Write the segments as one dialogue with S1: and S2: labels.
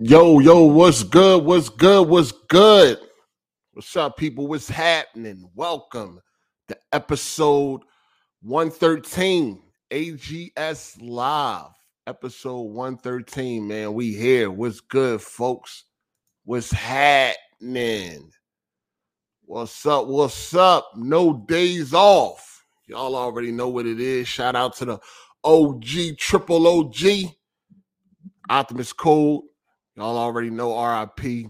S1: Yo, yo, what's good? What's good? What's good? What's up, people? What's happening? Welcome to episode 113, AGS Live. Episode 113, man. We here. What's good, folks? What's happening? What's up? What's up? No days off. Y'all already know what it is. Shout out to the OG, triple OG, Optimus Code. Y'all already know RIP.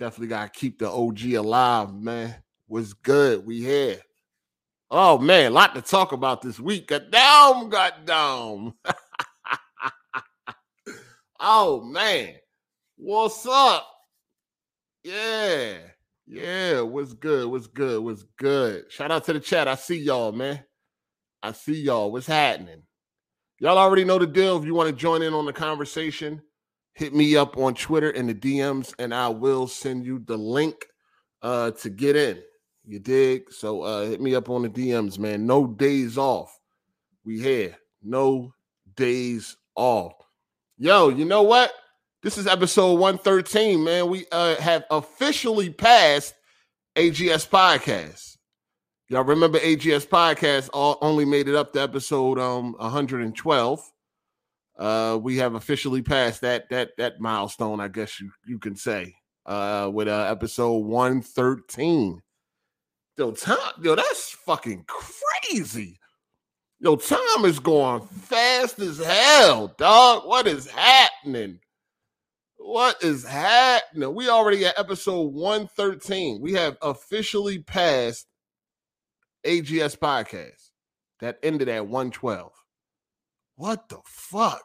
S1: Definitely gotta keep the OG alive, man. What's good? We here. Oh man, a lot to talk about this week. Goddamn, goddamn. oh man, what's up? Yeah, yeah. What's good? What's good? What's good? Shout out to the chat. I see y'all, man. I see y'all. What's happening? Y'all already know the deal. If you want to join in on the conversation, hit me up on Twitter in the DMs, and I will send you the link uh, to get in. You dig? So uh, hit me up on the DMs, man. No days off. We here. No days off. Yo, you know what? This is episode 113, man. We uh, have officially passed AGS Podcast. Y'all remember AGS Podcast all, only made it up to episode um 112 uh we have officially passed that that that milestone i guess you, you can say uh with uh episode 113 yo time yo that's fucking crazy yo time is going fast as hell dog what is happening what is happening we already at episode 113 we have officially passed ags podcast that ended at 112 what the fuck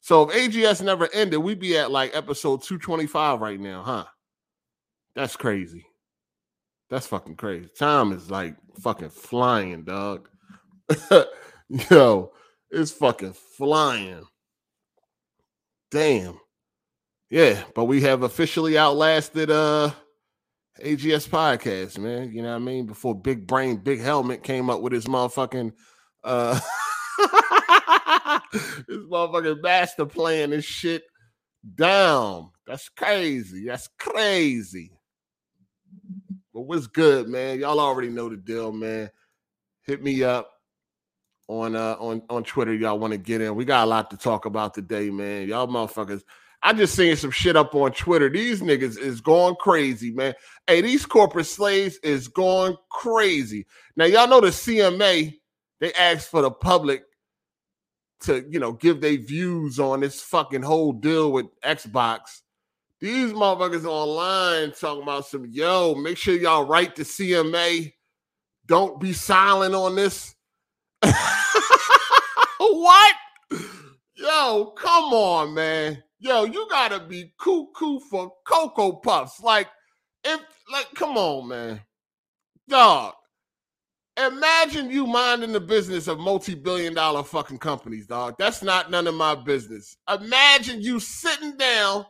S1: so if AGS never ended, we'd be at like episode 225 right now, huh? That's crazy. That's fucking crazy. Time is like fucking flying, dog. Yo, it's fucking flying. Damn. Yeah, but we have officially outlasted uh AGS podcast, man. You know what I mean? Before Big Brain Big Helmet came up with his motherfucking uh this motherfucking master plan this shit down. That's crazy. That's crazy. But what's good, man? Y'all already know the deal, man. Hit me up on uh on on Twitter. Y'all want to get in? We got a lot to talk about today, man. Y'all motherfuckers. I just seen some shit up on Twitter. These niggas is going crazy, man. Hey, these corporate slaves is going crazy. Now y'all know the CMA. They asked for the public to you know give their views on this fucking whole deal with Xbox. These motherfuckers online talking about some yo, make sure y'all write the CMA. Don't be silent on this. what? Yo, come on, man. Yo, you gotta be cuckoo for Cocoa Puffs. Like, if like, come on, man. Dog imagine you minding the business of multi-billion dollar fucking companies, dog. That's not none of my business. Imagine you sitting down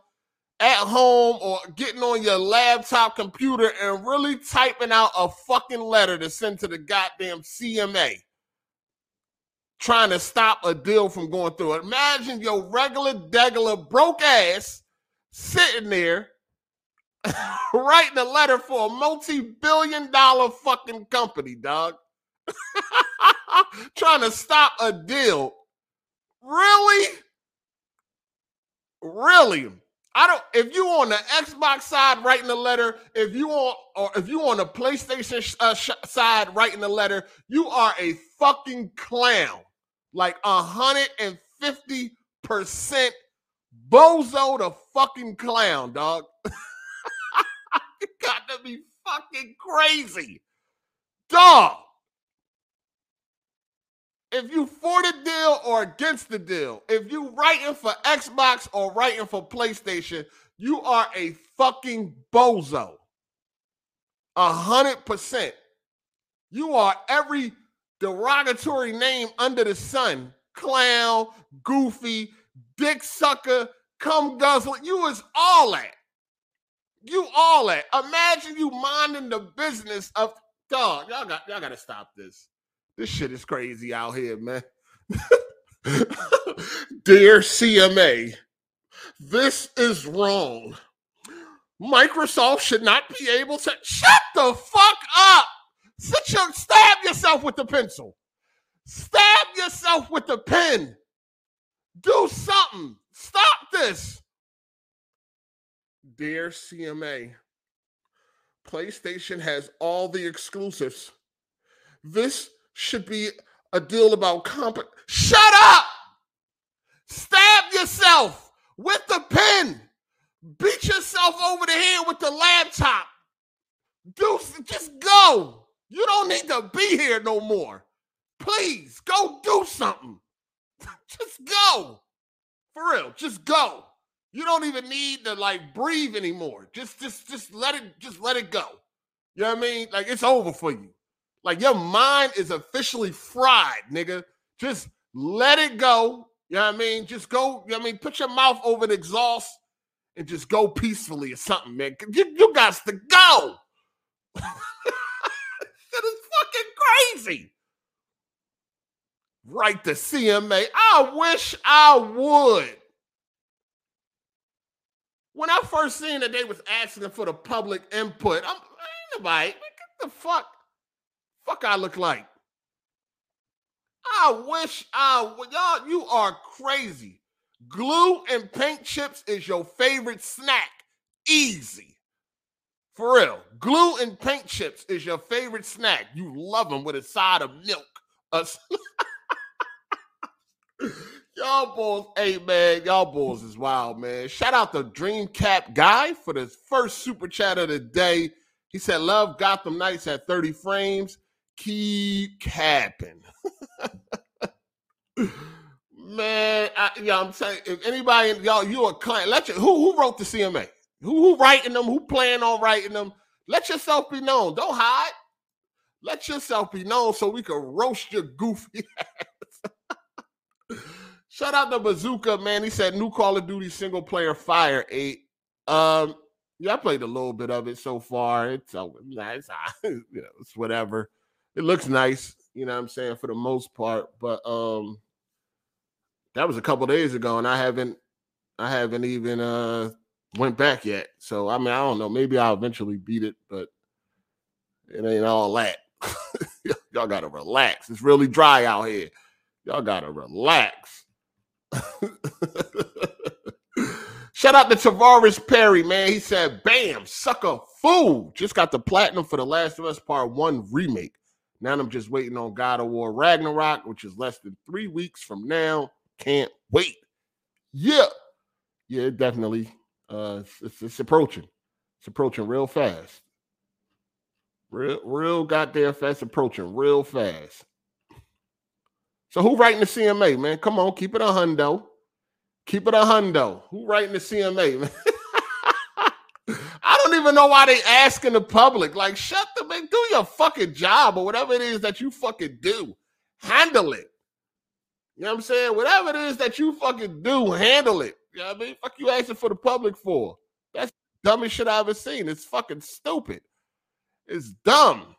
S1: at home or getting on your laptop computer and really typing out a fucking letter to send to the goddamn CMA trying to stop a deal from going through. Imagine your regular degular broke ass sitting there writing a letter for a multi-billion dollar fucking company, dog. Trying to stop a deal. Really? Really? I don't if you on the Xbox side writing a letter, if you on or if you on the PlayStation sh- uh, sh- side writing a letter, you are a fucking clown. Like 150% bozo the fucking clown, dog. You got to be fucking crazy. Dog. If you for the deal or against the deal, if you writing for Xbox or writing for PlayStation, you are a fucking bozo. A hundred percent. You are every derogatory name under the sun. Clown, goofy, dick sucker, cum guzzler. You is all that. You all that. Imagine you minding the business of dog. Y'all got y'all gotta stop this. This shit is crazy out here, man. Dear CMA, This is wrong. Microsoft should not be able to shut the fuck up. Sit your stab yourself with the pencil. Stab yourself with the pen. Do something. Stop this. Dear CMA, PlayStation has all the exclusives. This should be a deal about comp. Shut up! Stab yourself with the pen. Beat yourself over the head with the laptop. Do just go. You don't need to be here no more. Please go do something. just go. For real, just go. You don't even need to like breathe anymore. Just just just let it just let it go. You know what I mean? Like it's over for you. Like your mind is officially fried, nigga. Just let it go. You know what I mean? Just go, you know what I mean? Put your mouth over the exhaust and just go peacefully or something, man. You, you got to go. Shit is fucking crazy. Right to CMA. I wish I would. When I first seen that they was asking for the public input, I'm ain't nobody. What the fuck? Fuck I look like. I wish I would. Y'all, you are crazy. Glue and paint chips is your favorite snack. Easy. For real. Glue and paint chips is your favorite snack. You love them with a side of milk. Uh, y'all boys, hey man, y'all boys is wild, man. Shout out to Dream Cap Guy for the first super chat of the day. He said, Love Gotham Knights at 30 frames. Keep capping. Man, I, yeah, I'm saying if anybody y'all you a client, let you who who wrote the CMA, who who writing them, who plan on writing them. Let yourself be known. Don't hide. Let yourself be known so we can roast your goofy ass. Shout out to Bazooka, man. He said new Call of Duty single player fire eight. Um, yeah, I played a little bit of it so far. It's uh, nice, you know, it's whatever. It looks nice, you know what I'm saying, for the most part. But um that was a couple days ago and i haven't i haven't even uh went back yet so i mean i don't know maybe i'll eventually beat it but it ain't all that y'all gotta relax it's really dry out here y'all gotta relax shout out to tavares perry man he said bam sucker fool just got the platinum for the last of us part one remake now i'm just waiting on god of war ragnarok which is less than three weeks from now can't wait. Yeah, yeah, it definitely. Uh, it's, it's, it's, approaching. It's approaching real fast. Real, real goddamn fast. Approaching real fast. So who writing the CMA, man? Come on, keep it a hundo. Keep it a hundo. Who writing the CMA, man? I don't even know why they asking the public. Like, shut the man, do your fucking job or whatever it is that you fucking do. Handle it. You know what I'm saying? Whatever it is that you fucking do, handle it. You know what I mean? Fuck you asking for the public for. That's the dumbest shit I've ever seen. It's fucking stupid. It's dumb.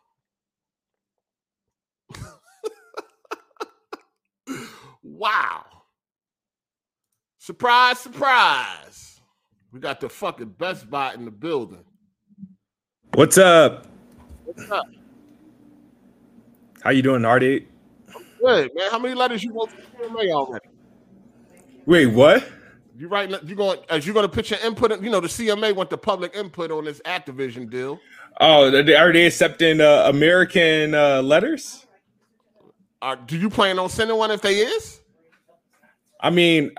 S1: wow. Surprise, surprise. We got the fucking Best Buy in the building.
S2: What's up?
S1: What's up?
S2: How you doing, Nardi?
S1: good, man. How many letters you wrote for CMA already?
S2: Wait, what?
S1: You right? You going as you going to put your input? In, you know, the CMA want the public input on this Activision deal.
S2: Oh, they, are they accepting uh, American uh, letters?
S1: Uh, do you plan on sending one if they is?
S2: I mean,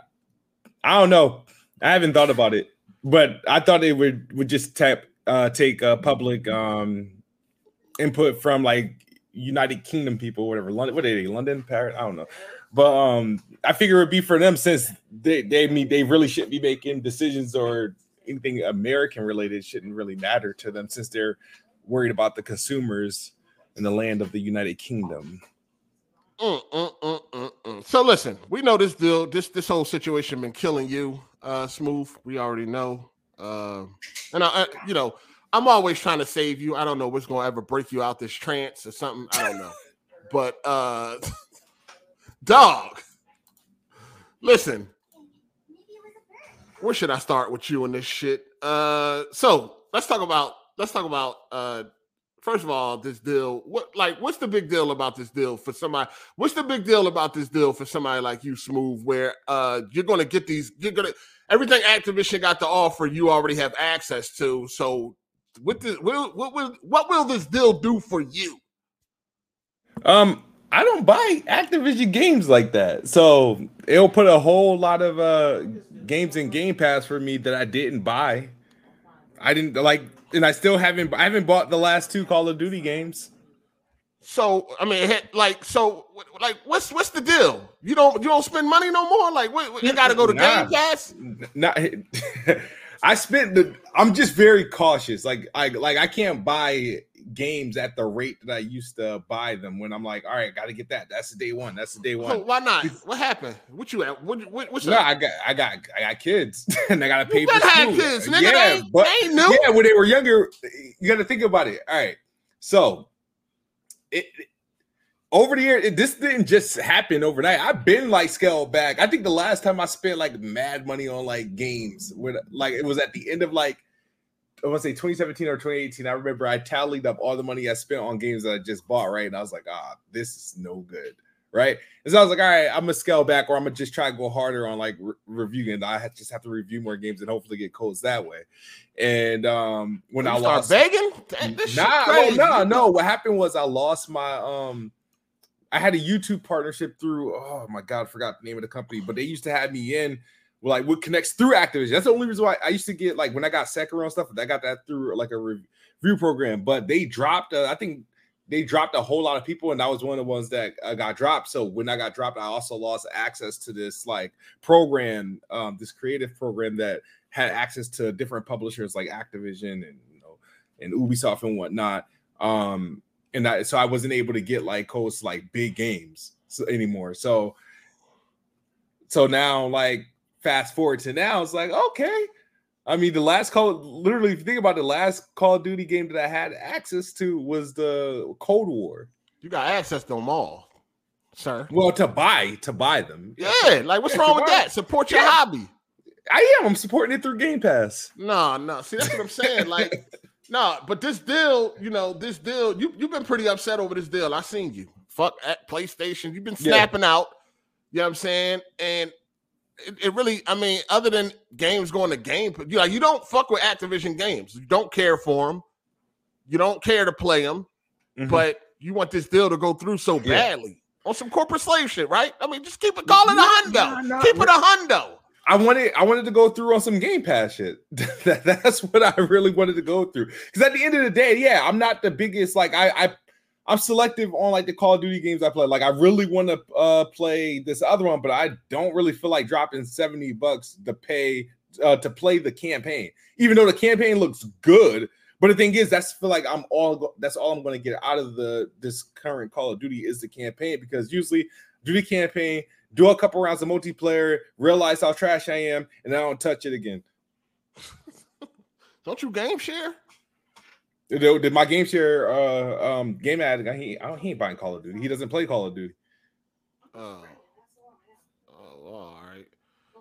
S2: I don't know. I haven't thought about it, but I thought they would would just tap take uh, public um, input from like United Kingdom people, whatever. London, what are they? London, Paris? I don't know. But um, I figure it'd be for them since they they mean they really shouldn't be making decisions or anything American related shouldn't really matter to them since they're worried about the consumers in the land of the United Kingdom.
S1: Mm, mm, mm, so listen, we know this deal, this this whole situation been killing you, uh, smooth. We already know. Uh, and I, I you know, I'm always trying to save you. I don't know what's gonna ever break you out this trance or something. I don't know. but uh dog, listen. where should I start with you on this shit? Uh, so let's talk about let's talk about uh, first of all this deal. What like what's the big deal about this deal for somebody? What's the big deal about this deal for somebody like you, Smooth? Where uh, you're gonna get these, you're gonna everything Activision got to offer, you already have access to. So what this, what, what, will what will this deal do for you?
S2: Um, I don't buy Activision games like that. So it'll put a whole lot of uh games in Game Pass for me that I didn't buy. I didn't like, and I still haven't. I haven't bought the last two Call of Duty games.
S1: So I mean, like, so like, what's what's the deal? You don't you don't spend money no more. Like, what, you got to go to nah, Game Pass.
S2: Not. I spent the. I'm just very cautious. Like, I like I can't buy games at the rate that I used to buy them when I'm like, all right, got to get that. That's the day one. That's the day one. So
S1: why not? What happened? What you at? What, what, what's
S2: no, I got, I got, I got kids, and I got to pay for
S1: school. kids, nigga. Yeah, they, but they ain't new.
S2: yeah, when they were younger, you got to think about it. All right, so it, it over the year, it, this didn't just happen overnight. I've been like scaled back. I think the last time I spent like mad money on like games, when like it was at the end of like I want to say 2017 or 2018. I remember I tallied up all the money I spent on games that I just bought, right? And I was like, ah, this is no good, right? And so I was like, all right, I'm gonna scale back, or I'm gonna just try to go harder on like re- reviewing. I have, just have to review more games and hopefully get codes that way. And um when you I
S1: start
S2: lost,
S1: begging,
S2: nah, oh, nah, no. What happened was I lost my um. I had a YouTube partnership through. Oh my god, I forgot the name of the company, but they used to have me in like what connects through Activision. That's the only reason why I used to get like when I got Sekiro and stuff, I got that through like a review program. But they dropped, uh, I think they dropped a whole lot of people, and I was one of the ones that uh, got dropped. So when I got dropped, I also lost access to this like program, um, this creative program that had access to different publishers like Activision and you know and Ubisoft and whatnot. Um, and I, so I wasn't able to get like codes like big games anymore. So so now like fast forward to now, it's like, okay. I mean, the last call, literally, if you think about it, the last Call of Duty game that I had access to was the Cold War.
S1: You got access to them all, sir.
S2: Well, to buy, to buy them.
S1: Yeah, like what's yeah, wrong with buy. that? Support your yeah. hobby.
S2: I am. I'm supporting it through Game Pass.
S1: No, no. See, that's what I'm saying. Like, no, but this deal, you know, this deal, you, you've been pretty upset over this deal. I seen you. Fuck at PlayStation. You've been snapping yeah. out. You know what I'm saying? And it, it, really, I mean, other than games going to game, you like you don't fuck with Activision games. You don't care for them. You don't care to play them, mm-hmm. but you want this deal to go through so badly yeah. on some corporate slave shit, right? I mean, just keep it calling no, a hundo. No, no, keep it a hundo.
S2: I wanted I wanted to go through on some Game Pass shit. that, that's what I really wanted to go through. Because at the end of the day, yeah, I'm not the biggest. Like I, I I'm selective on like the Call of Duty games I play. Like I really want to uh, play this other one, but I don't really feel like dropping 70 bucks to pay uh, to play the campaign. Even though the campaign looks good, but the thing is that's feel like I'm all that's all I'm going to get out of the this current Call of Duty is the campaign because usually do the campaign, do a couple rounds of multiplayer, realize how trash I am and I don't touch it again.
S1: don't you game share?
S2: Did, my game share uh um game addict? He I don't, he ain't buying Call of Duty. He doesn't play Call of Duty.
S1: Oh, oh, all right.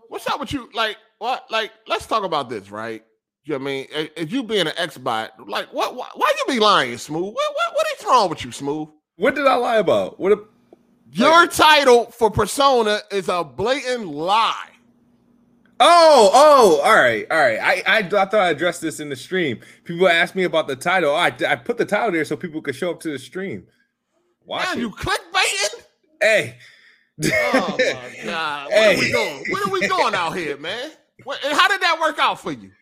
S1: What's up with you? Like what? Like let's talk about this, right? You know what I mean? If you being an Xbox, like what? Why, why you be lying, Smooth? What, what what is wrong with you, Smooth?
S2: What did I lie about? What? A,
S1: Your like, title for Persona is a blatant lie.
S2: Oh, oh, all right, all right. I, I, I thought I addressed this in the stream. People asked me about the title. I, I put the title there so people could show up to the stream.
S1: Watch Damn, you clickbaiting?
S2: Hey.
S1: Oh my god. Where hey. are we going? Where are we going out here, man? What, and how did that work out for you?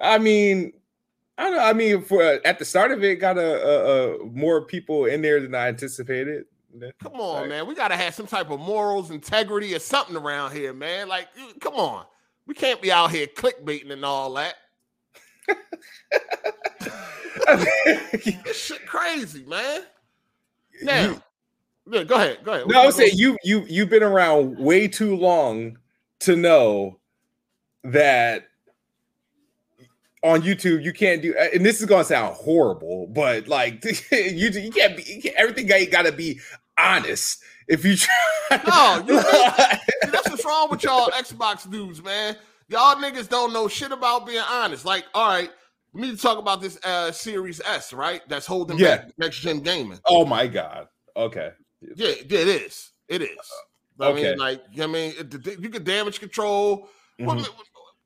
S2: I mean, I don't know. I mean, for uh, at the start of it, got a, a, a, more people in there than I anticipated.
S1: Come on, like, man. We gotta have some type of morals, integrity, or something around here, man. Like, come on. We can't be out here clickbaiting and all that. this shit crazy, man. Now, you, go ahead, go ahead.
S2: No, I would say you you you've been around way too long to know that on YouTube you can't do. And this is gonna sound horrible, but like you you can't be you can't, everything. got to be honest if you try.
S1: No, you, that's what's wrong with y'all Xbox dudes, man. Y'all niggas don't know shit about being honest. Like, all right, we need to talk about this uh Series S, right? That's holding
S2: Yeah.
S1: back next gen gaming.
S2: Oh my god. Okay.
S1: Yeah, yeah, it is. It is. I
S2: Okay.
S1: mean, like, I mean, it- you can damage control.
S2: Mhm.
S1: What,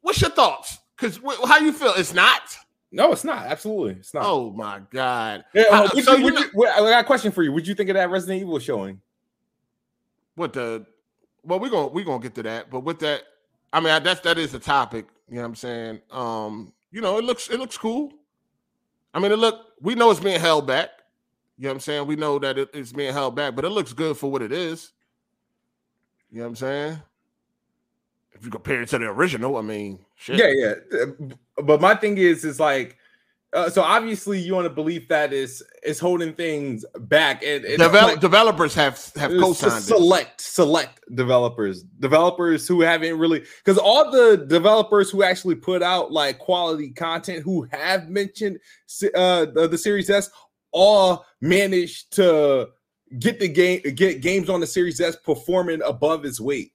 S1: what's your thoughts? Because how you feel? It's not.
S2: No, it's not. Absolutely, it's not.
S1: Oh my god.
S2: Yeah,
S1: Uh,
S2: would
S1: so
S2: you,
S1: you
S2: would
S1: know-
S2: you, wait, I got a question for you. Would you think of that Resident Evil showing?
S1: What the? Well, we're gonna we're gonna get to that. But with that, I mean, I- that's that is the topic. You know what I'm saying? Um, you know, it looks it looks cool. I mean, it look. We know it's being held back. You know what I'm saying? We know that it, it's being held back, but it looks good for what it is. You know what I'm saying? If you compare it to the original, I mean, shit.
S2: Yeah, yeah. Uh, But my thing is, is like, uh, so obviously you want to believe that is is holding things back, and, and
S1: Devel-
S2: like-
S1: developers have have
S2: It's
S1: co-signed
S2: just
S1: it.
S2: select select developers developers who haven't really because all the developers who actually put out like quality content who have mentioned se- uh the, the series s all managed to get the game get games on the series s performing above its weight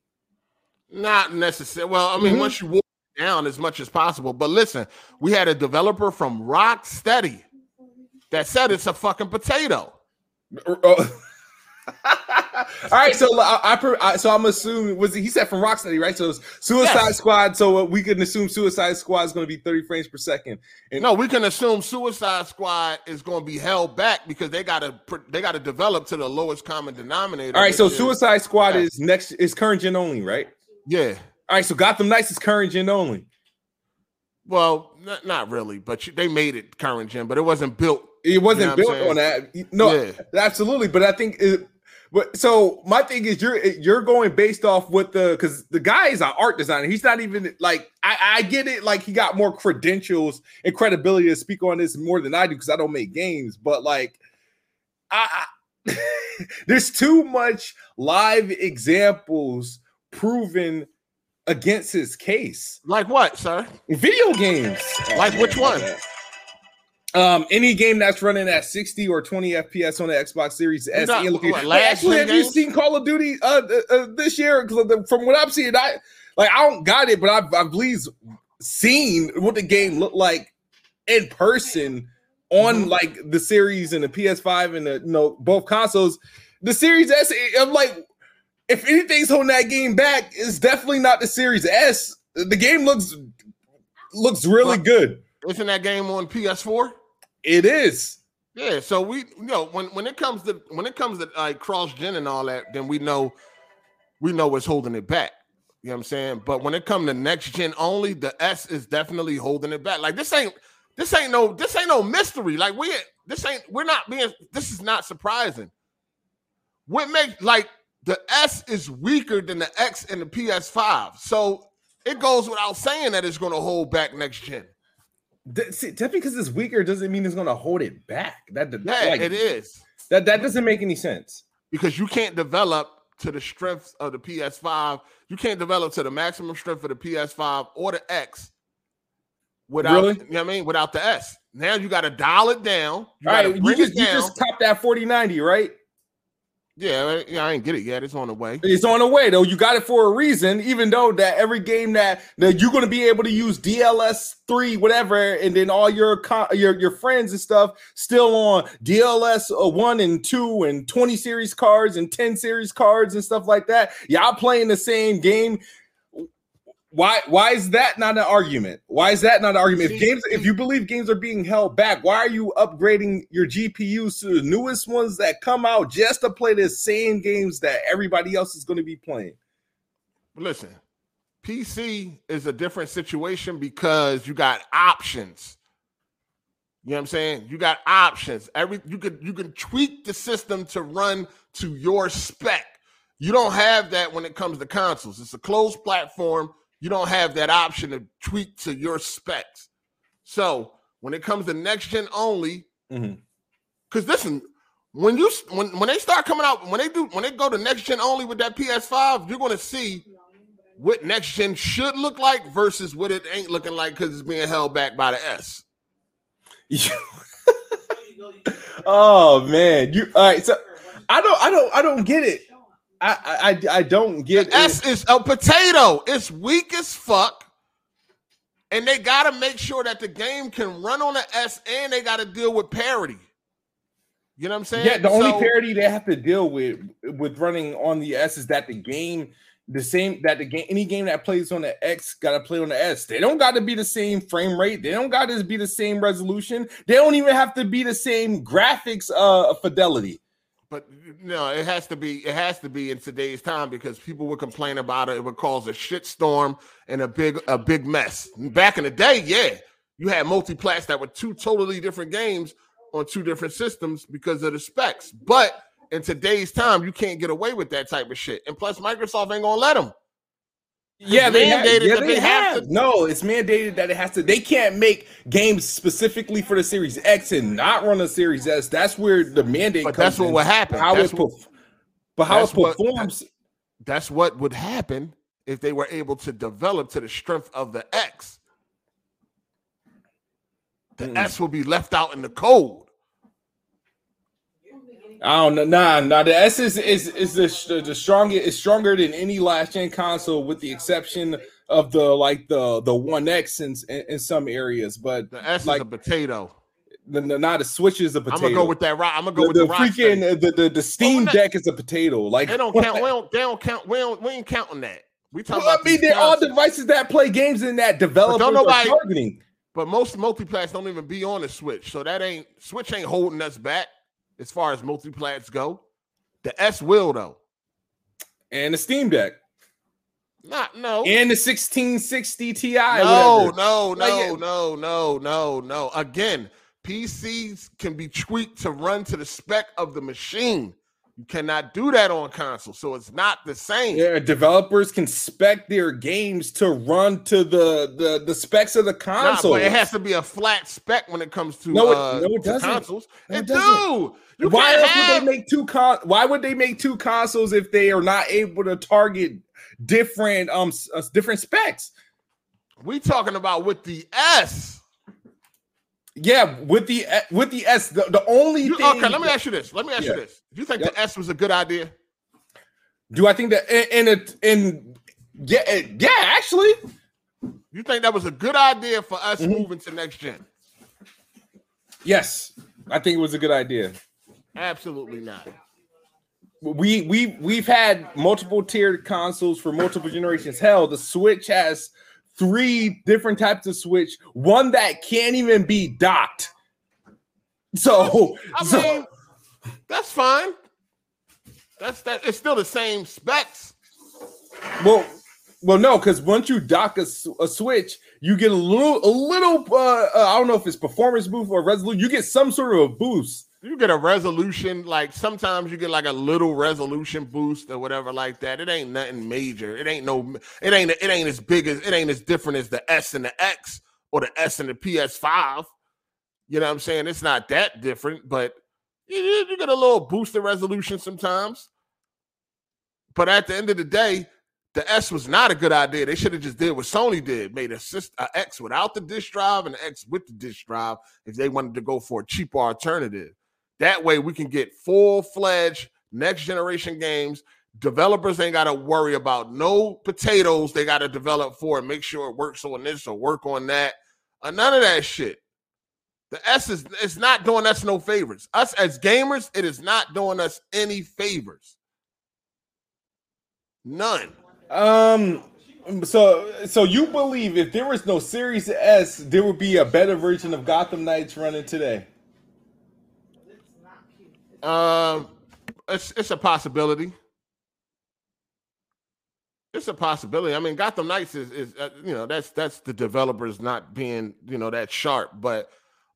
S1: Not necessary. Well, I mean,
S2: Mhm.
S1: once you walk it down as much as possible. But listen, we had a developer from Rocksteady that said it's a fucking potato.
S2: Or- oh, or- all right so I, I, per- I so i'm assuming was he, he said from rocksteady right so it's suicide
S1: Yes.
S2: squad so we can assume suicide squad is going to be 30 frames per second
S1: No, we can assume Suicide Squad is going to be held back because they got to they got to develop to the lowest common denominator.
S2: All right, so
S1: which is-
S2: Suicide Squad
S1: Yeah.
S2: is next is current gen only, right?
S1: yeah.
S2: All right, so Gotham Knights is current gen only.
S1: Well, not, not really, but you, they made it current gen, but it wasn't built.
S2: It wasn't
S1: You know
S2: built
S1: what I'm
S2: on that. No,
S1: Yeah.
S2: absolutely. But I think, it, but so my thing is you're you're going based off what the because the guy is an art designer. He's not even like I, I get it. Like he got more credentials and credibility to speak on this more than I do because I don't make games. But like, I, I there's too much live examples proven against his case.
S1: Like what, sir?
S2: Video games.
S1: Like which one?
S2: Um, any game that's running at 60 or 20 FPS on the Xbox Series S.
S1: not-
S2: and looking-
S1: what,
S2: Wait,
S1: last
S2: actually,
S1: gen
S2: have you
S1: games?
S2: seen Call of Duty uh, uh, uh, this year? 'Cause of the- From what I'm seeing, I like I don't got it, but I've I've at least seen what the game looked like in person on
S1: Mhm.
S2: like the series and the PS5 and the you know both consoles. The Series S, I'm like, if anything's holding that game back, it's definitely not the Series S. The game looks looks really
S1: Well-
S2: good.
S1: Isn't that game on PS4?
S2: It is.
S1: Yeah, so we you know when when it comes to when it comes to like cross gen and all that, then we know we know what's holding it back. You know what I'm saying? But when it comes to next gen only, the S is definitely holding it back. Like this ain't this ain't no this ain't no mystery. Like we this ain't we're not being this is not surprising. What make like the S is weaker than the X and the PS5. So it goes without saying that it's gonna hold back next gen.
S2: Th- see, just because it's weaker doesn't mean it's gonna hold it back. That that-
S1: Yeah,
S2: like,
S1: it is.
S2: That that doesn't make any sense.
S1: because you can't develop to the strength of the PS5. You can't develop to the maximum strength of the PS5 or the X without
S2: Really?
S1: you know what I mean without the S. Now you gotta dial it down. You
S2: All
S1: gotta
S2: right, you
S1: bring
S2: just
S1: it
S2: you
S1: down.
S2: just topped that 4090, right?
S1: yeah, I- yeah, I ain't get it yet. It's on the way.
S2: It's on the way though. You got it for a reason, even though that every game that that you're gonna be able to use DLS three, whatever, and then all your co- your your friends and stuff still on DLS uh, one and two and twenty series cards and ten series cards and stuff like that. Y'all playing the same game. Why why is that not an argument? Why is that not an argument? If
S1: See,
S2: games if you believe games are being held back, why are you upgrading your GPUs to the newest ones that come out just to play the same games that everybody else is going to be playing?
S1: Listen, PC is a different situation because you got options. You know what I'm saying? You got options. Every you could you can tweak the system to run to your spec. You don't have that when it comes to consoles. It's a closed platform. You don't have that option to tweak to your specs. So when it comes to next gen only,
S2: Mhm.
S1: because listen, when you s- when when they start coming out, when they do when they go to next gen only with that PS5, you're gonna see what next gen should look like versus what it ain't looking like because it's being held back by the S.
S2: oh man, you all right? So I don't, I don't, I don't get it. I, I, I- I don't get
S1: The
S2: it.
S1: S is a potato. It's weak as fuck. And they got to make sure that the game can run on the S and they got to deal with parity. You know what I'm saying?
S2: Yeah, the only parity they have to deal with with running on the S is that the game, the same that the game, any game that plays on the X got to play on the S. They don't got to be the same frame rate. They don't got to be the same resolution. They don't even have to be the same graphics uh fidelity.
S1: But no, it has to be. It has to be in today's time because people would complain about it. It would cause a shitstorm and a big, a big mess. Back in the day, yeah, you had multiplats that were two totally different games on two different systems because of the specs. But in today's time, you can't get away with that type of shit. And plus, Microsoft ain't gonna let them.
S2: Yeah, they mandated have, yeah, they, they have. have. to. No, it's mandated that it has to. They can't make games specifically for the Series X and not run a Series S. That's where the mandate.
S1: But that's what
S2: in.
S1: would happen.
S2: How
S1: that's
S2: it, what, but how it performs.
S1: What, that's what would happen if they were able to develop to the strength of the X. The mm. S will be left out in the cold.
S2: I don't know. Nah, nah. The S is is is the the strongest is stronger than any last gen console, with the exception of the like the the One X in, in, in some areas. But
S1: the S
S2: like,
S1: is a potato.
S2: The, the not a Switch is a potato.
S1: I'm gonna go with that. Rock. I'm gonna go the, with
S2: the,
S1: the
S2: freaking the, the, the Steam
S1: oh,
S2: Deck is a potato. Like
S1: they don't count. We don't, they don't count. We don't, we ain't counting that. We talking well, about.
S2: I mean, they're all devices that play games in that developers don't nobody, are targeting.
S1: But most multiplats don't even be on the Switch, so that ain't Switch ain't holding us back as far as multiplats go. The S will though.
S2: And the Steam Deck.
S1: Not no.
S2: And the 1660 Ti.
S1: No, no, no, no, no, no, no. Again, PCs can be tweaked to run to the spec of the machine. You cannot do that on console, so it's not the same.
S2: Yeah, developers can spec their games to run to the the, the specs of the console.
S1: Nah, but it has to be a flat spec when it comes to no, it, uh, no, it doesn't. consoles. No, it, it doesn't.
S2: do. why else have... would they make two con- Why would they make two consoles if they are not able to target different um uh, different specs?
S1: We talking about with the S.
S2: Yeah, with the uh, with the S, the, the only
S1: you,
S2: thing.
S1: Okay, let me ask you this. Let me ask yeah. you this. Do you think yep. the S was a good idea?
S2: Do I think that in it in yeah
S1: eh,
S2: yeah actually?
S1: You think that was a good idea for us mm-hmm. moving to next gen?
S2: Yes, I think it was a good idea.
S1: Absolutely not.
S2: We we we've had multiple tiered consoles for multiple generations. Hell, the Switch has three different types of switch, one that can't even be docked. So,
S1: I
S2: so
S1: mean, that's fine. That's that it's still the same specs.
S2: Well, well, no, because once you dock a, a, switch, you get a little, a little. Uh, I don't know if it's performance boost or resolution. You get some sort of a boost.
S1: You get a resolution, like sometimes you get like a little resolution boost or whatever like that. It ain't nothing major. It ain't no. It ain't. It ain't as big as. It ain't as different as the S and the X or the S and the PS5. You know what I'm saying? It's not that different, but you, you get a little boost in resolution sometimes. But at the end of the day, the S was not a good idea. They should have just did what Sony did, made a, a X without the disk drive and an X with the disk drive if they wanted to go for a cheaper alternative. That way we can get full-fledged next generation games. Developers ain't got to worry about no potatoes they got to develop for and make sure it works on this or work on that. Or none of that shit. The S is it's not doing us no favors. Us as gamers, it is not doing us any favors. None.
S2: Um. So, so you believe if there was no Series S, there would be a better version of Gotham Knights running today?
S1: Um, it's it's a possibility. It's a possibility. I mean, Gotham Knights is is uh, you know that's that's the developers not being you know that sharp. But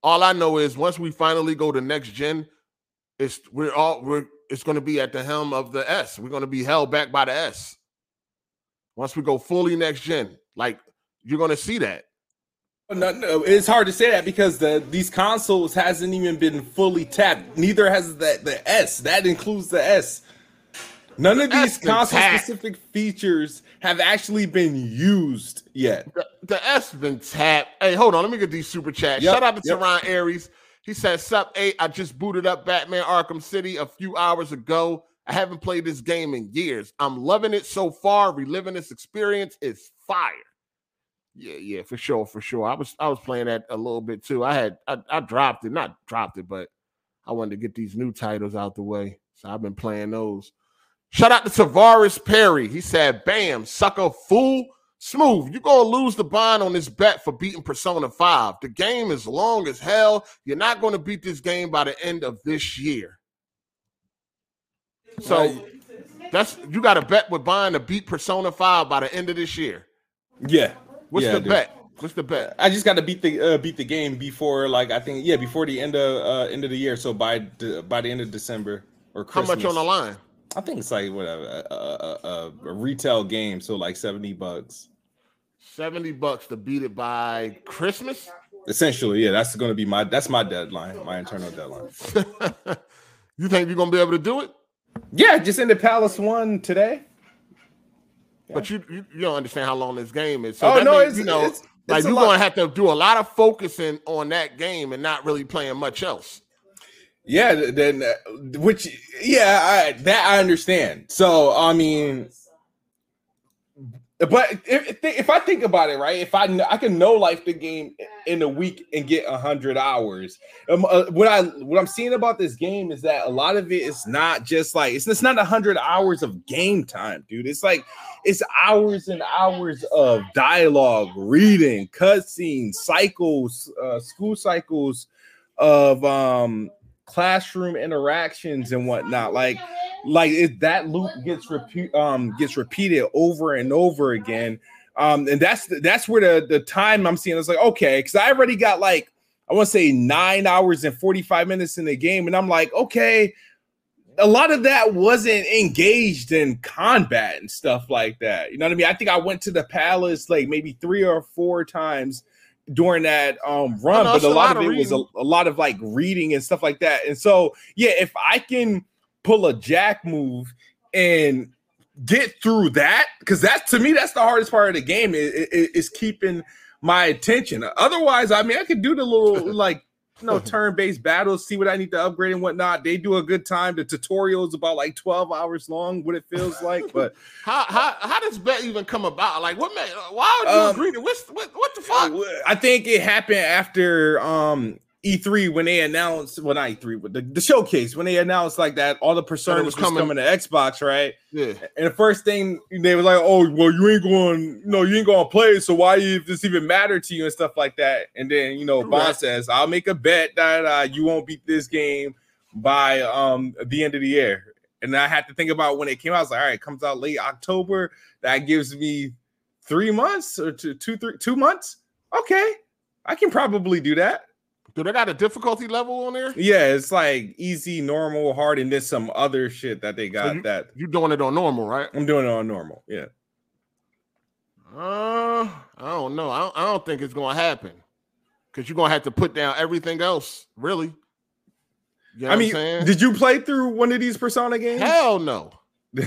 S1: all I know is once we finally go to next gen, it's we're all we're it's going to be at the helm of the S. We're going to be held back by the S once we go fully next gen. Like you're gonna see that.
S2: No, no, it's hard to say that because the these consoles hasn't even been fully tapped. Neither has that the S. That includes the S. None the of these console tapped. specific features have actually been used yet.
S1: The, the S been tapped. Hey, hold on. Let me get these super chats. Yep, Shout out to yep. Teron Aries. He says, Sup, 8. I just booted up Batman Arkham City a few hours ago. I haven't played this game in years. I'm loving it so far. Reliving this experience is fire. Yeah, yeah, for sure, for sure. I was I was playing that a little bit too. I had I, I dropped it, not dropped it, but I wanted to get these new titles out the way. So I've been playing those. Shout out to Tavares Perry. He said, Bam, sucker fool. Smooth, you're gonna lose the bond on this bet for beating Persona 5. The game is long as hell. You're not gonna beat this game by the end of this year. So that's you gotta bet with bond to beat Persona 5 by the end of this year.
S2: Yeah.
S1: What's
S2: Yeah,
S1: the
S2: dude.
S1: bet? What's the bet?
S2: I just got to beat the uh, beat the game before like I think yeah before the end of uh, end of the year. So by de- by the end of December or
S1: How
S2: Christmas.
S1: much on the line?
S2: I think it's like whatever a, a, a, a retail game. So like seventy bucks
S1: 70 bucks to beat it by Christmas?
S2: essentially. Yeah, that's going to be my that's my deadline, my internal deadline.
S1: you think you're gonna be able to do it?
S2: Yeah, just in the Palace one today.
S1: But you, you you don't understand how long this game is. So
S2: Oh,
S1: that
S2: no,
S1: means,
S2: it's-
S1: you know,
S2: it's-
S1: like
S2: it's a
S1: you're
S2: lot.
S1: gonna have to do a lot of focusing on that game and not really playing much else.
S2: Yeah, th- then uh, which yeah, I, that I understand. So I mean, but if if I think about it, right? If I kn- I can know life the game in a week and get a hundred hours. Um, uh, what I what I'm seeing about this game is that a lot of it is not just like it's it's not a hundred hours of game time, dude. It's like it's hours and hours of dialogue, reading, cutscenes, cycles, uh, school cycles of um classroom interactions and whatnot. Like, like it, that loop gets repeat um gets repeated over and over again. Um, and that's that's where the the time I'm seeing is like okay, because I already got like I want to say nine hours and forty five minutes in the game, and I'm like okay. A lot of that wasn't engaged in combat and stuff like that. You know what I mean? I think I went to the palace like maybe three or four times during that um run,
S1: no,
S2: but
S1: it's a
S2: a
S1: lot
S2: lot of it
S1: of
S2: was a, a lot of like reading and stuff like that. And so, yeah, if I can pull a jack move and get through that because that's to me that's the hardest part of the game i- i- i- is keeping my attention otherwise i mean i could do the little like you know turn-based battles see what i need to upgrade and whatnot they do a good time the tutorial is about like 12 hours long what it feels like but
S1: How how how does bet even come about? Like what man why would you
S2: Um,
S1: agree to what's what what the fuck?
S2: i think it happened after um E3 when they announced well not E3 but the, the showcase when they announced like that all the personas was
S1: coming.
S2: coming to Xbox right
S1: Yeah.
S2: And the first thing they were like, "Oh, well, you ain't going, no, you ain't going to play. So why you- if this even matter to you and stuff like that?" And then you know, Bond
S1: Correct.
S2: says, "I'll make a bet that uh, you won't beat this game by um the end of the year." And I had to think about when it came out. I was like, "All right, it comes out late October. That gives me three months or two, two, three, two months. Okay, I can probably do that."
S1: Do they got a difficulty level on there?
S2: Yeah, it's like easy, normal, hard, and then some other shit that they got
S1: you-
S2: that
S1: You doing it on normal, right?
S2: I'm doing it on normal. Yeah.
S1: Uh, I don't know. I don't, I don't think it's gonna happen because you're gonna have to put down everything else, really. You know
S2: I mean,
S1: what I'm saying?
S2: did you play through one of these Persona games?
S1: Hell no.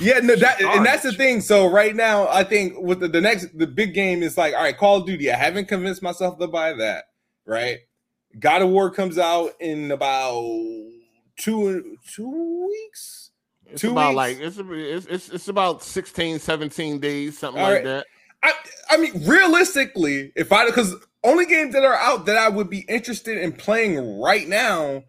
S2: Yeah, no, that and that's the
S1: Garbage.
S2: thing. So right now, I think with the, the next the big game is like, all right, Call of Duty. I haven't convinced myself to buy that. Right, God of War comes out in about two two weeks.
S1: It's
S2: Two
S1: about
S2: weeks?
S1: like it's, it's it's it's about 16, 17 days, something
S2: All
S1: like
S2: right.
S1: that.
S2: I I mean, realistically, if I because only games that are out that I would be interested in playing right now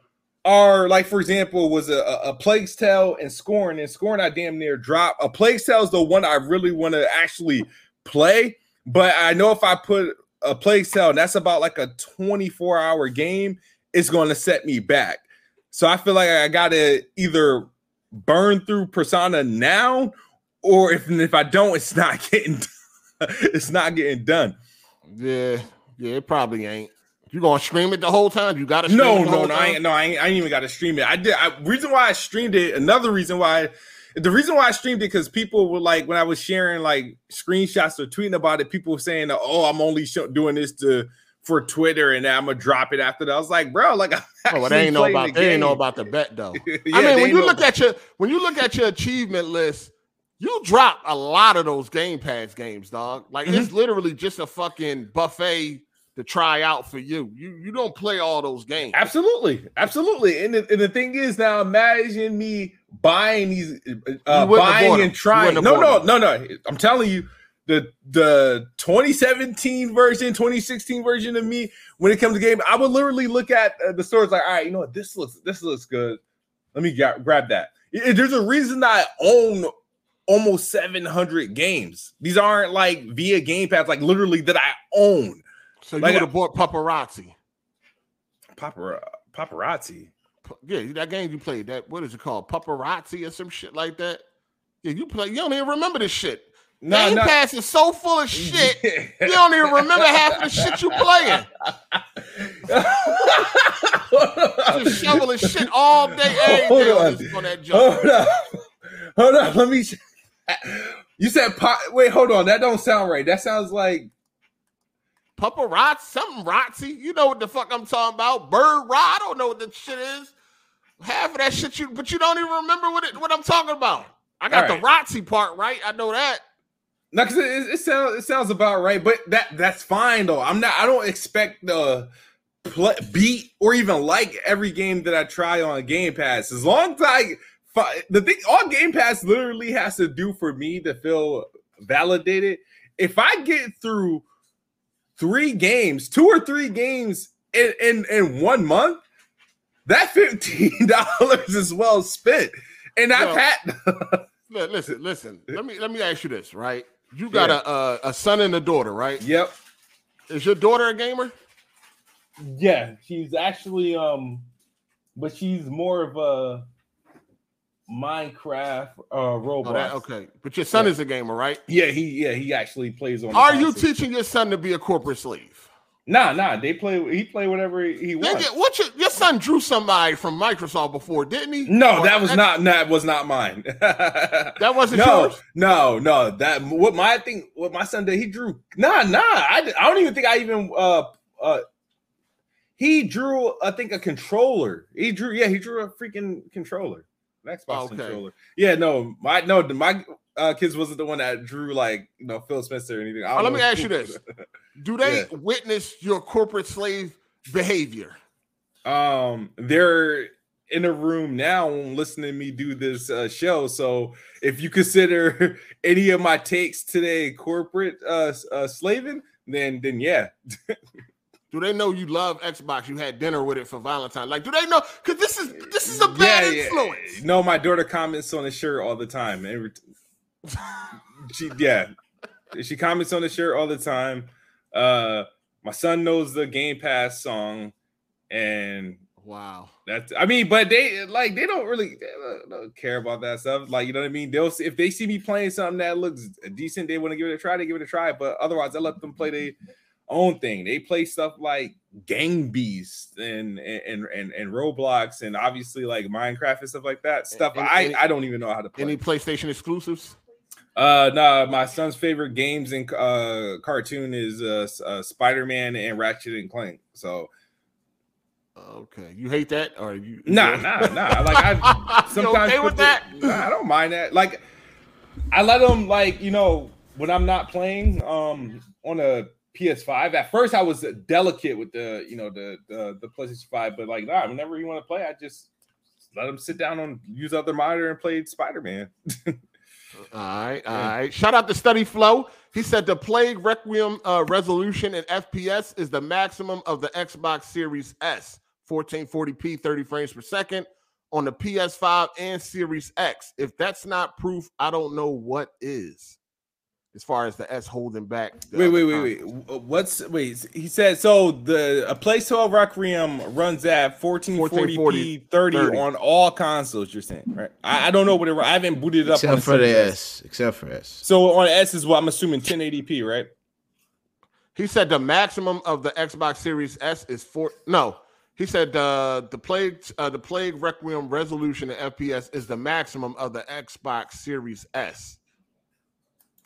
S2: are like, for example, was a, a, a Plague's Tale and Scorn, and Scorn I damn near drop. A Plague's Tale is the one I really want to actually play, but I know if I put a Plague's Tale, and that's about like a 24 hour game, it's going to set me back. So I feel like I gotta either burn through Persona now, or if if I don't, it's not getting it's not getting done.
S1: Yeah, yeah, it probably ain't. You gonna stream it the whole time? You gotta stream
S2: No,
S1: it the
S2: no,
S1: whole
S2: no, I
S1: time?
S2: ain't, no, I ain't, I ain't even got to stream it. I did. I, reason why I streamed it. Another reason why. The reason why I streamed it because people were like, when I was sharing like screenshots or tweeting about it, people were saying, "Oh, I'm only sho doing this to for Twitter, and I'm gonna drop it after that." I was like, "Bro, like, I
S1: Oh, well, they ain't know about they ain't know about the bet though. I mean, when you look at your when you look at your achievement list, you drop a lot of those Game Pass games, dog. Like
S2: Mm-hmm.
S1: it's literally just a fucking buffet to try out for you. You you don't play all those games.
S2: Absolutely, absolutely. And the, and the thing is, now imagine me buying these, uh,
S1: You wouldn't have bought
S2: buying
S1: 'em.
S2: and
S1: You
S2: trying.
S1: wouldn't have
S2: No, no,
S1: bought
S2: no, no. I'm telling you, the the 2017 version, 2016 version of me when it comes to game, I would literally look at uh, the stores like, all right, you know what, this looks this looks good. Let me gra- grab that. I- there's a reason I own almost 700 games. These aren't like via Game Pass, like literally that I own.
S1: So you
S2: Like,
S1: would have bought paparazzi.
S2: Papara- paparazzi.
S1: P- Yeah, that game you played, that what is it called? Paparazzi or some shit like that. Yeah, you play. You don't even remember this shit. game Pass is so full of shit. You don't even remember half of the shit you playing. Just shoveling shit all day, every day
S2: Hold
S1: on,
S2: on.
S1: this- on that jump.
S2: Hold up. Hold up. Let me. You said pop. Wait, hold on. That don't sound right. That sounds like
S1: Paparazzi, something rotsy. You know what the fuck I'm talking about? Bird rod. I don't know what that shit is. Half of that shit you, but you don't even remember what it, what I'm talking about. I got
S2: All
S1: the rotsy part right. I know that.
S2: no, 'cause it, it, it sounds it sounds about right. But that that's fine though. I'm not. I don't expect the pl- beat or even like every game that I try on Game Pass. As long as I fi- the thing, all Game Pass literally has to do for me to feel validated. If I get through three games, two or three games in in, in one month. That fifteen dollars is well spent, and I've
S1: Yo.
S2: had
S1: Li- Listen, listen. Let me let me ask you this, right? You got a, a a son and a daughter, right?
S2: Yep. Uh,
S1: Is your daughter a gamer?
S2: Yeah, she's actually um, but she's more of a Minecraft uh Roblox.
S1: Oh, that, okay. But your son
S2: Yeah.
S1: is a gamer, right?
S2: Yeah, he yeah he actually plays on. the
S1: Are you
S2: console.
S1: teaching your son to be a corporate slave?
S2: nah, nah. They play. He play whatever he
S1: Nigga,
S2: wants.
S1: what your, your son drew somebody from Microsoft before, didn't he?
S2: No,
S1: Or-
S2: that was not that was not mine.
S1: That wasn't
S2: no,
S1: yours.
S2: no, no. That what my thing. What my son did. He drew. Nah, nah. I, d- I don't even think I even uh uh. He drew. I think a controller. He drew. Yeah, he drew a freaking controller, an Xbox
S1: Oh, Okay.
S2: controller. Yeah, no, my no, the- my uh, kids wasn't the one that drew like you know Phil Spencer or anything. I
S1: Oh,
S2: don't
S1: let me
S2: know.
S1: ask you this: Do they
S2: Yeah.
S1: witness your corporate slave behavior?
S2: um they're in a room now listening to me do this uh, show so if you consider any of my takes today corporate uh, s- uh slaving then then yeah
S1: Do they know you love Xbox? You had dinner with it for Valentine. Like, do they know? Because this is this is a
S2: Yeah,
S1: bad
S2: yeah.
S1: influence.
S2: no my daughter comments on the shirt all the time every t- she yeah she comments on the shirt all the time uh my son knows the game pass song and
S1: Wow.
S2: That's I mean, but they like they don't really they don't, don't care about that stuff. Like you know what I mean? They'll see- if they see me playing something that looks decent, they want to give it a try. They give it a try, but otherwise, I let them play their own thing. They play stuff like Gang Beast and and and and Roblox and obviously like Minecraft and stuff like that. Stuff
S1: Any-
S2: I
S1: any-
S2: I don't even know how to play.
S1: Any PlayStation exclusives?
S2: uh, no, my son's favorite games and uh cartoon is uh, s- uh Spider Man and Ratchet and Clank. So
S1: Okay, you hate that, or you?
S2: nah, nah, nah. Like I.
S1: you
S2: sometimes
S1: okay with
S2: put
S1: that?
S2: the- Nah, I don't mind that. Like I let them like you know when I'm not playing um on a PS5. At first I was delicate with the you know the the, the PlayStation 5, but like nah, whenever you want to play, I just let them sit down on use other monitor and play Spider Man.
S1: All right, all right. Shout out to Study Flow. He said the Plague Requiem uh, resolution in FPS is the maximum of the Xbox Series S, 1440p, 30 frames per second on the PS5 and Series X. If that's not proof, I don't know what is. As far as the S holding back. the
S2: Wait,
S1: other
S2: wait, wait,
S1: consoles.
S2: wait. W- uh, What's wait? He said so. The a Play 12 Requiem runs at 1440p 30,
S1: 30.
S2: on all consoles. You're saying right? I, I don't know what it. I haven't booted it up. on
S3: Except for
S2: Series
S3: the
S2: X.
S3: S. Except for S.
S2: So on S is what I'm assuming 1080p, right?
S1: He said the maximum of the Xbox Series S is four. No, he said the the plague uh, the plague requiem resolution in FPS is the maximum of the Xbox Series S.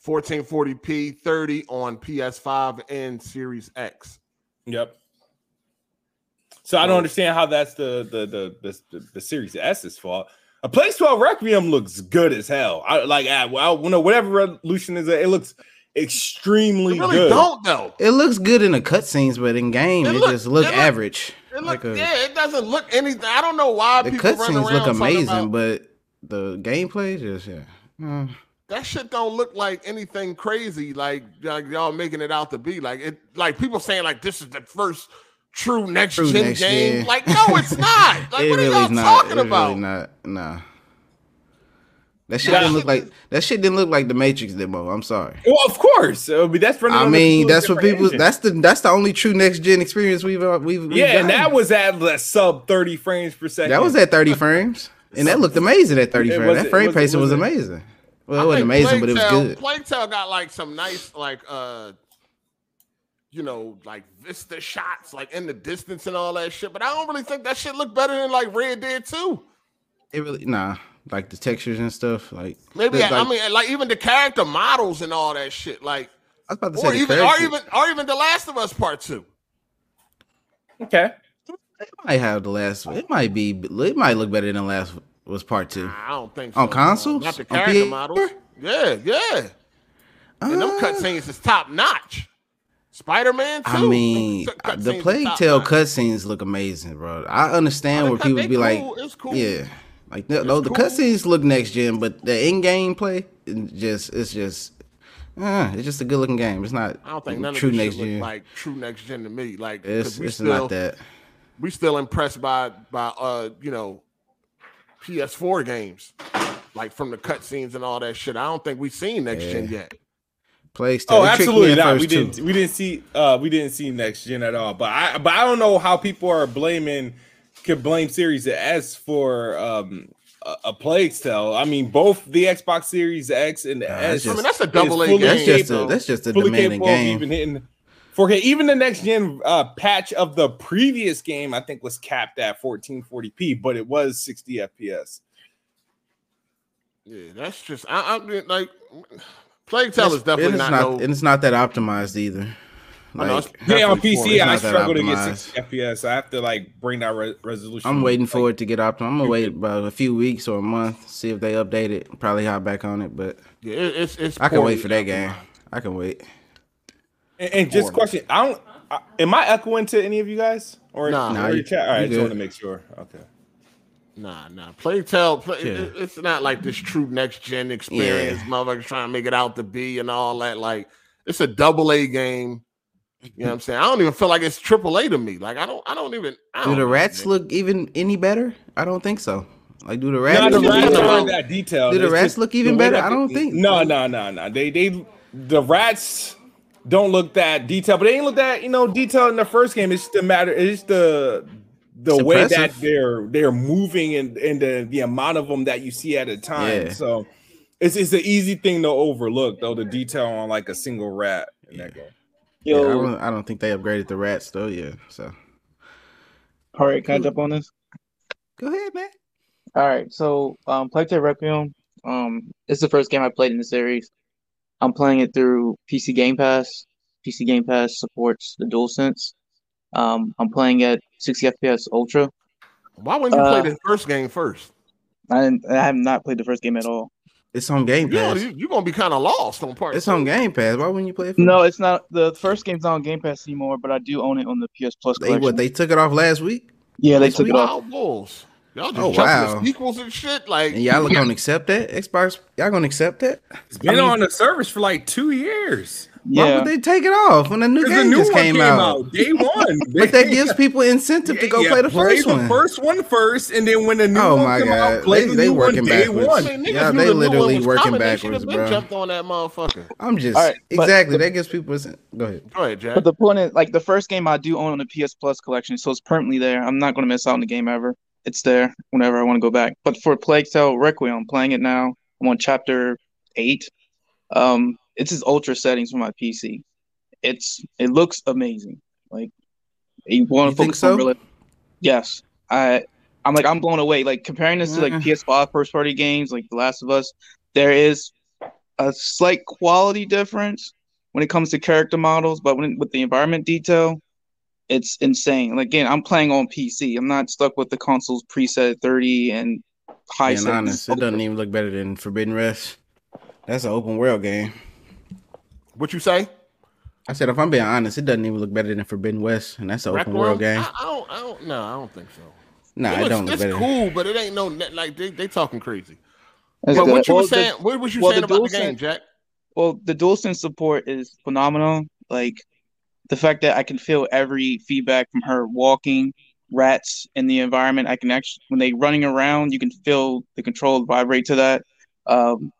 S1: 1440p 30 on PS5 and Series X.
S2: Yep. So I don't
S1: So-
S2: understand how that's the the the the, the, the Series S's fault. A Place 12 Requiem looks good as hell. I like I, well, you know whatever resolution is it looks
S1: It
S2: extremely
S1: really
S2: good.
S1: don't though.
S3: It looks good in the cutscenes, but in game,
S1: It
S3: it,
S1: look-
S3: just look
S1: it look-
S3: average.
S1: It look,
S3: Like a-
S1: yeah, it doesn't look anything. I don't know why
S3: The
S1: people run
S3: cutscenes
S1: around
S3: look
S1: talking
S3: amazing,
S1: about-
S3: but the gameplay just yeah. Mm.
S1: that shit don't look like anything crazy like, like y'all making it out to be. Like it like people saying like this is the first true next
S3: True
S1: gen
S3: next
S1: game.
S3: gen.
S1: Like, no, it's not. Like what
S3: it
S1: are
S3: really
S1: y'all
S3: is not.
S1: talking
S3: it really
S1: about?
S3: not. Nah. That shit
S1: Nah.
S3: didn't look like that shit didn't look like the Matrix demo. I'm sorry.
S2: Well, of course. I mean, that's running.
S3: I
S2: on a
S3: mean,
S2: completely
S3: that's what
S2: different
S3: people.
S2: engine.
S3: That's the that's the only true next gen experience we've uh, we've, we've
S2: yeah, and
S3: gotten.
S2: that was at like, sub thirty frames per second.
S3: that was at 30 frames, and that looked amazing at 30
S2: It
S3: frames.
S2: was-
S3: That
S2: it
S3: frame
S2: was- it
S3: pacing was
S2: was-
S3: amazing. Well,
S1: I
S3: it wasn't
S1: think
S3: amazing, but it was
S1: Plague
S3: good.
S1: Tale- Plague Tale got like some nice, like uh, you know, like vista shots, like in the distance and all that shit. But I don't really think that shit looked better than like Red Dead Two.
S3: It really nah, like the textures and stuff. Like
S1: Maybe
S3: like,
S1: I, I mean, like even the character models and all that shit, like
S3: I was about to say
S1: or
S3: the
S1: even or
S3: character-
S1: even or even The Last of Us Part Two.
S2: okay.
S3: it might have the last. It might be. It might look better than the last was part two.
S1: I don't think so.
S3: On consoles?
S1: not the
S3: On
S1: character
S3: PA?
S1: models. Yeah, yeah, and them
S3: Uh,
S1: cutscenes is top notch. Spider Man.
S3: I mean, the Plague Tale cutscenes look amazing, bro. I understand
S1: Oh,
S3: where
S1: the cut-
S3: people
S1: they
S3: be like,
S1: cool, it's cool.
S3: yeah, like no, no, the
S1: cool.
S3: cutscenes look next gen, but the in game play, it just it's just, uh, it's just a good looking game. It's not.
S1: I don't think none
S3: true
S1: of this
S3: next
S1: shit look
S3: gen.
S1: like true next gen to me. Like 'cause
S3: it's
S1: we
S3: it's
S1: still,
S3: not that.
S1: We still impressed by by uh you know PS4 games like from the cutscenes and all that shit. I don't think we've seen next gen yet.
S3: Plague Tale.
S2: Oh,
S3: it tricked me
S2: absolutely
S3: at
S2: not.
S3: first,
S2: We
S3: too.
S2: didn't. We didn't see. Uh, we didn't see next gen at all. But I. But I don't know how people are blaming. Could blame Series S for um a, a plague tale. I mean, both the Xbox Series X and the
S3: Nah,
S2: S.
S3: that's
S1: I mean
S3: just-
S1: that's a
S2: is
S1: double A
S2: fully
S3: That's
S1: game.
S3: just a
S2: though.
S3: that's just a
S2: fully
S3: demanding
S2: capable of
S3: game.
S2: even hitting 4K. Even the next gen uh, patch of the previous game, I think, was capped at 1440p, but it was 60 FPS.
S1: Yeah, that's just I, I mean, like Plague Tale is
S3: And
S1: definitely
S3: it's
S1: not,
S3: not
S1: no.
S3: and it's not that optimized either.
S1: I know, it's
S3: Like,
S2: Yeah, on
S1: definitely
S2: PC,
S1: poor.
S2: I
S3: not that
S2: struggle to
S3: optimized.
S2: get 60 FPS. I have to like bring that re- resolution.
S3: I'm waiting
S2: Like,
S3: for it to get optimized. I'm gonna wait about a few weeks or a month, see if they update it. Probably hop back on it, but
S1: Yeah, it, it's it's.
S3: I can wait
S1: poorly
S3: for that game.
S1: optimized.
S3: I can wait.
S2: And, and just question, I don't. I, am I echoing to any of you guys or
S1: Nah.
S2: or
S1: Nah,
S2: your
S3: you-
S2: chat? All
S3: you
S2: right, just
S3: good.
S2: want to make sure. Okay.
S1: Nah, nah. Plague Tale, play, it-
S3: Yeah.
S1: it- it's not like this true next gen experience.
S3: Yeah.
S1: Motherfuckers trying to make it out to be and all that. Like it's a double A game. You know what I'm saying? I don't even feel like it's triple A to me. Like I don't, I don't even. I
S3: Do
S1: don't
S3: the
S1: know,
S3: rats
S1: man.
S3: look even any better? I don't think so. Like, do the
S2: No,
S3: rats?
S2: the
S1: Dude,
S3: look
S2: rats
S3: even
S1: no.
S2: aren't
S3: better?
S2: that detailed.
S3: Do the
S2: It's
S3: rats
S2: just
S3: look even
S2: the way
S3: better?
S2: that
S3: I
S2: they-
S3: don't think-
S2: No, no, no, no. They they the rats don't look that detailed, but they ain't look that you know detailed in the first game. It's just the matter. It's just the the
S3: It's
S2: way that
S3: impressive.
S2: they're they're moving and and the, the amount of them that you see at a time.
S3: Yeah.
S2: So it's it's an easy thing to overlook though the detail on like a single rat in that game.
S3: Yeah, I,
S4: Yo,
S3: don't, I don't think they upgraded the rats though. Yeah, so
S4: all right, can I jump on this?
S3: go ahead, man.
S4: All right, so um, Plague Tale Requiem, um, it's the first game I played in the series. I'm playing it through PC Game Pass. PC Game Pass supports the DualSense. Um, I'm playing at 60 FPS Ultra.
S1: Why wouldn't you
S4: Uh,
S1: play the first game first?
S4: I, didn't- I have not played the first game at all.
S3: It's on Game
S1: You know,
S3: Pass.
S1: you, you're gonna be kind of lost on part.
S3: It's
S1: two.
S3: on Game Pass. Why wouldn't you play it?
S4: No,
S3: first?
S4: it's not. The first game's not on Game Pass anymore, but I do own it on the PS Plus
S3: they what
S4: collection.
S3: they took it off last week, Oh,
S4: Yeah, they
S3: Yes,
S4: took
S3: we
S4: it off.
S1: Wild Bulls. Y'all just
S3: Oh,
S1: jumping to
S3: wow.
S1: sequels and shit. Like
S3: and y'all gonna accept that Xbox? Y'all gonna accept that?
S2: It's been on the service for like two years.
S3: Why
S4: Yeah,
S3: would they take it off when the new
S2: 'Cause
S3: game just came, out?
S2: day one.
S3: But that gives people incentive to go
S2: Yeah,
S3: play the first one.
S2: first one first, and then when the new
S3: Oh
S2: one
S3: my
S2: come out,
S3: God.
S2: play
S3: They-
S2: the
S3: they
S2: new one
S3: working
S2: day
S3: backwards.
S2: one.
S1: I mean, niggas
S3: Yeah,
S1: knew
S3: they
S1: the new one
S3: literally
S1: was
S3: working
S1: coming. They should
S3: backwards,
S1: have been
S3: bro.
S1: Jumped on that motherfucker.
S3: I'm just
S4: All right, but-
S3: exactly that gives people. incent- Go ahead.
S1: Go ahead, Jack.
S4: but the point is, like, the first game I do own on the PS Plus collection, so it's permanently there. I'm not going to miss out on the game ever. It's there whenever I want to go back. But for Plague Tale Requiem, I'm playing it now. I'm on chapter eight. Um, it's just ultra settings for my PC. It's it looks amazing. Like you want
S3: You
S4: to
S3: think
S4: focus
S3: so?
S4: on real. Yes, I I'm like I'm blown away. Like comparing this to like
S3: Mm.
S4: PS5 first party games, like The Last of Us, there is a slight quality difference when it comes to character models, but when with the environment detail, it's insane. Like again, I'm playing on PC. I'm not stuck with the console's preset at 30 and high
S3: Being honest, it
S4: settings.
S3: doesn't even look better than Forbidden West. That's an open world game.
S1: What you say?
S3: I said, if I'm being honest, it doesn't even look better than Forbidden West, and that's an open
S1: Rec
S3: world
S1: Room?
S3: game.
S1: I, I don't. I don't. No, I don't think so.
S3: nah,
S1: It
S3: it
S1: looks-
S3: don't look
S1: it's
S3: better.
S1: cool, but it ain't no net- like they they talking crazy.
S4: That's
S1: Well,
S4: good.
S1: what you were
S4: Well, the-
S1: saying? What was you
S4: well, the
S1: saying about the
S4: DualSense-
S1: game, Jack?
S4: Well, the DualSense support is phenomenal. Like the fact that I can feel every feedback from her walking, rats in the environment. I can actually, when they running around, you can feel the control vibrate to that. Um,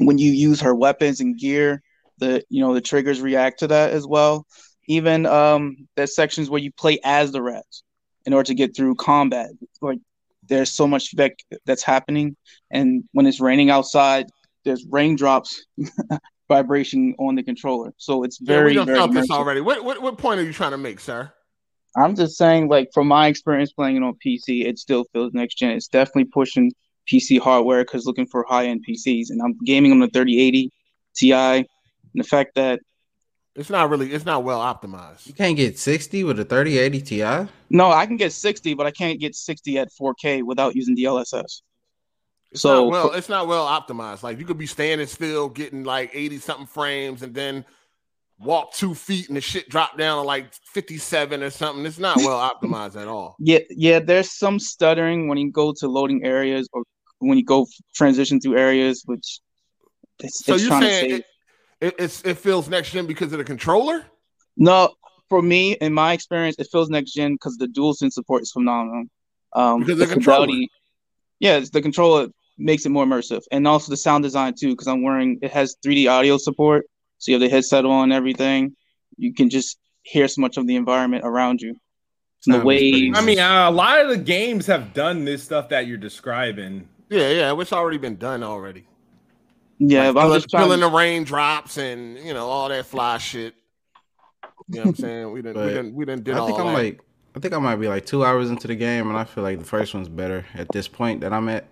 S4: when you use her weapons and gear, the you know the triggers react to that as well. Even um, there's sections where you play as the rats in order to get through combat. Like there's so much feedback that's happening, and when it's raining outside, there's raindrops vibration on the controller. So it's
S1: Yeah,
S4: very
S1: we done
S4: very
S1: felt this
S4: immersive.
S1: already. What, what what point are you trying to make, sir?
S4: I'm just saying, like from my experience playing it on PC, it still feels next gen. It's definitely pushing PC hardware because looking for high end PCs, and I'm gaming on the 3080 Ti, and the fact that
S1: It's not really. It's not well optimized.
S3: You can't get 60 with a 3080 Ti.
S4: no, I can get 60, but I can't get 60 at 4K without using DLSS.
S1: It's
S4: So-
S1: not well, it's not well optimized. Like you could be standing still, getting like eighty something frames, and then walk two feet and the shit drop down to like fifty seven or something. It's not well optimized at all.
S4: Yeah, yeah, there's some stuttering when you go to loading areas or when you go f- transition through areas, which it's,
S1: So
S4: it's
S1: you're
S4: trying to
S1: saying
S4: save.
S1: it, it, it's it feels next gen because of the controller?
S4: No, for me, in my experience, it feels next gen because the dual sense support is phenomenal. Um,
S1: Because
S4: the
S1: the controller.
S4: fidelity, yeah, it's the controller makes it more immersive, and also the sound design too. Because I'm wearing it has 3D audio support, so you have the headset on, and everything. You can just hear so much of the environment around you. And the
S3: Sound is pretty
S4: waves.
S2: I mean, uh, a lot of the games have done this stuff that you're describing.
S1: Yeah, yeah. It's already been done already.
S4: Yeah,
S1: Like
S4: but I'm
S1: feeling,
S4: just trying.
S1: feeling the raindrops and you know all that fly shit. You know what I'm saying? We didn't.
S3: But
S1: We didn't. We didn't did
S3: I
S1: all
S3: think I'm
S1: that.
S3: like, I think I might be like two hours into the game, and I feel like the first one's better at this point that I'm at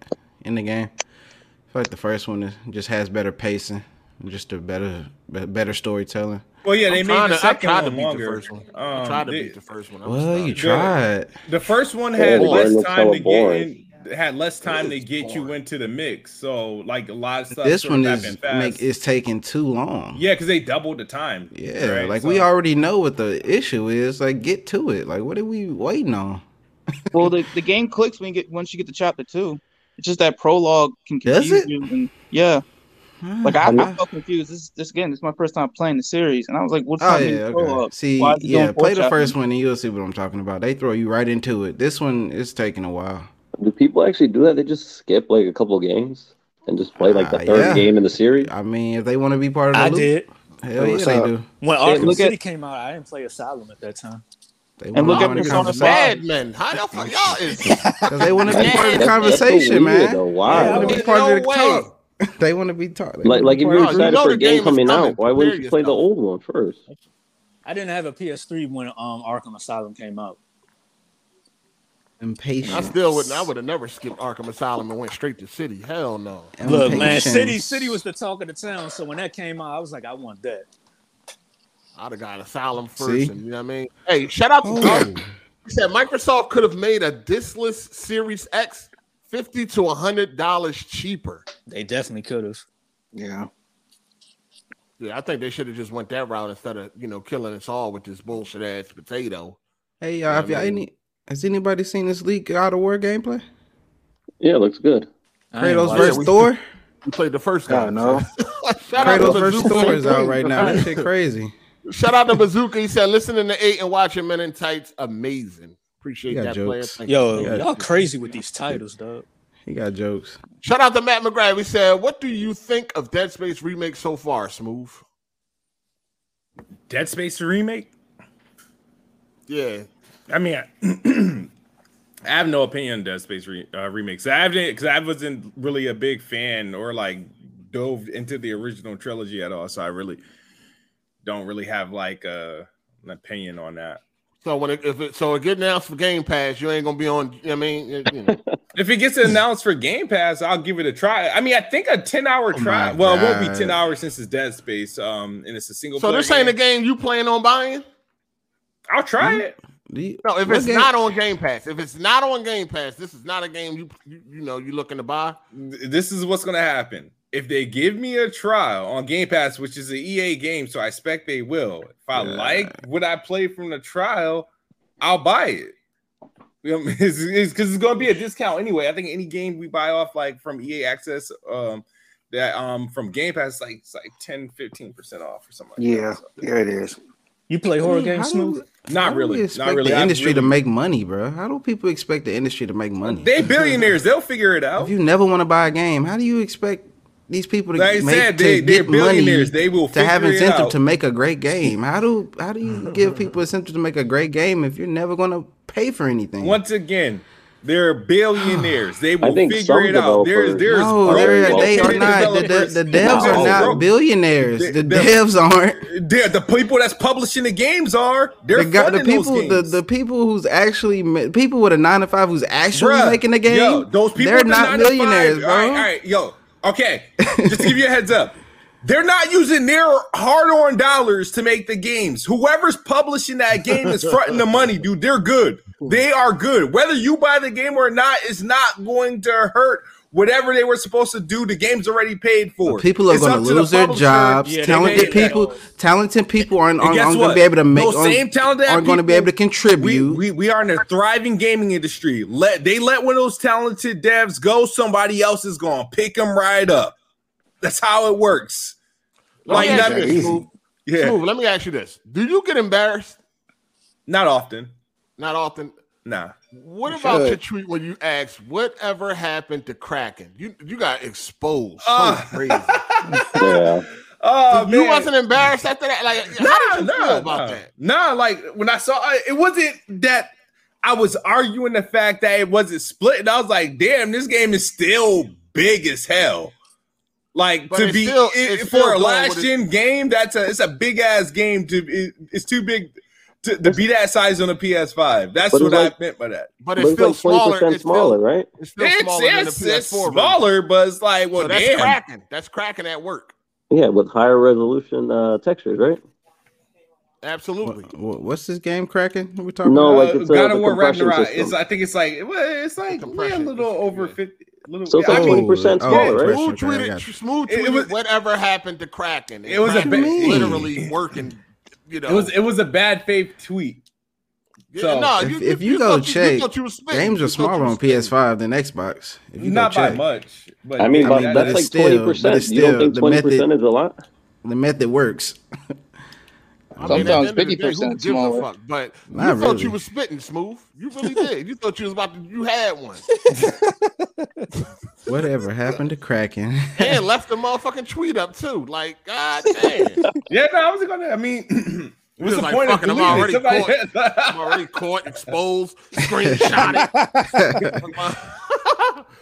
S3: in the game. I feel like the first one is, just has better pacing, and just a better, be- better storytelling.
S2: Well, yeah, they
S1: I'm
S2: made
S1: trying
S2: the
S1: to- I
S2: second
S1: tried to
S2: one
S1: beat the
S2: longer.
S1: first one. I
S2: Um,
S1: tried to
S2: they-
S1: beat the first one. I'm
S3: Well,
S1: stuck.
S3: you
S2: Good.
S3: tried.
S2: The first
S3: Oh,
S2: one
S4: Oh,
S2: had
S5: Boring.
S2: less
S5: It's
S2: time
S5: so
S2: to get in,
S5: boring.
S2: had less time to
S1: is
S2: get you
S1: boring.
S2: into the mix. So like a lot of stuff.
S3: this
S2: sort of
S3: one is
S2: happened fast.
S3: make, is taking too long.
S2: yeah, because they doubled the time.
S3: Yeah,
S2: right?
S3: like
S2: So-
S3: we already know what the issue is. Like, get to it. Like, what are we waiting on?
S4: well, the, the game clicks when you get once you get to chapter two. It's just that prologue can
S3: Does
S4: confuse
S3: it?
S4: you. And, yeah. Like I,
S5: I'm
S4: I
S5: not-
S4: felt confused. This this again, this is my first time playing the series, and I was like, "What's
S3: Oh
S4: up?"
S3: yeah, okay. See,
S4: Why is it
S3: yeah,
S4: doing
S3: play the
S4: four
S3: first one and you'll see what I'm talking about. They throw you right into it. This one is taking a while.
S5: Do people actually do that? They just skip like a couple games and just play like the
S3: Ah,
S5: third
S3: yeah.
S5: game in the series.
S3: I mean, if they want to be part of the
S6: I
S3: loop,
S6: did.
S3: hell yes,
S5: What's
S3: they
S5: up?
S3: do.
S6: When
S5: Shit,
S6: Arkham
S4: look at-
S6: City came out, I didn't play Asylum at that time.
S3: They
S4: And
S3: want
S4: look
S3: to
S4: at
S3: be in the
S4: Persona
S3: conversation
S4: five.
S1: Madmen. How the fuck y'all is?
S3: because they want to be part
S5: That's-
S3: of the
S5: that's so
S3: conversation,
S5: weird,
S3: man.
S5: though.
S3: They
S5: Why?
S6: Yeah, I
S3: want to be
S1: Ain't
S3: part
S1: no
S3: of the
S1: way.
S3: talk. They want to be talk. they
S5: Like,
S3: wanna
S5: like
S3: be
S5: if
S3: part
S5: you're
S3: of the-
S1: you
S5: excited
S1: know
S5: for
S1: the
S5: a game
S1: game is
S5: coming
S1: coming.
S5: out, why wouldn't
S1: Prepare
S5: you play the
S1: yourself.
S5: old one first?
S6: I didn't have a PS3 when um Arkham Asylum came out.
S1: I
S3: impatient.
S1: still wouldn't. I would have never skipped Arkham Asylum and went straight to City. Hell no.
S6: Look, man,
S3: Impatience.
S6: City City was the talk of the town. So when that came out, I was like, I want that.
S1: I'd have got Asylum first.
S3: See?
S1: And, you know what I mean? Hey, shout out to Dark. He said Microsoft could have made a diskless Series X fifty to hundred dollars cheaper.
S6: They definitely could have.
S4: Yeah.
S1: Yeah, I think they should have just went that route instead of you know killing us all with this bullshit ass potato.
S3: Hey, y'all, have
S1: Yeah,
S3: y'all
S1: I mean-
S3: any? Has anybody seen this leak out of war gameplay?
S5: Yeah, it looks good.
S3: Kratos
S1: watch
S3: versus
S1: it.
S3: Thor.
S1: We played the first
S6: Yeah,
S7: Uh,
S1: game.
S5: Oh,
S6: no.
S1: shout out to
S3: Kratos versus Thor is
S1: Bazooka.
S3: out right now. That shit crazy.
S1: Shout out to Bazooka. He said, listening to eight and watching Men in Tights, amazing. Appreciate
S3: Yeah,
S1: that player.
S3: jokes.
S1: Thank
S6: Yo,
S1: you.
S3: Yeah.
S6: y'all crazy with these titles, dog.
S3: He got jokes.
S1: Shout out to Matt McGrath. He said, What do you think of Dead Space remake so far, Smooth?
S2: Dead Space remake.
S1: Yeah.
S2: I mean, I, I have no opinion on Dead Space re, uh, remakes. I haven't because I wasn't really a big fan or like dove into the original trilogy at all. So I really don't really have like uh, an opinion on that.
S1: So when it, if it so it get announced for Game Pass, you ain't gonna be on. you know what I mean, It- you know.
S2: If it gets announced for Game Pass, I'll give it a try. I mean, I think a ten-hour
S3: Oh my
S2: try. Well, it won't be
S3: God.
S2: ten hours since it's Dead Space. Um, and it's a single.
S1: so
S2: player
S1: this ain't a
S2: game.
S1: game you plan on buying.
S2: I'll try it.
S3: Do you-
S1: No, if
S3: Hmm? what
S1: it's
S3: game-
S1: not on Game Pass, if it's not on Game Pass, this is not a game you you, you know you looking to buy.
S2: th- this is what's gonna happen. If they give me a trial on Game Pass, which is an EA game, so I expect they will. If I
S3: Yeah.
S2: like what I play from the trial, I'll buy it. because it's, it's, 'cause it's going to be a discount anyway. I think any game we buy off like from EA Access, um, that um from Game Pass, it's like it's like 10, 15 percent off or something. Like
S7: Yeah,
S2: that. So,
S7: yeah, it is.
S6: You play horror
S3: I mean,
S6: games
S3: how
S6: smooth?
S3: do- how
S2: not
S3: do
S2: really,
S3: you
S2: not
S3: expect
S2: really.
S3: The
S2: I
S3: industry to
S2: really-
S3: make money, bro. How do people expect the industry to make money?
S2: They billionaires. They'll figure it out.
S3: If you never want to buy a game, how do you expect these people to
S2: Like I
S3: make
S2: said,
S3: to
S2: they, they're
S3: get money
S2: billionaires. They will
S3: to
S2: figure
S3: have
S2: it
S3: incentive
S2: out.
S3: to make a great game? How do how do you give people incentive to make a great game if you're never going to pay for anything?
S2: Once again, they're billionaires. They will
S5: think
S2: figure
S5: some
S2: it out. There's
S5: developers-
S2: there's
S3: no,
S5: broke
S3: they're,
S5: people.
S3: they are
S5: Independent
S3: not. The, the, the devs
S5: No.
S3: are not
S5: Broke.
S3: billionaires.
S2: They-
S3: The,
S2: they're-
S3: devs aren't.
S2: They're- the people that's publishing the games are they're
S3: The, guy, the
S2: funding
S3: people,
S2: those
S3: the,
S2: games.
S3: the people who's actually ma- people with a nine to five who's actually
S2: Bruh,
S3: making the game.
S2: Yo, those people
S3: they're
S2: with the
S3: not
S2: nine to five-
S3: millionaires, bro.
S2: All right, all right, yo, okay. Just to give you a heads up, they're not using their hard-earned dollars to make the games. Whoever's publishing that game is fronting the money, dude. They're good. They are good. Whether you buy the game or not is not going to hurt. Whatever they were supposed to do, the game's already paid for.
S3: But people are
S2: It's
S3: going
S2: up
S3: to
S2: to the
S3: lose their
S2: publisher.
S3: jobs.
S6: Yeah, they
S3: talented
S2: made that.
S3: people, talented people aren't,
S2: And
S3: aren't,
S2: guess
S3: going to
S2: what?
S3: be able to make.
S2: Those
S3: aren't-
S2: same talented
S3: aren't going to be
S2: people-
S3: able to
S2: we,
S3: contribute.
S2: we we are in a thriving gaming industry. Let they let one of those talented devs go, somebody else is gonna pick them right up. That's how it works. Like
S1: Let me ask
S2: that-
S1: you this,
S7: easy.
S1: Smooth.
S2: Yeah,
S1: Smooth, let me ask you this. Do you get embarrassed?
S2: not often.
S1: Not often.
S2: Nah,
S1: What
S7: You
S1: about
S7: should.
S1: your tweet when you asked whatever happened to Kraken? You you got exposed. So
S2: Ah.
S1: crazy.
S5: Yeah.
S2: oh
S1: you
S2: man.
S1: wasn't embarrassed after that? Like how did you feel about
S2: nah.
S1: that?
S2: Nah, like when I saw I- it wasn't that I was arguing the fact that it wasn't split. And I was like, damn, this game is still big as hell. Like
S1: But
S2: to
S1: it's
S2: be
S1: still-
S2: it-
S1: it's still
S2: for a
S1: going
S2: last
S1: with it.
S2: gen game, that's a it's a big ass game to it, it's too big to, to be that size on a PS5. That's
S5: But
S2: what
S5: it's
S2: I
S5: like-
S2: meant by that.
S1: But
S5: But
S1: it's
S5: it's
S1: still
S5: like twenty
S1: smaller.
S5: percent
S1: It's
S5: smaller,
S1: still,
S5: right?
S1: it's still
S2: It's,
S1: smaller than the
S2: it's,
S1: PS4
S2: it's
S1: version.
S2: smaller, but it's like, well,
S1: so that's
S2: damn.
S1: Kraken. That's Kraken at work.
S5: Yeah, with higher resolution uh, textures, right?
S1: Absolutely.
S3: Wha- wha- what's this game cracking? What we talking
S5: No,
S3: about?
S5: like it's a
S2: God
S5: the
S2: of War
S5: compression
S2: Ragnarok.
S5: system.
S2: It's, I think it's like well, it's like yeah, a
S1: Compression.
S2: little over
S1: Yeah.
S2: fifty. Little,
S5: So it's
S2: I
S5: like
S2: mean,
S5: 20%
S3: oh,
S2: smaller,
S5: right?
S1: Smooth
S3: okay, I
S1: tweeted,
S3: got you.
S1: smooth
S2: It-
S1: tweeted
S2: it was-
S1: whatever happened to Kraken. And
S2: It was a
S1: Kraken
S3: ba-
S1: literally working. You know,
S2: it was it was a bad faith tweet.
S1: Yeah,
S2: so-
S1: no,
S3: If- if you go
S1: thought
S3: check,
S1: thought you was spitting.
S3: Games
S1: You
S3: are
S1: thought you
S3: smaller
S1: was
S3: on
S1: spitting.
S3: PS5 than Xbox. If you
S2: Not
S3: go
S2: by
S3: check,
S2: much, but
S5: I mean,
S3: I
S5: but
S3: mean, but
S5: that's
S3: it's
S5: like
S3: still-
S5: twenty
S3: but
S5: percent.
S3: it's
S5: You don't
S3: still-
S5: think
S3: the method-
S5: twenty percent is a lot?
S3: the method works.
S1: I mean, at the
S4: Sometimes
S1: end of the day, who
S4: 50%
S1: gives a
S4: smaller.
S1: fuck? But you
S3: Not
S1: thought
S3: really.
S1: you was spitting smooth. You really did. You thought you was about to. You had one
S3: Whatever happened to cracking?
S1: and left the motherfucking tweet up too. Like God damn,
S2: yeah, no, I was gonna. I mean, what's
S1: was
S2: the
S1: like,
S2: point of
S1: fucking, I'm
S2: deleting it?
S1: already
S2: Somebody-
S1: I'm already caught, exposed, screenshotted.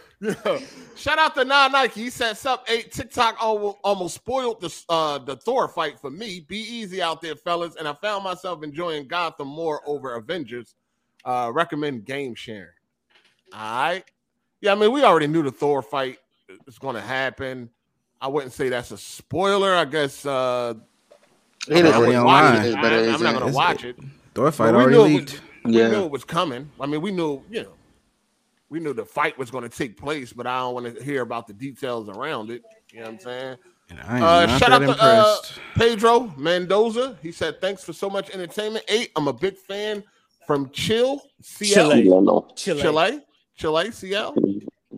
S1: yeah. Shout out to Nah Nike. He said sub eight TikTok almo- almost spoiled the uh, the Thor fight for me. Be easy out there, fellas. And I found myself enjoying Gotham more over Avengers. Uh, recommend game sharing. All right. Yeah, I mean, we already knew the Thor fight was going to happen. I wouldn't say that's a spoiler. I guess uh,
S7: It is
S3: Already
S7: what it is.
S3: online.
S7: It is,
S1: I,
S7: but it
S1: I'm
S7: is,
S1: not going to
S3: It's-
S1: watch it.
S3: Thor fight
S1: But we
S3: already
S1: knew it was-
S3: leaked.
S1: we knew
S7: Yeah,
S1: it was coming. I mean, we knew, you know, we knew the fight was going to take place, but I don't want to hear about the details around it. You know what I'm saying?
S3: And I am
S1: Uh,
S3: not
S1: shout
S3: that
S1: out to, uh,
S3: impressed.
S1: Pedro Mendoza, he said, Thanks for so much entertainment. Eight, I'm a big fan from Chill, CL,
S6: Chile.
S1: Chile,
S5: Yeah, no.
S6: Chile.
S1: Chile, CL.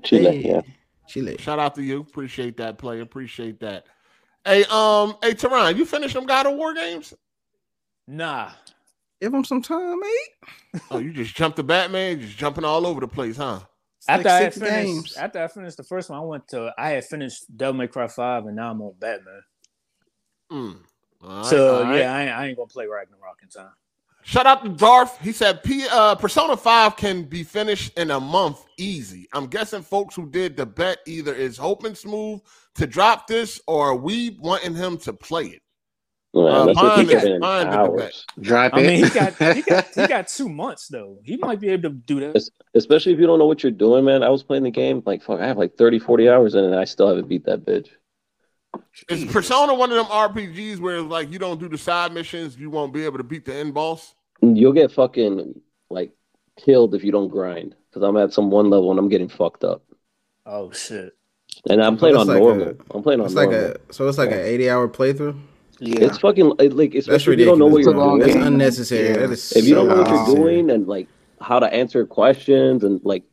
S5: Chile,
S3: Hey,
S5: yeah.
S3: Chile.
S1: Shout out to you. Appreciate that play. Appreciate that. Hey, um, hey, Teron, you finished them God of War games?
S6: Nah.
S3: Give him some time, mate.
S1: Oh, you just jumped to Batman, just jumping all over the place, huh?
S3: It's
S6: After
S3: like
S6: I had
S3: six
S6: finished,
S3: games.
S6: after I finished the first one, I went to I had finished Devil May Cry Five, and now I'm on Batman.
S1: Mm. All right,
S6: so
S1: all right.
S6: yeah, I ain't, I ain't gonna play Ragnarok in time.
S1: Shout out to Darth. He said P, uh, Persona 5 can be finished in a month easy. I'm guessing folks who did the bet either is hoping smooth to drop this or we wanting him to play it.
S5: Well,
S1: Uh,
S5: that's what
S1: mine
S5: you get
S1: is-
S5: in
S1: mine is the
S5: hours.
S7: drop it.
S6: I mean, he got he got he got two months though. He might be able to do that.
S5: Especially if you don't know what you're doing, man. I was playing the game like fuck. I have like 30, 40 hours in, it, and I still haven't beat that bitch.
S1: Is Persona one of them RPGs where it's like you don't do the side missions, you won't be able to beat the end boss?
S5: You'll get fucking like killed if you don't grind. Because I'm at some one level and I'm getting fucked up.
S6: Oh shit!
S5: And I'm playing
S3: That's
S5: on
S3: like
S5: normal.
S3: a-
S5: I'm playing on
S3: It's like
S5: normal.
S3: a so it's like an eighty-hour playthrough.
S7: yeah.
S5: It's fucking it, like especially
S3: That's
S5: if you don't know
S3: ridiculous.
S7: It's a
S5: what you're
S3: bro.
S7: long
S5: doing.
S3: That's
S7: game.
S3: unnecessary.
S7: Yeah.
S3: That is
S5: If you
S3: so
S5: don't know what you're
S3: unnecessary.
S5: doing and like how to answer questions and like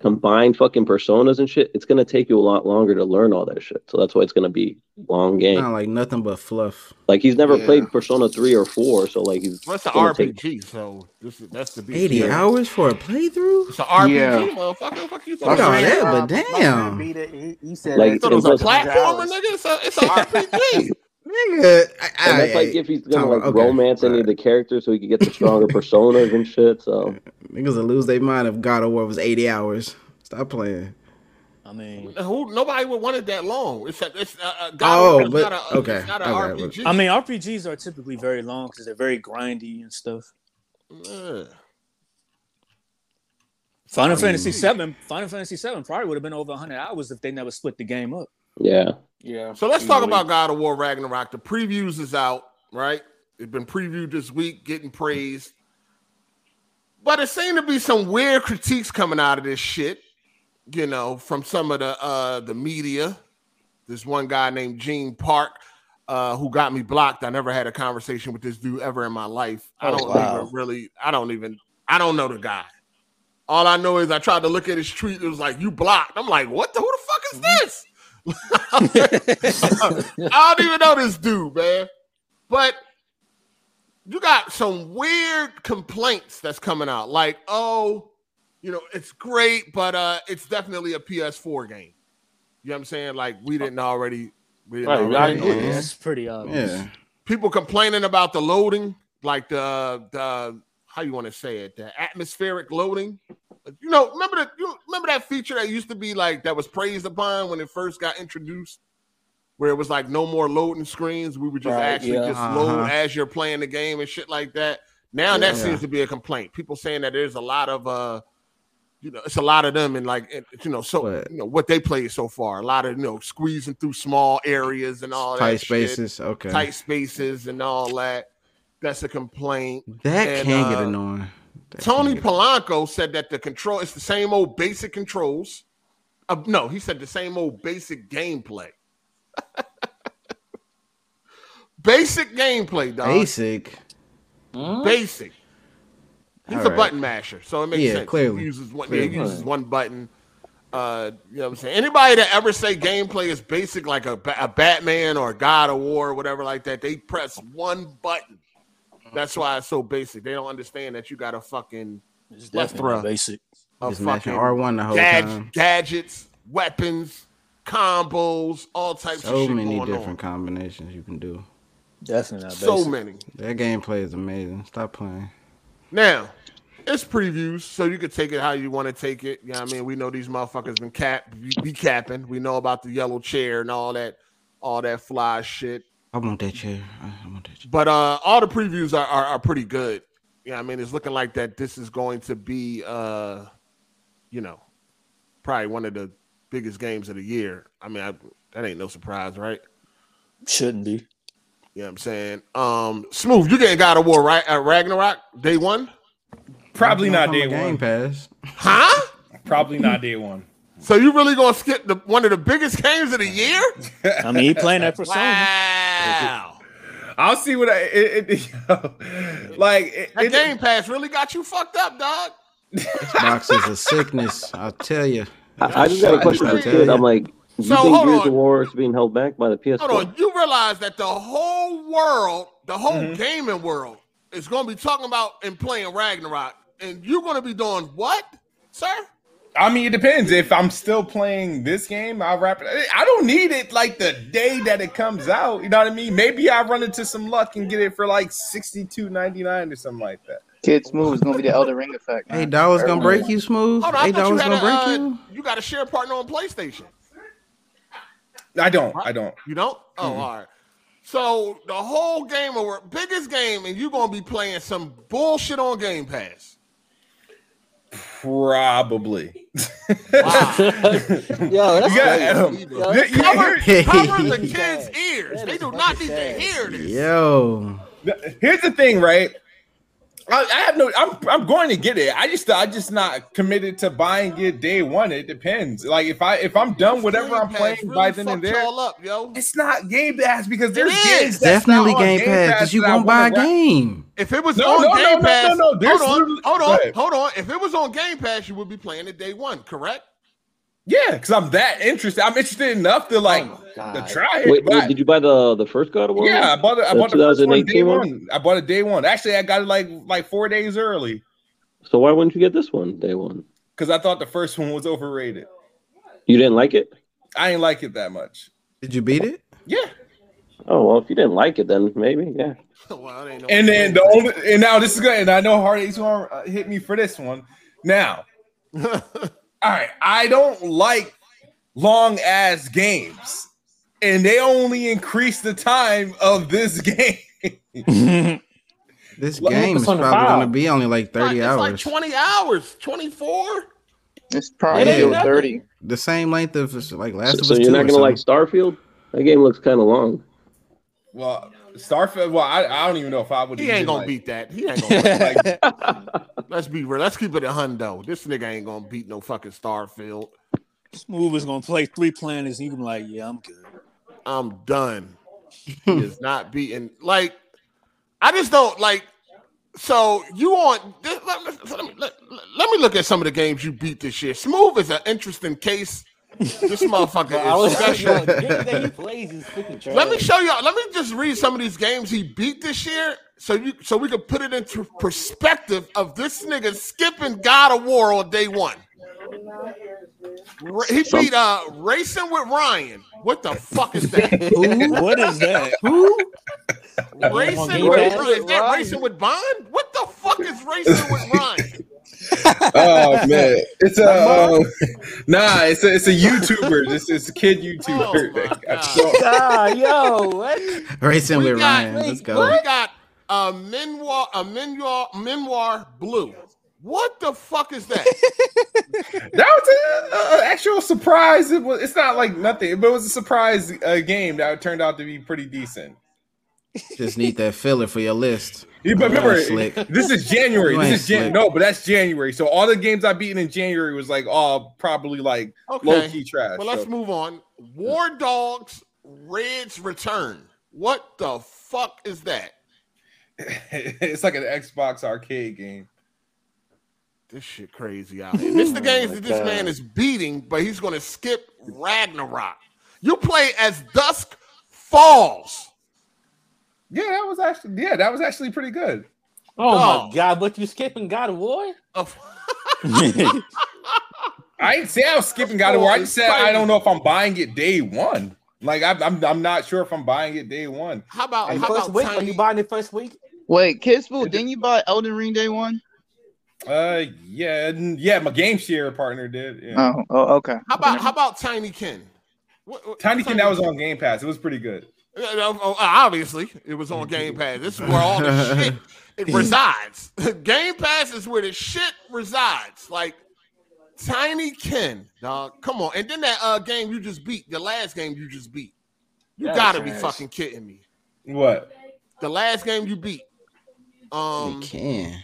S5: combine fucking personas and shit, it's gonna take you a lot longer to learn all that shit. So that's why it's gonna be long game.
S3: Sound like nothing but fluff.
S5: Like he's never
S1: Yeah.
S5: played Persona three or four, so like he's
S1: What's the
S5: gonna take-
S1: RPG? So this is that's the big
S3: Eighty
S1: deal.
S3: hours for a playthrough?
S1: It's an RPG,
S4: Yeah.
S1: motherfucker. Fuck you
S3: Fuck
S1: talking
S3: all
S1: about?
S3: that, but
S6: My friend
S3: damn.
S6: beat it. He, he said
S5: Like,
S1: You
S6: that
S1: thought it was a
S5: It's
S6: like-
S1: platformer, nigga. It's a, it's a RPG.
S3: Nigga, Uh, I,
S5: And that's
S3: I-
S5: like if he's gonna
S3: Tom,
S5: like
S3: okay.
S5: romance any of the characters so he could get the stronger personas and shit. So
S3: niggas will lose their mind if God of War was eighty hours. Stop playing.
S6: I mean,
S1: Who? Nobody would want it that long. It's a, it's a, a
S3: Oh,
S1: it's
S3: but-
S1: not a,
S3: okay,
S1: uh, It's not an
S3: okay,
S1: RPG.
S6: I mean, RPGs are typically very long because they're very grindy and stuff.
S1: Yeah.
S6: Final Fantasy VII, Final Fantasy VII probably would have been over 100 hours if they never split the game up.
S5: yeah,
S4: Yeah.
S1: So let's talk about God of War Ragnarok. The previews is out, right? It's been previewed this week, getting praised. But it seemed to be some weird critiques coming out of this shit, you know, from some of the uh the media. This one guy named Gene Park, uh, who got me blocked. I never had a conversation with this dude ever in my life. I
S6: Oh,
S1: don't
S6: wow.
S1: even really, I don't even, I don't know the guy. All I know is I tried to look at his tweet. It was like, you blocked. I'm like, what the, who the fuck is this? I don't even know this dude, man. But you got some weird complaints that's coming out. Like, oh, you know, it's great, but uh it's definitely a PS4 game. You know what I'm saying? Like, we didn't already we didn't
S4: Right,
S1: already
S4: right.
S1: know
S3: Yeah.
S6: That's pretty obvious.
S3: Yeah.
S1: people complaining about the loading, like the the how you want to say it, the atmospheric loading. You know, remember that you remember that feature that used to be like that was praised upon when it first got introduced, where it was like no more loading screens. We would just
S4: Right,
S1: actually
S4: yeah.
S1: just load
S3: Uh-huh.
S1: as you're playing the game and shit like that. Now that
S3: Yeah.
S1: seems to be a complaint. People saying that there's a lot of uh you know, it's a lot of them and like and, you know, so
S3: What?
S1: you know what they played so far. A lot of you know, squeezing through small areas and all
S3: Tight
S1: that shit
S3: spaces. Okay.
S1: tight spaces and all that. That's a complaint.
S3: That
S1: and,
S3: can get
S1: uh,
S3: annoying. That
S1: Tony
S3: can get-
S1: Polanco said that the control it's the same old basic controls. Uh, no, he said the same old basic gameplay. basic gameplay, dog. Basic.
S3: basic.
S1: He's a
S3: Alright.
S1: button masher, so it makes
S3: Yeah,
S1: sense.
S3: clearly.
S1: He uses one. Yeah, he
S3: Clearly.
S1: uses one button. Uh, you know what I'm saying? Anybody that ever say gameplay is basic, like a, Ba- a Batman or God of War or whatever like that, they press one button. That's why it's so basic. They don't understand that you got a fucking
S6: It's
S1: Let's
S6: definitely
S1: throw.
S6: basic.
S1: a
S3: Just mashing
S1: fucking
S3: R1 the whole
S1: gad-
S3: time.
S1: gadgets, weapons, combos, all types
S3: So
S1: of shit
S3: many
S1: going
S3: different
S1: on.
S3: combinations you can do.
S6: Definitely not
S1: So
S6: basic.
S1: many.
S3: That gameplay is amazing. Stop playing.
S1: Now, it's previews, so you could take it how you want to take it. Yeah, I mean, we know these motherfuckers been cap be- be capping. We know about the yellow chair and all that, all that fly shit.
S3: I want that chair. I I want that chair.
S1: But uh all the previews are, are, are pretty good. Yeah, I mean, it's looking like that this is going to be uh you know, probably one of the biggest games of the year. I mean, I, that ain't no surprise, right?
S6: Shouldn't be.
S1: You know what I'm saying? Um Smooth, you getting God of War right at Ragnarok day one?
S2: Probably
S3: Come
S2: not
S3: on
S2: day
S3: the Game
S2: one.
S3: Pass.
S1: Huh?
S2: Probably not day one.
S1: So you really gonna skip the one of the biggest games of the year?
S6: I mean, he playing that persona.
S1: Wow.
S2: I'll see what I it, it, like. It,
S1: That
S2: it-
S1: game pass really got you fucked up, dog.
S3: Xbox is a sickness. I'll tell you.
S5: I, I just got a question for
S1: I'll
S5: this
S1: tell
S5: kid.
S3: ya.
S5: I'm like, you
S1: So,
S5: think
S1: hold
S5: Gears
S1: on.
S5: of War is being held back by the PS4?
S1: Hold on, you realize that the whole world, the whole
S2: Mm-hmm.
S1: gaming world, is going to be talking about and playing Ragnarok, and you're going to be doing what, sir?
S2: I mean, it depends. If I'm still playing this game, I'll wrap it. I don't need it like the day that it comes out. You know what I mean? Maybe I run into some luck and get it for like sixty two ninety nine or something like that.
S4: Kids move is gonna be the Elder Ring effect.
S3: Eight dollars gonna break you smooth.
S1: Hold on, I
S3: Eight
S1: thought you
S3: dollars
S1: had
S3: gonna
S1: a,
S3: break
S1: uh,
S3: you.
S1: you got a share partner on PlayStation.
S2: I don't. I don't.
S1: You don't? Oh,
S3: Mm.
S1: all right. So the whole game of work, biggest game, and you're going to be playing some bullshit on Game Pass.
S2: Probably.
S1: Wow.
S7: Yo, that's
S2: Yeah,
S7: crazy.
S2: um,
S7: Yo,
S2: You- you hear-
S1: cover, cover the kids' ears.
S7: That
S1: They
S7: is
S1: do not
S7: fucking
S1: need to
S7: sad.
S1: hear this.
S3: Yo,
S2: Here's the thing, right? I, I have no. I'm I'm going to get it. I just I just not committed to buying it day one. It depends. Like if I if I'm done whatever I'm
S1: Pass
S2: playing
S1: really
S2: by then and
S1: fucked
S2: there,
S1: y'all up, yo.
S2: it's not Game Pass because there's
S1: is.
S2: games that's not
S3: Definitely
S2: on
S3: Game Pass because you
S2: that I
S3: won't buy a
S2: wanna watch.
S3: game.
S1: If it was
S2: No,
S1: on
S2: no, no,
S1: Game
S2: no,
S1: Pass,
S2: no, no, there's
S1: hold on,
S2: literally-
S1: hold
S2: Go
S1: on,
S2: ahead.
S1: hold on. If it was on Game Pass, you would be playing it day one, correct?
S2: Yeah, because I'm that interested. I'm interested enough to like to try it.
S5: Wait,
S2: but
S5: wait, did you buy the the first God of War?
S2: yeah, I bought it. I
S5: The
S2: bought the first one day
S5: 2018 one?
S2: one. I bought it day one. Actually, I got it like like four days early
S5: So why wouldn't you get this one day one?
S2: because I thought the first one was overrated.
S5: You didn't like it?
S2: I ain't like it that much.
S3: Did you beat it?
S2: Yeah.
S5: Oh well, if you didn't like it, then maybe yeah.
S1: well, it ain't no
S2: And then the only and now this is good. And I know Hardy's gonna uh, hit me for this one. Now, all right, I don't like long ass games, and they only increase the time of this game.
S3: This
S2: Well,
S3: game
S6: it's
S3: is
S6: on the
S3: probably
S6: file.
S3: gonna be only like thirty
S1: it's like-
S3: hours.
S1: It's like 20 hours, 24.
S4: It's probably
S3: It ain't
S4: still
S3: nothing.
S4: 30.
S3: the same length of like Last
S5: So,
S3: of
S5: so
S3: Us.
S5: you're
S3: 2
S5: not
S3: or
S5: gonna like
S3: something.
S5: Starfield? That game looks kind of long.
S2: Well, Starfield. Well, I, I don't even know if I would.
S1: He
S2: even
S1: ain't gonna
S2: like-
S1: beat that. He ain't gonna beat
S2: Like,
S1: Let's be real. Let's keep it a hundo. This nigga ain't gonna beat no fucking Starfield.
S6: This move is gonna play three planets, and you can be like, yeah, I'm good.
S1: I'm done. He is not beating. Like, I just don't like. So you on? this- Let me, let, me, let- let me look at some of the games you beat this year. Smooth is an interesting case. This motherfucker is special. Let me show y'all. Let me just read some of these games he beat this year, so you so we can put it into perspective of this nigga skipping God of War on day one. Ra- He beat uh Racing with Ryan. What the fuck is that?
S3: Who?
S6: What is that?
S3: Who?
S1: Racing
S6: Game
S1: with
S6: Pass?
S1: Ryan. Is that Racing with Bond? What the fuck is Racing with Ryan?
S2: oh man, it's a um, nah. It's a it's a YouTuber. It's it's a kid YouTuber.
S1: Oh, my
S2: I
S1: God.
S2: saw-
S7: Ah, yo, what?
S3: Racing
S1: We
S3: with
S1: got-
S3: Ryan. Let's go.
S1: We got a memoir, a memoir, memoir blue. What the fuck is that?
S2: that was an actual surprise. It was. It's not like nothing, but it was a surprise uh, game that turned out to be pretty decent.
S3: Just need that filler for your list.
S2: Yeah,
S3: You
S2: but remember,
S3: ain't slick.
S2: this is January.
S3: You
S2: This
S3: ain't
S2: is Jan-
S3: slick.
S2: no, but that's January. So all the games I beaten in January was like all probably like low key
S1: Okay.
S2: trash.
S1: Well, let's
S2: so.
S1: move on. War Dogs Red's Return. What the fuck is that?
S2: it's like an Xbox arcade game.
S1: This shit crazy out here. uh, This the games
S3: Oh
S1: that this man is beating, but he's gonna skip Ragnarok. You play as Dusk Falls.
S2: Yeah, that was actually yeah, that was actually pretty good.
S7: Oh
S1: Oh.
S7: my god, but you skipping God of War?
S1: A
S2: I didn't say I was skipping God of War. I just said I don't know if I'm buying it day one. Like I'm, I'm, I'm not sure if I'm buying it day one.
S1: How about
S7: Like,
S1: how
S7: first
S1: about
S7: week? Are
S1: Tiny?
S7: you buying it first week?
S4: Wait, Kidspool, didn't you buy Elden Ring day one?
S2: Uh, yeah, n- yeah, my game share partner did. Yeah.
S4: Oh, oh okay.
S1: How about how about Tiny Ken? What, what-
S2: Tiny King, that was on Game Pass. It was pretty good.
S1: Uh, no, oh, Obviously, it was on Game Pass. This is where all the shit it resides. Game Pass is where the shit resides. Like Tiny Ken, dog. Come on. And then that uh game you just beat, the last game you just beat. You
S7: That
S1: gotta
S7: was
S1: be
S7: trash.
S1: fucking kidding me.
S2: What?
S1: The last game you beat.
S3: You
S1: Um,
S3: can.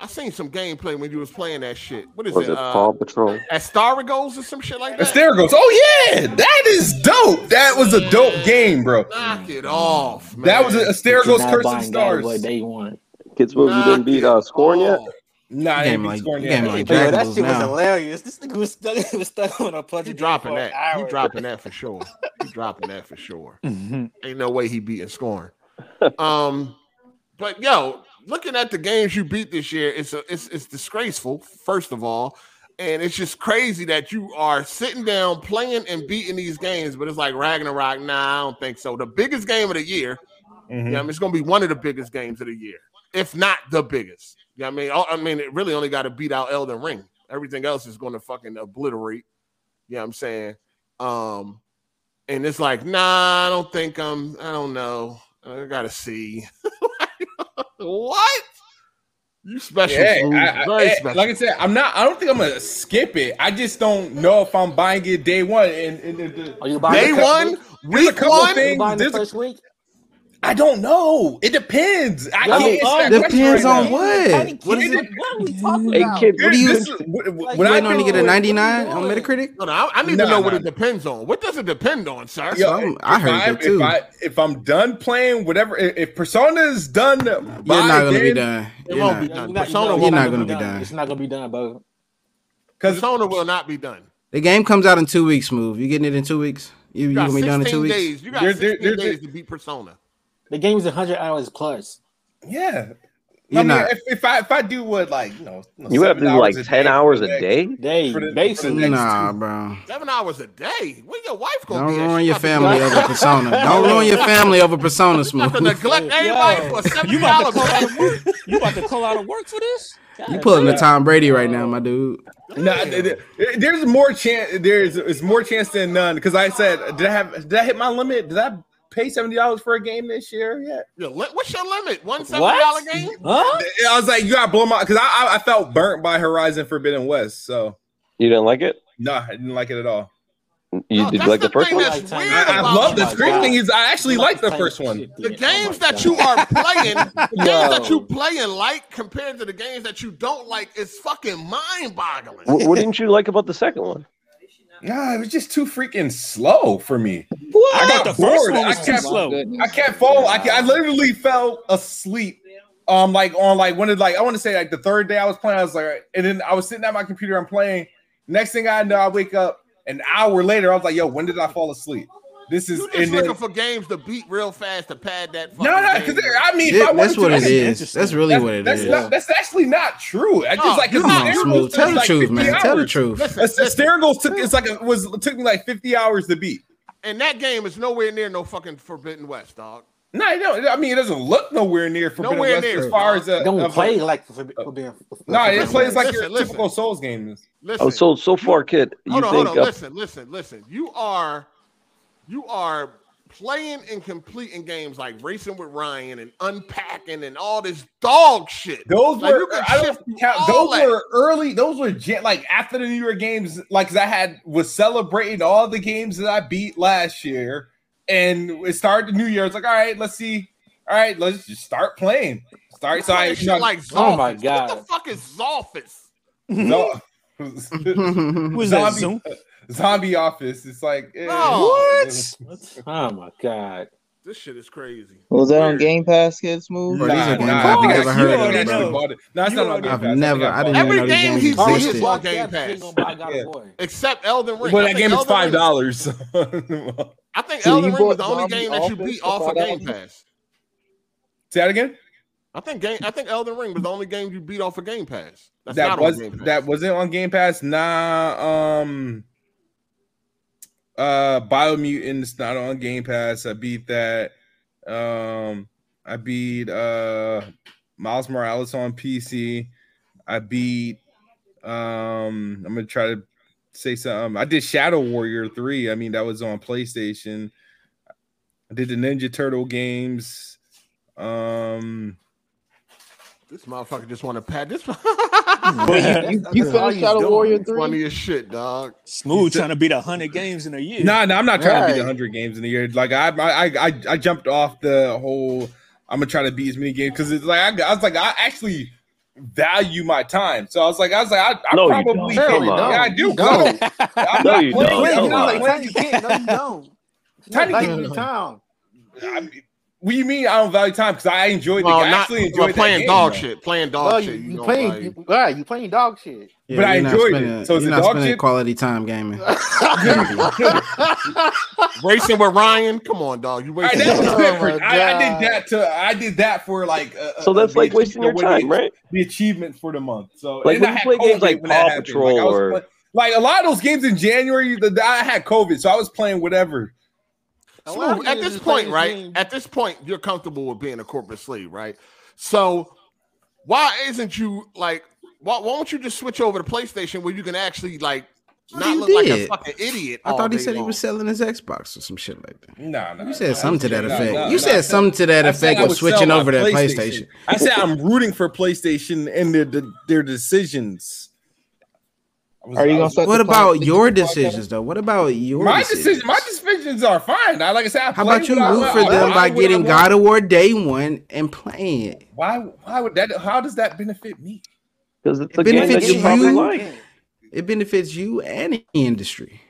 S1: I seen some gameplay when you was playing that shit. What is
S5: Was
S1: it?
S5: it
S1: Uh,
S5: Paw Patrol?
S1: Astaragos or some shit like that.
S2: Asterigos. Oh yeah, that is dope. That was a dope game, bro.
S1: Knock it off, man.
S2: That was a
S7: You're
S2: Asterigos
S7: not
S2: Curse of
S7: buying God of War
S2: Stars.
S7: day one.
S5: Kids move. You didn't
S1: Knock
S5: beat
S1: it
S5: uh, Scorn yet?
S1: off.
S2: Nah, I didn't
S3: Game
S2: beat
S3: like-
S2: Scorn
S3: game
S2: yet.
S3: like-
S7: Yo,
S3: Dragon
S7: that
S3: Balls
S7: shit was
S3: now.
S7: hilarious. This nigga was stuck, he was stuck on a PUBG.
S1: He
S7: game
S1: dropping
S7: for
S1: that.
S7: an hour.
S1: He dropping that for sure. He dropping that for sure. Ain't no way he beating scoring. Um, but yo, looking at the games you beat this year, it's a, it's it's disgraceful. First of all, and it's just crazy that you are sitting down playing and beating these games. But it's like Ragnarok. Nah, I don't think so. The biggest game of the year.
S2: Mhm.
S1: Yeah, I mean, it's gonna be one of the biggest games of the year, if not the biggest. Yeah, I mean, all- I mean, it really only got to beat out Elden Ring. Everything else is going to fucking obliterate. You know what I'm saying? Um, and it's like, nah, I don't think I'm. I don't know. I gotta see. what? You special?
S2: Yeah,
S1: Smooth.
S2: I- I-
S1: Very
S2: eh,
S1: special.
S2: like I said, I'm not. I don't think I'm gonna skip it. I just don't know if I'm buying it day one. And, and, and-
S7: Are you buying
S1: Day
S7: it first
S1: one,
S7: week?
S1: week
S2: couple
S1: one.
S2: things-
S7: You buying it
S2: there's a-
S7: first week?
S2: I don't know. It depends. I
S5: No,
S2: can't answer that question
S3: depends
S2: right
S3: on
S2: now.
S3: what?
S7: Patty
S3: What is
S7: Kennedy,
S3: it?
S7: What are we talking
S5: Hey,
S7: about?
S5: kid,
S2: What do you
S3: This
S2: is, what, what
S3: What
S7: When
S3: waiting
S2: I think,
S3: on
S7: think-
S3: to get a
S7: what are you
S3: 99 on
S7: doing?
S3: Metacritic?
S1: No, no, I, I need
S2: No,
S1: to know
S2: no,
S1: what it
S2: no.
S1: depends on. What does it depend on, sir?
S3: Yeah. I'm- I heard
S2: if
S3: that too.
S2: If, I, if I'm done playing, whatever, if, if Persona is done, by
S3: You're not gonna be
S2: then-
S3: done.
S1: It
S3: You're
S1: won't
S3: not.
S1: be
S7: You're
S1: done.
S7: not-
S1: Persona
S7: you're
S3: won't
S7: not
S3: be
S7: gonna
S3: done.
S7: It's not gonna be done, bro.
S2: Because
S1: Persona will not be done.
S3: The game comes out in two weeks. Move. You getting it in two weeks? You,
S1: You
S3: you
S1: got
S3: gonna be done in
S1: 16
S3: two weeks?
S1: days. You got
S2: They're-
S1: 16
S2: they're- they're-
S1: days to beat Persona.
S7: The game is 100 hours plus.
S2: yeah, I
S3: You're
S2: mean,
S3: not.
S2: if, if I if I do what like you know,
S5: You have to do
S2: seven
S5: like
S2: a
S5: ten
S2: day
S5: hours
S2: for the
S5: a
S2: next-
S5: day.
S7: They
S2: for the- for the
S7: basically.
S2: next
S3: Nah,
S2: two-
S3: bro.
S1: Seven hours a day. When your wife gonna
S3: Don't
S1: be? at?
S3: ruin
S1: She
S3: your
S1: about to be
S3: family
S1: like,
S3: over persona. Don't ruin your family over persona,
S1: You about to
S3: smooth.
S1: neglect eh?
S7: Yo.
S1: everybody for
S6: You
S1: seven
S6: about to
S1: dollars.
S6: call out of work? You about to call out of work for this?
S3: You
S6: God
S3: pulling
S6: damn.
S3: a Tom Brady right now, my dude.
S2: No, I- th- th- there's more chance. There's it's more chance than none. Because I said, did I have? Did I hit my limit? Did I pay seventy dollars for a game this year yet?
S1: What's your limit? One seven dollar
S6: What?
S1: game?
S6: Huh?
S2: I was like, you got to blow my. Because I, I I felt burnt by Horizon Forbidden West. So
S5: You didn't like it?
S2: no, I didn't like it at all.
S5: You
S1: No,
S5: did you
S1: that's
S5: like the
S1: the
S5: first
S1: thing
S5: one?
S1: that's
S7: Lifetime.
S1: weird
S2: I, I
S1: about
S2: love
S1: you.
S2: the
S7: my
S2: screen
S7: God.
S2: thing. Is I actually like the
S7: Type
S2: first one.
S7: shit,
S1: The
S7: yeah. Oh
S1: games
S7: my
S1: that you
S7: God.
S1: are playing, the games
S7: Yo.
S1: that you play and like compared to the games that you don't like is fucking mind boggling.
S5: What, what didn't you like about the second one?
S2: Nah, it was just too freaking slow for me. I got
S6: The first
S2: bored.
S6: one
S2: I
S6: was too
S2: kept
S6: slow.
S2: I can't fall. I, can't, I literally fell asleep. Um, like on like one of like I want to say like the third day I was playing, I was like, and then I was sitting at my computer, I'm playing. Next thing I know, I wake up an hour later. I was like, yo, when did I fall asleep? This is
S1: You just
S2: and then,
S1: looking
S2: no,
S1: for games to beat real fast to pad that. fucking
S2: no,
S1: game.
S2: because I mean, if I
S3: That-
S2: wanted
S3: that's
S2: to,
S3: what
S2: I
S3: it
S2: could-
S3: is. That's really
S2: That's,
S3: what it
S2: that's
S3: is.
S2: not. That's actually not true. I
S1: No,
S2: just like
S1: you're
S2: it's
S3: Oh, Come on,
S2: Stergos
S3: smooth.
S2: took
S3: Tell the
S2: like
S3: truth,
S2: 50
S3: man. Tell the
S2: hours.
S3: truth.
S1: Listen,
S2: A Stergos took
S1: listen.
S2: it's like it was it took me like 50 hours to beat.
S1: and that game is nowhere near no fucking Forbidden West, dog.
S2: No, I don't. I mean, it doesn't look nowhere near Forbidden
S1: Nowhere
S2: West
S1: near.
S2: as far as a,
S7: Don't
S2: of a-
S7: play like for, for being.
S2: No, it plays like your
S1: Listen, listen.
S2: typical Souls game is.
S1: Listen,
S5: Oh, so so far, kid. You
S1: hold on,
S5: think
S1: hold on.
S5: uh,
S1: Listen, listen, listen. You are, you are playing and completing games like racing with Ryan and unpacking and all this dog shit.
S2: Those
S1: Like, you
S2: were
S1: can
S2: I don't
S1: shift
S2: count-
S1: all
S2: those
S1: that.
S2: were early. Those were gen, like after the New York games. Like 'cause I had was celebrating all the games that I beat last year, and it started the New Year. It's like all right, let's see. All right, let's just start playing. Start. So I
S1: Playing
S2: you
S1: shit
S2: know,
S1: like
S7: Oh my
S1: Zolfus. What the
S7: God.
S1: fuck is Zolfus?
S2: zo-
S6: Who's that?
S2: Zombie. uh,
S6: Zoom?
S2: zombie office. It's like eh,
S1: No.
S2: What?
S7: Oh my god.
S1: This shit is crazy.
S4: Was that on
S1: Weird.
S4: Game Pass, Kids Move?
S3: Bro, these are
S2: Nah,
S3: games
S2: nah,
S3: I've
S2: I think
S3: never
S2: I-
S3: heard
S2: you
S3: of,
S2: already
S3: bro.
S2: bought it. No, it's
S6: You
S2: not on
S6: already
S2: Game
S3: I've
S2: Pass. I
S3: never-
S2: think
S3: I didn't
S2: bought it.
S1: Every
S3: know these
S1: game
S3: games
S1: he
S3: existed.
S1: sees is on Game Pass, except Elden Ring.
S2: Well,
S1: I
S2: that
S1: think
S2: game is
S1: Elden Ring-
S2: five dollars. Say
S1: I think
S4: So you
S1: Elden Ring was
S4: bought
S1: the only
S4: Zombie
S1: game that you
S4: Office
S1: beat
S4: for
S1: off of
S4: $5?
S1: Game Pass.
S2: that again.
S1: I think game. I think Elden Ring was the only game you beat off of Game Pass. That's
S2: that
S1: not
S2: was
S1: on Game Pass.
S2: that wasn't on Game Pass. Nah, um, uh, Biomutant's not on Game Pass. I beat that. Um, I beat uh Miles Morales on PC. I beat. Um, I'm gonna try to say something. I did Shadow Warrior three. I mean, that was on PlayStation. I did the Ninja Turtle games. Um,
S1: This motherfucker just want to pat this.
S4: You, you finished Shadow Warrior 3?
S1: Funny as shit, dog.
S6: Smooth trying to beat hundred games in a year.
S2: No, no, I'm not trying to beat
S4: Right.
S2: 100 games in a year. Like I, I, I, I- I jumped off the whole. I'm gonna try to beat as many games because it's like I, I was like I actually value my time. So I was like I was like I, I
S5: No, you
S2: probably
S5: don't.
S2: can.
S5: Come on.
S2: Yeah, I do.
S7: You
S2: Come on.
S7: don't.
S2: I'm
S5: No,
S2: not
S5: you
S2: playing.
S5: don't.
S7: Wait, no,
S5: Come on.
S2: I'm not like,
S7: Tiny Kid, no, you don't.
S2: Tiny
S7: Tiny
S2: Kid-
S7: Kid, town.
S2: I mean, what do you mean I don't value time? Because I enjoyed the
S1: Well,
S2: I
S1: not
S2: actually
S1: well,
S2: enjoyed that
S1: playing
S2: game,
S1: dog
S2: though.
S1: shit. Playing dog
S7: Bro, you,
S1: shit.
S7: you
S1: don't
S7: playing,
S1: like-
S7: you, right, you playing dog shit.
S3: Yeah,
S2: But I
S3: you're not
S2: enjoyed it.
S3: spending-
S2: So is
S3: you're
S2: it
S3: not
S2: dog
S3: spending
S2: shit?
S3: quality time gaming.
S1: racing with Ryan. Come on, dog. You
S2: All right,
S1: racing.
S2: that was
S7: Oh
S1: with-
S7: my
S2: different. I, I
S7: God.
S2: did that to I did that for like. Uh,
S5: so? That's like wasting your time, right?
S2: the achievement for the month. So
S5: Like,
S2: and
S5: when
S2: I
S5: you
S2: had
S5: play games like
S2: when that
S5: Paw
S2: happened.
S5: Patrol
S2: I was
S5: or-
S2: play- like a lot of those games in January, the, I had COVID, so I was playing whatever.
S7: A lot of
S1: Smooth, at
S7: niggas
S1: this
S7: is
S1: point,
S7: playing this
S1: right?
S7: game.
S1: At this point, you're comfortable with being a corporate slave, right? So why isn't you like? Why, why won't you just switch over to PlayStation where you can actually like
S3: Well,
S1: not
S3: you
S1: look like a
S3: did.
S1: fucking idiot?
S3: I thought he
S1: all
S3: said
S1: day
S3: he
S1: long?
S3: was selling his Xbox or some shit like that.
S2: No,
S3: You
S2: no. no,
S3: said something to that
S2: no,
S3: effect.
S2: no,
S3: you
S2: no.
S3: said something to that
S2: I said
S3: effect
S2: I
S3: of
S2: would
S3: switching
S2: sell my
S3: over to PlayStation.
S2: I said I'm rooting for PlayStation and their their decisions. I was-
S4: Are you
S2: I
S4: gonna
S2: was-
S4: start
S3: What
S4: the
S3: about
S4: podcast?
S3: your decisions though? What about your
S2: my
S3: decisions?
S2: decision? My decision. missions are fine. I like I said. I
S3: How
S2: play
S3: about you
S2: what I
S3: root
S2: want.
S3: for
S2: I
S3: them
S2: want
S3: by
S2: what I
S3: getting
S2: want.
S3: God of War day one and playing it?
S2: Why? Why would that? How does that benefit me?
S5: because it's
S3: It
S5: a game that
S3: benefits
S5: you probably
S3: you.
S5: like.
S3: It benefits you and the industry.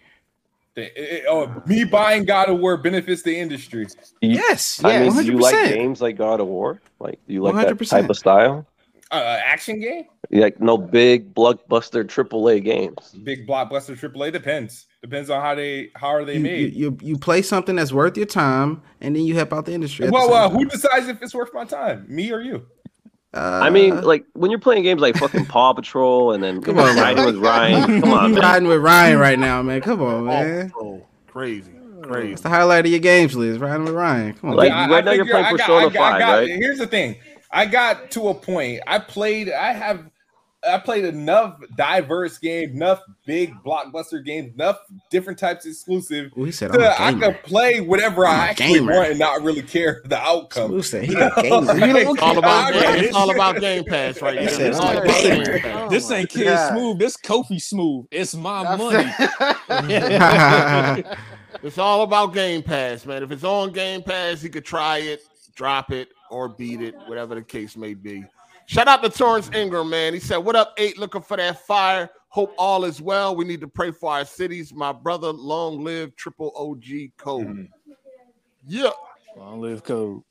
S2: It- it- oh, me buying God of War benefits the industry.
S5: You-
S3: Yes,
S5: I
S3: yeah,
S5: mean,
S3: one
S5: do
S3: hundred
S5: you like
S3: percent.
S5: games like God of War? Like, do you like that
S3: 100%.
S5: type of style?
S2: Uh, action game,
S5: Like, no big blockbuster AAA games.
S2: big blockbuster, AAA depends. Depends on how they how are they
S3: You, you,
S2: made.
S3: you you play something that's worth your time, and then you help out the industry. at the
S2: well,
S3: same
S2: well,
S3: time.
S2: who decides if it's worth my time? Me or you?
S3: Uh,
S5: I mean, like when you're playing games like fucking Paw Patrol and then
S3: Come on, man.
S5: Riding with Ryan. Come on,
S3: you
S5: man.
S3: riding with Ryan right now, man. Come on, man.
S1: Oh, crazy,
S2: Hmm.
S3: It's
S1: crazy.
S3: the highlight of your games list. Riding with Ryan. Come on,
S5: Like,
S3: man.
S5: right now you're
S2: figure
S5: playing Persona 5, right?
S2: Here's the thing. I got to a point. I played. I have. I played enough diverse games, enough big blockbuster games, enough different types exclusive.
S3: Ooh, he said,
S2: to-
S3: "I'm
S2: I
S3: a gamer."
S2: can play whatever
S3: I'm a
S2: I actually
S3: gamer.
S2: want and not really care the outcome.
S3: Smooth said, "He a gamer."
S2: Like,
S1: It's all about
S2: I
S1: game,
S2: really-
S1: it's all about Game Pass right now.
S3: He said,
S1: It's
S3: "I'm
S1: all
S3: a
S1: about Game
S3: gamer."
S1: Pass.
S7: Oh
S6: "Oh, this
S7: my
S6: ain't Kid
S7: God.
S6: Smooth. This Kofi Smooth. It's my money.
S1: It's all about Game Pass, man. If it's on Game Pass, you could try it, drop it, or beat it, whatever the case may be. Shout out to Torrance Ingram, man. He said, What up, eight? Looking for that fire. Hope all is well. We need to pray for our cities. My brother, long live triple OG code.
S2: Mhm.
S1: Yeah.
S6: Long live code.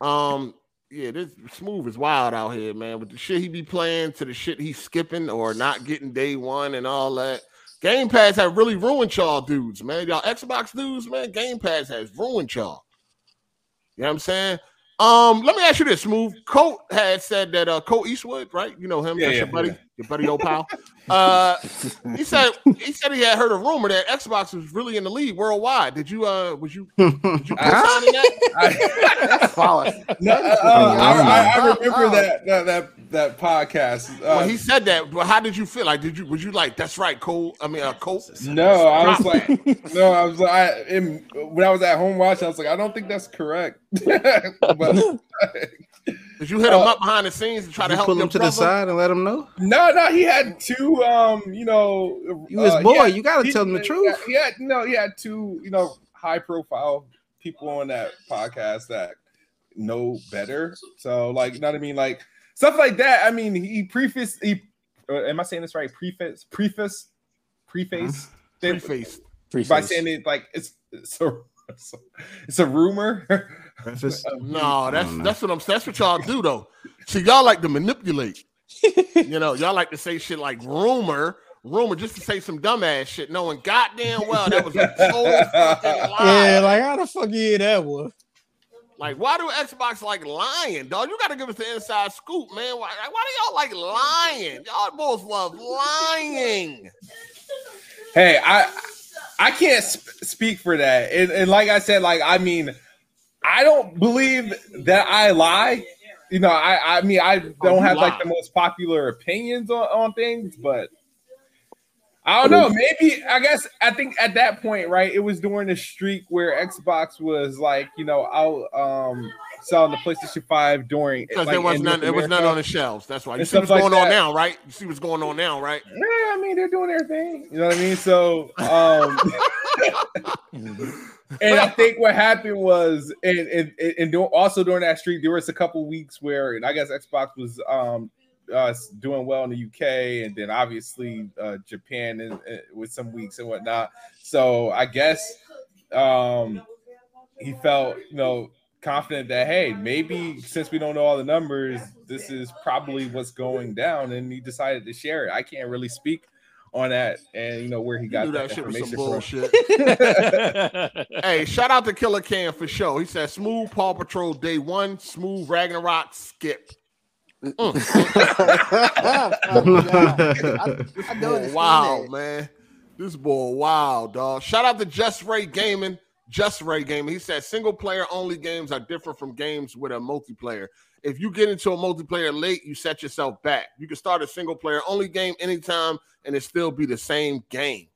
S1: Um, yeah, this smooth is wild out here, man. But the shit he be playing to the shit he's skipping or not getting day one and all that. Game Pass have really ruined y'all dudes, man. Y'all Xbox dudes, man. Game Pass has ruined y'all. You know what I'm saying? Um, let me ask you this, Smooth. Colt had said that uh Colt Eastwood, right? You know him,
S2: Yeah,
S1: that's
S2: yeah,
S1: your buddy,
S2: yeah.
S1: your buddy old pal. Uh he said he said he had heard a rumor that Xbox was really in the lead worldwide. Did you uh was you, did you co-sign in that?
S2: I-
S7: Flawless.
S2: No, uh, I, I, I
S7: Oh,
S2: remember
S7: oh.
S2: that, that that that podcast. Uh,
S1: when he said that, but how did you feel? Like, did you was you like, that's right, Cole? I mean, uh, Cole.
S2: no, I was like, no, I was like, I, in, when I was at home watching, I was like, I don't think that's correct. but uh,
S1: Did you hit him up behind the scenes to try to
S3: you
S1: help
S3: pull
S1: your
S3: him to the
S1: brother?
S3: side and let him know.
S2: no, no, he had two. Um, you know,
S3: You his
S2: uh,
S3: boy.
S2: yeah,
S3: you gotta
S2: he-
S3: tell him the
S2: yeah,
S3: truth.
S2: Yeah, no, he had two. You know, high profile people on that podcast that know better. So, like, you know what I mean? Like stuff like that. I mean, he preface. He uh, am I saying this right? Preface. Preface. Preface. they-
S1: Preface.
S2: by saying it like it's it's a it's a, it's a rumor.
S3: That's just-
S1: No, that's
S3: don't know.
S1: that's what I'm. That's what y'all do though. See, y'all like to manipulate. you know, y'all like to say shit like rumor, rumor, just to say some dumbass shit, knowing goddamn well that was a total fucking lie.
S6: Yeah, like how the fuck you hear that one?
S1: Like, why do Xbox like lying, dog? You got to give us the inside scoop, man. Why, like, why do y'all like lying? Y'all both love lying.
S2: hey, I I can't sp- speak for that. And, and like I said, like I mean, I don't believe that I lie. You know, I I mean I don't
S1: Oh, you
S2: have like
S1: lie.
S2: the most popular opinions on, on things, but I don't know. Maybe I guess I think at that point, right? It was during the streak where Xbox was like, you know, out um selling the PlayStation Five during
S1: Because
S2: like,
S1: there was
S2: in
S1: none,
S2: North
S1: there was none
S2: America.
S1: on the shelves. That's why. You
S2: And
S1: see what's
S2: stuff like
S1: going on
S2: that.
S1: now, right? You see what's going on now, right?
S2: Yeah, I mean they're doing their thing. You know what I mean? So um and I think what happened was and and, and, and do- also during that streak, there was a couple weeks where and I guess Xbox was um uh doing well in the UK and then obviously uh Japan and, and with some weeks and whatnot. So I guess um he felt you know confident that hey maybe since we don't know all the numbers this is probably what's going down and he decided to share it i can't really speak on that and you know where he
S1: You
S2: got
S1: knew
S2: that,
S1: that shit was some
S2: information
S1: bullshit.
S6: That's
S1: hey, shout out to Killer Cam for sure. He said smooth Paw Patrol day one, smooth Ragnarok skip. Mm.
S7: Oh, God. I don't understand
S1: Wow,
S7: that.
S1: man. This boy, wow, dog. Shout out to Just Ray Gaming. Just Ray Gaming. He said single player only games are different from games with a multiplayer. If you get into a multiplayer late, you set yourself back. You can start a single player only game anytime and it still be the same game.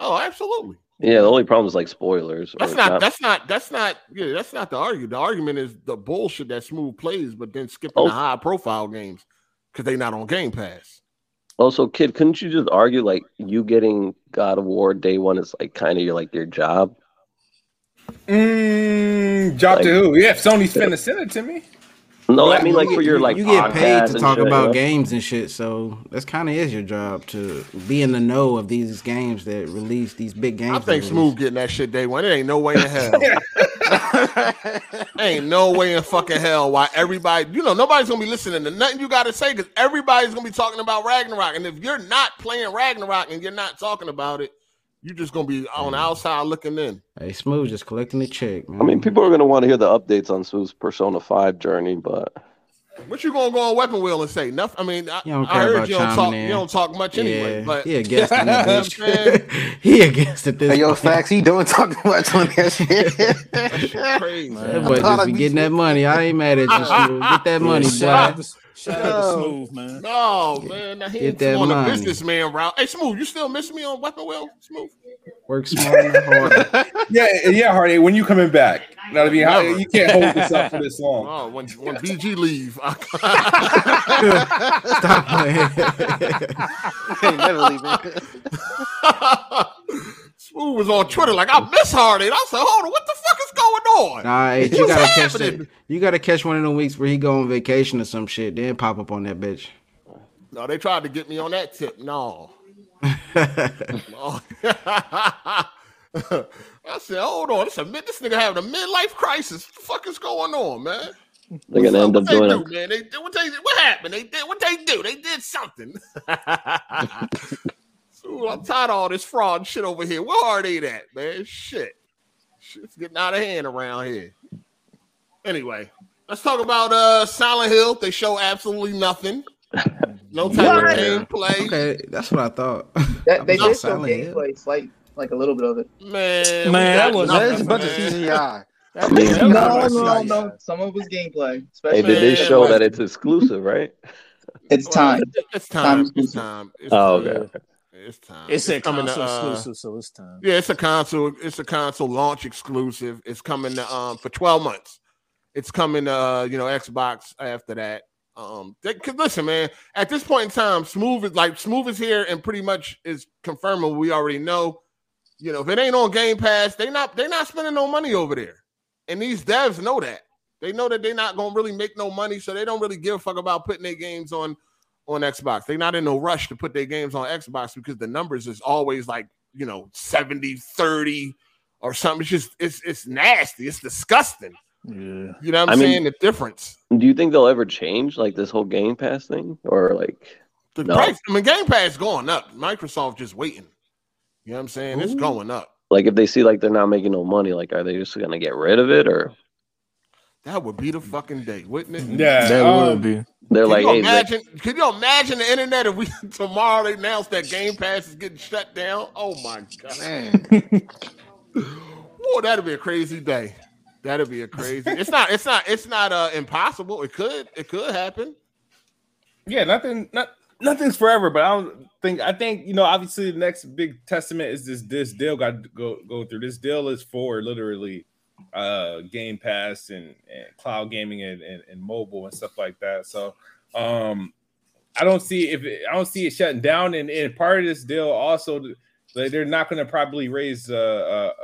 S1: Oh, absolutely.
S5: Yeah, the only problem is like spoilers. or
S1: That's not, that's not that's not yeah, that's not the argument. The argument is the bullshit that smooth plays, but then skipping
S5: Oh.
S1: the high profile games because they not on Game Pass.
S5: Also, kid, couldn't you just argue like you getting God of War day one is like kind of your like your job?
S2: Mm, drop
S5: Like-
S2: to who? Yeah, if Sony's finna send it to me.
S5: No, I mean like for your
S3: You-
S5: like
S3: you get paid
S5: podcast
S3: to
S5: and
S3: talk
S5: shit,
S3: about
S5: yeah.
S3: games and shit, so that's kind of is your job to be in the know of these games that release these big games.
S1: I
S3: that
S1: think
S3: release.
S1: Smooth getting that shit day one. It ain't no way in hell. ain't no way in fucking hell why everybody, you know, nobody's gonna be listening to nothing you gotta say because everybody's gonna be talking about Ragnarok. And if you're not playing Ragnarok and you're not talking about it, you're just gonna be
S3: Mm.
S1: on the outside looking in.
S3: Hey, Smooth just collecting the check. Man.
S5: I mean, people are gonna want to hear the updates on Smooth's Persona Five journey, but
S1: What you gonna go on Weapon Wheel and say? Nothing. I mean, I,
S3: You don't
S1: I
S3: care
S1: heard
S3: about
S1: you don't
S3: chiming
S1: talk.
S3: in.
S1: You don't talk much anyway.
S3: yeah,
S1: But
S3: he against it,
S1: You know what I'm saying?
S3: bitch. he against it. This
S7: Hey, yo,
S3: point.
S7: facts. He don't talk much on that shit.
S1: Shit
S3: That
S1: crazy.
S6: Man.
S3: boy just
S7: Thought
S3: be
S7: I'd be
S3: getting that money. I ain't mad at you, Smooth. Get that money,
S6: Shout out
S3: boy.
S6: to- shout out to
S7: Yo.
S6: Smooth, man.
S1: No man, now he
S3: Get
S1: ain't
S3: that
S1: on the
S3: money.
S1: businessman route. Hey, Smooth, you still miss me on Weapon Wheel? Smooth,
S3: Work smart and hard.
S2: Yeah, yeah, Hardy. When you coming back? That'll be how
S1: Never.
S2: you can't hold this up for this long.
S1: oh, when when BG leave,
S3: Stop playing.
S7: Ain't never leaving.
S1: Smooth was on Twitter like I miss Hardy. And I said, hold on, what the fuck is going on?
S3: nah, hey, you
S1: What's
S3: gotta catch
S1: happening?
S3: that. You gotta catch one of them weeks where he go on vacation or some shit, then pop up on that bitch.
S1: No, they tried to get me on that tip. No. No. I said, hold on, this, a mid- this nigga having a midlife crisis. What the fuck is going on, man?
S5: they're gonna end up
S1: what they
S5: doing
S1: do,
S5: it.
S1: man? They did what they what happened? They did what they do. They did something. Ooh, I'm tired of all this fraud and shit over here. Where are they at, man? Shit, shit's getting out of hand around here. Anyway, let's talk about uh Silent Hill. They show absolutely nothing. No type
S4: What?
S1: of gameplay,
S3: Okay, that's what I thought.
S4: That, they
S3: I'm not
S4: did show
S3: Silent Hill.
S4: gameplay, like like a little bit of it.
S1: man. we
S6: Man,
S1: got
S6: that was-
S1: nothing,
S7: That's a bunch of
S1: man.
S7: CGI.
S5: mean,
S4: No, no, no. Some of it was gameplay.
S5: Hey,
S4: Especially
S5: did they
S1: Man,
S5: show
S1: what?
S5: that it's exclusive, right?
S4: it's
S1: Well,
S4: time.
S1: It's time.
S4: Time.
S1: It's time. It's
S5: Oh,
S1: time.
S5: okay.
S1: It's time.
S6: It's a
S1: coming
S6: console
S1: to, uh,
S6: exclusive, so it's time.
S1: Yeah, it's a console. It's a console launch exclusive. It's coming to, um for twelve months. It's coming to uh, you know Xbox after that. Um, they, cause listen, man, at this point in time, Smooth is like Smooth is here and pretty much is confirming what we already know. You know, if it ain't on Game Pass, they not they not spending no money over there, and these devs know that. They know that they're not gonna really make no money, so they don't really give a fuck about putting their games on on Xbox. They're not in no rush to put their games on Xbox because the numbers is always like you know 70, 30 or something. It's just it's it's nasty, it's disgusting.
S6: Yeah.
S1: You know what I'm
S5: I mean-
S1: saying? the difference.
S5: Do you think they'll ever change like this whole Game Pass thing, or like
S1: The
S5: No.
S1: price, I mean, Game Pass going up. Microsoft just waiting. You know what I'm saying? It's going up.
S5: like if they see like they're not making no money, like are they just gonna get rid of it, or
S1: That would be the fucking day, wouldn't it?
S2: Yeah,
S6: That
S2: um,
S6: would be.
S5: they're
S1: Can
S5: like,
S1: you
S5: hey, like,
S1: imagine? Can you imagine the internet if we tomorrow they announce that Game Pass is getting shut down? Oh my god!
S7: Man,
S1: Whoa, that'd be a crazy day. That'd be a crazy. it's not. It's not. It's not uh, impossible. It could. It could happen.
S2: Yeah, nothing, not, nothing's forever. But I don't think I think you know. Obviously, the next big testament is this. This deal got to go go through. This deal is for literally uh Game Pass and, and cloud gaming and, and and mobile and stuff like that. So, um, I don't see if it, I don't see it shutting down. And, and part of this deal also like they're not going to probably raise uh,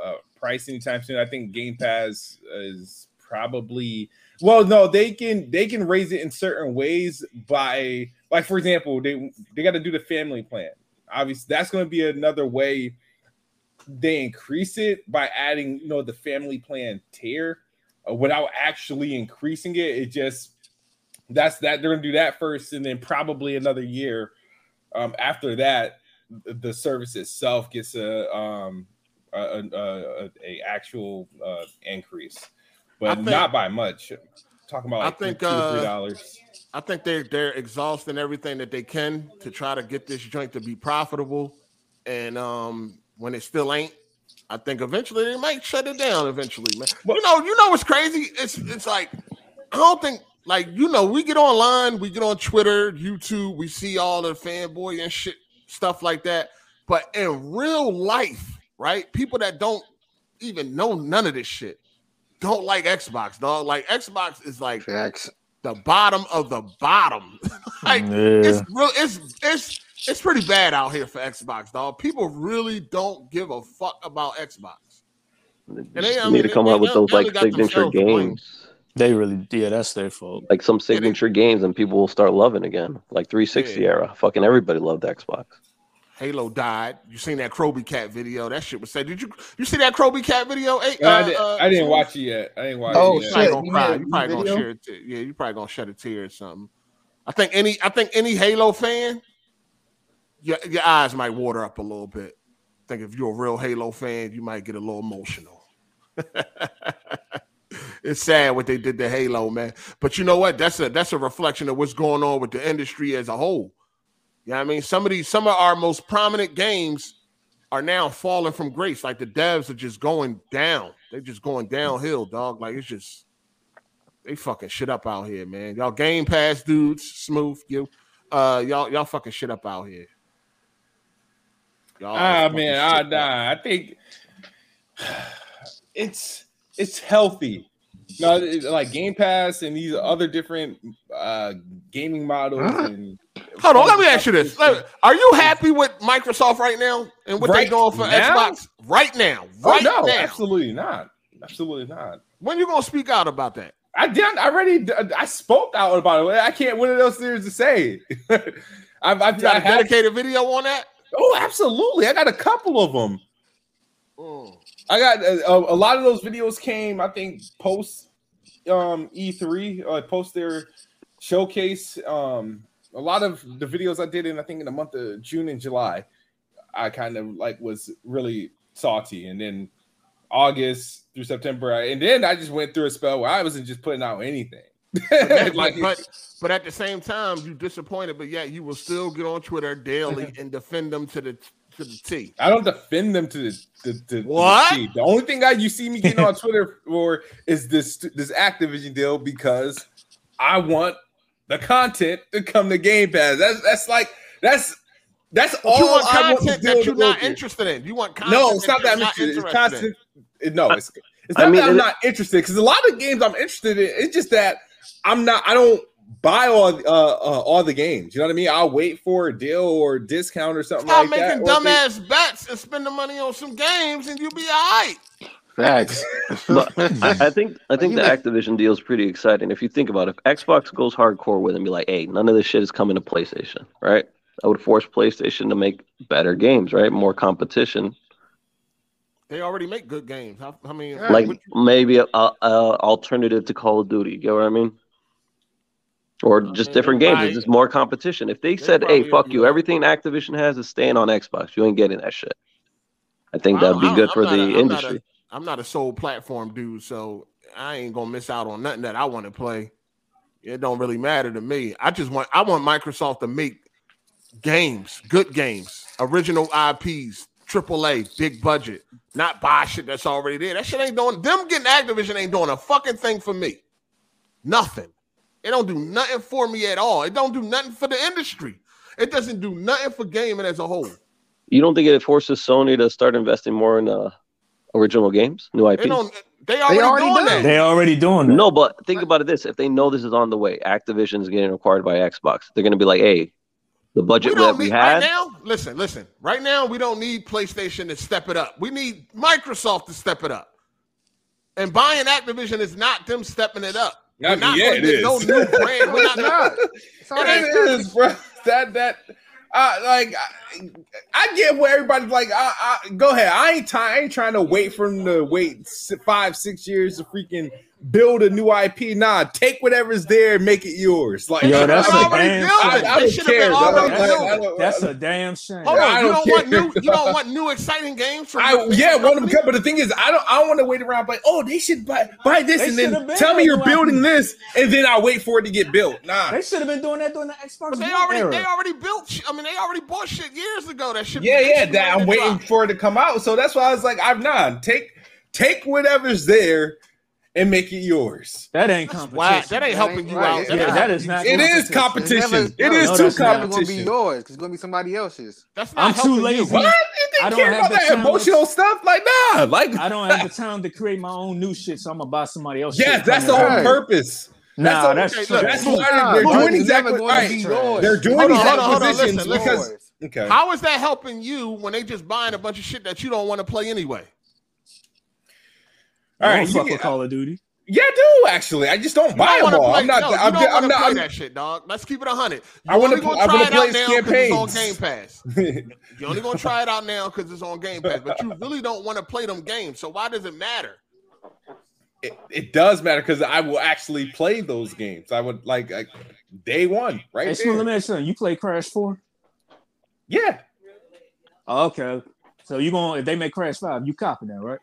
S2: uh, uh price anytime soon. I think Game Pass is probably well, no, they can they can raise it in certain ways by like for example, they they got to do the family plan. Obviously, that's going to be another way they increase it by adding, you know, the family plan tier uh, without actually increasing it. It just that's that they're going to do that first and then probably another year um after that the- the service itself gets a um a, a, a, a actual uh increase
S1: I
S2: but
S1: think-
S2: not by much talking about
S1: I
S2: like
S1: think,
S2: two or
S1: uh,
S2: three dollars
S1: I think they're they're exhausting everything that they can to try to get this joint to be profitable. And um, when it still ain't, I think eventually they might shut it down. Eventually, man. you know, you know what's crazy? It's it's like I don't think like you know we get online, we get on Twitter, YouTube, we see all the fanboy and shit stuff like that. But in real life, right? People that don't even know none of this shit don't like Xbox, dog. Like Xbox is like
S7: facts.
S1: the bottom of the bottom. like
S6: Yeah.
S1: it's real it's it's it's pretty bad out here for Xbox, dog. People really don't give a fuck about Xbox.
S5: They just
S1: they- I
S5: need
S1: mean,
S5: to come
S1: they-
S5: up with
S1: they-
S5: those
S1: they
S5: like
S1: got
S5: signature
S1: themselves a win.
S5: games,
S6: They really, yeah, that's their fault.
S5: like some signature games, and people will start loving again. Like 360
S1: Yeah.
S5: era, fucking everybody loved Xbox.
S1: Halo died. You seen that Croby Cat video? That shit was said. Did you you see that Croby Cat video? Hey,
S2: I,
S1: uh,
S2: did,
S1: uh,
S2: I didn't watch it yet. I didn't watch
S7: Oh,
S2: it
S1: You
S2: yet.
S1: probably
S7: shit.
S1: gonna
S7: you
S1: cry.
S7: had
S1: You probably gonna
S7: video?
S1: share a tear. Yeah, you probably gonna shed a tear or something. I think any I think any Halo fan, your, your eyes might water up a little bit. I think if you're a real Halo fan, you might get a little emotional. it's sad what they did to Halo, man. But you know what? That's a that's a reflection of what's going on with the industry as a whole. You know what I mean? Some of these some of our most prominent games are now falling from grace. Like the devs are just going down. They're just going downhill, dog. Like it's just they fucking shit up out here, man. Y'all game pass dudes, smooth you. Uh y'all y'all fucking shit up out here. Y'all are
S2: Ah
S1: Oh, fucking
S2: man,
S1: shit
S2: ah
S1: up.
S2: nah. I think it's it's healthy. No, it- like Game Pass and these other different uh gaming models. And
S1: Hold on, let me ask you this. Let- Are you happy with Microsoft right now and what
S2: Right
S1: they're doing for
S2: now?
S1: Xbox right now?
S2: Oh,
S1: Right
S2: no,
S1: now.
S2: absolutely not. Absolutely not. When
S1: When you gonna speak out about that?
S2: I did I already uh, I spoke out about it. I can't. What else there is to say? I've, I've,
S1: You got
S2: I
S1: a
S2: have-
S1: dedicated video on that?
S2: Oh, absolutely. I got a couple of them.
S1: Mm.
S2: I got a, a, a lot of those videos came, I think, post um E3, uh, post their showcase. Um, a lot of the videos I did in, I think, in the month of June and July, I kind of like was really salty, and then August through September, I, and then I just went through a spell where I wasn't just putting out anything.
S1: but,
S2: like,
S1: but, but at the same time, you disappointed, but yet you will still get on Twitter daily and defend them to the to the T.
S2: I don't defend them to the to, to- to the
S1: What?
S2: team. The only thing I you see me getting on Twitter for is this this Activision deal because I want the content to come to Game Pass. That's that's like that's that's all
S1: you want
S2: I want
S1: content
S2: the deal
S1: that
S2: to
S1: you're
S2: go
S1: not
S2: through.
S1: interested in. You want content
S2: No, it's not that I'm
S1: you're
S2: interested. It's
S1: interested in.
S2: constant. it- No, it's it's
S5: I
S2: not
S5: mean,
S2: that I'm
S5: it-
S2: not interested because a lot of games I'm interested in. It's just that I'm not. I don't buy all uh, uh all the games. You know what I mean? I'll wait for a deal or a discount or something
S1: Stop
S2: like that.
S1: making
S2: or if they-
S1: dumbass bets and spending money on some games, and you'll be all right.
S7: Facts.
S5: But I, I think I think
S7: you
S5: the
S7: mean?
S5: Activision deal is pretty exciting. If you think about it, if Xbox goes hardcore with it and be like, "Hey, none of this shit is coming to PlayStation," right? I would force PlayStation to make better games, right? More competition,
S1: They already make good games. How, I mean,
S7: Right.
S5: like
S1: what you-
S5: maybe a, a, a alternative to Call of Duty. You get what I mean? Or just
S1: mean,
S5: different games.
S1: right.
S5: It's just more competition. If they,
S1: They
S5: said, "Hey,
S1: probably
S5: fuck
S1: would
S5: you,
S1: do that.
S5: everything Activision has is staying on Xbox. You ain't getting that shit." I think
S1: I don't-
S5: that'd be
S1: I
S5: good
S1: don't-
S5: for the
S1: I'm not a- I'm not a-
S5: industry.
S1: I'm not a sole platform dude, so I ain't gonna miss out on nothing that I want to play. It don't really matter to me. I just want I want Microsoft to make games, good games, original IPs, AAA, big budget, not buy shit that's already there. That shit ain't doing them getting Activision ain't doing a fucking thing for me. Nothing. It don't do nothing for me at all. It don't do nothing for the industry. It doesn't do nothing for gaming as a whole.
S5: You don't think it forces Sony to start investing more in uh, original games, new
S1: They
S5: IPs?
S1: don't. They already,
S7: already
S1: doing
S7: do.
S1: that.
S6: They already doing that.
S5: No, but think about it this: if they know this is on the way, Activision's getting acquired by Xbox. They're going to be like, "Hey, the budget
S1: we don't
S5: that we
S1: need,
S5: had."
S1: right now. Listen, listen. Right now, we don't need PlayStation to step it up. We need Microsoft to step it up. And buying Activision is not them stepping it up.
S2: I mean,
S1: We're not
S2: yeah,
S1: gonna
S2: it
S1: get
S2: is.
S1: No new brand. We're not.
S7: not. It's all
S2: It is, bro. That that uh, like I, I get where everybody's like, I, I, go ahead. I ain't time. I ain't trying to wait for them to wait s- five six years to freaking build a new IP. Nah, take whatever's there, and make it yours. Like
S6: Yo, that's
S1: They're
S6: a
S1: already
S6: damn
S1: building.
S6: shame.
S1: They
S2: I- I don't
S1: should have been
S2: care, dog.
S1: already
S2: I don't-
S1: building.
S2: I don't-
S6: That's a damn shame.
S1: Hold on,
S2: I
S1: you
S2: don't
S1: don't want
S2: care.
S1: new. You don't want new exciting games from.
S2: I yeah, one of them. But the thing is, I don't. I don't want to wait around. Like, oh, they should buy buy this,
S6: They
S2: and
S6: should've
S2: then
S6: been
S2: tell me
S6: like
S2: you're
S6: that.
S2: building this, and then I wait for it to get built. Nah.
S6: They should have been doing that during the Xbox
S1: But they
S6: One
S1: already,
S6: era.
S1: they already built. sh- I mean, they already bought shit years ago. That should.
S2: Yeah,
S1: that
S2: yeah.
S1: should be
S2: That
S1: ready
S2: I'm
S1: to
S2: waiting
S1: drop.
S2: for it to come out. So that's why I was like, I'm not take take whatever's there and make it yours.
S6: that ain't
S1: That's
S6: competition.
S1: whack. That ain't helping you
S7: right.
S1: out.
S7: Yeah,
S1: ain't
S6: yeah, that
S1: helping
S6: is
S1: you.
S6: not.
S2: It is
S7: It's
S2: competition.
S7: never,
S2: It
S7: no,
S2: is
S6: no,
S2: too
S6: that's not.
S7: never gonna be
S2: competition.
S7: yours. It's gonna be somebody else's.
S1: That's not
S6: I'm
S1: helping
S6: too
S1: you.
S6: lazy.
S2: What?
S6: I
S2: They
S6: don't
S2: care
S6: have
S2: about
S6: the
S2: that
S6: talent.
S2: emotional stuff? Like, nah. Like,
S6: I don't have the time to create my own new shit, so I'm gonna buy somebody else.
S2: yes,
S6: shit.
S2: that's the
S6: Come
S2: whole
S6: on.
S7: Right.
S2: purpose.
S6: Nah,
S2: all-
S6: that's
S1: okay,
S6: true.
S1: look,
S2: That's
S1: Move
S2: why they're,
S7: on.
S2: doing
S7: It's never
S2: exactly
S7: going to
S2: right.
S7: be yours.
S2: They're doing
S1: Hold on,
S2: exact
S1: hold on, hold on,
S2: positions
S1: listen,
S2: because
S1: listen.
S2: okay.
S1: How is that helping you when they just buying a bunch of shit that you don't want to play anyway?
S2: All
S6: I
S2: right,
S6: don't fuck
S2: you-
S6: with Call of Duty.
S2: yeah, I do actually. I just don't buy
S1: I
S2: them
S1: wanna
S2: all.
S1: play-
S2: I'm not.
S1: no, you
S2: I'm,
S1: don't
S2: I'm
S1: wanna
S2: not.
S1: play that shit, dog. Let's keep it hundred.
S2: I wanna
S1: only
S2: pl-
S1: gonna
S2: I
S1: try
S2: wanna
S1: it
S2: play
S1: out now 'cause it's on Game
S2: campaigns.
S1: Pass. You only gonna try it out now because it's on Game Pass, but you really don't want to play them games. So why does it matter?
S2: it, it does matter because I will actually play those games. I would like, like day one,
S6: Hey,
S2: right?
S6: Smooth, let
S2: there.
S6: me ask you something. You play Crash Four?
S2: Yeah.
S6: Oh, Okay. So you going if they make Crash Five, you copying that, right?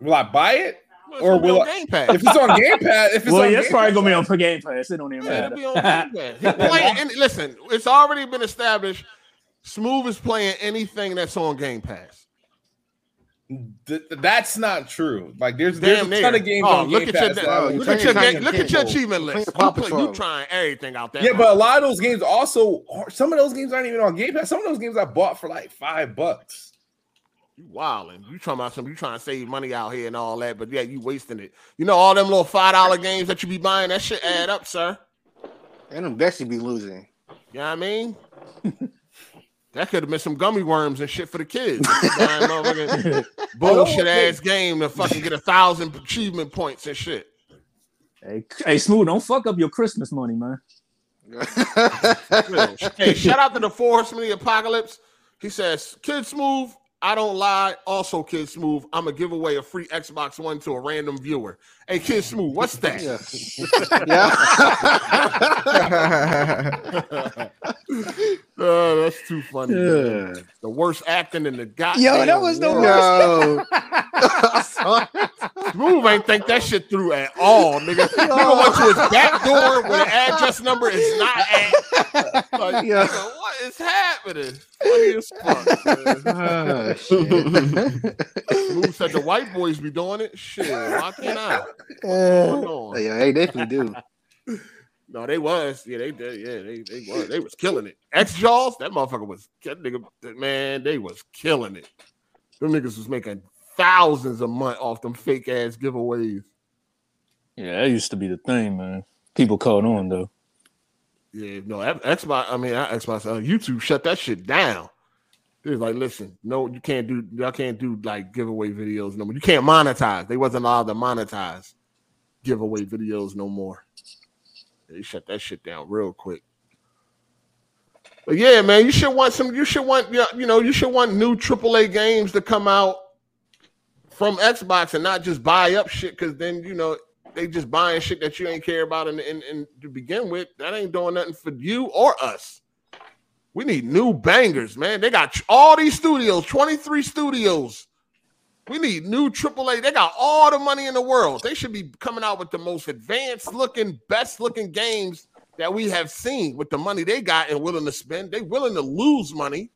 S2: Will I buy it?
S1: Well, it's
S2: Or
S1: gonna be
S2: will
S1: on
S2: I-
S1: Game Pass?
S2: If it's on Game Pass, if it's
S6: Well,
S2: on
S6: yeah, it's
S2: Game
S6: probably
S2: Pass,
S6: gonna be on Game Pass. It don't even
S1: Yeah, it'll
S6: matter.
S1: be on Game Pass. He playing any- listen, it's already been established. Smooth is playing anything that's on Game Pass.
S2: th- that's not true. Like there's
S1: Damn
S2: there's a
S1: near.
S2: ton of games
S1: oh,
S2: on
S1: look
S2: Game
S1: at your
S2: Pass. that
S1: da-
S2: I
S7: Oh,
S2: would
S1: look
S7: play
S1: at your
S7: Tiny
S1: ga- look at your
S7: Temple.
S1: achievement
S7: Play
S1: list. You,
S7: Paw
S1: play, you
S7: Patrol.
S1: trying everything out there?
S2: Yeah, but a lot of those games also are- some of those games aren't even on Game Pass. Some of those games I bought for like five bucks.
S1: you wilding. You talking about some? You trying to save money out here and all that? But yeah, you wasting it. You know all them little five dollar games that you be buying. That shit add up, sir.
S7: And them bets you be losing.
S1: You know what I mean? That could have been some gummy worms and shit for the kids. Buying motherfucking
S6: Oh,
S1: Bullshit ass game to fucking get a thousand achievement points and shit.
S6: Hey, c- hey, Smooth, don't fuck up your Christmas money, man.
S1: Real. hey, shout out to the Forest Mini Apocalypse. He says, Kid Smooth, I don't lie. Also, Kid Smooth, I'm going to give away a free Xbox One to a random viewer. Hey, Kid Smooth, what's that?
S7: yeah. yeah.
S1: Oh, that's too funny. man. The worst acting in the goddamn
S4: Yo, that was the
S1: world.
S7: no.
S1: Smooth ain't think that shit through at all, nigga. Nigga went to his back door where the address number is not at. Like,
S7: Yeah.
S1: nigga, what is happening? Funny as fuck. man.
S7: Oh,
S6: Ah,
S7: shit.
S1: Smooth said the white boys be doing it. Shit, why can't I?
S7: Uh,
S1: What's going on?
S7: yeah, they definitely do.
S1: No, they was. Yeah, they did. Yeah, they they was. They was killing it. X Jaws, that motherfucker was. That nigga, man, they was killing it. Them niggas was making thousands a month off them fake ass giveaways.
S6: Yeah, that used to be the thing, man. People caught on though.
S1: Yeah, no, X- Xbox. I mean, not Xbox. Uh, YouTube shut that shit down. It was like, listen, no, you can't do. Y'all can't do like giveaway videos no more. You can't monetize. They wasn't allowed to monetize giveaway videos no more. They shut that shit down real quick. But yeah, man, you should want some. You should want yeah, you know you should want new AAA games to come out from Xbox and not just buy up shit because then you know they just buying shit that you ain't care about and, and, and to begin with that ain't doing nothing for you or us we need new bangers man they got all these studios 23 studios we need new AAA. They got all the money in the world. They should be coming out with the most advanced looking, best looking games that we have seen with the money they got and willing to spend. They willing to lose money.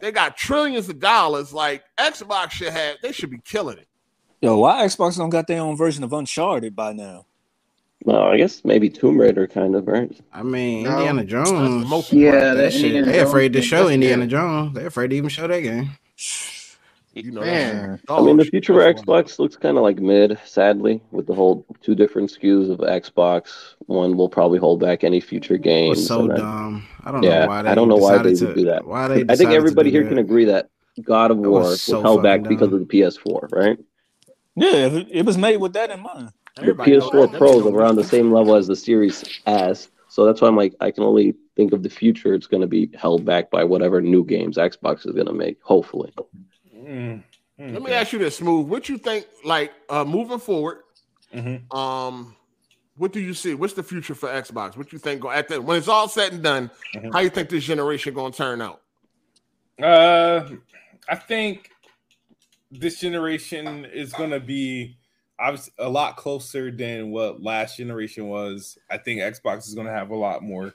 S1: They got trillions of dollars. Like Xbox should have. They should be killing it.
S6: Yo, why Xbox don't got their own version of Uncharted by now?
S5: No, I guess maybe Tomb Raider, kind of, right?
S3: I mean,
S7: No.
S3: Indiana Jones.
S1: Most
S3: that
S8: Yeah, that
S3: shit.
S8: Indiana
S3: They
S8: Jones
S3: afraid to
S8: thing,
S3: show
S8: that's
S3: Indiana
S8: good.
S3: Jones. They afraid to even show that game.
S1: You know,
S7: Man.
S1: Oh, that's-
S5: I mean, the
S1: dog
S5: future
S1: shit.
S5: of Xbox looks kind of like mid, sadly, with the whole two different SKUs of Xbox. One will probably hold back any future
S3: It
S5: games.
S3: was so
S5: and then-
S3: dumb. I don't
S5: Yeah,
S3: know why
S5: I
S3: they.
S5: don't know why
S3: decided
S5: they would
S3: to
S5: do that.
S3: Why they?
S5: I
S3: decided
S5: think
S3: to
S5: everybody
S3: do
S5: here
S3: that.
S5: can agree that God of
S3: That
S5: War
S3: was
S5: was
S3: so
S5: held back
S3: fucking
S5: because of
S3: dumb.
S5: the PS4, right?
S6: Yeah, it, it was made with that in mind.
S5: The
S1: Everybody knows
S5: PS4
S1: that.
S5: Pro is around the same level as the Series S, so that's why I'm like, I can only think of the future. It's going to be held back by whatever new games Xbox is going to make, hopefully.
S2: Mm.
S1: Let me ask you this, Smooth. What you think, like, uh, moving forward,
S2: Mhm.
S1: um, what do you see? What's the future for Xbox? What you think go- at the, when it's all said and done?
S2: Mhm.
S1: How you think this generation gonna turn out?
S2: Uh, I think this generation is going to be obviously a lot closer than what last generation was. I think Xbox is going to have a lot more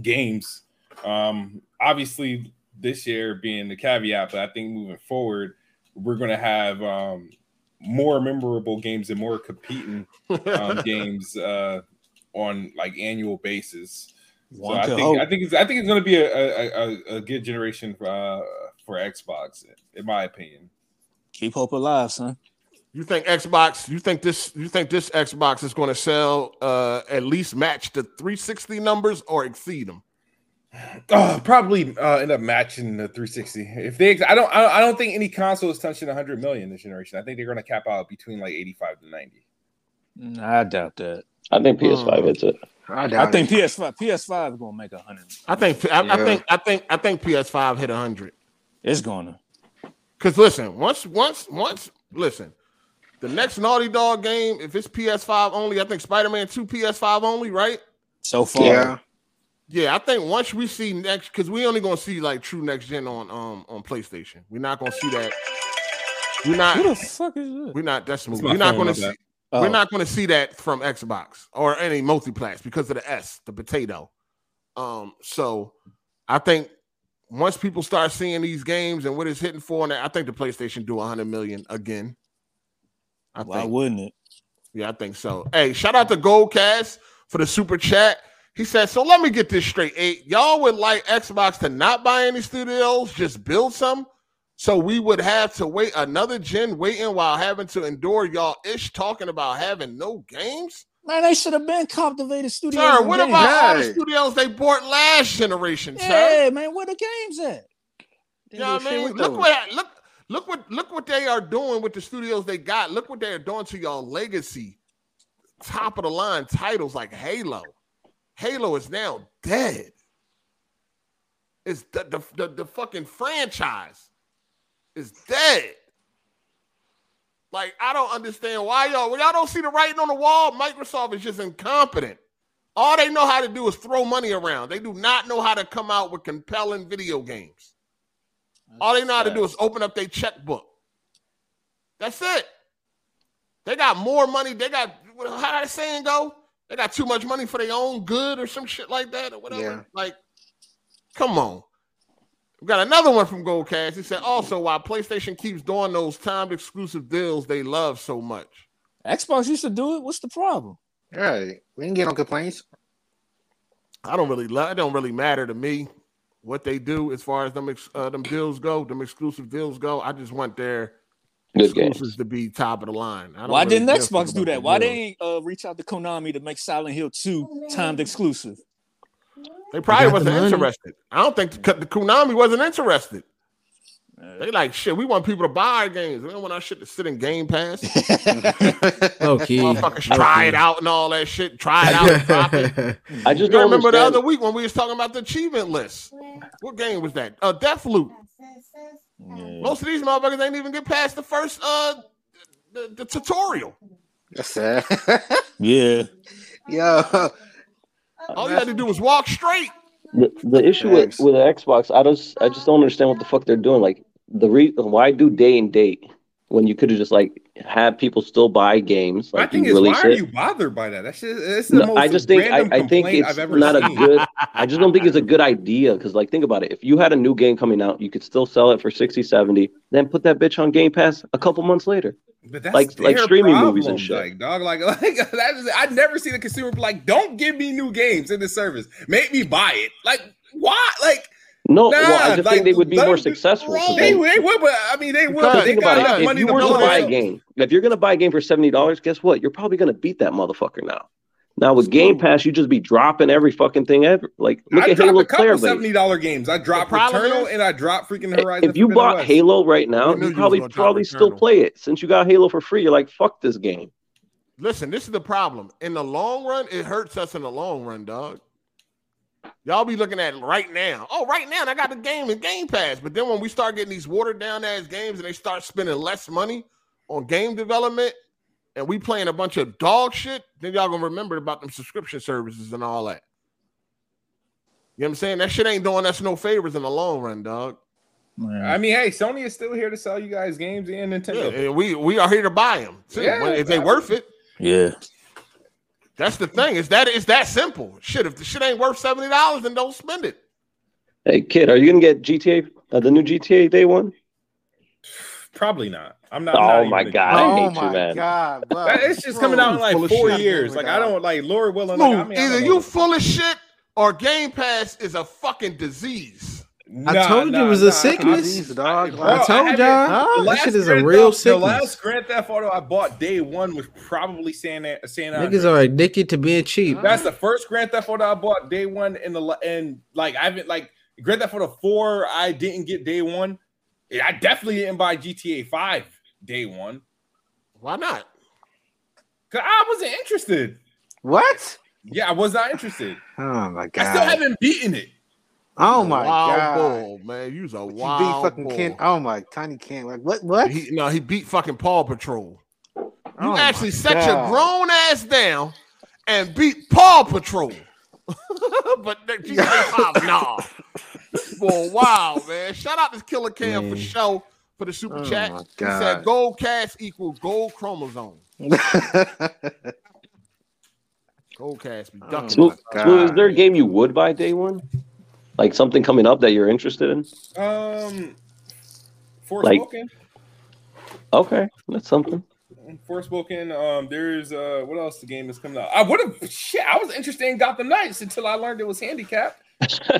S2: games. Um, obviously, this year being the caveat, but I think moving forward, we're going to have um, more memorable games and more competing um, games uh, on like annual basis. So I
S6: Wonka.
S2: think I think it's I think it's going to be a a, a, a good generation for, uh, for Xbox, in my opinion.
S6: Keep hope alive, son.
S1: You think Xbox? You think this? You think this Xbox is gonna sell uh, at least match the 360 numbers or exceed them?
S2: Oh, probably uh, end up matching the 360. If they, I don't, I don't- I don't think any console is touching 100 million this generation. I think they're going to cap out between like 85 to 90.
S6: Mm, I doubt that.
S5: I think
S3: Oh.
S5: PS5 hits Hmm. it.
S7: I,
S6: I
S7: doubt
S6: think
S7: it.
S6: PS5 PS5 gonna make a hundred.
S1: I think I, I
S7: Yeah.
S1: think I think I think PS5 hit hundred.
S6: It's gonna.
S1: Cause listen, once once once listen, the next Naughty Dog game, if it's PS5 only, I think Spider-Man 2 PS5 only, right?
S6: So far,
S7: Yeah.
S1: Yeah, I think once we see next, because we only gonna see like true next gen on um on PlayStation. We're not gonna see that. We're
S6: who
S1: not.
S6: the fuck is this?
S1: We're not. That's smooth.
S2: my
S1: We're not
S2: phone,
S1: gonna
S2: my
S1: see.
S2: bad.
S1: We're
S6: Oh,
S1: not gonna see that from Xbox or any multiplats because of the S, the potato. Um, so I think once people start seeing these games and what it's hitting for, and I think the PlayStation do 100 million again. I
S6: Why
S1: think
S6: wouldn't it?
S1: yeah, I think so. Hey, shout out to Goldcast for the super chat. He said, "So let me get this straight. Eight, y'all would like Xbox to not buy any studios, just build some, so we would have to wait another gen, waiting while having to endure y'all ish talking about having no games.
S6: Man, they should have been cultivated studios.
S1: Sir,
S6: and
S1: what
S6: games.
S1: about all the
S7: Right.
S1: studios they bought last generation, sir?
S6: Yeah, man, where the games at?
S1: You know what I
S7: Shit
S1: mean?
S7: with
S1: Look
S7: those.
S1: what look look what look what they are doing with the studios they got. Look what they are doing to y'all legacy, top of the line titles like Halo. Halo is now dead. It's the the, the, the fucking franchise is dead. Like I don't understand why y'all when y'all don't see the writing on the wall. Microsoft is just incompetent. All they know how to do is throw money around. They do not know how to come out with compelling video games. All they know how to do is open up their checkbook. That's it. They got more money. They got what- how that saying go? They got too much money for their own good or some shit like that or whatever.
S7: Yeah.
S1: Like, come on. We got another one from Goldcast. He said, also why PlayStation keeps doing those timed exclusive deals they love so much.
S6: Xbox used to do it. What's the problem?
S7: Right. We didn't get no complaints.
S1: I don't really love. It don't really matter to me what they do as far as them ex- uh, them deals go, them exclusive deals go. I just want their
S5: Good game.
S1: exclusives to be top of the line. I don't
S6: Why
S1: really
S6: didn't
S1: give a fuck
S6: Xbox do
S1: about the
S6: that? Why they
S1: deals.
S6: ain't uh, reach out to Konami to make Silent Hill 2 timed exclusive?
S1: They probably
S3: got the
S1: wasn't
S3: money.
S1: interested. I don't think the, the Konami wasn't interested. They like shit. We want people to buy our games. We don't want our shit to sit in Game Pass.
S3: Low key.
S1: Motherfuckers try it out and all that shit. Try it out. And drop it.
S5: I just
S1: You
S5: don't
S1: remember the
S5: understand-
S1: other week when we was talking about the achievement list? What game was that? Uh, Deathloop.
S6: Yeah.
S1: Most of these motherfuckers ain't even get past the first uh the, the tutorial.
S7: That's sad.
S6: yeah.
S7: Yo.
S1: All you had to do was walk straight.
S5: The, the issue with,
S7: Thanks.
S5: with the Xbox, I just I just don't understand what the fuck they're doing. Like the re- why do day and date when you could have just like had people still buy games?
S2: My
S5: Like
S2: thing
S5: you
S2: is, why
S5: release
S2: are
S5: it.
S2: you bothered by that? That's just, it's the
S5: No,
S2: most
S5: I just think I,
S2: random
S5: I think
S2: complaint
S5: it's
S2: I've ever
S5: not
S2: seen.
S5: a good. I just don't think it's a good idea because like think about it. If you had a new game coming out, you could still sell it for 60, 70, then put that bitch on Game Pass a couple months later.
S2: But that's
S5: Like- like
S2: their
S5: streaming movies and
S2: problem,
S5: shit.
S2: Like, dog, like, like that is, I never see the consumer be like, don't give me new games in the service. Make me buy it. Like, why? Like,
S5: No,
S2: Nah,
S5: well, I just
S2: like,
S5: think they would be
S2: let
S5: more
S2: them do-
S5: successful. 'cause
S2: they, they
S5: then-
S2: would, but I mean, they would. But
S1: Because
S2: they
S5: think about
S2: got enough
S5: it. If
S2: money
S5: you
S2: to
S5: were to
S2: blow
S5: buy
S2: it
S5: a
S2: up.
S5: game, if you're gonna buy a game for seventy dollars, guess what? You're probably gonna beat that motherfucker now. Now with Game Pass, you just be dropping every fucking thing ever. Like look
S2: I
S5: at
S2: dropped
S5: Halo
S2: a couple
S5: Clairblade.
S2: seventy dollar games. I dropped
S1: The problem
S2: Returnal
S1: is-
S2: and I dropped freaking Horizon.
S5: If you
S2: Forbidden
S5: bought
S2: West.
S5: Halo right
S1: We
S5: now,
S1: knew you
S5: you
S1: was
S5: probably
S1: gonna drop
S5: probably still
S1: Returnal.
S5: play it. Since you got Halo for free, you're like, fuck this game.
S1: Listen, this is the problem. In the long run, it hurts us in the long run, dog. Y'all be looking at it right now. Oh, right now, I got the game in Game Pass. But then when we start getting these watered down ass games and they start spending less money on game development and we playing a bunch of dog shit, then y'all gonna remember about them subscription services and all that. You know what I'm saying? That shit ain't doing us no favors in the long run, dog.
S2: I mean, hey, Sony is still here to sell you guys games and
S1: Yeah,
S2: Nintendo.
S1: and we we are here to buy them.
S2: Yeah,
S1: if they
S2: I-
S1: worth it.
S6: Yeah.
S1: That's the thing. Is that it's that simple? Shit, if the shit ain't worth seventy dollars, then don't spend it.
S5: Hey kid, are you gonna get GTA uh, the new GTA day one?
S2: Probably not. I'm not. I'm not
S5: Oh
S2: even
S5: my
S2: a-
S5: god, I
S7: Oh
S5: hate you,
S7: my
S5: man.
S7: god, bro.
S2: That- It's just coming out in like
S1: Full of
S2: four
S7: Oh
S1: shit.
S2: years. Like I don't like Lord willing. Like, I
S1: Smooth.
S2: mean, I
S1: Either
S2: don't
S1: you
S2: know.
S1: full of shit or Game Pass is a fucking disease.
S2: Nah,
S3: told you it
S2: nah,
S3: was a
S2: nah.
S3: sickness.
S7: These dog.
S2: Bro,
S3: I told
S2: haven't-
S3: y'all, that
S2: the last
S3: shit is a
S2: Grand
S3: real
S2: Theft- The
S3: sickness.
S2: last Grand Theft Auto I bought day one was probably San An- San Andreas.
S3: Niggas are addicted to being cheap.
S2: That's the first Grand Theft Auto I bought day one, and the la- and like I haven't like Grand Theft Auto four I didn't get day one. Yeah, I definitely didn't buy GTA five day one
S1: Why not?
S2: because I wasn't interested.
S7: What?
S2: Yeah, I was not interested.
S7: Oh my god.
S2: I still haven't beaten it.
S7: oh my
S1: wild
S7: god.
S1: bull, man. You's a
S7: You
S1: wild
S7: beat fucking
S1: bull.
S7: Ken. Oh my tiny Ken. Like what? What?
S1: He, no, he beat fucking Paw Patrol. You
S7: Oh
S1: actually
S7: my
S1: set your
S7: God.
S1: grown ass down and beat Paw Patrol. but that GTA 5, nah. For a while, man. Shout out to Killer Cam for
S3: Man.
S1: show for the super
S7: Oh
S1: chat.
S7: my
S1: He said
S7: God.
S1: gold cast equals gold chromosome. Gold cast be
S7: Oh
S1: ducking.
S5: Smooth,
S7: my
S5: Smooth, is
S7: God.
S5: there a game you would buy day one? Like something coming up that you're interested in?
S2: Um, for
S5: Like-
S2: smoking,
S5: Okay, that's something.
S2: for smoking. Um, there's uh, what else? The game is coming out. I would have shit. I was interested in Gotham Knights until I learned it was handicapped.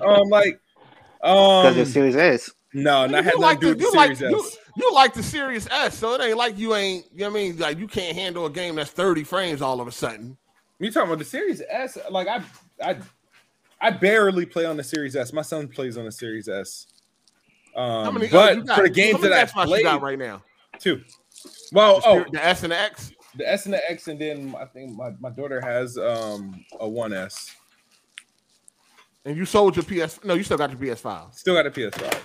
S2: um, like,
S7: Because it's
S2: um,
S7: Series S.
S2: no, not had
S1: you
S2: nothing
S1: like
S2: to do
S1: the,
S2: with the
S1: you like
S2: series
S1: you,
S2: S.
S1: you like the Serious S, so it ain't like you ain't. You know what I mean, like you can't handle a game that's thirty frames all of a sudden.
S2: You talking about the Series S? Like I, I, I barely play on the Series S. My son plays on the Series S. Um,
S1: How many?
S2: but
S1: oh, you got-
S2: for the
S1: how
S2: games that
S1: many
S2: I
S1: Xbox
S2: played,
S1: you got right now,
S2: too. Well,
S1: the,
S2: oh,
S1: Seri- the S and the X.
S2: the S and the X, and then I think my, my daughter has um a one S.
S1: And you sold your PS? No, you still got your PS5.
S2: Still got a PS5.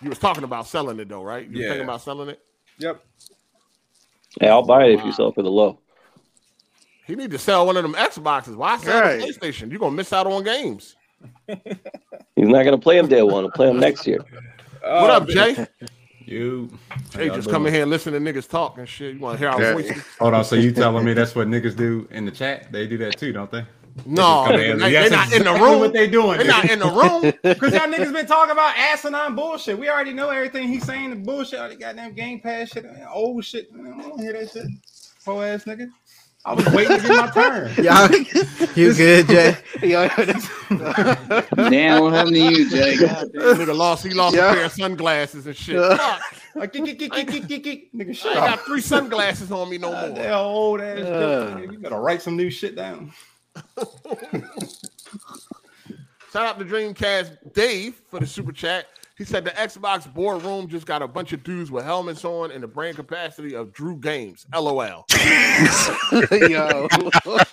S1: You was talking about selling it though, right? You were
S2: Yeah.
S1: thinking about selling it.
S2: Yep.
S5: Hey, I'll buy it if
S1: Wow.
S5: you sell it for the low.
S1: He need to sell one of them Xboxes. Why sell
S7: Right.
S1: the PlayStation? You are gonna miss out on games.
S5: He's not gonna play him day one. He'll play him next year.
S1: what
S2: Oh,
S1: up, Jay?
S8: You.
S1: Jay
S8: How
S1: just
S8: y'all
S1: come in
S8: doing?
S1: here and listen to niggas talk and shit. You want to hear our
S7: Yeah.
S1: voices?
S8: Hold on. So you telling me that's what niggas do in the chat? They do that too, don't they?
S1: No,
S8: Come
S1: they,
S8: in.
S1: they
S8: That's
S1: not in the
S8: exactly
S1: room.
S8: What they doing?
S1: They're not in the room.
S8: Because y'all niggas been talking about asinine bullshit. We already know everything he's saying. The bullshit, all the goddamn game pass shit, man, old shit. Man, I don't wanna hear that shit. Poor ass nigga. I was waiting to get my turn.
S3: Y'all, you good, Jay?
S7: Yo, that's-
S4: Damn, what happened to you, Jay? God damn.
S1: nigga lost. He lost
S7: Yeah.
S1: a pair of sunglasses and shit.
S7: Yeah.
S1: Fuck,
S8: Like, geek, geek, geek, geek, geek, geek, geek. Nigga,
S1: I
S8: shut
S1: ain't
S8: up.
S1: got three sunglasses on me no more.
S8: Goddamn old ass.
S7: Uh.
S8: nigga. You better write some new shit down.
S1: Shout out to Dreamcast Dave for the super chat. He said the Xbox boardroom just got a bunch of dudes with helmets on and the brand capacity of Drew Games. LOL.
S7: yo,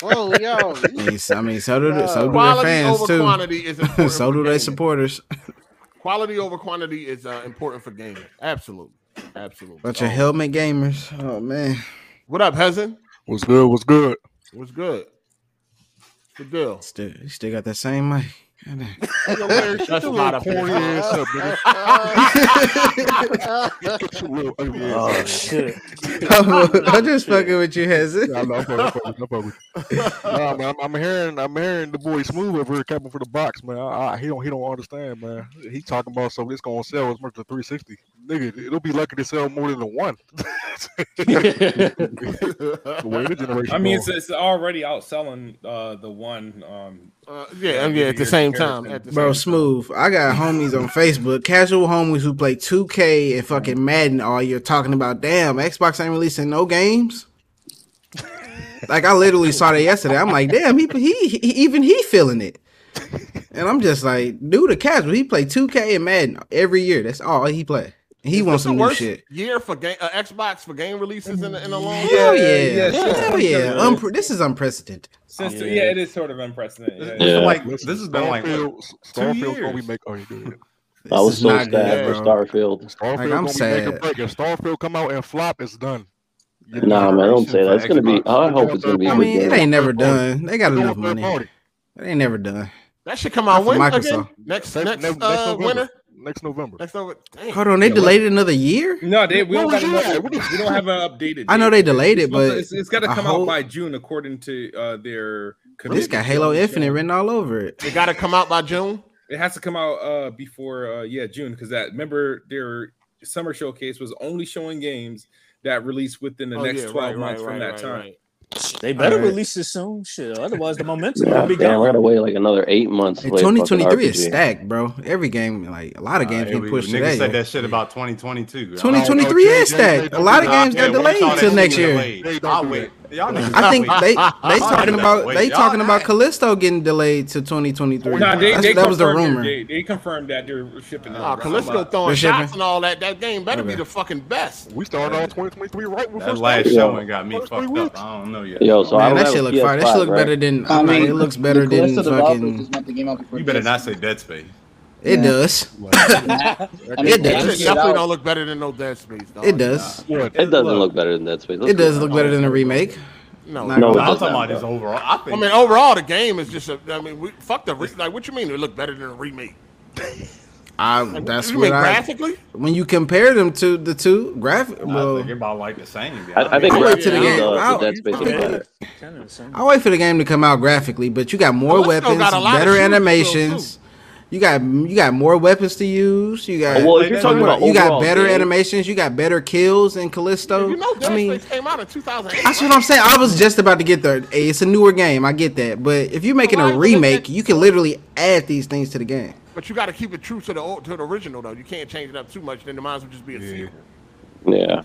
S7: oh, yo,
S3: I mean, so- I mean, so do the, so do their
S1: Quality
S3: fans
S1: over
S3: too.
S1: quantity is important.
S3: so do
S1: for
S3: their
S1: gaming.
S3: supporters.
S1: Quality over quantity is uh, important for gaming. Absolutely. Absolutely.
S3: Bunch of
S1: Oh.
S3: helmet gamers. Oh man,
S1: What up, Hezen?
S9: What's good? What's good?
S1: What's good? Good deal.
S3: still, you still got that same mic.
S1: That's a lot of
S9: Corny ass up, nigga. Get your little ugly ass
S6: Oh
S9: up.
S6: shit!
S3: I'm just fucking with you, Hezzy.
S9: Nah, nah, I'm fucking- I'm fucking- I'm fucking. Nah, man, I'm, I'm hearing, I'm hearing the boy Smooth over here coming for the box, man. I, I, he don't, he don't understand, man. He talking about so it's gonna sell as much as 360, nigga. It'll be lucky to sell more than the one. the way the generation.
S2: I mean, it's,
S9: going.
S2: it's already outselling uh the one. Um,
S1: Uh, yeah, and yeah, at the same time. At the
S3: Bro,
S1: same
S3: smooth. I got homies on Facebook, casual homies who play 2K and fucking Madden all year talking about damn Xbox ain't releasing no games. like I literally saw that yesterday. I'm like, damn, he, he, he even he feeling it. And I'm just like, dude, a casual. He play 2K and Madden every year. That's all he play. He wants
S1: It's the
S3: some new
S1: worst
S3: shit.
S1: year for game uh, Xbox for game releases in, in a long
S3: Hell yeah.
S2: yeah, sure.
S3: Hell yeah. Um, Unpre- this is unprecedented.
S2: since yeah.
S6: Yeah.
S2: it is sort of unprecedented.
S5: Yeah.
S8: So like, this
S9: Listen,
S8: has been like what,
S9: Starfield, Starfield gonna be
S8: years.
S9: make. Oh, you good?
S3: This
S5: I was
S3: is
S5: so
S3: not
S5: sad
S3: good,
S5: for
S3: bro.
S5: Starfield.
S9: Starfield
S3: I'm
S9: gonna be make
S3: sad.
S9: a break. If Starfield come out and flop, it's done.
S5: Nah, man, don't say that. It's gonna be. I hope it's gonna be. a
S3: I
S5: good
S3: mean, it
S5: game.
S3: ain't never done. They got
S9: Going
S3: enough
S9: third
S3: money.
S9: party.
S3: It ain't never done.
S1: That should come out
S3: Not for
S1: when again?
S3: Microsoft.
S1: Next
S9: Next,
S1: next,
S9: next, next
S1: uh,
S9: November.
S1: winter.
S9: Next November.
S1: Next over. Damn.
S3: Hold on, they
S2: Yeah,
S3: delayed it another year.
S2: No, they we
S9: Where
S2: don't,
S9: was
S2: have
S9: you
S2: enough,
S9: at? What is-
S2: we don't have an updated.
S3: I know they delayed it,
S2: It's supposed to-
S3: but
S2: it's, it's got to
S3: I
S2: come
S3: hope-
S2: out by June, according to uh their.
S3: this
S2: commitment
S3: got
S2: to
S3: Halo
S2: the show.
S3: Infinite written all over it.
S1: It got to come out by June.
S2: It has to come out uh before uh yeah June because that remember their summer showcase was only showing games that released within the
S1: Oh,
S2: next
S1: yeah,
S2: twelve
S1: right,
S2: months
S1: right,
S2: from
S1: right,
S2: that
S1: right,
S2: time.
S1: right.
S6: They better
S5: All right.
S6: release it soon. Shit, otherwise the momentum
S5: Yeah,
S6: will be
S5: damn,
S6: gone.
S5: we're gonna wait like another eight months.
S3: Hey,
S5: to play
S3: Twenty
S5: fucking
S3: twenty three is
S5: RPG.
S3: stacked, bro. Every game, like a lot of games,
S8: Hey,
S3: get
S8: we-
S3: pushed
S8: niggas
S3: today.
S8: said that shit about 2022.
S3: 2023 is stacked. A lot of games got delayed till next year.
S8: I'll wait. Y'all niggas
S3: I think
S8: not
S3: they they
S8: waiting. Y'all niggas
S3: talking about
S8: not
S3: they
S8: waiting.
S3: talking
S8: Y'all
S3: about Callisto getting delayed to 2023.
S2: Nah, they,
S3: That's-
S2: they
S3: that was the
S2: confirmed it.
S3: rumor.
S2: They, they confirmed that they're shipping.
S1: Oh, Callisto
S3: They're
S1: throwing
S3: shipping.
S1: shots and all that. That game better be
S3: Okay.
S1: the fucking best.
S9: We started on 2023 right before
S8: That last
S5: Yo.
S8: showing got me
S9: First three
S8: fucked
S9: weeks.
S8: up. I don't know yet.
S5: Yo, so I
S3: Man,
S5: don't
S3: that
S5: have
S3: shit
S5: a
S3: look fire. That shit
S5: PS5,
S3: look
S5: right?
S3: better than.
S10: I
S3: I mean,
S10: mean,
S3: it looks better
S10: the Callisto
S3: than
S10: developers
S3: fucking.
S10: just want the game out before
S8: you better
S10: PS5.
S8: not say Dead Space.
S3: It
S10: Yeah.
S3: does.
S10: I mean,
S3: It does.
S1: That
S10: they
S1: shit
S10: just
S3: out.
S1: definitely don't look better than no Dead Space. Dog.
S3: It does.
S9: What?
S5: It doesn't look better than Dead Space. Let's be
S3: It does
S5: honest.
S3: look better than a remake.
S1: No,
S3: Not
S8: I'm
S5: No, it
S3: gonna lie.
S5: does
S8: talking
S5: not,
S8: about this
S5: bro.
S8: overall. I
S1: I
S8: think.
S1: mean, overall, the game is just. A, I mean, we, fuck the re- like. What you mean? It look better than a remake?
S3: I,
S1: Like,
S3: that's
S1: you
S3: what
S1: mean
S3: I.
S1: graphically.
S3: When you compare them to the two graphic,
S8: I
S3: well,
S8: think about like the same. to be
S5: I, I
S8: honest.
S5: think
S3: I went to the
S5: graphically,
S3: game.
S5: uh,
S3: I-
S5: Dead Space is
S3: okay.
S5: better.
S6: Kinda the same.
S3: I wait for the game to come out graphically, but you got more
S1: Callisto
S3: weapons,
S1: got a lot of
S3: better
S1: shooters
S3: animations. You got you got more weapons to use. You got
S5: Well, if you're
S8: Like,
S5: talking about
S3: you got
S5: overall
S3: better
S5: game,
S3: animations. You got better kills in Callisto.
S1: You know, Dead
S3: I mean,
S1: Space came out in 2008.
S3: that's what I'm saying. I was just about to get there. Hey, It's a newer game. I get that, but if you're making
S1: why
S3: a
S1: would they
S3: remake,
S1: make-
S3: you can literally add these things to the game.
S1: But you got to keep it true to the old, to the original though. You can't change it up too much. Then the mines would just be a sequel.
S5: Yeah.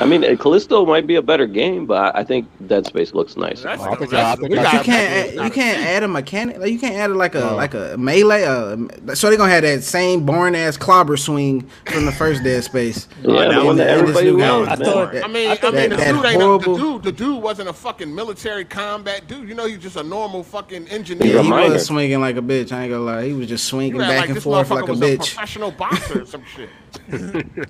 S5: I mean, uh, Callisto might be a better game, but I I think Dead Space looks nice.
S1: That's,
S9: I think-
S1: that's-
S9: I think-
S1: we
S9: But
S3: But
S1: gotta
S3: you
S1: make it
S3: can't add,
S1: not
S3: you
S1: a
S3: can't add a mechanic like you can't add like a like a melee. Uh, so they're gonna have that same boring ass clobber swing from the first Dead Space.
S5: Yeah, that
S3: In-
S5: one that
S3: in this
S5: everybody
S3: new
S5: loves,
S3: game.
S5: man.
S6: thought-
S1: I mean, I,
S6: I thought
S1: mean, the
S3: that-
S1: dude
S3: that
S1: ain't a, the
S3: horrible-
S1: dude. The dude wasn't a fucking military combat dude. You know, he's just a normal fucking engineer.
S5: He's
S3: Yeah,
S5: a
S3: he
S5: minor.
S3: was swinging like a bitch. I ain't gonna lie, he was just
S1: You
S3: swinging
S1: act
S3: back
S1: like
S3: and
S1: this
S3: forth
S1: motherfucker
S3: like a
S1: was a
S3: bitch.
S1: professional boxer or some shit.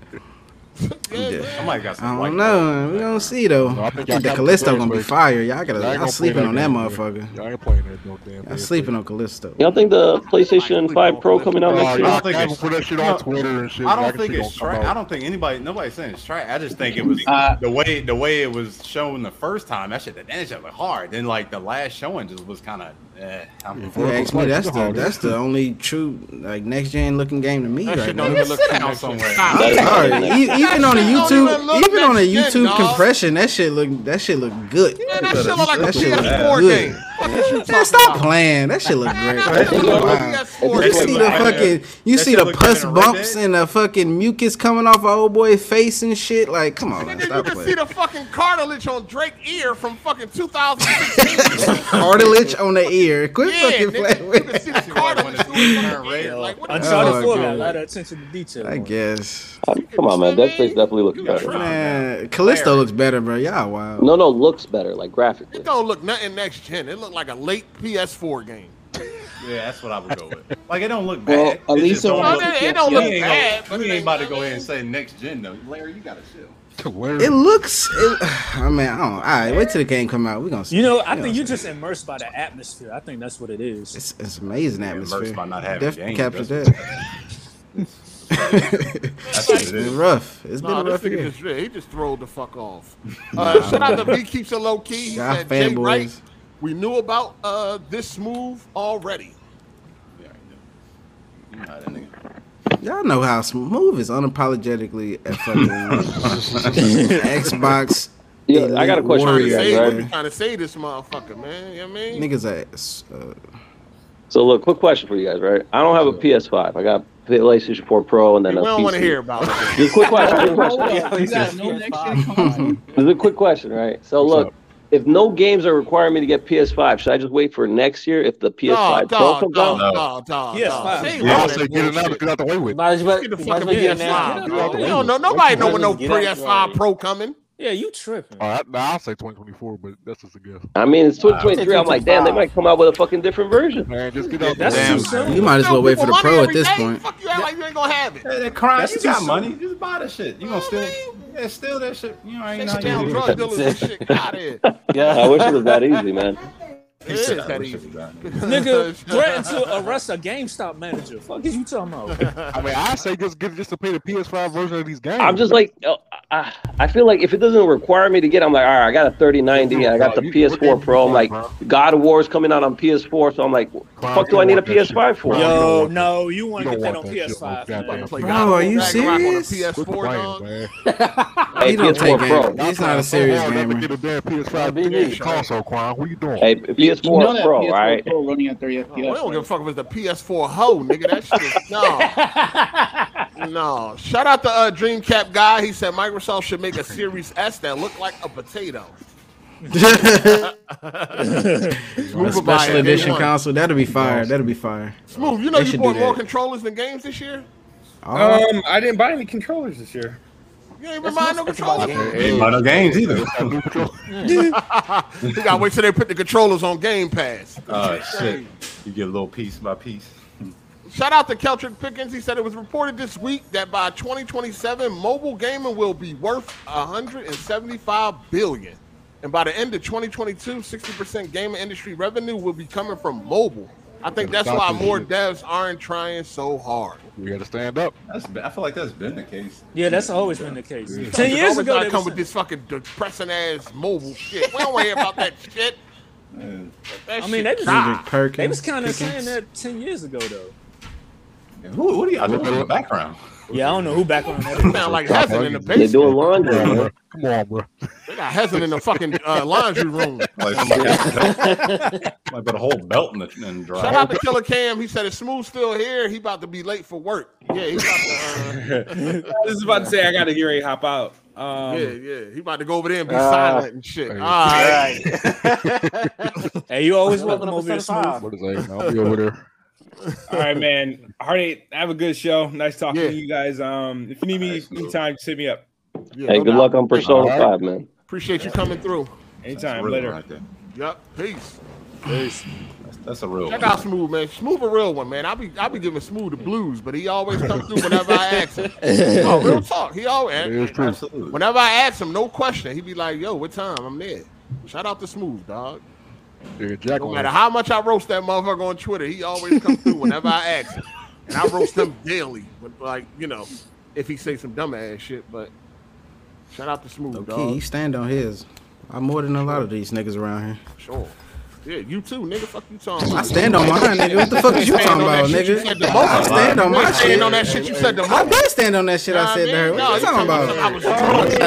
S1: yeah, yeah.
S8: somebody got some
S3: I
S8: white
S3: don't know. We gonna see though.
S9: No, I
S3: I
S9: think
S3: think,
S9: y'all
S3: the
S9: gotta
S3: Callisto
S9: play
S3: gonna be
S9: Space.
S3: fire. Y'all gotta.
S9: Y'all ain't
S3: Y'all
S9: gonna
S3: sleeping
S9: play
S3: on that
S9: game,
S3: motherfucker.
S9: Man. Y'all ain't playing that no damn.
S3: Y'all
S9: thing.
S3: sleeping on Callisto.
S5: Y'all think the PlayStation
S1: Like,
S5: 5 Pro coming out
S9: Oh,
S5: next
S9: y'all
S5: year?
S8: don't think
S9: capping
S8: it's-
S9: for that shit
S8: no,
S9: on Twitter and shit.
S8: I don't
S9: Y'all
S8: think
S9: shit
S8: it's
S9: gonna come
S8: trash.
S9: out.
S8: I don't think anybody, nobody's saying it's trash. I just think it was
S10: Uh,
S8: the way the way it was shown the first time. That shit, that shit was hard. Then like the last showing just was kind of. Eh, I'm
S3: If you ask me,
S9: Like,
S3: that's
S9: you
S3: the
S9: know.
S3: that's the only true like next gen looking game to me
S1: That shit
S3: right
S1: don't
S3: now.
S1: even look
S8: sit down
S1: connected.
S8: somewhere.
S1: Stop.
S5: That-
S3: Sorry,
S5: That-
S3: e- even on a
S1: shit don't even look
S3: YouTube, even on a
S1: next gen,
S3: YouTube
S1: dog.
S3: compression, that shit look that shit look good.
S1: Man, that shit look like a
S3: That shit look
S1: PS4
S3: good.
S1: game. What you
S3: Man,
S1: talking
S3: stop
S1: about?
S3: playing. That shit look great.
S1: That shit look like a
S3: Wow.
S1: PS4
S3: You
S8: That shit
S1: game.
S3: see the
S8: look better.
S3: fucking, you
S8: That
S3: see
S8: shit
S3: the
S8: look
S3: pus
S8: better than Red
S3: bumps
S8: Dead.
S3: and the fucking mucus coming off a old boy face and shit. Like, come on, man,
S1: Nigga, you
S3: stop
S1: can see
S3: playing.
S1: the fucking cartilage on Drake ear from fucking 2016.
S3: Cartilage on the ear. Quit
S1: yeah,
S3: fucking playing
S1: nigga, you
S3: with
S1: can
S3: it.
S1: see the cartilage through his fucking
S8: Red.
S1: ear. Like, what the
S3: Oh,
S6: Uncharted 4 got
S3: God.
S6: a lot of attention to detail.
S3: I
S6: on it.
S3: guess.
S5: Uh, Come on, man. Dead Space definitely looks
S1: You
S5: better.
S1: tripping.
S3: Man, Callisto looks better, bro. Y'all wild.
S5: No, no, looks better, like
S1: It
S5: graphically.
S1: don't look nothing next gen. It looked like a late PS4 game.
S8: Yeah, that's what I would go with. Like it don't look
S10: Well,
S8: bad.
S10: at
S8: It
S10: least
S8: just
S10: it
S8: don't
S10: won't
S8: look-
S10: look-
S1: it don't
S8: You
S1: look
S8: ain't
S1: bad.
S8: gonna-
S1: but
S8: you
S1: it
S8: ain't about to go
S1: nothing.
S8: in and say next gen though. Larry, you gotta chill.
S3: It looks. It, I mean, I don't. All right, wait till the game come out. We gonna see.
S6: You know,
S3: We
S6: I
S3: gonna
S6: think you're
S3: see.
S6: just immersed by the atmosphere. I think that's what it is.
S3: It's, it's amazing atmosphere.
S8: Immersed by not having
S3: Definitely
S8: games,
S3: captured
S8: that's
S3: that.
S8: That's what it
S3: It's been
S8: is.
S3: rough. It's been
S1: Nah,
S3: a
S1: this
S3: rough
S1: nigga
S3: year.
S1: just yeah, he just rolled the fuck off. Uh, shout out to V keeps it low key. He
S3: Y'all
S1: said Jay Wright,
S3: fanboys.
S1: we knew about uh this move already.
S8: Yeah, I know. You know how that nigga-
S3: Y'all know how smooth is unapologetically a fucking Xbox.
S5: Yeah, I got a
S3: Elite
S5: question for you
S3: Warrior,
S5: guys,
S1: Say,
S5: right?
S1: what you trying to say this motherfucker, man? You know what I mean?
S3: Niggas are. s- Uh,
S5: So look, quick question for you guys, right? I don't have a PS5. I got PlayStation 4 Pro and then
S1: we
S5: a
S1: don't want to
S5: PC.
S1: hear about it.
S5: Just quick question. Quick
S10: Hold
S5: question.
S10: on, you got no next gen coming out.
S5: This is a quick question, right? So look, if no games are requiring me to get PS5, should I just wait for next year if the
S1: Dog,
S5: PS5 Pro
S1: dog,
S5: comes out?
S1: dog, dog, dog.
S6: Yes,
S1: dog.
S6: fine.
S1: Say
S9: Yeah, I
S1: all
S9: say
S1: that
S9: get it out
S1: bullshit.
S9: and get out the way with.
S10: Might as well,
S1: Get
S10: might
S1: the
S10: as
S1: fucking
S10: well get it
S1: PS5.
S10: now.
S1: We
S6: Get out the way.
S1: don't know. Nobody know when no
S10: Get out the way.
S1: PS5 Pro coming.
S6: Yeah, you tripping.
S9: All right, nah, Oh, I'll say 2024, but that's just a guess.
S5: I mean, it's 2023. I'm like, damn, they
S10: 2025.
S5: might come out with a fucking different version.
S9: Man, just get out the
S6: That's
S9: way.
S6: too soon.
S3: you might as well wait for the
S1: People
S3: pro
S1: money
S3: at
S1: every
S3: this
S1: day.
S3: point.
S1: Fuck you, act like you ain't gonna have it.
S8: Hey, that crime.
S6: That's
S8: you
S6: too
S8: got
S6: soon.
S8: money. Just buy the shit. You gonna steal
S1: I
S8: it? Yeah, steal that shit. You know, ain't
S1: Take
S8: nothing
S1: down
S8: to do.
S1: drug dealers and shit. God, it
S5: I wish it was that easy, man.
S1: it is
S8: Yeah, I
S1: that
S8: wish it
S1: easy.
S8: was that
S6: Nigga threatened to arrest a GameStop manager. Fuck is you talking about?
S9: I mean, I say just get just to pay the PS5 version of these games.
S5: I'm just like, uh, I- I, I feel like if it doesn't require me to get, it, I'm like, all right, I got a 3090, I got the PS4 Pro. I'm like, God of War is coming out on PS4, so I'm like, what the fuck do I need a PS5 for?
S6: Yo, no, you want to get that on PS5. man.
S3: Bro, are you serious?
S5: Hey,
S3: He don't take
S5: PS4 Pro.
S3: games. He's not a serious gamer.
S9: Get a damn PS5
S5: BB.
S9: console, Quan. What are you doing?
S5: Hey, PS4
S1: You know that
S5: Pro,
S1: PS4
S5: right?
S1: Pro
S4: running at 30 FPS.
S1: we don't give a fuck if it's the PS4 hoe, nigga. That shit is no. no. Shout out to uh, Dreamcap guy. He said Microsoft should make a Series S that look like a potato.
S3: A
S1: Move by
S3: special
S1: it, day
S3: edition
S1: one.
S3: console. That'll be fire. That'll be fire.
S1: Smooth, you know
S3: They
S1: you
S3: should
S1: bought
S3: do
S1: more
S3: that.
S1: controllers than games this year.
S3: Oh.
S2: Um, I didn't buy any controllers this year.
S1: You ain't even buying no controllers.
S3: Ain't about no games either.
S1: you gotta wait till they put the controllers on Game Pass.
S11: Oh shit! You get a little piece by piece.
S1: Shout out to Keltrick Pickens. He said it was reported this week that by 2027, mobile gaming will be worth 175 billion, and by the end of 2022, 60% gaming industry revenue will be coming from mobile. I think that's why more devs aren't trying so hard.
S9: We got to stand up.
S11: That's, I feel like that's been the case.
S6: Yeah, that's always been the case.
S1: You
S6: Ten years
S1: always
S6: ago,
S1: gotta
S6: they
S1: come
S6: was-
S1: with this fucking depressing ass mobile shit. We don't want to hear about that shit. That
S6: I
S1: shit
S6: mean, they was,
S1: dry.
S6: they was
S3: Perkins,
S6: kind of
S3: Pickens.
S6: saying that ten years ago, though.
S11: Who, what do y'all doing in the background?
S6: Yeah, I don't know who back on that.
S1: sound like Hezen in the
S5: They're
S1: basement.
S5: doing laundry. man.
S9: Come on, bro.
S1: They got Hezen in the fucking uh, laundry room.
S11: Like somebody I put a whole belt in the in the
S1: Shout out
S11: dryer.
S1: to Killer Cam. He said, "Is Smooth still here? He about to be late for work." Yeah, he about to, uh,
S2: I was about to say I gotta get ready to hop out. Um,
S1: yeah, yeah, he about to go over there and be
S7: Ah.
S1: silent and shit. All right,
S6: Hey, you always
S7: That's
S6: welcome
S7: another
S6: over here,
S7: percent of five.
S6: smooth.
S9: What is that? I'll be over there.
S2: All right, man. Heartache, have a good show. Nice talking
S1: Yeah.
S2: to you guys. Um, if you need me
S11: Absolutely.
S2: anytime, just hit me up.
S1: Yeah,
S5: Hey,
S1: no
S5: good
S1: doubt.
S5: luck on Persona
S9: Alright.
S5: 5, man.
S1: Appreciate you coming through.
S11: That's a
S2: Anytime
S11: real one
S2: later.
S11: right there.
S1: Yep, peace.
S11: That's, that's a real.
S1: Check
S11: one.
S1: out Smooth, man. Smooth a real one, man. I be I be giving Smooth the blues, but he always comes through whenever I ask him. No, real talk. He
S9: It is
S1: always
S9: true.
S11: Absolutely.
S1: whenever I ask him, no question. He be like, "Yo, what time? I'm there." Shout out to Smooth, dog.
S9: Yeah, Jack
S1: No
S9: on
S1: matter
S9: it.
S1: how much I roast that motherfucker on Twitter, he always comes through whenever I ask him. And I roast him daily. But like, you know, if he say some dumbass shit, but shout out to Smooth
S8: Um,
S3: Okay,
S1: dog.
S3: you stand on his. I'm more than a lot of these niggas around here.
S1: Sure. Yeah, you too, nigga. Fuck you talking about.
S3: I stand on mine, nigga. What the fuck is you
S1: Stand
S3: talking
S1: on that
S3: about,
S1: shit you said the
S3: nigga? I
S1: most.
S3: stand on my
S1: You stand
S3: shit.
S1: on that shit you said the most.
S3: I did stand on that shit
S1: Nah,
S3: I said to
S1: man,
S3: her. What
S1: no,
S3: you talking
S1: I
S3: about?
S1: was drunk and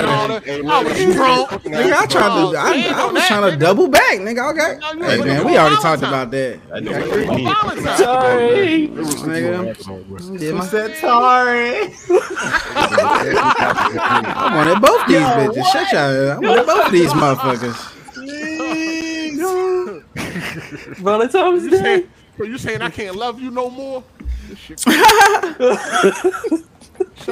S1: all that. I was drunk.
S3: Nigga, I tried to.
S1: Stand
S3: I, I
S1: on
S3: was
S1: that,
S3: trying to
S1: nigga.
S3: double back, nigga. Okay.
S1: No, you
S3: Hey
S1: ain't
S3: man,
S1: gonna
S3: we
S1: go
S3: already
S1: Valentine.
S3: talked about that.
S11: I know
S3: Okay.
S11: what you
S1: On
S11: mean.
S1: Valentine's.
S10: Sorry.
S3: Nigga, did my-
S10: Sorry.
S3: I wanted both these bitches. Shut y'all. I wanted both these motherfuckers.
S10: Valentine's
S1: You
S10: Day.
S1: saying- Bro, you saying I can't love you no more? This shit- Shout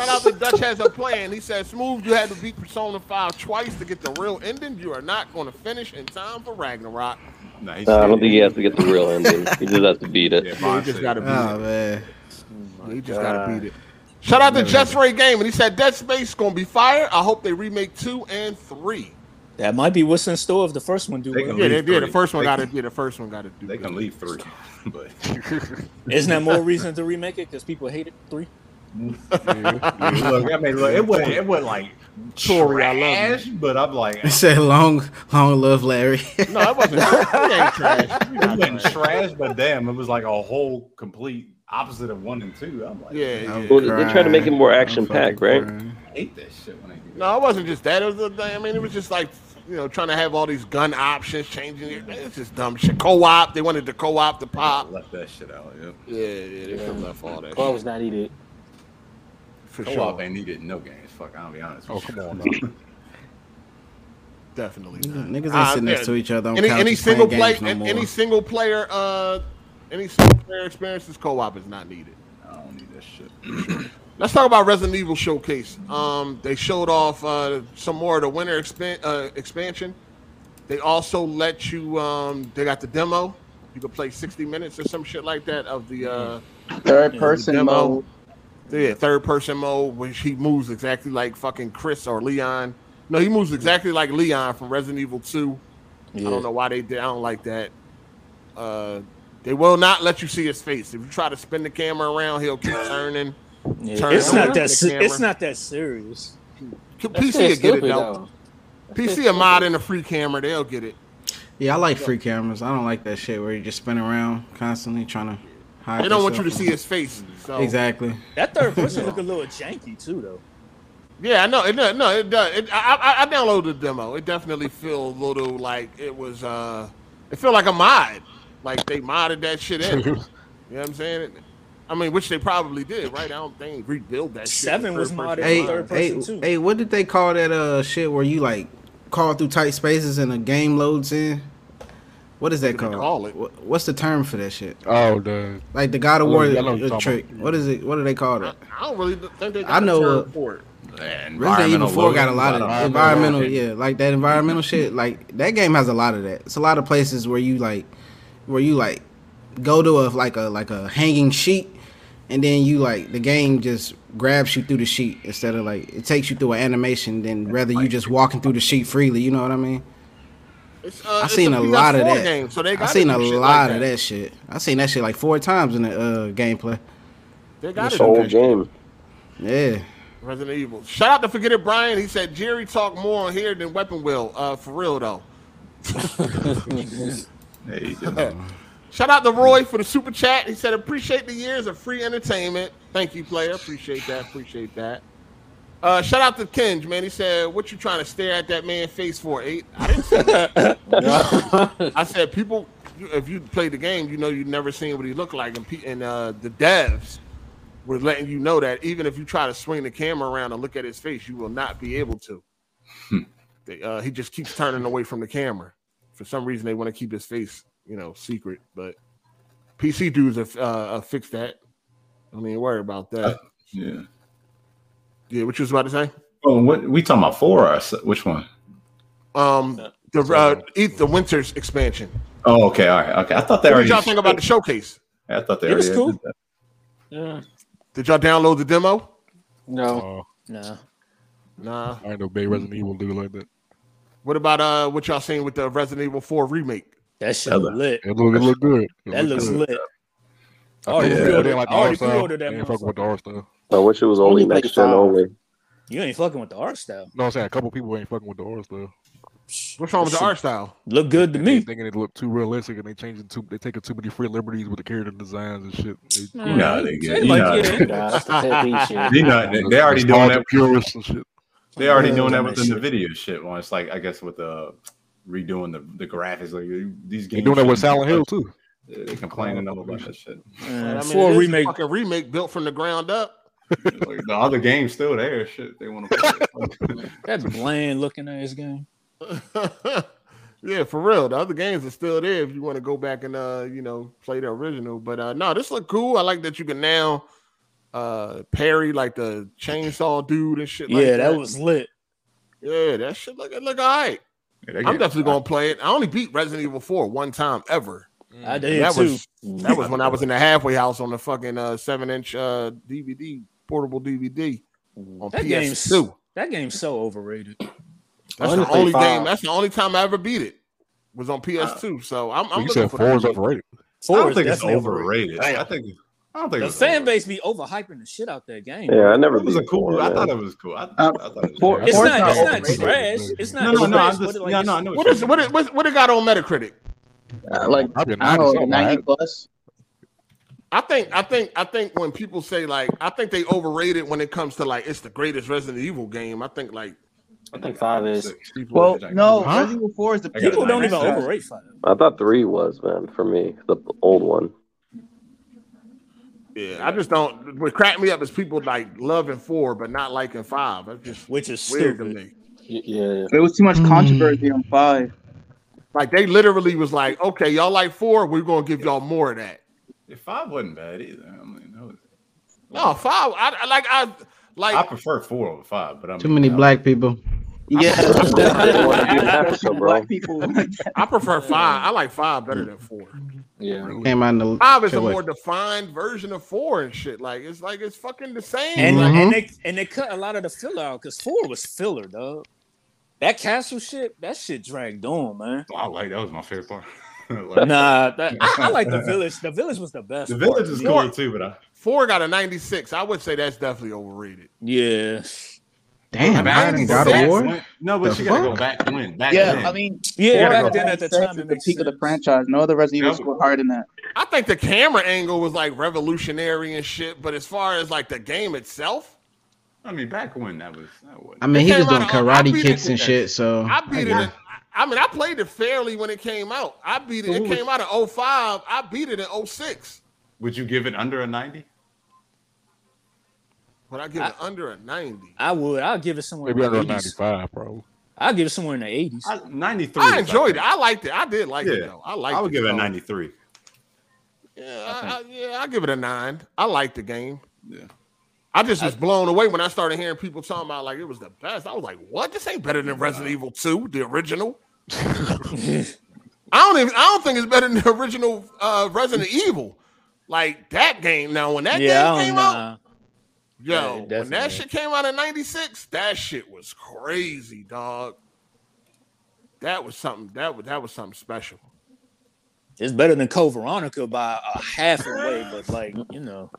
S1: out to Dutch has a plan. He said, "Smooth, you had to beat Persona 5 twice to get the real ending. You are not going to finish in time for Ragnarok. Uh,
S11: Nah, he
S5: No, I don't
S11: said-
S5: think he has to get the real ending. He just has to beat it.
S11: Yeah,
S1: Yeah,
S11: Vaughn
S1: you just
S11: said-
S1: got to beat
S3: Oh man.
S1: it. You just got to beat it." Shout out to Just Ray Game, and he said, "Dead Space going to be fire. I hope they remake two and three.
S6: That might be what's in store if the first one do
S11: They
S6: well.
S11: can-
S1: Yeah, they, yeah, the
S11: Three.
S1: first one
S11: They-
S1: got to. Yeah, the first one got to do.
S11: They
S1: good.
S11: can leave three, but
S6: Isn't that more reason to remake it because people hated three?
S11: Mm-hmm. look, I mean, look, it wasn't, it wasn't like
S1: Tory, I
S11: trash,
S1: love
S11: but I'm like,
S3: It
S11: it
S3: said long, long love, Larry.
S1: No, it wasn't. it ain't trash. We not
S11: wasn't
S1: trash.
S11: trash, but damn, it was like a whole complete opposite of one and two. I'm like,
S1: Yeah, yeah.
S3: I'm
S5: Well, they tried to make it more
S3: crying. I'm
S5: action-packed,
S3: fucking
S5: right?
S3: crying.
S11: I hate that shit when I do that.
S1: No, it wasn't just that. It was. the- I mean, it was just like you know, trying to have all these gun options, changing it. It's just dumb shit. Co-op. They wanted to co-op the pop.
S11: Left that shit out. Yeah.
S1: Yeah, yeah, they could've left all that.
S10: Well,
S1: shit,
S10: was not needed.
S1: for
S11: Co-op
S1: sure,
S11: ain't needed no games. Fuck, I'll be honest.
S9: Oh,
S11: with
S9: come
S11: you.
S9: on. Now.
S1: definitely.
S3: Niggas
S1: Not.
S3: ain't
S1: Ah,
S3: sitting next
S1: yeah.
S3: to each other. On
S1: Any
S3: couches
S1: any
S3: playing
S1: single play,
S3: games no more.
S1: any single player, uh, any single player experiences co-op is not needed.
S11: I don't need that shit.
S1: Let's talk about Resident Evil Showcase. Um, they showed off uh, some more of the winter expan- uh, expansion. They also let you. Um, they got the demo. You could play 60 minutes or some shit like that of the uh,
S4: Third
S1: Yeah,
S4: person
S1: the demo.
S4: mode.
S1: yeah, third person mode, which he moves exactly like fucking Chris or Leon. No, he moves exactly like Leon from Resident Evil 2. I don't know why they did. I don't like that. Uh, they will not let you see his face. If you try to spin the camera around, he'll keep turning.
S6: Yeah,
S1: Turn
S6: it's
S1: it
S6: not
S1: on.
S6: that. Se-
S1: Camera.
S6: it's not that serious.
S1: PC will get it though. PC a mod and a free camera, they'll get it.
S3: Yeah, I like free cameras. I don't like that shit where you just spin around constantly trying to hide.
S1: They don't want you
S3: yourself.
S1: to see his face. So.
S3: Exactly.
S6: That third person look a little janky too, though.
S1: Yeah, I know. It, no, no, it does. It, I, I- I downloaded the demo. It definitely feel a little like it was. uh It felt like a mod. Like they modded that shit in. you know what I'm saying? It- I mean, which they probably did, right? I don't think rebuild that. shit.
S6: Seven was
S1: Third
S6: modded
S1: person
S3: Hey,
S1: mod.
S3: hey, hey, what did they call that uh shit where you like call through tight spaces and a game loads in? What is that called? Wha- What's the term for that shit?
S9: Oh, the
S3: like the God of
S9: I know-
S3: War
S9: I know what you're talking
S3: trick. What is it? What do they call that?
S1: I don't really think they. Got
S3: I know,
S1: a
S3: uh,
S1: term for it.
S3: Resident Evil
S1: Environmental
S3: 4 got a
S1: loading,
S3: lot of
S1: environmental
S3: environmental,
S1: loading.
S3: yeah, like that environmental shit.
S1: Mm-hmm.
S3: Like that game has a lot of that. It's a lot of places where you like, where you like, go to a like a like a hanging sheet, and then you like the game just grabs you through the sheet instead of like it takes you through an animation than rather you just walking through the sheet freely. You know what I mean?
S1: Uh, It's,
S3: I seen a lot of that.
S1: Game, so they
S3: I
S1: gotta
S3: seen a
S1: do shit like
S3: lot
S1: that.
S3: of that shit. I seen that shit like four times in the uh, gameplay.
S1: They got
S3: That's
S1: it. Old
S5: game.
S3: Yeah.
S1: Resident Evil. Shout out to Forget It Brian. He said Jerry talk more on here than Weapon Will. Uh, for real though. Shout out to Roy for the super chat. He said appreciate the years of free entertainment. Thank you, player. Appreciate that. Appreciate that. Uh, shout out to Kenj, man. He said, "What you trying to stare at that man face for?" Eight. I didn't say that. I said people. If you played the game, you know you've never seen what he looked like, and, pe- and uh, the devs we're letting you know that even if you try to swing the camera around and look at his face, you will not be able to. They, uh, he just keeps turning away from the camera. For some reason, they want to keep his face, you know, secret. But PC dudes have uh, uh, fixed that. I mean, worry about that.
S11: Uh, Yeah.
S1: Yeah, what you was about to say?
S11: Well, Oh, what we talking about? Four or se- which one?
S1: Um, the uh, eat the Winter's expansion.
S11: Oh, okay, all right, okay. I thought they
S1: What did
S11: already.
S1: y'all think about the showcase?
S11: I thought they
S1: It was
S11: already.
S1: cool.
S11: did that.
S6: Yeah.
S1: Did y'all download the demo?
S9: No.
S6: No.
S1: Nah.
S9: I ain't no big Resident Evil dude like that.
S1: What about uh, what y'all seen with the Resident Evil Four remake?
S6: That
S1: shit
S6: lit.
S9: It look, it look good. It
S6: That looks
S9: good.
S6: lit.
S9: I
S6: Oh,
S9: fuck
S6: yeah.
S9: with it. I didn't like the
S6: I already
S9: art style.
S6: pre-ordered that
S9: I ain't fucking with the art style.
S5: I wish it was only,
S6: Only like
S5: next gen
S6: five.
S5: only.
S6: You ain't fucking with the art style.
S9: No, I'm saying a couple people ain't fucking with the art style.
S1: What's wrong with the art style?
S6: Look good to
S9: me. Thinking it looked too realistic, and they changing too. They taking too many free liberties with the character designs and shit. They,
S11: You know how they get. You know, how they-
S6: Nah, that's the pet peeve shit.
S11: You know, they, they already doing that.
S9: Purists and shit.
S11: They already
S9: Yeah.
S11: doing that
S9: Dumb
S11: within
S9: as
S11: the
S9: shit.
S11: video shit. One, it's like I guess with the redoing the, the graphics, like you- these
S9: they
S11: games.
S9: doing that with
S11: shouldn't
S9: Silent
S11: be
S9: Hill
S11: touched.
S9: too.
S11: Yeah, They complaining all about that shit.
S1: Uh, I mean,
S6: for
S1: it
S6: a
S1: is
S6: remake.
S1: fucking remake built from the ground up.
S11: Like, the other game's still there. Shit, they want to. Play
S6: That's bland looking ass game.
S1: yeah, for real. The other games are still there if you want to go back and uh, you know, play the original. But uh no, this look cool. I like that you can now uh parry like the chainsaw dude and shit. like
S6: yeah, that was lit.
S1: yeah, that shit look it look all right.
S11: that
S1: I'm
S11: game-
S1: definitely gonna play it. I only beat Resident Evil 4 one time ever. Mm.
S6: I did
S1: that
S6: too.
S1: was that was when I was in the halfway house on the fucking uh seven inch uh DVD portable DVD on
S6: That game's
S1: PS2.
S6: that game's so overrated.
S1: That's the only game. That's the only time I ever beat it. Was on PS2. So I'm, I'm
S9: you
S1: looking
S9: said
S1: for
S9: four is
S1: that.
S9: overrated.
S6: Four
S11: I don't
S6: is
S11: think it's
S6: definitely
S11: overrated. I think I don't think
S6: The
S11: it's
S6: fan base be overhyping the shit out that game.
S5: Yeah, I never.
S11: It was a
S5: beat
S11: cool.
S5: four,
S11: I
S5: man.
S11: thought it was cool. I, I thought it was
S5: Four-
S11: cool.
S6: Uh, It's
S5: Four's
S6: not.
S5: not
S6: It's
S5: overrated.
S6: not trash. It's
S11: No,
S6: not.
S11: no, no.
S6: trash,
S11: I'm
S6: but
S11: just.
S6: it, like,
S11: Yeah,
S6: it's-
S11: no, I know
S1: What is what is what, what it got on Metacritic?
S9: Uh, like probably not.
S1: oh,
S9: or something.
S1: 90
S7: plus.
S1: I think I think I think when people say like I think they overrated when it comes to like it's the greatest Resident Evil game. I think like
S10: I think five is.
S1: people
S7: Well,
S1: Huh?
S7: no, Resident Evil 4 is the
S5: I got
S6: people don't even
S5: 96.
S6: overrate five.
S5: I thought three was man for me the old one.
S1: Yeah, I just don't. What cracked me up is people like loving four but not liking five. That's just
S6: which is
S1: weird
S6: stupid.
S1: to me.
S10: Yeah.
S7: There was too
S1: Mm.
S7: much controversy
S6: Hmm.
S7: on 5.
S1: Like they literally was like, okay, y'all like four, we're gonna give y'all more of that.
S11: If five wasn't bad either, I mean, that was,
S1: No, five. I I- like I like
S11: I prefer four over five, but I'm
S3: Too many black people.
S1: Yeah.
S5: Black
S7: people.
S1: I prefer five. I like five better than four.
S10: Yeah.
S3: Came out in the
S1: Five is a
S3: what?
S1: more defined version of four and shit. Like it's like it's fucking the same.
S6: And
S1: Like,
S6: and they and they cut a lot of the filler out because four was filler, dog. That castle shit, that shit dragged on, man.
S11: Oh, I like that was my favorite part. Like,
S6: Nah, that, I, I like the village. The village was the best.
S11: The
S6: part.
S11: village is
S6: Yeah.
S11: cool too, but I,
S1: four got a ninety six. I would say that's definitely overrated.
S6: Yeah.
S3: Damn,
S11: I mean, I
S3: Madden
S11: think
S3: got
S11: back
S3: a award.
S11: when- no, but
S3: The
S11: you gotta go
S3: fuck?
S11: back when. Back
S4: yeah,
S11: then.
S4: I mean,
S1: Yeah,
S4: Forza
S1: back then at the time,
S4: Horizon six
S1: it
S4: is the
S1: makes
S4: peak of the franchise. No other Resident Evil
S1: Yeah.
S4: scored higher than that.
S1: I think the camera angle was like revolutionary and shit, but as far as like the game itself,
S11: I mean, back when that was that was.
S3: I mean, he
S1: It
S3: was
S1: came
S3: doing
S1: out of- I
S3: karate
S1: beat
S3: kicks
S1: it-
S3: and shit. So
S1: I beat
S3: get
S1: it. in- I mean, I played it fairly when it came out. I beat
S11: So
S1: it. It
S11: who was-
S1: came out in 05. I beat it in 06.
S11: Would you give it under a ninety?
S1: But I give it under a 90.
S6: I would. I'll give it somewhere
S9: Maybe
S6: in
S9: under
S6: the
S9: a
S6: 80s.
S9: 95, probably.
S6: I'll give it somewhere in the 80s.
S11: Ninety three.
S1: I enjoyed it. I liked it. I did like it
S11: Yeah,
S1: though. I liked
S11: I
S1: it.
S11: would give it a
S1: though.
S11: ninety three.
S1: Yeah, I, I, yeah, I give it a nine. I liked the game.
S11: Yeah.
S1: I just was blown away when I started hearing people talking about like it was the best. I was like, what? This ain't better than Resident Evil 2, the original. I don't even I don't think it's better than the original uh Resident Evil. Like that game. Now when that
S6: yeah, I
S1: game came
S6: don't know.
S1: out, yo,
S6: Yeah,
S1: when that
S6: definitely.
S1: shit came out in 96, that shit was crazy, dog. That was something that was that was something special.
S6: It's better than Code Veronica by a half a way, but like you know,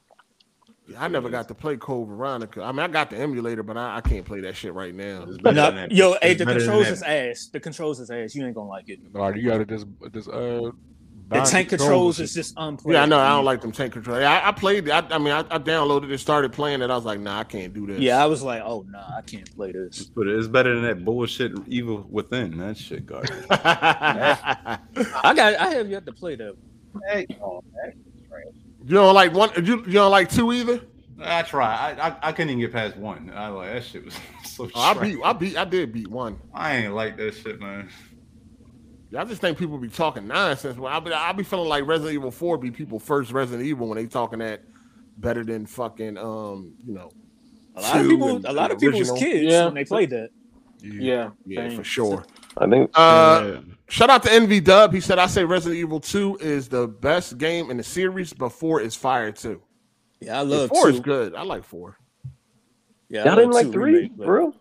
S1: Yeah, I never got to play Code Veronica. I mean, I got the emulator, but I, I can't play that shit right now.
S9: better
S6: No,
S9: than that.
S6: yo,
S9: It's
S6: hey, the
S9: better than
S6: controls
S9: that.
S6: is ass. The controls is ass. You ain't gonna like it.
S9: Nah, you gotta just just uh.
S6: The
S9: bind
S6: tank controls is just unplayable.
S1: Yeah, I know. I don't like them tank controls. I, I played. it. I, I mean, I, I downloaded it, started playing it. I was like, nah, I can't do this.
S6: Yeah, I was like, oh no, I can't play this.
S11: But it's better than that bullshit evil within. That shit garbage.
S6: I got. I have yet to play that.
S4: Hey, oh, man.
S1: you don't like one. You, you don't like two either.
S11: I tried. I, I I couldn't even get past one. I like that shit was so.
S1: Oh, I
S11: trash.
S1: beat. I beat. I did beat one.
S11: I ain't like that shit, man.
S1: Yeah, I just think people be talking nonsense. Well, I be, I be feeling like Resident Evil Four be people first Resident Evil when they talking that better than fucking um you know.
S6: A lot of
S1: two
S6: people.
S1: and
S6: A lot of people was
S1: original.
S6: kids
S10: Yeah.
S6: when they played that.
S10: Yeah,
S1: Yeah,
S10: same.
S1: for sure.
S5: I think
S1: Uh, shout out to NV Dub. He said, "I say Resident Evil Two is the best game in the series. Before is Fire Two.
S6: Yeah, I
S1: Yeah,
S6: love
S1: four
S6: two.
S1: is good. I like four.
S6: Yeah,
S5: y'all
S6: love
S5: didn't like
S6: two
S5: three,
S6: remake, but-
S5: for real.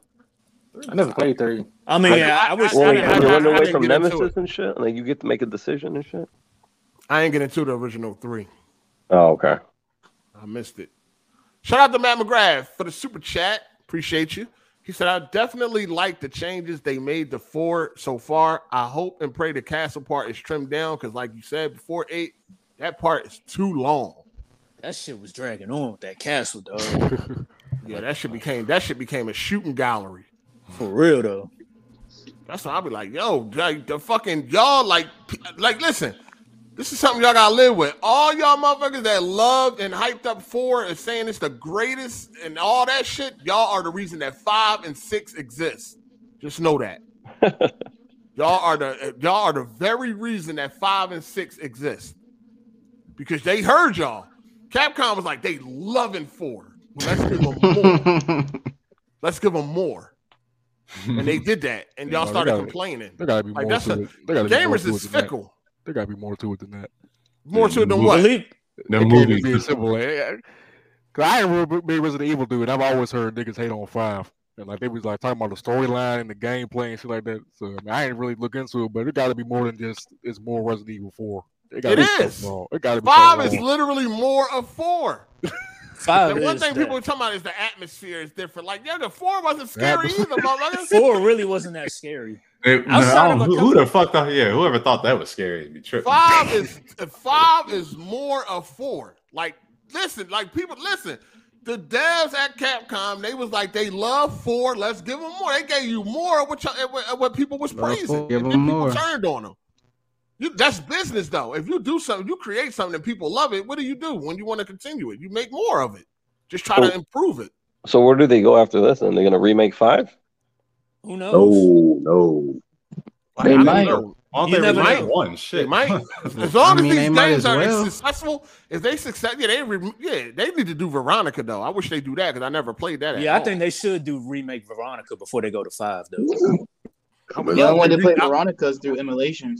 S10: I never played three.
S6: I mean,
S1: I-
S6: I,
S1: I-
S6: I wish.
S1: I-
S5: Well,
S1: I-
S5: you
S1: I-
S5: had to run away
S1: didn't
S5: from
S1: get into
S5: Nemesis
S1: it.
S5: and shit, and then you get to make a decision and shit.
S1: I ain't getting into the original three.
S5: Oh, okay.
S1: I missed it. Shout out to Matt McGrath for the super chat. Appreciate you. He said, I definitely like the changes they made to four so far. I hope and pray the castle part is trimmed down because, like you said before, eight, that part is too long.
S6: That shit was dragging on with that castle, dog.
S1: Yeah, that shit became that shit became a shooting gallery.
S6: For real though.
S1: That's why I'll be like, yo, like the fucking y'all, like, p- like, listen, this is something y'all gotta live with. All y'all motherfuckers that loved and hyped up four and saying it's the greatest and all that shit, y'all are the reason that five and six exist. Just know that. y'all are the y'all are the very reason that five and six exist because they heard y'all. Capcom was like, they loving four. Well, let's give them more. let's give them more. And they did that, and y'all
S9: No, they
S1: started
S9: gotta-
S1: complaining.
S9: There gotta be
S1: Like,
S9: more
S1: that's
S9: to
S1: a-
S9: it. There gotta be more
S1: Gamers
S9: to it
S1: is
S9: than that.
S1: fickle.
S9: There gotta be more to it than that.
S1: More to it than
S11: Move-
S1: what?
S6: Believe
S11: The
S9: It can't just be as
S11: movie.
S9: simple. as- eh, Cause I ain't remember being Resident Evil dude. I've always heard niggas hate on five, and like they was like talking about the storyline and the gameplay and shit like that. So I, mean, I ain't really look into it, but it got to be more than just it's more Resident Evil Four. It, gotta
S1: It
S9: be something
S1: is.
S9: wrong. It got to be
S1: Five
S9: something
S1: is
S9: wrong.
S1: literally more of four.
S6: five
S1: The one
S6: is
S1: thing
S6: that.
S1: people are talking about is the atmosphere is different. Like, yeah, the four wasn't
S9: Yeah,
S1: scary either, motherfuckers.
S6: four really wasn't that scary.
S11: It- no,
S6: Outside
S11: I
S6: of
S11: don't-
S6: a
S11: who, who the fuck thought? Yeah, whoever thought that was scary be tripping.
S1: Five is five is more of four. Like, listen, like people listen. The devs at Capcom, they was like, they love four. Let's give them more. They gave you more of what y'all, of what, of what people was
S3: Love
S1: praising.
S3: four,
S1: And
S3: give
S1: then
S3: 'em
S1: people
S3: more.
S1: turned on them. You, that's business though. If you do something, you create something and people love it. What do you do when you want to continue it? You make more of it. Just try
S5: Oh.
S1: to improve it.
S5: So where do they go after this? And they're gonna remake five?
S6: Who knows?
S5: no.
S11: Like,
S4: They
S11: I don't
S4: might.
S11: know. Why don't
S6: You
S11: they
S6: never
S11: remake
S1: know.
S11: one?
S1: They
S11: Shit,
S1: might, as long
S3: I mean,
S1: as
S3: they
S1: these
S3: might
S1: games
S3: as
S1: are
S3: well.
S1: successful. If they success, yeah, they re- yeah, they need to do Veronica though. I wish they do that because I never played that. at
S6: Yeah, I
S1: all.
S6: think they should do remake Veronica before they go to five though.
S1: I would
S4: The only
S1: love
S4: one
S1: they
S4: that played
S1: re- I-
S4: Veronica's through emulation.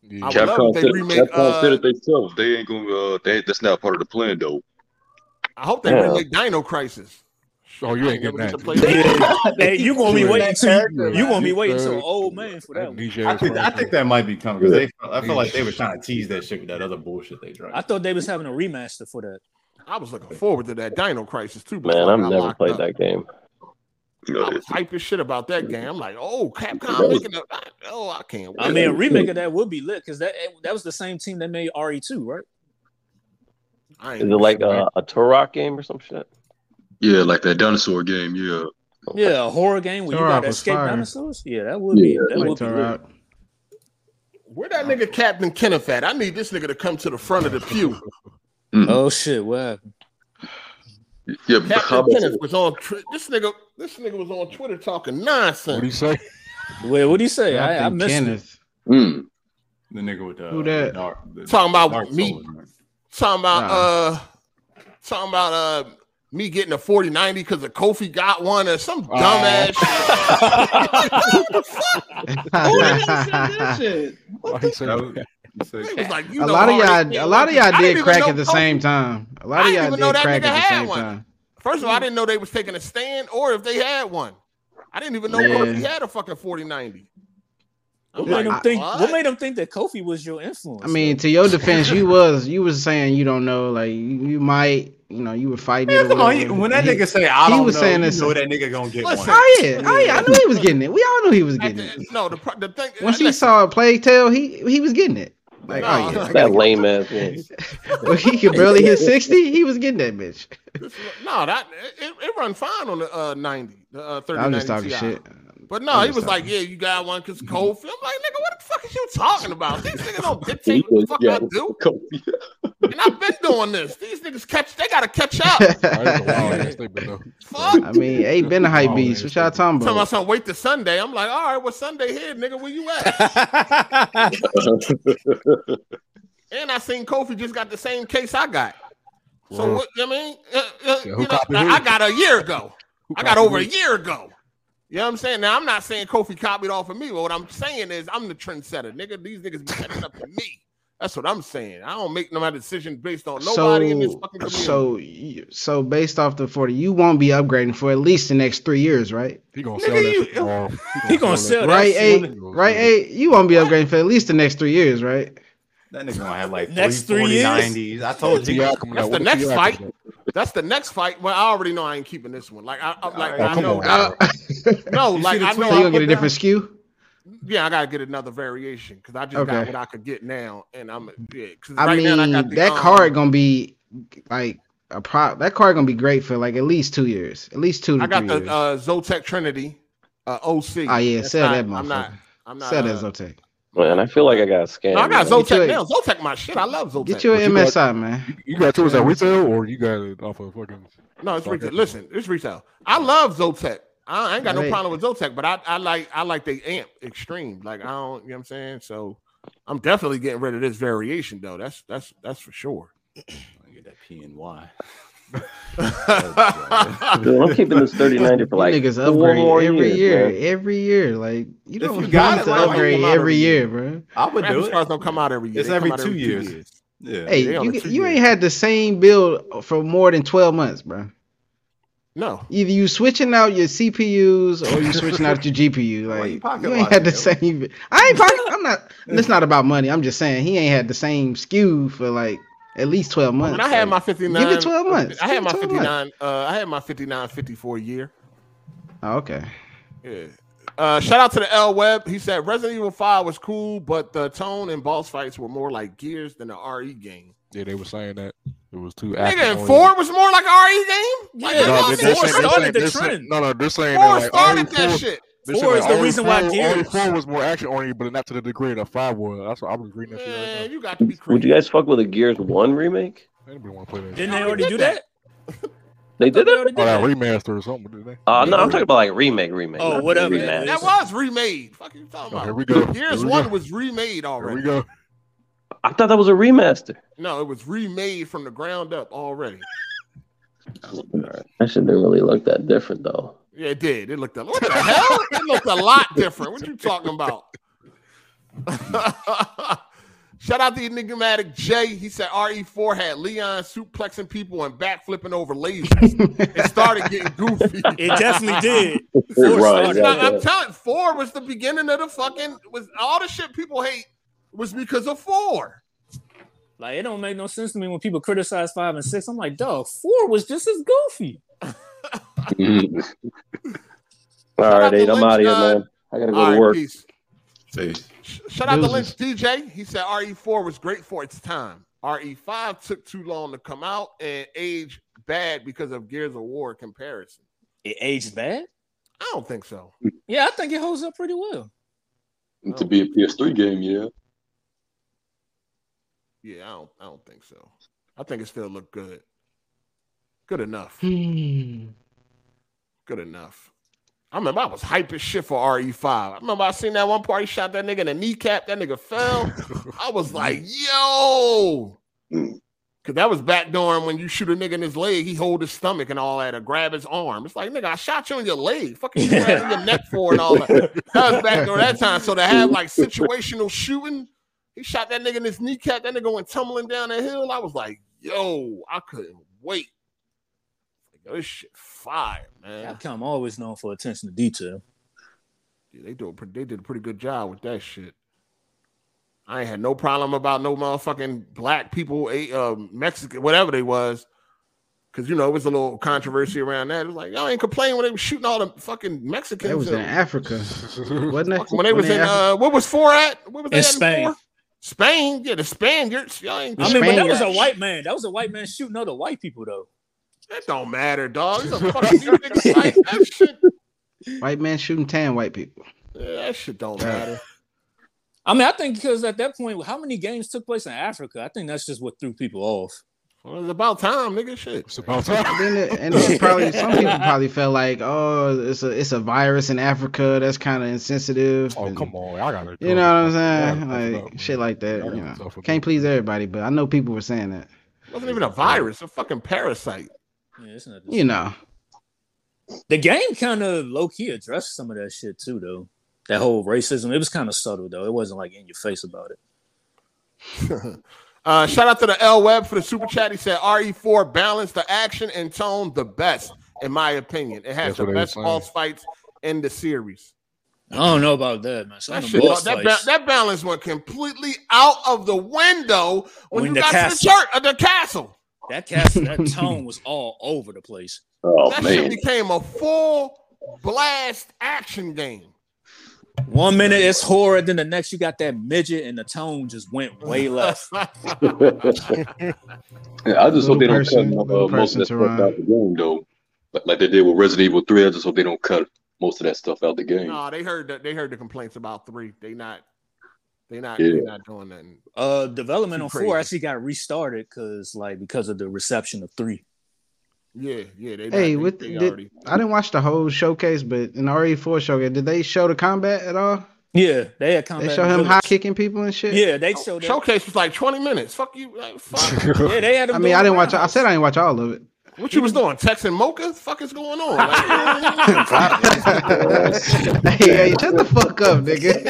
S9: Yeah.
S1: I would love if they remake. Uh,
S12: themselves. They ain't gonna. Uh, they, that's not part of the plan, though.
S1: I hope they
S5: Yeah.
S1: remake Dino Crisis.
S9: Oh, you
S1: I
S9: ain't getting
S1: never get
S9: that.
S1: to play that.
S6: hey, you gonna be
S9: Yeah.
S6: waiting till
S9: Yeah.
S6: you gonna be waiting till
S9: Yeah.
S6: old man for that. One.
S9: DJ
S11: I think, I think that might be coming because they. I feel like they were
S9: Yeah.
S11: trying to tease that shit with that other bullshit they
S6: I
S11: drank.
S6: thought they was having a remaster for that.
S1: I was looking forward to that Dino Crisis too.
S5: Man,
S1: before I
S5: I've
S1: got
S5: never
S1: locked
S5: played
S1: up.
S5: that game.
S1: I was hyping shit about that game. I'm like, oh, Capcom making a, oh, I can't. Wait.
S6: I mean, a remake of that would be lit because that that was the same team that made RE2, right?
S1: I
S5: Is it like uh, a, a Turok game or some shit?
S12: Yeah, like that dinosaur game. Yeah.
S6: Yeah, a horror game where you
S12: Turok
S6: got to
S12: was
S6: escape
S12: fire.
S6: dinosaurs. Yeah, that would be
S12: Yeah,
S6: that
S12: like
S6: would be
S12: Turok.
S6: lit.
S1: Where that nigga Captain Kenneth at? I need this nigga to come to the front of the pew.
S5: mm.
S6: Oh shit! What happened?
S12: Yeah,
S1: Captain Kenneth was on tw- this nigga. This nigga was on Twitter talking nonsense. What
S9: do you say?
S6: Wait, what do you say? I, I
S3: Captain
S6: missed it.
S3: Kenneth. uh,
S11: The nigga with the
S1: Hmm. Who that?
S11: dark. the
S1: Talking about
S11: dark
S1: me.
S11: soul.
S1: Talking about
S11: Nah.
S1: uh, talking about uh, me getting a forty ninety because of Kofi got one or some
S3: Ah.
S1: dumbass. shit.
S9: What the
S11: fuck?
S1: He was like, you
S3: a
S1: know
S3: lot of
S1: all these
S3: y'all,
S1: things
S3: a lot of
S1: Kofi-
S3: y'all
S1: I didn't
S3: did
S1: even
S3: crack
S1: know
S3: at the
S1: Kofi-
S3: same time. A lot
S1: I
S3: of
S1: didn't
S3: y'all
S1: even know
S3: did
S1: that
S3: crack
S1: nigga
S3: at the
S1: had
S3: same
S1: one.
S3: time.
S1: First of all, I didn't know they was taking a stand or if they had one. I didn't even know
S3: Yeah.
S1: Kofi had a fucking forty ninety.
S6: What
S1: like,
S6: made them think? What?
S1: what?
S6: made them think that Kofi was your influence?
S3: I mean, to your defense, you was you was saying you don't know, like you, you might, you know, you were fighting.
S11: Yeah,
S3: or
S11: come on, he-
S3: whatever.
S11: when that nigga say, "I don't know," you
S3: this-
S11: know that nigga gonna get
S3: Listen,
S11: one.
S3: Oh yeah, oh yeah, I knew he was getting it. We all knew he was getting it.
S1: No, the, pro- the thing
S3: Once he saw a plague tale, he he was getting it. Like,
S1: No,
S3: oh yeah, I
S5: That
S3: gotta-
S5: lame ass game.
S3: when he could barely hit sixty. He was getting that bitch.
S1: No, that it, it run fine on the uh, 90, the uh, 30
S3: I'm just talking
S1: 90 Ti.
S3: shit.
S1: But no,
S3: I'm
S1: he
S3: just
S1: was like,
S3: talking.
S1: "Yeah, you got one because Kofi." I'm like, "Nigga, what the fuck is you talking about? These niggas don't dictate what the fuck I do, and I've been doing this. These niggas catch, they gotta catch up."
S3: Oh,
S1: Fuck.
S3: I mean, ain't been a hype beast. What y'all talking
S1: Talking about
S3: about?
S1: something. Wait till Sunday. I'm like, all right, well, Sunday here, nigga. Where you at? and I seen Kofi just got the same case I got. So
S9: Wow.
S1: what I mean, uh, uh,
S9: Yeah,
S1: you
S9: who
S1: know,
S9: copied
S1: now,
S9: who?
S1: I got a year ago. I got
S9: copied
S1: over a
S9: who?
S1: year ago. You know what I'm saying? Now I'm not saying Kofi copied off of me, but what I'm saying is I'm the trendsetter, nigga. These niggas be catching up to me. That's what I'm saying. I don't make no my decision based on nobody in this
S3: So,
S1: fucking community.
S3: so, you- so based off the forty, you won't be upgrading for at least the next three years, right?
S9: He gonna
S1: sell that shit
S9: tomorrow.
S6: He gonna sell that
S3: Right,
S6: shit.
S3: eight, right, eight. You won't be upgrading for at least the next three years, right?
S11: That nigga gonna have like
S1: Next three
S11: 340,
S1: years?
S11: 90s. I told you.
S9: Yeah, coming
S1: That's
S9: out.
S1: the
S9: What
S1: next
S9: you
S1: fight.
S9: acting
S1: That's the next fight. Well, I already know I ain't keeping this one. Like I, I'm like
S9: Oh,
S1: I
S9: come
S1: know.
S9: on,
S1: no, like I
S3: so
S1: know.
S3: you
S1: I
S3: gonna get
S1: put
S3: a different
S1: down-
S3: skew?
S1: Yeah, I gotta get another variation because I just got
S3: Okay.
S1: what I could get now, and I'm yeah. Because
S3: I
S1: right
S3: mean,
S1: now I got the,
S3: that
S1: um,
S3: card gonna be like a prop. That card gonna be great for like at least two years, at least two to
S1: I got
S3: three
S1: the
S3: years.
S1: uh, Zotec Trinity, uh, OC.
S3: oh yeah,
S1: That's
S3: sell
S1: not-
S3: that motherfucker.
S1: I'm not. I'm not.
S3: sell
S1: uh,
S3: that Zotac.
S5: Man, I feel like I got scammed.
S1: no, I got
S5: man.
S1: Zotec now. Zotec, my shit. I love Zotec.
S3: Get you
S9: But
S3: an
S9: you
S3: MSI,
S9: got-
S3: man.
S9: You got yours at retail, or you got it off of fucking?
S1: No, it's
S9: Okay.
S1: retail. Listen, it's retail. I love Zotec. I I ain't got no
S9: Right.
S1: problem with Zotec, but I, I like I like the amp extreme. Like I don't, you know what I'm saying? So I'm definitely getting rid of this variation though. That's that's that's for sure.
S11: Get that P and Y.
S5: Dude, I'm keeping this 3090 for like
S3: Niggas
S5: four
S3: upgrade
S5: more
S3: every
S5: years,
S3: year,
S5: man.
S3: every year. Like you don't
S11: you
S3: want
S11: got it,
S3: to
S11: why would you
S3: upgrade
S11: come out every
S3: every
S11: year?
S3: year, bro.
S11: I would do
S1: Graphics
S11: it.
S1: cards don't come out every year.
S11: It's
S1: They come
S11: every
S1: out
S11: two years. Yeah.
S3: Hey,
S1: They on
S3: you,
S1: the two
S3: you ain't had the same build for more than twelve months, bro.
S1: No.
S3: Either you switching out your CPUs or you switching out your GPU. Like
S11: pocket
S3: you ain't
S11: watching,
S3: had the
S11: yo?
S3: same. I ain't. Pocket, I'm not. and It's not about money. I'm just saying he ain't had the same skew for like at least twelve months.
S1: When I
S3: Like,
S1: had my 59,
S3: Give it twelve months.
S1: I
S3: Give
S1: had
S3: it
S1: my
S3: 12 months.
S1: 59. Uh, I had my 59, 54 year.
S3: Oh, okay.
S1: Yeah. Uh, shout out to the L Web. He said Resident Evil 5 was cool, but the tone and boss fights were more like Gears than the RE game.
S9: Yeah, they were saying that it was too.
S1: Nigga, and
S9: action-oriented.
S1: four was more like
S11: E.
S1: an RE game. Like,
S9: No,
S1: that's what
S9: they- they're
S1: I'm saying.
S9: saying- they're saying-
S1: started the
S9: they're saying-
S1: trend.
S9: No, no, they're saying
S1: Four
S9: that like
S1: started
S9: RE4
S1: that shit.
S9: they're
S1: Four
S9: saying
S1: is
S9: that
S1: the reason why
S9: RE4
S1: Gears-
S9: RE4 was more action oriented, but not to the degree that five was. That's what I was reading. That shit.
S1: Man, you got to be
S5: Would you guys fuck with a Gears One remake?
S9: Anybody want to play that?
S6: Didn't they already do that?
S5: They did
S6: it.
S9: Or that remaster or something? Did they?
S5: Uh, no, I'm talking about like remake, remake.
S6: Oh,
S5: not
S6: whatever that
S5: remaster.
S1: That was remade. Fuck you talking
S9: Oh,
S1: about?
S9: here we go.
S1: Gears
S9: Here we
S1: 1
S9: go.
S1: was remade
S9: Here we
S1: already.
S9: go.
S5: I thought that was a remaster.
S1: No, it was remade from the ground up already.
S5: That shit didn't really look that different though.
S1: Yeah, it did. It looked a what the hell? It looked a lot different. What you talking about? Shout out to Enigmatic J. He said RE4 had Leon suplexing people and backflipping over lasers. it started getting goofy.
S6: It definitely did.
S5: Four Right, started.
S1: Now,
S5: yeah,
S1: I'm
S5: yeah.
S1: telling four was the beginning of the fucking was all the shit people hate was because of four.
S6: Like it don't make no sense to me when people criticize five and six. I'm like, dog, four was just as goofy.
S5: All right,
S1: out to
S5: eight. I'm
S1: Lynch
S5: out of here,
S1: Nine.
S5: man. I gotta go
S1: All
S5: to
S1: right,
S5: work.
S1: peace.
S12: Peace.
S1: Shout out to Lynch DJ. He said RE4 was great for its time. RE5 took too long to come out and aged bad because of Gears of War comparison.
S6: It aged bad?
S1: I don't think so.
S6: Yeah, I think it holds up pretty well.
S12: To
S3: Oh.
S12: be a PS3 game, yeah.
S1: Yeah, I don't I don't think so. I think it still looked good. Good enough.
S3: Hmm.
S1: Good enough. I remember I was hype as shit for RE5. I remember I seen that one party shot that nigga in the kneecap. That nigga fell. I was like, yo. Cause that was back during when you shoot a nigga in his leg, he hold his stomach and all that, or grab his arm. It's like, nigga, I shot you in your leg. Fucking you grabbing your neck for and all that. That was back during that time. So to have like situational shooting, he shot that nigga in his kneecap. That nigga went tumbling down the hill. I was like, yo, I couldn't wait. Yo, this shit fire, man.
S6: Capcom always known for attention to detail.
S1: Yeah, they do a, pre- they did a pretty good job with that shit. I ain't had no problem about no motherfucking black people, eh, uh, Mexican, whatever they was, because you know it was a little controversy around that. It was like y'all ain't complaining when they were shooting all the fucking Mexicans.
S3: That was in
S1: and-
S3: Africa, wasn't it?
S1: when they was in uh, what was four at? What was
S6: In
S1: that
S6: Spain.
S1: Spain, yeah, the Spaniards. Y'all ain't.
S6: I mean, but that was a white man. That was a white man shooting other white people though.
S1: That don't matter, dog. It's a fucking you niggas like that shit.
S3: white man shooting tan white people.
S1: Yeah, that shit don't matter.
S6: I mean, I think because at that point, how many games took place in Africa? I think that's just what threw people off.
S1: Well, it's about time, nigga. Shit. It's
S6: Oh,
S9: about
S3: And then it- and then probably some people probably felt like, oh, it's a it's a virus in Africa. That's kind of insensitive. Oh come
S9: on, I gotta.
S3: You know what I'm saying? Like shit like that. You know, can't please everybody, but I know people were saying that.
S1: It wasn't even a virus, a fucking parasite.
S6: Yeah, it's not
S3: You know,
S6: the game kind of low key addressed some of that shit too, though. That whole racism, it was kind of subtle though. It wasn't like in your face about it.
S1: Uh, shout out to the L Web for the super chat. He said RE4 balanced the action and tone the best, in my opinion. It has
S6: That's
S1: the
S6: what they were
S1: best
S6: saying.
S1: boss fights in the series.
S6: I don't know about that, man. Some
S1: That,
S6: of
S1: shit,
S6: the boss
S1: that, ba-
S6: fights-
S1: that balance went completely out of the window when,
S6: When
S1: you
S6: the
S1: got to
S6: castle-
S1: the church of the castle.
S6: that cast, that tone was all over the place.
S12: Oh
S1: that
S6: man.
S1: shit became a full blast action game.
S6: One minute it's horror, then the next you got that midget, and the tone just went way left.
S12: Yeah, I just hope they don't
S3: person-
S12: cut
S3: little
S12: uh, most
S3: person
S12: of that
S3: to
S12: stuff
S3: run.
S12: out the game, though. Like, like they did with Resident Evil 3. I just hope they don't cut most of that stuff out the game.
S1: No, they heard that they heard the complaints about three. They not they not
S12: Yeah.
S1: they not doing nothing.
S6: Uh, development
S1: Too
S6: on
S1: crazy.
S6: four actually got restarted because, like, because of the reception of three.
S1: Yeah, yeah. They
S3: hey,
S1: not,
S3: with
S1: they,
S3: the,
S1: they
S3: did-
S1: already
S3: I didn't watch the whole showcase, but in the RE4 showcase, did they show the combat at all?
S6: Yeah, they had combat.
S3: They show
S6: in the
S3: him
S6: village.
S3: high kicking people and shit.
S6: Yeah, they showed that.
S1: showcase was like twenty minutes. Fuck you. Like, fuck.
S6: Yeah, they had him.
S3: I mean, I didn't watch. I said I didn't watch all of it.
S1: What you was doing? Texting Mocha? Fuck is going on? Like,
S3: hey, hey, shut the fuck up, nigga.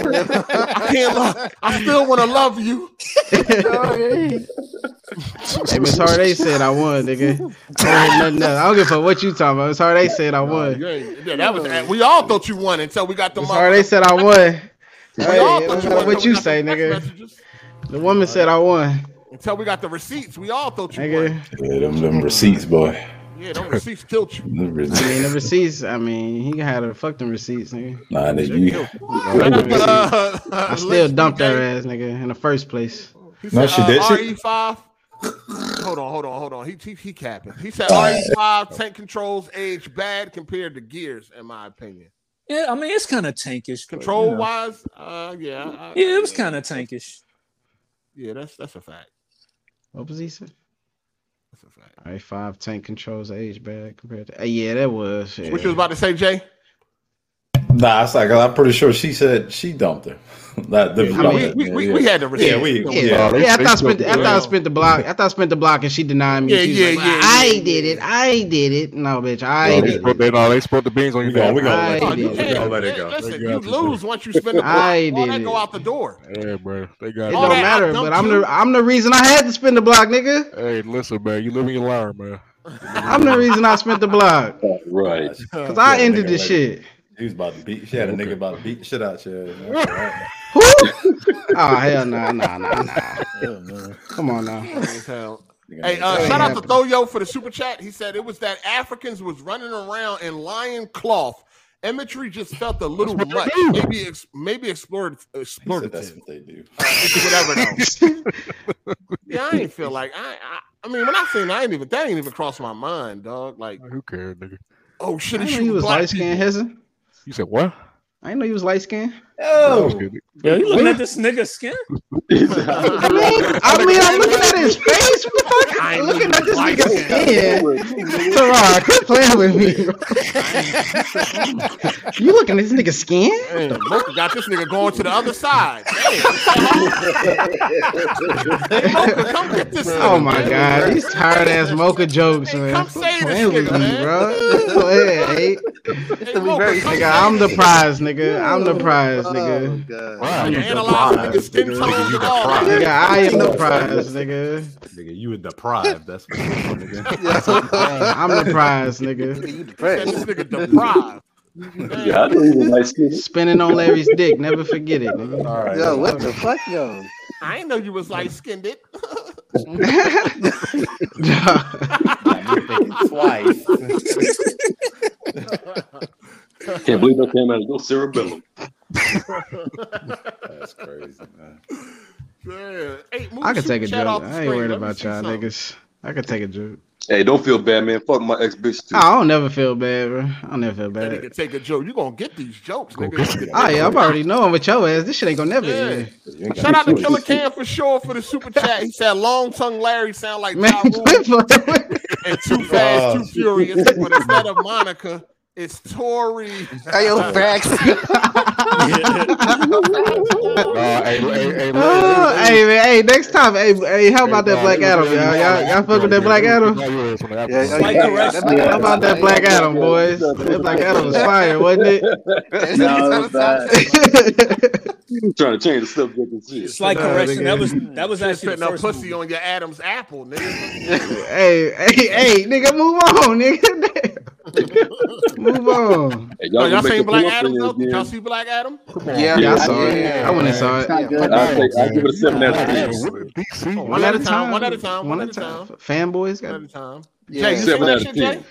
S1: I can't. Love, I still want to love you.
S3: hey, Miss Harday said I won, nigga. I don't, hear nothing else. I don't give a fuck what you talking about. Miss Harday said I won.
S1: You ain't- yeah, that was. We all thought you won until we got the
S3: Miss
S1: money.
S3: Harday said I won. Hey,
S1: all
S3: it don't
S1: thought you
S3: matter
S1: won
S3: what
S1: until
S3: you
S1: we got
S3: say,
S1: the text
S3: nigga. The woman said I won.
S1: Until we got the receipts, we all thought you won.
S3: Nigga.
S13: Yeah, them, them receipts, boy.
S1: Yeah, them receipts killed you.
S13: Them
S3: I
S13: receipts.
S3: mean the receipts. I mean he had to fuck them receipts, nigga.
S13: Nah, nigga, you,
S3: I still dumped her ass, nigga, in the first place.
S1: He said, uh, RE5. Hold on, hold on, hold on. He he, he capping. He said RE5 tank controls age bad compared to Gears, in my opinion.
S6: Yeah, I mean, it's kind of tankish. but, you
S1: Control
S6: know.
S1: wise, uh, yeah, I,
S6: Yeah, it was kind of tankish.
S1: yeah, that's that's a fact.
S3: What was he saying? All right, five tank controls age bad compared to. Hey, yeah, that was. Yeah.
S1: What you was about to say, Jay?
S13: nah, it's like I'm pretty sure she said she dumped her. Not the,
S3: I mean,
S1: we- we- we had the receipts.
S13: Yeah, we,
S3: Yeah,
S13: yeah.
S3: yeah. after, I spent, after I spent the block, after I spent the block, and she denied me.
S9: Yeah,
S3: She was
S9: yeah,
S3: like,
S9: yeah,
S3: I ain't did it. I ain't did it. No, bitch, I
S9: No,
S3: ain't
S9: they,
S3: did it.
S9: spoke, they, no, they spoke the beans on you.
S13: gonna- we gonna
S3: I
S13: let it
S3: did
S13: go. We gonna let it go.
S1: Listen,
S9: you
S1: you
S9: got to
S1: lose once you spend the block.
S3: I
S1: All that
S3: did
S1: go out the door.
S9: Yeah, bro, they
S3: It
S9: got
S3: don't matter, but I'm the I'm the reason I had to spend the block, nigga.
S9: Hey, listen, man, you living your liar, man.
S3: I'm the reason I spent the block
S13: Right.
S3: because I ended this shit.
S13: He was about to beat. She had a nigga about to beat the shit out you.
S3: Who? Oh hell nah nah nah nah.
S13: Oh,
S3: Come on now.
S1: As hell. Hey, uh,
S3: That ain't
S1: shout out to
S3: happening.
S1: Thoyo for the super chat. He said it was that Africans was running around in lion cloth Imagery just felt a little
S9: what they
S1: much.
S9: do.
S1: Maybe ex- maybe explored explorative.
S13: that's what they do.
S1: Uh, it's whatever. though. yeah, I ain't feel like I, I. I mean, when I seen, it, I ain't even that ain't even crossed my mind, dog. Like,
S9: who cares, nigga?
S1: Oh shit,
S3: I
S1: he
S3: didn't know he was light skinned, Hezzy.
S9: You said what?
S3: I didn't know he was light skinned.
S13: Oh,
S6: Yo, you looking at this nigga skin?
S3: I mean, I mean, I'm looking at his face. What the fuck? I'm looking at this nigga's skin. Come on, quit playing with me. you looking at this nigga's skin?
S1: Look, got this nigga going to the other side.
S3: Oh my god, these tired ass mocha jokes, man.
S1: say
S3: Quit playing with me, bro. Go ahead, eh? Nigga, Oh, I'm the prize, nigga. I'm the prize, nigga.
S1: Wow, you analyze nigga's skin tone.
S13: Ah, You
S1: Oh,
S13: deprived.
S3: Nigga, I am the prize, nigga.
S13: Nigga, you were deprived. That's what you are, nigga.
S3: I'm the prize, nigga.
S1: this nigga deprived.
S13: Yeah, I didn't even like
S3: Spinning on Larry's dick, never forget it, nigga. All right.
S1: Yo, what
S3: the fuck, yo?
S1: I didn't know you was light skinned. It.
S13: twice.
S12: Can't believe that came out of no cerebellum.
S13: That's crazy, man.
S1: Yeah. Hey, move
S3: I could
S1: shoot
S3: take a
S1: chat
S3: joke.
S1: off the
S3: I ain't
S1: screen.
S3: worried
S1: Let me
S3: about
S1: see
S3: y'all
S1: something.
S3: niggas. I could take a joke.
S12: Hey, don't feel bad, man. Fuck my ex bitch too.
S3: Oh, I don't never feel bad, bro. I don't never feel
S1: That
S3: bad.
S1: nigga take a joke. You gonna get these jokes, nigga.
S3: Oh yeah, I'm already knowing with your ass. This shit ain't gonna never end.
S1: Shout out to Killer Cam for sure for the super chat. He said long tongue Larry sound like Ja Rule and too fast, too furious. But instead of Monica, it's Tori.
S14: Hey, yo, facts.
S9: hey, hey, hey,
S3: Oh, hey man, hey, next time, hey, hey, how about that Black Adam, y'all? Y'all, y'all fuck with that Black Adam? How about that Black Adam, boys? That Black Adam was fire, wasn't it?
S12: trying to change the subject and shit.
S6: It's like correction. That was that was actually
S1: Putting
S6: the
S1: no
S6: first
S1: pussy on your Adam's apple, nigga.
S3: Hey, hey, hey, nigga, move on, nigga. move on.
S12: Hey,
S1: Oh,
S12: y'all,
S1: y'all
S12: gonna make
S1: seen
S12: a
S1: Black
S12: pull-up
S1: Adam
S12: thing
S1: though? Did y'all
S12: again?
S1: see Black Adam?
S3: Yeah, I saw it. I went and saw it.
S12: I'll take- I'll give it a seven out of ten.
S3: One at a time.
S1: One at a time. One at a time.
S3: Fanboys got
S1: One at a time.
S3: Yeah.
S1: Jay, you seen
S12: Seven
S1: that
S12: out of
S1: shit, Jay?
S12: ten.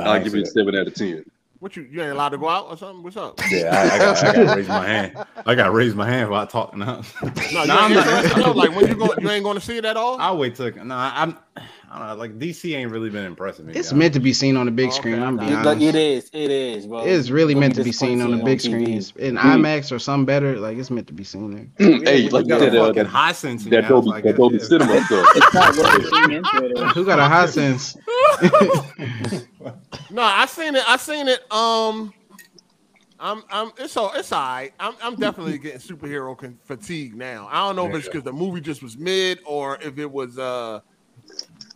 S12: I'll give it a seven out of ten.
S1: What you? You ain't allowed to go out or something? What's up?
S13: Yeah, I, I, got, I got to raise my hand. I got to raise my hand while talking now.
S1: No,
S13: Nah,
S1: you
S13: I'm
S1: ain't
S13: not.
S1: interested? No, like when you go, you ain't going to see it at all.
S13: I'll wait till. Nah, I'm. I don't know. Like DC ain't really been impressing me.
S3: It's
S13: y'all.
S3: meant to be seen on the
S13: Oh,
S3: big screen. I'm being
S13: It's
S10: Like, it
S3: honest.
S10: is, it is, bro.
S3: It's really
S10: Don't
S3: meant
S10: be
S3: to be seen on the
S10: disappointed
S3: big
S10: TV.
S3: screens in
S10: Mm.
S3: IMAX or something better. Like it's meant to be seen there.
S12: Hey, like
S13: got
S12: you said,
S13: a
S12: uh,
S13: fucking
S12: that
S13: high sense.
S12: that Dolby, that Dolby Cinema stuff.
S3: Who got a hot sense?
S1: No, I seen it. I seen it. Um, I'm, I'm. It's all. It's all right. I'm, I'm definitely getting superhero con- fatigue now. I don't know if it's because the movie just was mid or if it was, uh,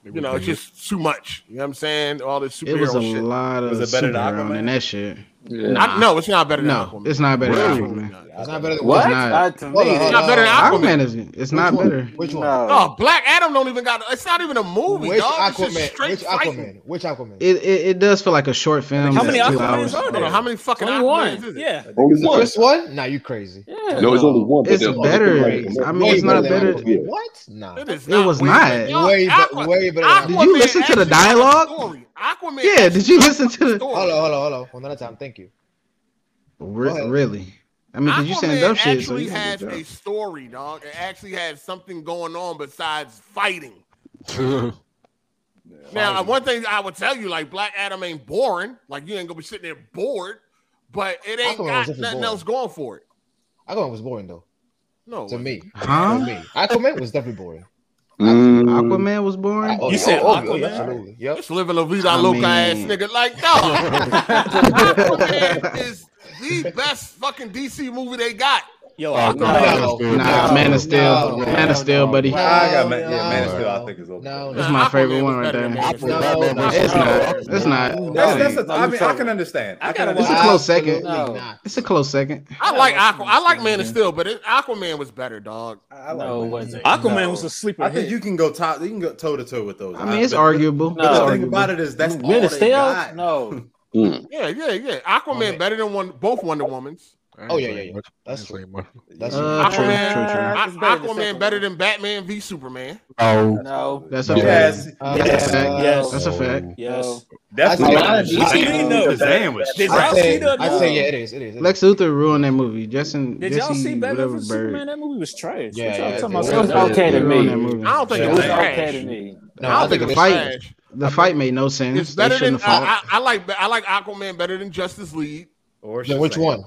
S1: you know, it's just too much. You know what I'm saying? All this superhero
S3: It was a
S1: shit.
S3: lot of
S13: Was it better than
S3: superhero
S13: Aquaman?
S3: and that shit.
S1: I- no, it's not better than
S3: no,
S1: Aquaman.
S3: it's not better
S1: Really?
S3: than Aquaman.
S14: It's not better than
S3: What?
S14: what?
S3: Not-
S14: to
S1: Hold on, hold on. Not better than
S3: Aquaman
S1: Aquaman.
S3: is. It's not
S14: one?
S3: better.
S14: Which one?
S1: Oh, Black Adam don't even got. It's not even a movie,
S14: Which
S1: dog. It's just
S14: Aquaman?
S1: straight
S14: Which
S1: fighting.
S14: Aquaman? Which Aquaman?
S3: It, it it does feel like a short film.
S6: How
S3: that's
S6: many
S3: two
S6: Aquamans
S3: hours.
S6: are
S1: Hold on, how many fucking Aquamans is it?
S6: Yeah.
S12: Only one.
S14: Just one? Nah, you crazy. Yeah.
S12: No, it's only one. but
S3: It's
S12: there's other
S3: better.
S12: people.
S3: I mean, it's not better.
S12: Yeah.
S14: What? Nah.
S1: It is
S3: It was
S1: way
S3: not.
S1: better. Yo,
S14: Way be-
S1: Aqua-
S14: way better than
S3: Did you
S1: Aquaman
S3: listen to the
S1: actually got a
S3: dialogue?
S1: story. Aquaman.
S3: Yeah. Did you
S1: actually
S3: listen to the?
S14: Hold on, hold on, hold on. One at a time. Thank you. Go
S3: Re-
S14: ahead.
S3: really? I mean, because you saying dumb
S1: Aquaman
S3: shit. So
S1: actually
S3: you
S1: has
S3: can
S1: a story, dog. It actually has something going on besides fighting. Now, uh, one thing I would tell you, like Black Adam ain't boring. Like you ain't gonna be sitting there bored, but it ain't
S14: Aquaman was
S1: got
S14: definitely
S1: nothing
S14: boring.
S1: else going for it.
S14: Aquaman was boring though.
S1: No, it
S14: To me.
S3: Huh?
S14: To me. Aquaman was definitely boring.
S3: Mm. Aquaman was boring.
S14: Oh,
S6: You said
S14: oh,
S6: Aquaman?
S14: Absolutely. Yep.
S1: Just living La Vida
S3: I
S1: Loca ass
S3: mean-
S1: nigga. Like, dog. Aquaman is the best fucking DC movie they got.
S6: Yo,
S9: Oh,
S6: Aquaman.
S14: No,
S9: no, no,
S3: Nah, Man of Steel.
S14: no,
S3: Man of Steel, buddy.
S13: Nah, I got
S14: No,
S13: man, yeah, Man of
S14: no,
S13: Steel. I
S14: no,
S13: think is over.
S14: No,
S3: That's
S1: Nah,
S3: my
S1: Aquaman
S3: favorite
S1: was
S3: one right
S1: better than
S3: there.
S1: Man of Steel.
S14: no,
S9: Batman
S14: no,
S9: versus
S3: It's not.
S14: no,
S3: It's not.
S14: no,
S13: That's,
S3: That
S13: that's
S3: ain't-
S13: the, I mean, I can understand. I can
S3: It's a
S13: understand.
S3: close second.
S14: absolutely not.
S3: It's a close second.
S1: I like Aqua. I like Man of Steel, but it, Aquaman was better, dog.
S13: I like
S10: No,
S13: Man
S10: it
S13: of
S10: wasn't.
S6: Aquaman
S13: No.
S6: was a sleeper
S13: I think
S6: hit.
S13: you can go top. You can go toe to toe with those.
S3: I mean, it's
S13: but-
S3: arguable.
S13: But the
S10: No.
S13: thing about it is, that's all
S10: Man
S13: they
S10: of Steel?
S13: got.
S10: No.
S12: Mm.
S1: Yeah, yeah, yeah. Aquaman better than one both Wonder Womans.
S14: Oh, yeah, yeah, yeah. That's true. That's true.
S1: Aquaman,
S14: True, true, true.
S1: Aqu-
S14: It's better than the
S1: Aquaman
S14: second
S1: better than Batman v Superman.
S14: Oh.
S10: No.
S14: That's a
S1: Yes.
S14: fact.
S1: Uh,
S14: That's a
S1: yes.
S14: fact.
S1: Yes.
S14: That's a fact.
S1: Yes.
S14: That's
S1: I
S14: a
S1: say-
S14: fact.
S1: I say- Shazam was-
S14: Did y'all see that? I say yeah, it is. It is.
S3: Lex Luthor ruined that movie. Justin,
S6: Did y'all
S3: Jesse,
S6: see Batman
S3: whatever
S6: vs
S3: bird.
S6: Superman? That movie was trash.
S3: Yeah,
S6: What
S3: yeah,
S6: y'all talking
S3: it
S6: about?
S3: was okay to
S6: It
S3: me.
S6: ruined that movie.
S3: I don't think it
S6: Yeah.
S3: was
S6: okay
S1: trash.
S6: to me.
S3: No,
S1: I
S3: I,
S1: don't
S3: think,
S1: think
S3: the
S1: it was
S3: fight,
S1: trash.
S3: the fight made no sense.
S1: It's better
S3: they shouldn't
S1: than
S3: have fought.
S1: I, I, I like I like Aquaman better than Justice League. Or
S14: Then which one?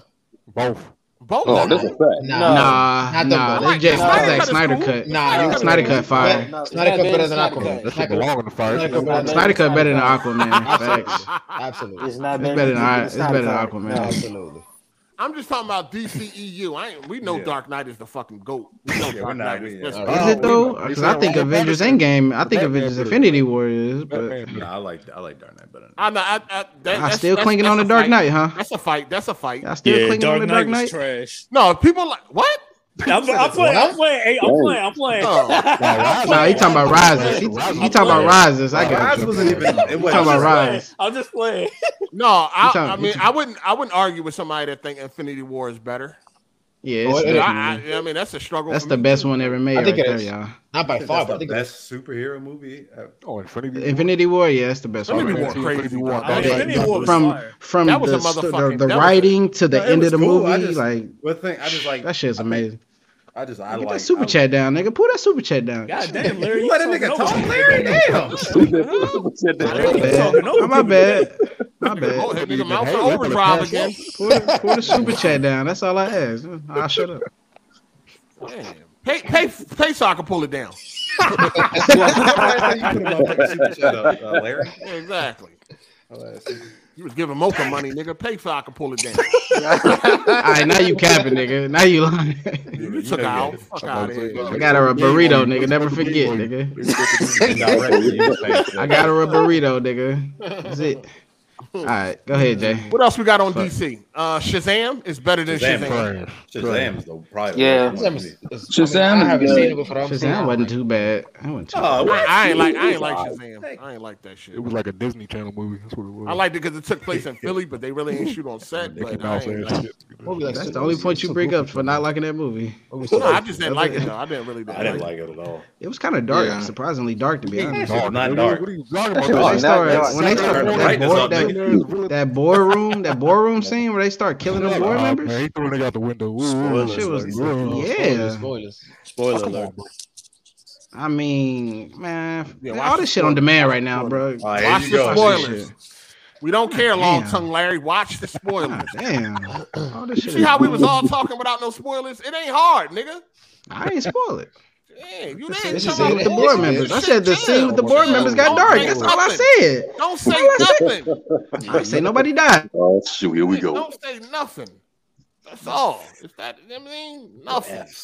S9: Both.
S1: Both.
S14: Oh,
S1: of
S14: this is
S1: them.
S14: fact.
S3: Nah,
S14: No.
S3: nah,
S14: Not the
S3: nah.
S14: book.
S3: They just
S14: Nah,
S3: that's
S14: Snyder
S3: like
S14: Cut is
S3: Snyder
S14: cool.
S3: cut.
S14: Nah, Snyder
S3: Snyder
S14: Cut
S3: cut
S14: is
S3: fire.
S14: cool. No, Snyder Cut better than Aquaman.
S9: That shit belong in the fire.
S14: Snyder Cut better than
S3: Snyder cut better than
S14: Aquaman.
S3: Aquaman. Facts.
S14: Absolutely. Absolutely. It's
S3: It's better than I- it's better than Aquaman.
S14: Absolutely.
S1: I'm just talking about DCEU. I ain't, we know Dark Knight is the fucking goat. We know Dark Knight is
S3: Is
S1: best.
S3: it though? Because I think Avengers Endgame. I think Avengers Infinity War is, but
S15: Nah, I like I like Dark Knight better.
S1: I know. I, I, that, that's-
S3: still
S1: that's-
S3: clinging
S1: that's
S3: on
S1: a
S3: to Dark
S1: fight.
S3: Knight, huh?
S1: That's a fight. That's a fight.
S3: I still Yeah, clinging on Dark to Dark Knight was
S1: Knight. Trash. No, people like what?
S6: I'm, I'm playing. I'm playing. Hey, I'm
S1: Whoa.
S6: playing. I'm playing.
S1: No.
S6: I'm
S3: no, he
S6: playing.
S3: talking about rises. He, he talking about rises. I got
S1: Rise
S3: you.
S1: wasn't even-
S3: He
S1: it
S3: talking
S1: wasn't-
S3: about rise.
S6: I'm just playing.
S1: No, I,
S3: talking-
S1: I
S3: you
S1: mean,
S3: talking-
S1: I wouldn't. I wouldn't argue with somebody that think Infinity War is better.
S3: Yeah, it's
S1: I, I,
S3: definitely-
S1: I mean, that's a struggle.
S3: that's
S1: for
S3: the
S1: me,
S3: best
S1: too.
S3: one ever made
S1: I
S3: right
S1: think it
S3: there,
S1: is.
S3: y'all.
S14: Not by far, but I
S15: the
S14: think
S15: best superhero movie. ever.
S9: Oh, Infinity
S3: Infinity War, yeah, it's the best.
S9: Infinity
S3: one.
S9: War crazy, Infinity War, dog.
S3: Like,
S9: Infinity War was
S3: from
S9: fire.
S3: from
S9: That was
S3: the,
S9: a
S3: st-
S9: motherfucking-
S3: the, the
S9: that was a-
S3: writing to the
S15: No, it
S3: end of
S15: was
S3: the
S15: cool. I
S3: movie,
S15: just-
S3: like
S15: But the thing, I just like
S3: that shit's amazing.
S15: I just I
S3: Get
S15: like
S3: that super chat down, nigga. Pull that super chat down.
S6: God damn, Larry.
S15: Let a nigga talk, Larry. Damn.
S3: My bad. Oh, my bad. My bad.
S1: Oh, that nigga mouth
S3: Hey,
S1: for
S3: what the
S1: overdrive
S3: fuck?
S1: again.
S3: Pull the, pull the super chat down. That's all I ask. I shut up.
S1: Damn. Pay, pay, pay so I can pull it down. Exactly. You was giving Mocha money, nigga. Pay so I can pull it down.
S3: All right, now you capping, nigga. Now you lying.
S1: You, took her out. Fuck out of here.
S3: I got her a burrito, nigga. Never forget, nigga. I got her a burrito, nigga. That's it. All right, go ahead, Jay.
S1: What else we got on
S3: Fuck.
S1: DC? Uh, Shazam is better than
S3: Shazam,
S1: Shazam.
S3: bro. Shazam is
S15: the
S3: Yeah.
S1: Shazam I haven't is seen good. it before, but I'm saying I
S3: Shazam wasn't too bad. I wasn't too
S1: I,
S9: Oh,
S3: bad.
S1: I ain't like. I ain't like Shazam. I ain't like that shit.
S9: It was like a Disney Channel movie. That's what it was.
S1: I liked it because it took place in Philly, but they really ain't shoot on set.
S9: They
S1: But
S9: came
S1: I
S9: out
S1: ain't
S9: saying
S1: like
S9: shit.
S3: That's the only point you bring up for not liking that movie.
S1: No, I just didn't like it though. I didn't really.
S15: I didn't like it at all.
S3: It was kind of dark,
S15: Yeah.
S3: surprisingly dark to be
S15: Yeah,
S3: honest.
S15: that shit was not dark. What are you talking about?
S3: When they
S15: That shit was
S3: start,
S15: not
S3: when they
S15: dark.
S3: start
S15: Right,
S3: that,
S15: that's
S3: board,
S15: not
S3: that, that boardroom, that boardroom scene where they start killing the board
S9: Nah,
S3: members.
S9: man, he threw a nigga out the window. Ooh,
S3: Spoilers,
S9: shit was,
S3: like,
S9: Ooh.
S3: yeah.
S14: Spoilers.
S6: Spoiler
S3: Come on,
S6: alert.
S3: bro. I mean, man,
S1: Yeah,
S3: man,
S1: watch
S3: all
S1: the
S3: this shit on
S1: spoilers.
S3: demand right now, bro.
S1: Watch the spoilers. We don't care, long
S3: Damn.
S1: tongue Larry. Watch the spoilers.
S3: Damn. All this shit
S1: See
S3: is
S1: how we was
S3: cool.
S1: all talking without no spoilers? It ain't hard, nigga.
S3: I ain't spoil it.
S1: Damn, you
S3: This is
S1: didn't
S3: the
S1: talk
S3: scene with
S1: about
S3: the board members. I said the scene with the board members got dark. That's all I said.
S1: Don't say nothing.
S3: I say nobody died.
S12: Oh shoot, here we go.
S1: Don't say nothing. That's all. Is that I mean nothing?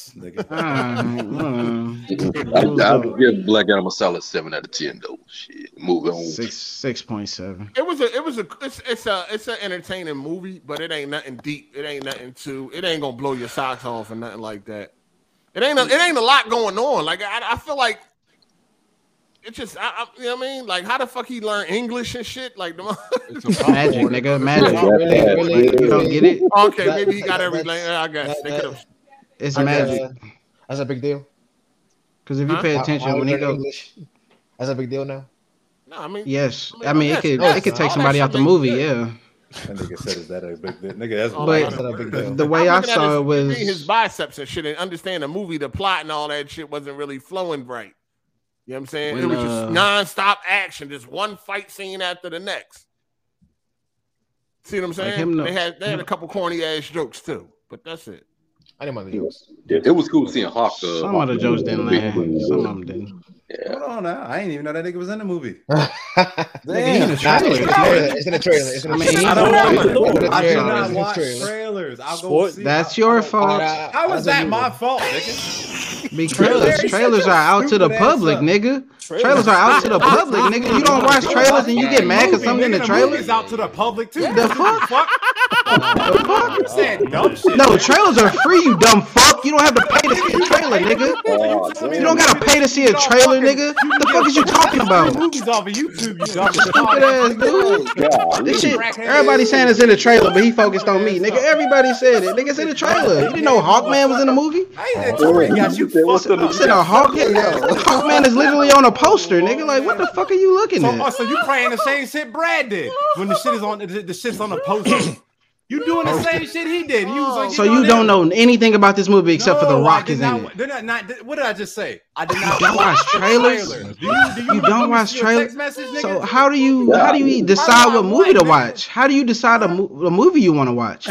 S3: Ah,
S12: I, I would give Black Adam a solid seven out of ten though. Shit, moving on.
S3: Six six point seven.
S1: It was a it was a it's it's a it's an entertaining movie, but it ain't nothing deep. It ain't nothing too. It ain't gonna blow your socks off or nothing like that. It ain't a, it ain't a lot going on. Like I, I feel like it just I, I you know what I mean. Like how the fuck he learn English and shit? Like the
S3: Magic, nigga, magic. You don't get it.
S1: Okay, maybe he got every language. I guess
S14: that-
S1: they
S14: that-
S1: could have.
S3: It's
S14: I guess,
S3: magic.
S14: uh, That's a big deal.
S3: Because if you
S14: Huh?
S3: pay
S14: How-
S3: attention
S14: how we
S3: when he
S14: learn
S3: goes,
S14: English? That's a big deal now.
S1: No, I mean
S3: yes, I mean it could
S14: yes,
S3: it could
S14: all
S3: take
S14: that
S3: somebody
S14: shit
S3: out the
S14: makes
S3: movie, yeah.
S15: That nigga said, "Is that a big deal?" Nigga, that's
S3: But the way I
S1: I'm looking at
S3: saw it
S1: his-
S3: was
S1: his biceps and shit, and understand the movie, the plot, and all that shit wasn't really flowing right. You know what I'm saying? it
S3: When,
S1: was just
S3: uh,
S1: nonstop action, just one fight scene after the next. See what I'm saying?
S14: him no-
S1: they had they had a couple corny ass jokes too, but that's it.
S14: I didn't mind the jokes.
S12: It was cool seeing Hawk. Uh,
S3: Some of the jokes didn't land. Some of them didn't.
S12: Hold
S15: on, now. I didn't even know that nigga was in the movie.
S14: Nigga, he in the Nah, trailer. it's in the trailer. It's in the trailer. It's in the
S15: I mean,
S14: trailer.
S15: I don't
S14: It's in
S15: watch
S14: the trailer.
S15: trailers. I do not watch
S14: It's in the trailer. It's in the trailer.
S15: trailers. I'll go
S3: Sport-
S15: see.
S3: That's your fault.
S15: How is that my fault, nigga?
S3: Because
S15: Larry,
S3: trailers
S15: shut your
S3: are out to the
S15: stupid ass
S3: public,
S15: up.
S3: nigga. Trailers are out to the public, nigga. You don't watch trailers and you get mad because something in the
S11: Nigga,
S3: trailer.
S11: movie's out to the public too.
S3: The fuck?
S11: You said dumb shit.
S3: No, trailers are free, you dumb fuck. You don't have to pay to see a trailer, nigga. You don't gotta pay to see a trailer, nigga. What the fuck is you talking about?
S11: Movies off of YouTube, you dumb
S3: Stupid ass dude. This shit, everybody saying it's in the trailer, but he focused on me, nigga. Everybody said it. Nigga, it's in the trailer. You didn't know Hawkman was in the movie? You said a Hawkman? Yo, Hawkman is literally on a poster, nigga. Like, what the fuck are you looking
S11: So, oh,
S3: at?
S11: so you playing the same shit Brad did when the shit is on the, the shit's on the poster. You doing the same shit he did. You was like,
S3: Oh. So you don't know anything about this movie except for The Rock is in it.
S11: They're not, not. What did I just say? I did not
S3: don't watch
S11: the
S3: trailers?
S11: trailer. Do you, do you,
S3: You don't watch trailers.
S11: text message, nigga?
S3: So Oh, how do you how do you decide what movie to watch? How do you decide a, mo- a movie you want to watch?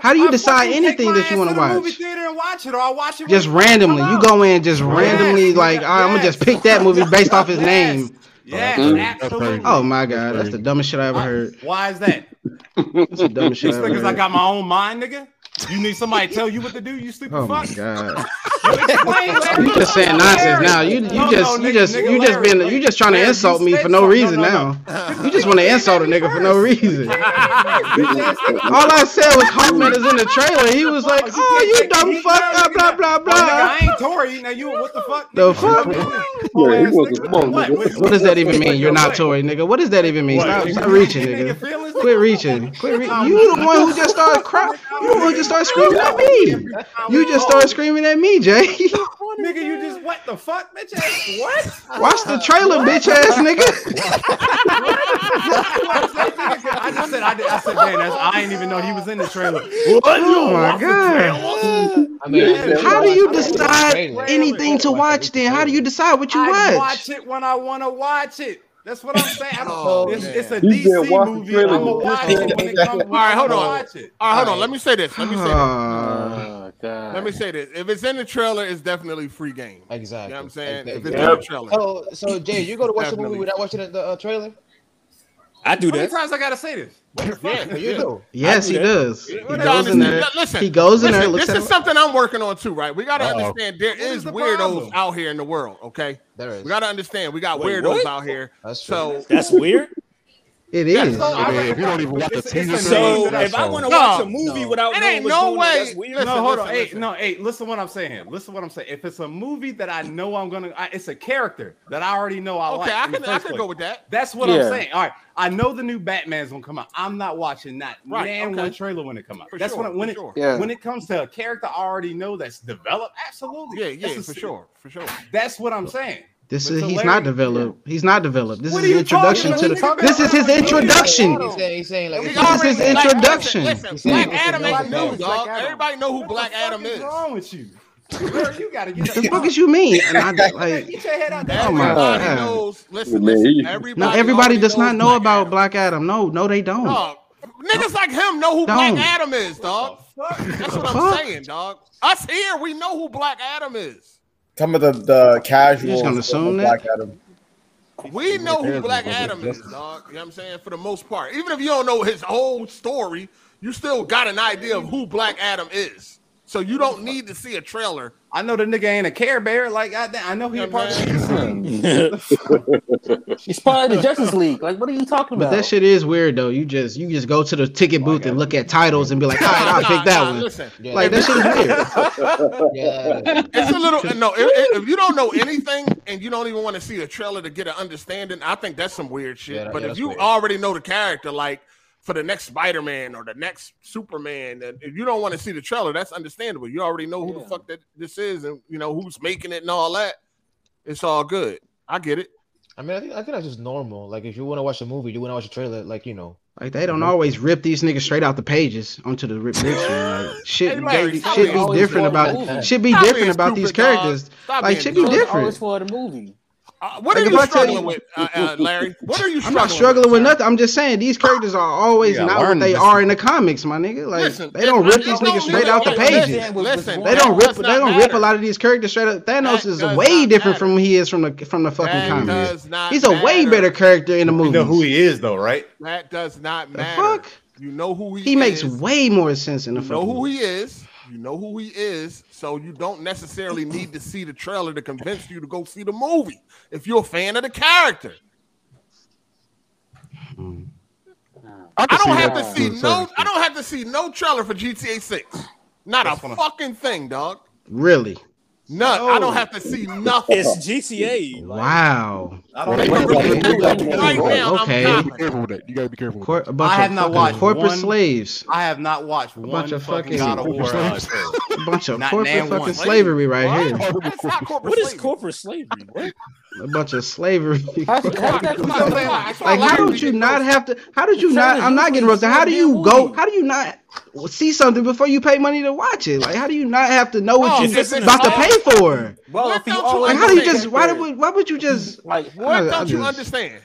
S3: How do you decide anything that you want to
S11: movie
S3: watch?
S11: theater and watch it, or I watch it.
S3: Just randomly, you go in just randomly like I'm gonna just pick that movie based off his name.
S11: Yeah, absolutely.
S3: Oh my god, that's the dumbest shit I ever heard.
S11: Why is that?
S3: That's the dumbest
S11: You
S3: shit I
S11: sleep
S3: ever
S11: because I got
S3: heard.
S11: my own mind, nigga. You need somebody to tell you what to do. You stupid
S3: Oh my
S11: fuck.
S3: god.
S11: Explain, Larry.
S3: You just saying nonsense now. You you
S11: No,
S3: just
S11: no,
S3: you
S11: nigga,
S3: just
S11: nigga,
S3: you just
S11: Larry.
S3: been you just trying
S11: Larry,
S3: to
S11: you
S3: insult me
S11: said
S3: for no
S11: something.
S3: reason
S11: no,
S3: now. You just want to insult a nigga for no reason. All I said was Hawkman is in the trailer. He was like, "Oh, you dumb fuck, blah blah blah
S11: Oh, nigga,
S3: blah."
S11: I ain't Tory. Now you, what the fuck?
S3: The fuck? What does that even mean? You're not
S11: What?
S3: Tory, nigga. What does that even mean? Stop, stop reaching, nigga. Quit reaching. Quit re-
S11: I'm
S3: You
S11: not-
S3: the one who just started crying. You the one
S11: E.
S3: who just started screaming at me. You just started screaming at me, Jay.
S11: Nigga, you just what the fuck, bitch ass? What?
S3: Watch the trailer, bitch ass nigga.
S11: I just said I, did, I said man, that's, I didn't even know he was in the trailer.
S3: Oh my god. How do you decide anything to watch then? How do you decide what you
S11: I
S3: watch?
S11: watch it when I want to watch it. That's what I'm saying. I'm,
S1: Oh,
S11: it's,
S1: man.
S11: it's a
S1: You said
S11: DC
S1: watch the
S11: movie. I'm
S1: trailer.
S11: gonna watch it when it comes.
S1: All right, hold on.
S11: Watch it.
S1: All right, hold on. Let me say this. Let me say this.
S3: Oh,
S1: Let me say this. If it's in the trailer, it's definitely free game.
S14: Exactly.
S1: You know what I'm saying?
S14: Exactly.
S1: If it's in
S14: Yep.
S1: the trailer.
S14: So, so Jay, you go to watch the
S1: Definitely.
S14: movie without watching the, the uh, trailer?
S6: I do
S1: How many
S6: that.
S1: times I gotta say this? Yeah,
S14: You do.
S3: Yes, he
S6: I do that.
S3: does. He
S1: Well,
S3: goes
S1: now,
S3: in there.
S1: Listen,
S3: He goes in there.
S1: listen,
S3: Looks
S1: This
S3: at
S1: is something I'm working on too, right? We gotta
S3: Uh-oh.
S1: understand there is weirdos out here in the world. Okay,
S14: there is.
S1: We gotta understand we got
S6: Wait,
S1: weirdos
S6: what?
S1: out here.
S14: That's true.
S1: so
S6: That's weird.
S3: It
S1: Yes,
S3: is.
S1: so I mean,
S2: if you don't even watch the teaser,
S6: So if I want to watch a movie without
S1: It
S6: knowing
S1: ain't
S6: what's
S1: no
S6: going
S1: way.
S6: on, that's weird.
S1: Listen,
S11: no, hold on.
S1: listen,
S11: Hey,
S1: listen.
S11: no, hey, listen what I'm saying. here. Listen what I'm saying. If it's a movie that I know I'm gonna, I, it's a character that I already know I
S1: Okay,
S11: like.
S1: I
S11: in the
S1: can- I
S11: first
S1: can
S11: place.
S1: go with that.
S11: That's what
S6: Yeah.
S11: I'm saying. All right, I know the new Batman's gonna come out. I'm not watching that
S1: Right,
S11: man
S1: okay.
S11: one trailer when it come out.
S1: For
S11: that's
S1: sure,
S11: when it, when
S1: for
S11: it
S1: sure.
S11: when it comes to a character I already know that's developed. Absolutely.
S1: Yeah, yeah,
S11: That's
S1: for
S11: the-
S1: sure, for sure.
S11: That's what I'm saying.
S3: This
S11: But
S3: is
S11: so
S3: he's
S11: Larry-
S3: not developed. He's not developed. This
S11: What
S3: is
S11: are
S3: his
S11: you
S3: introduction
S11: talking about?
S3: to
S11: What are
S3: the.
S11: you
S3: This is his
S11: talking about?
S3: introduction.
S14: He's saying, he's saying like,
S3: This is his introduction.
S1: Black
S14: He's
S1: Adam
S14: saying-
S1: ain't new, dog.
S11: Adam.
S1: Everybody know who Black Adam
S11: What's
S1: is.
S11: wrong with you? Larry, you gotta get
S3: The fuck is you mean? And I like.
S11: Get your head out there.
S3: Oh my
S1: Everybody
S3: god.
S1: knows. Listen,
S16: Man,
S1: listen.
S16: he-
S1: Everybody,
S3: No, everybody
S1: already
S3: does not
S1: knows
S3: know about Black Adam. No, no, they don't.
S1: Dog, niggas like him know who Black
S3: Don't.
S1: Adam is, dog. That's what I'm
S3: Fuck.
S1: saying, dog. Us here, we know who Black Adam is.
S16: Some of the the casual.
S3: You're just gonna assume
S16: Black Adam.
S1: We know who Black Adam is, dog. You know what I'm saying? For the most part. Even if you don't know his whole story, you still got an idea of who Black Adam is. So you don't need to see a trailer.
S11: I know the nigga ain't a Care Bear. Like I, I know he a part of
S17: He's part of the Justice League. Like, what are you talking
S3: But
S17: about?
S3: that shit is weird though. You just you just go to the
S1: Oh,
S3: ticket booth and look at titles and be like, all right, I'll pick that one. Like that shit is weird.
S1: It's a little no. If, if you don't know anything and you don't even want to see a trailer to get an understanding, I think that's some weird shit.
S14: Yeah, that-
S1: but
S14: yeah,
S1: if
S14: that's
S1: you
S14: weird.
S1: already know the character, like for the next Spider-Man or the next Superman, and if you don't want to see the trailer, that's understandable. You already know who the fuck that this is, and you know who's making it and all that. It's all good. I get it.
S14: I mean, I think, I think that's just normal. Like, if you want to watch a movie, you want to watch a trailer, like, you know.
S3: Like they don't always rip these niggas straight out the pages onto the rip rip screen. Like shit,
S14: Hey, Larry,
S3: dirty-
S14: stop
S3: shit
S14: being
S3: be
S14: always
S3: different
S14: for the
S3: about
S14: movie.
S3: shit be
S1: Stop being
S3: different about these
S1: stupid, dog.
S3: characters.
S1: Stop
S3: Like
S1: being Oh,
S3: shit be
S1: dumb.
S3: different.
S17: for the movie.
S1: Uh, what
S3: Like, if
S1: are
S3: I
S1: you
S3: tell
S1: struggling
S3: you-
S1: with, uh, uh, Larry? What are you
S3: I'm
S1: struggling?
S3: not struggling with nothing. I'm just saying these characters are always
S1: You gotta
S3: not what
S1: learn
S3: they
S1: this.
S3: are in the comics, my nigga. Like
S1: Listen,
S3: they don't rip
S1: I
S3: these
S1: don't
S3: niggas
S1: need
S3: straight
S1: to
S3: out the
S1: understand.
S3: pages.
S1: Listen,
S3: They don't rip.
S1: does
S3: They
S1: not
S3: don't rip a
S1: matter.
S3: lot of these characters straight up. Thanos is
S1: does
S3: way
S1: not
S3: different from who he is from the from the
S1: That
S3: fucking
S1: does
S3: comics.
S1: not
S3: He's a way
S1: matter.
S3: better character in the
S18: You
S3: movie.
S18: know who he is, though, right?
S1: That does not matter. You know who he,
S3: He makes
S1: is.
S3: way more sense in the
S1: You know
S3: fucking.
S1: who
S3: movie.
S1: he is. You know who he is. So you don't necessarily need to see the trailer to convince you to go see the movie
S16: Hmm.
S1: if you're a fan of the character. I,
S13: can
S1: don't
S13: see
S1: have
S13: that
S1: to see
S13: too,
S1: no. I don't have to see no trailer for GTA Six. Not a fucking thing, dog.
S3: Really?
S1: None. I don't have to see nothing.
S6: It's GTA.
S3: Wow.
S1: I don't Right now, I'm
S3: okay.
S1: copping.
S9: You gotta be careful.
S3: Cor- a bunch
S16: I have
S3: of
S16: not
S3: fucking
S16: watched
S3: corporate
S16: one-
S3: slaves.
S16: I have not watched
S3: A
S16: one
S3: bunch of
S16: fucking
S3: fucking
S16: God of War.
S3: a
S16: episode.
S3: bunch of
S16: Not
S3: corporate
S16: nan
S3: fucking
S16: one.
S3: slavery right here.
S6: What is corporate slavery? What?
S3: A bunch of slavery.
S6: Like,
S3: Like, how did you not have to? How did you not? I'm not getting roasted. How do you go? How do you not see something before you pay money to watch it? Like, how do you not have to know
S16: Oh,
S3: what
S16: it's
S3: you're
S16: just in
S3: about to
S16: the-
S3: pay for?
S16: Well, if you
S3: Like,
S16: always
S3: how do you
S16: think
S3: just?
S16: that
S3: Why
S16: they're-
S3: would? Why would you just? Like,
S1: What don't you understand?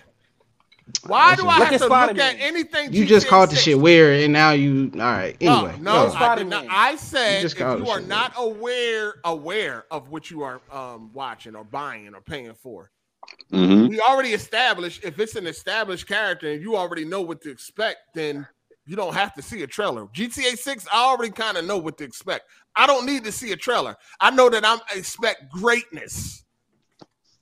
S1: Why do I
S3: Look
S1: have
S3: at
S1: to look
S3: Spider-Man.
S1: at anything?
S3: You just called the shit weird, and now you. All right. Anyway,
S1: No,
S3: go.
S1: I did not. I said
S3: You just
S1: if
S3: got all
S1: you
S3: the
S1: are
S3: shit.
S1: not aware aware of what you are um, watching or buying or paying for,
S12: Mhm.
S1: we already established if it's an established character and you already know what to expect, then you don't have to see a trailer. GTA Six, I already kind of know what to expect. I don't need to see a trailer. I know that I'm I expect greatness.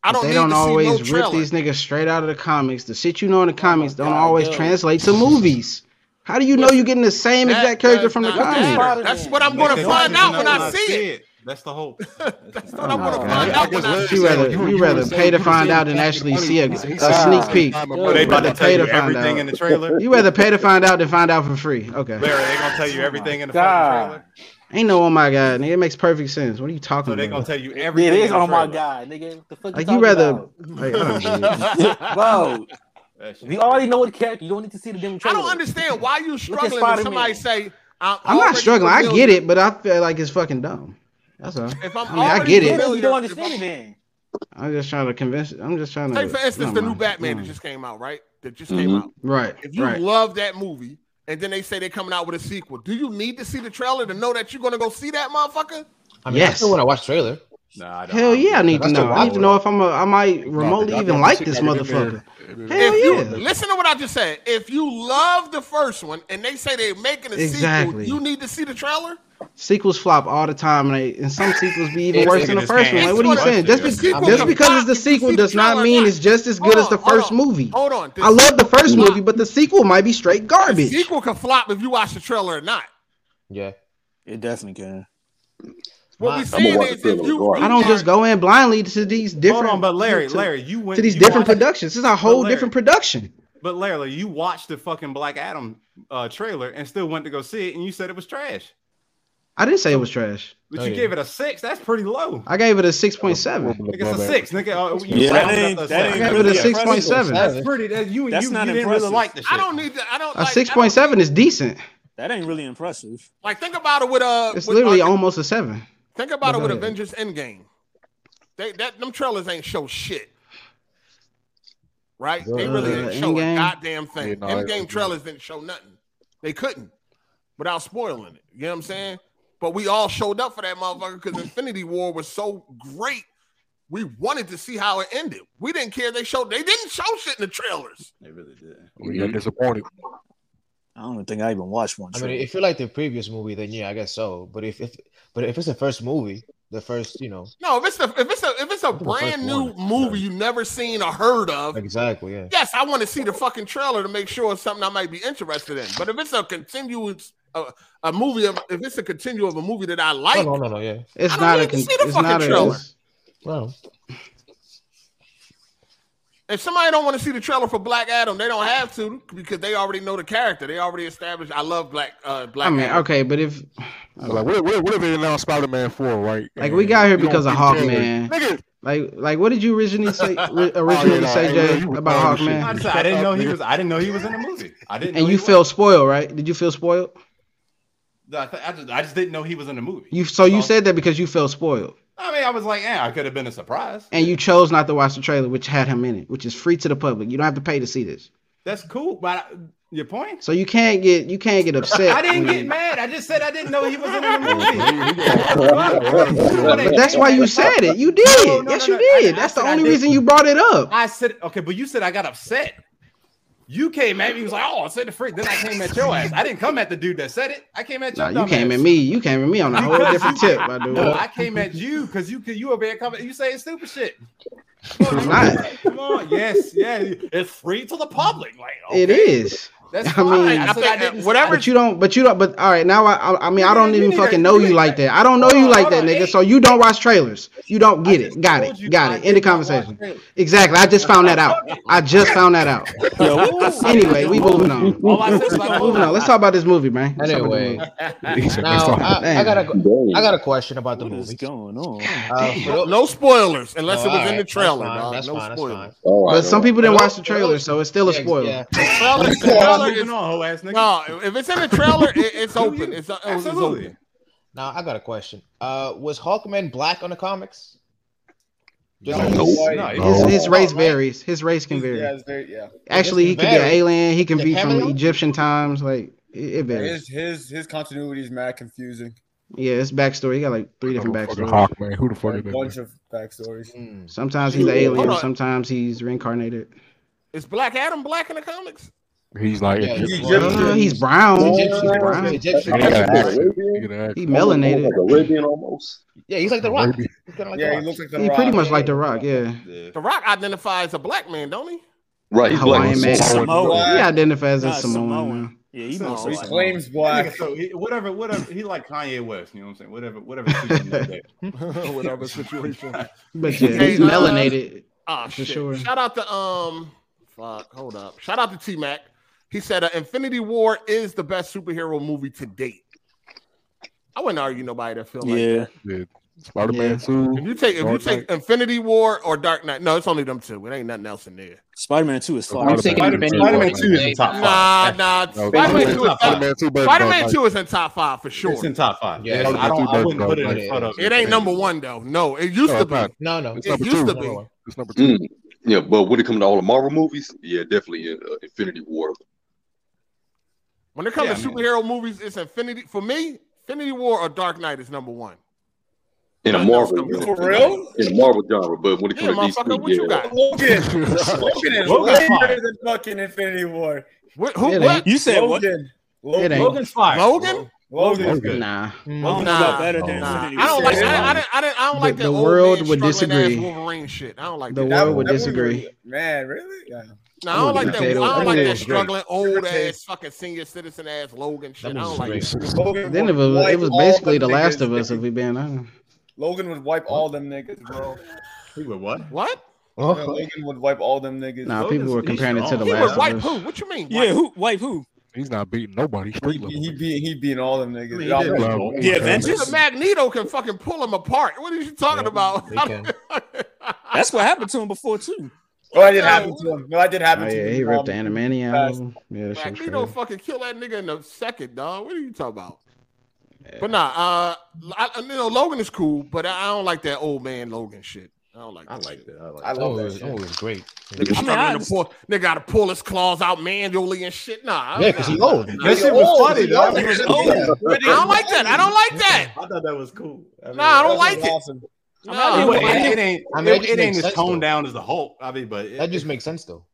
S1: I don't
S3: they
S1: need
S3: don't
S1: to
S3: always
S1: see no
S3: rip
S1: trailer. Oh
S3: these niggas straight out of the comics. The shit you know in the comics don't always translate to movies. How do you know you're getting the same
S1: That
S3: exact character
S1: does
S3: from the
S1: not matter.
S3: comics?
S1: That's what I'm going to find out when I see it.
S15: That's the hope.
S1: what I'm gonna
S3: Okay.
S1: find out when I see
S3: You rather
S1: it.
S3: you, rather pay to find out than actually see a, a sneak peek.
S15: Well, they about to
S3: Rather
S15: tell
S3: pay
S15: you
S3: find
S15: everything
S3: out.
S15: in the trailer.
S3: You rather pay to find out than find out for free. Okay.
S15: Larry, they're gonna tell you
S16: Oh
S15: everything in the fucking trailer.
S3: Ain't no oh my god, nigga. It makes perfect sense. What are you talking
S15: So they're
S3: about?
S15: gonna tell you
S10: Yeah,
S15: everything.
S10: it is.
S15: in the
S10: Oh my
S15: trailer.
S10: god, nigga. What the fuck
S3: Like,
S10: you
S3: you
S10: rather,
S3: rather- like, oh, I
S10: bro. We already know what character. You don't need to see the damn
S1: I
S10: trailer.
S1: don't understand why you struggling when
S10: Spider-Man.
S1: somebody say I'm,
S3: I'm not
S1: already
S3: struggling. I
S1: familiar-
S3: get it, but I feel like it's fucking dumb. That's all.
S1: If I'm
S3: I mean, I
S1: already
S3: get it.
S1: familiar-
S10: You don't understand it, then.
S3: I'm just trying to convince. I'm just trying to.
S1: Take for instance
S3: never
S1: the new
S3: mind.
S1: Batman that just came out, right? That
S14: Mm-hmm.
S1: just came out.
S3: Right.
S1: If you
S3: Mm-hmm. right.
S1: love that movie and then they say they're coming out with a sequel, do you need to see the trailer to know that you're gonna go see that motherfucker?
S14: I mean, I
S3: Yes.
S14: still want to watch trailer.
S15: Nah, I
S3: Hell yeah, I need to
S14: That's the
S3: know. I need to
S14: wild
S3: know if I'm a, I might
S14: but
S3: remotely
S14: y'all
S3: even
S14: got
S3: like
S14: to
S3: this
S14: check it in
S3: motherfucker.
S1: if
S3: Hell
S1: you
S3: yeah.
S1: listen to what I just said, if you love the first one and they say they're making a
S3: Exactly.
S1: sequel, you need to see the trailer.
S3: Sequels flop all the time, and, they, and some sequels be even
S1: It's
S3: worse than the
S1: niggas
S3: first one.
S1: can't
S3: Like, what are you
S1: watch
S3: saying? Just,
S1: it.
S3: be-
S1: Sequels
S3: just
S1: are
S3: because
S1: flop
S3: it's the
S1: if you see
S3: sequel
S1: the
S3: does not
S1: trailer or
S3: mean
S1: not.
S3: it's just as good as the first movie.
S1: Hold on, the
S3: I love the first movie, but the sequel might be straight garbage.
S1: sequel can flop if you watch the trailer or not.
S14: Yeah,
S6: it definitely can.
S1: What
S15: My-
S1: we
S15: I'ma
S1: seeing
S15: watch
S1: is
S15: the
S1: if
S15: trailer
S1: you,
S3: I don't just go in blindly to these different.
S15: on, but Larry,
S3: to,
S15: Larry, you went-
S3: to these
S15: you
S3: different
S15: watched-
S3: productions. This is a
S15: but
S3: whole
S15: Larry-
S3: different production.
S15: But Larry, you watched the fucking Black Adam uh, trailer and still went to go see it, and you said it was trash.
S3: I didn't say it was trash.
S9: Oh,
S15: But you gave it a six. That's pretty low.
S3: I gave it a six point seven.
S15: Nigga, it's a six, nigga. Uh, you
S3: Yeah, that
S15: rounded up
S3: ain't-
S15: to
S3: that
S15: seven.
S3: ain't Give it a really 6.7. impressive.
S15: That's pretty. That, you
S6: That's
S15: you,
S6: not
S15: you didn't
S6: impressive.
S15: really like the shit.
S1: I don't need to. I don't
S3: A
S1: like.
S3: six point seven is decent.
S6: That ain't really impressive.
S1: Like think about it with uh.
S3: It's
S1: with,
S3: literally
S1: uh,
S3: almost a seven.
S1: Think about it
S3: Go
S1: with
S3: ahead.
S1: Avengers Endgame. They that them trailers ain't show shit. Right? They really
S3: Uh,
S1: didn't show
S3: Endgame?
S1: a goddamn thing.
S3: Yeah, no, I-
S1: Endgame trailers didn't show nothing. They couldn't without spoiling it. You know what I'm saying? But we all showed up for that motherfucker because Infinity War was so great. We wanted to see how it ended. We didn't care. They showed they didn't show shit in the trailers.
S15: They really did.
S9: We got disappointed.
S6: I don't even think I even watched one.
S14: I
S6: trailer.
S14: mean, if you like the previous movie, then yeah, I guess so. But if, if but if it's the first movie, the first, you know,
S1: No, if it's a if it's a if it's a
S14: the first
S1: brand new movie you never seen or heard of,
S14: exactly, yeah.
S1: yes, I want to see the fucking trailer to make sure it's something I might be interested in. But if it's a continuous a, a movie of if it's a continue of a movie that I like,
S14: No, no, no, no, yeah.
S3: It's
S1: I
S3: not a.
S1: don't need to
S3: Con-
S1: see the
S3: it's
S1: fucking
S3: not a.
S1: trailer.
S3: it's-
S14: Well,
S1: if somebody don't want to see the trailer for Black Adam, they don't have to because they already know the character. They already established. I love Black uh, Black
S3: I mean,
S1: Adam.
S3: okay, but if
S9: Like, what, what, what if they announced Spider Man 4, right?
S3: like we got here
S9: You don't
S3: because of
S9: see the trailer.
S3: Hawkman. Like like what did you originally say ri- originally
S9: nah,
S3: say
S9: Oh, yeah,
S3: Jay
S9: you
S3: about
S9: retarded
S15: I,
S3: Hawkman?
S15: just- I didn't know he was. I didn't know he was in the movie. I didn't.
S3: And
S15: know he
S3: you
S15: was.
S3: feel spoiled, right? Did you feel spoiled?
S15: I, th- I, just, I just didn't know he was in the movie.
S3: You so you said that because you felt spoiled,
S15: I mean, I was like, yeah, I could have been a surprise.
S3: and you chose not to watch the trailer, which had him in it, which is free to the public. You don't have to pay to see this,
S15: That's cool. But I, your point.
S3: so you can't get you can't get upset.
S15: I didn't
S3: when-
S15: get mad. I just said I didn't know he was in the movie.
S3: But that's why you said it. You did.
S15: No, no,
S3: yes,
S15: no,
S3: you
S15: no. I-
S3: did.
S15: I
S3: that's the
S15: said I
S3: only
S15: did.
S3: reason you brought it up.
S15: I said okay, but you said I got upset. You came at me. He was like, "Oh, I said the freak." Then I came at your ass. I didn't come at the dude that said it. I came at
S3: Nah,
S15: your.
S3: you
S15: dumb
S3: came
S15: ass.
S3: at me. You came at me on a whole
S15: Because
S3: different
S15: you-
S3: tip, my dude.
S15: No, I came at you because you you over there coming. You saying stupid shit.
S3: I'm not.
S15: Come on, yes, yeah, it's free to the public. Like
S3: It is.
S15: That's
S3: I mean,
S15: fine. I, said I didn't.
S3: whatever. But you don't. But you don't. But all right, now I. I, I mean, I don't even
S15: need
S3: fucking
S15: to-
S3: know
S15: you
S3: you like that. I don't know you like that, nigga. So you don't watch trailers. You don't get it. Got it. Got it. End the conversation. Exactly. I just found that out. I just found that out. anyway, we moving on.
S14: All I said was I-
S3: moving on. Let's talk about this movie, man. Let's talk about this
S14: Anyway,
S3: movie.
S14: now I, I got a I got a question about the movie.
S6: going on?
S1: no spoilers unless
S14: uh, Oh,
S1: it
S14: all
S1: was in
S14: right.
S1: the
S14: That's
S1: trailer.
S14: fine,
S1: dog.
S14: that's
S1: no
S14: fine, that's
S1: spoilers.
S3: But some people didn't watch the trailer, so it's still a spoiler.
S1: Trailer-
S3: Let's
S1: trailer
S3: go.
S1: is- No, if it's in the trailer, it, it's open. It's, it's open.
S14: Now I got a question. Uh, was Hawkman black on the comics?
S3: His, his race varies. His race can vary. Actually, he could be an alien. He can
S16: The
S3: be from
S16: cameo?
S3: Egyptian times. Like it, it varies.
S16: His his his continuity is mad confusing.
S3: Yeah, his backstory. He got like three different
S9: Fucking
S3: backstories.
S9: Hawkman. Who the fuck
S16: A
S9: is that?
S16: bunch of backstories.
S3: Sometimes he's an
S1: Hold
S3: alien.
S1: on.
S3: Sometimes he's reincarnated.
S1: Is Black Adam black in the comics?
S9: He's like
S1: Yeah, he's
S9: Egyptian.
S1: Egyptian.
S3: Uh, he's brown.
S9: He's
S3: He's brown.
S9: He got an accent.
S3: He melanated.
S12: Like Arabian almost.
S14: Yeah, he's like the
S12: Rock.
S1: Yeah, he looks like The
S3: Oh, He pretty
S1: Rock.
S3: much like the Rock. Yeah.
S1: The Rock identifies as a black man, don't he?
S12: Right, he's black.
S3: Hawaiian man. He identifies
S12: Nah,
S3: as Samoan.
S12: Samoan.
S3: man.
S6: Yeah,
S3: he
S11: must
S8: he
S11: like-
S8: claims
S11: That nigga
S8: black.
S11: So he, whatever, whatever. He like Kanye West. You know what I'm saying? Whatever, whatever. suits him that day.
S1: Whatever situation.
S3: But yeah, he's
S1: uh,
S3: melanated.
S1: Ah,
S3: for
S1: shit.
S3: sure.
S1: Shout out to um, fuck, hold up. Shout out to T Mac. He said uh, Infinity War is the best superhero movie to date. I wouldn't argue nobody that feel like that.
S9: Spider Man
S3: Yeah.
S9: 2.
S1: If you take if you
S9: Dark
S1: take Infinity War or Dark Knight, no, it's only them two. It ain't nothing else in there.
S6: Spider Man Two is fire.
S9: I'm taking Spider-Man- Infinity Spider-Man War. 2 is in top
S1: Nah,
S9: five.
S1: nah.
S9: No,
S1: Spider-Man
S9: Spider-Man
S1: 2 is
S9: top five. Spider-Man 2 better than
S1: Spider-Man
S9: Dark
S1: 2 is in top five for sure.
S11: It's in top five.
S1: Yeah,
S11: Yeah, I don't. I wouldn't put it in
S9: Yeah.
S11: front of.
S1: It ain't number one though. No, it used
S12: No,
S1: to
S12: it's
S1: be.
S12: not.
S14: No, no,
S1: It
S12: It's number
S1: used
S12: two.
S1: to be.
S9: It's number
S12: Mm. Yeah, but when it comes to all the Marvel movies, yeah, definitely uh, Infinity War.
S1: When it comes
S12: Yeah,
S1: to
S12: I mean-
S1: superhero movies, it's Infinity for me. Infinity War or Dark Knight is number one.
S12: In a Marvel,
S1: For real?
S12: In a Marvel genre, but when it
S1: Yeah,
S12: comes to
S1: motherfucker,
S12: DC,
S1: what you
S12: yeah.
S1: got?
S16: Logan. Logan is way better than fucking Infinity War.
S1: What?
S6: who- It what? ain't. You said what?
S16: Logan.
S6: It ain't. Logan's
S1: fire. Logan?
S16: Logan's
S6: Logan's
S16: good.
S3: Nah.
S1: Nah, nah. I don't like. I, I, didn't, I, didn't, I don't like
S3: The-
S1: that
S3: the
S1: old
S3: world
S1: man
S3: would
S1: struggling ass
S3: disagree.
S1: Wolverine shit. I don't like
S3: The
S1: that.
S3: world would
S16: That movie
S3: disagree.
S16: was- Man, really? Yeah.
S1: No, I don't like that. I
S3: Potato-
S1: don't like
S3: potato
S1: that
S3: was
S1: struggling
S3: great.
S1: old ass fucking senior citizen ass Logan shit. I don't like that.
S3: Then it was, it was basically The Last of Us, if we being honest.
S16: Logan would wipe all them niggas, bro.
S11: He would what?
S1: What?
S16: Yeah, Logan would wipe all them niggas.
S3: Nah, people were comparing it to The
S16: He would
S3: Last
S16: wipe
S3: of Us.
S1: Who? What you mean?
S16: Yeah, who-
S6: Wipe who?
S9: He's not beating nobody. He's
S16: He,
S9: street
S16: he beat he beat all them niggas.
S9: he
S16: Y'all
S9: did.
S16: know.
S9: Yeah, Avengers?
S1: Nigga, Magneto can fucking pull him apart. What are you talking about?
S6: That's what happened to him before too.
S16: Oh, that did happen to him. No, that did
S3: Oh,
S16: happen to
S3: yeah,
S16: him.
S3: he ripped the
S16: Um,
S3: Animaniac album. Yeah, that shit was
S1: Magneto
S3: crazy.
S1: fucking kill that nigga in a second, dog. What are you talking about? But nah, uh, I, I- you know Logan is cool, but I I don't like that old man Logan shit. I don't like. That I like that. I like.
S16: I love that.
S14: Oh, was, that was great.
S1: Nigga
S14: I mean,
S1: struggling
S14: I
S1: to pull, nigga got to pull his claws out manually and shit. Nah, I-
S14: Yeah, 'cause he
S1: nah,
S14: old.
S1: nah.
S14: That shit was funny,
S1: He
S14: dog.
S1: old.
S14: He was old.
S1: I don't like that. I don't like that.
S11: I thought that was cool. I mean,
S1: Nah, I don't
S11: that's
S1: like it.
S16: Awesome.
S1: Nah,
S11: It,
S1: I
S11: wa-
S1: don't like
S11: it,
S1: it.
S11: it ain't.
S14: I mean, that
S11: it,
S14: just
S11: it ain't
S14: makes
S11: as
S14: sense,
S11: toned
S14: though.
S11: down as the Hulk. I mean, but it,
S14: That just makes sense though.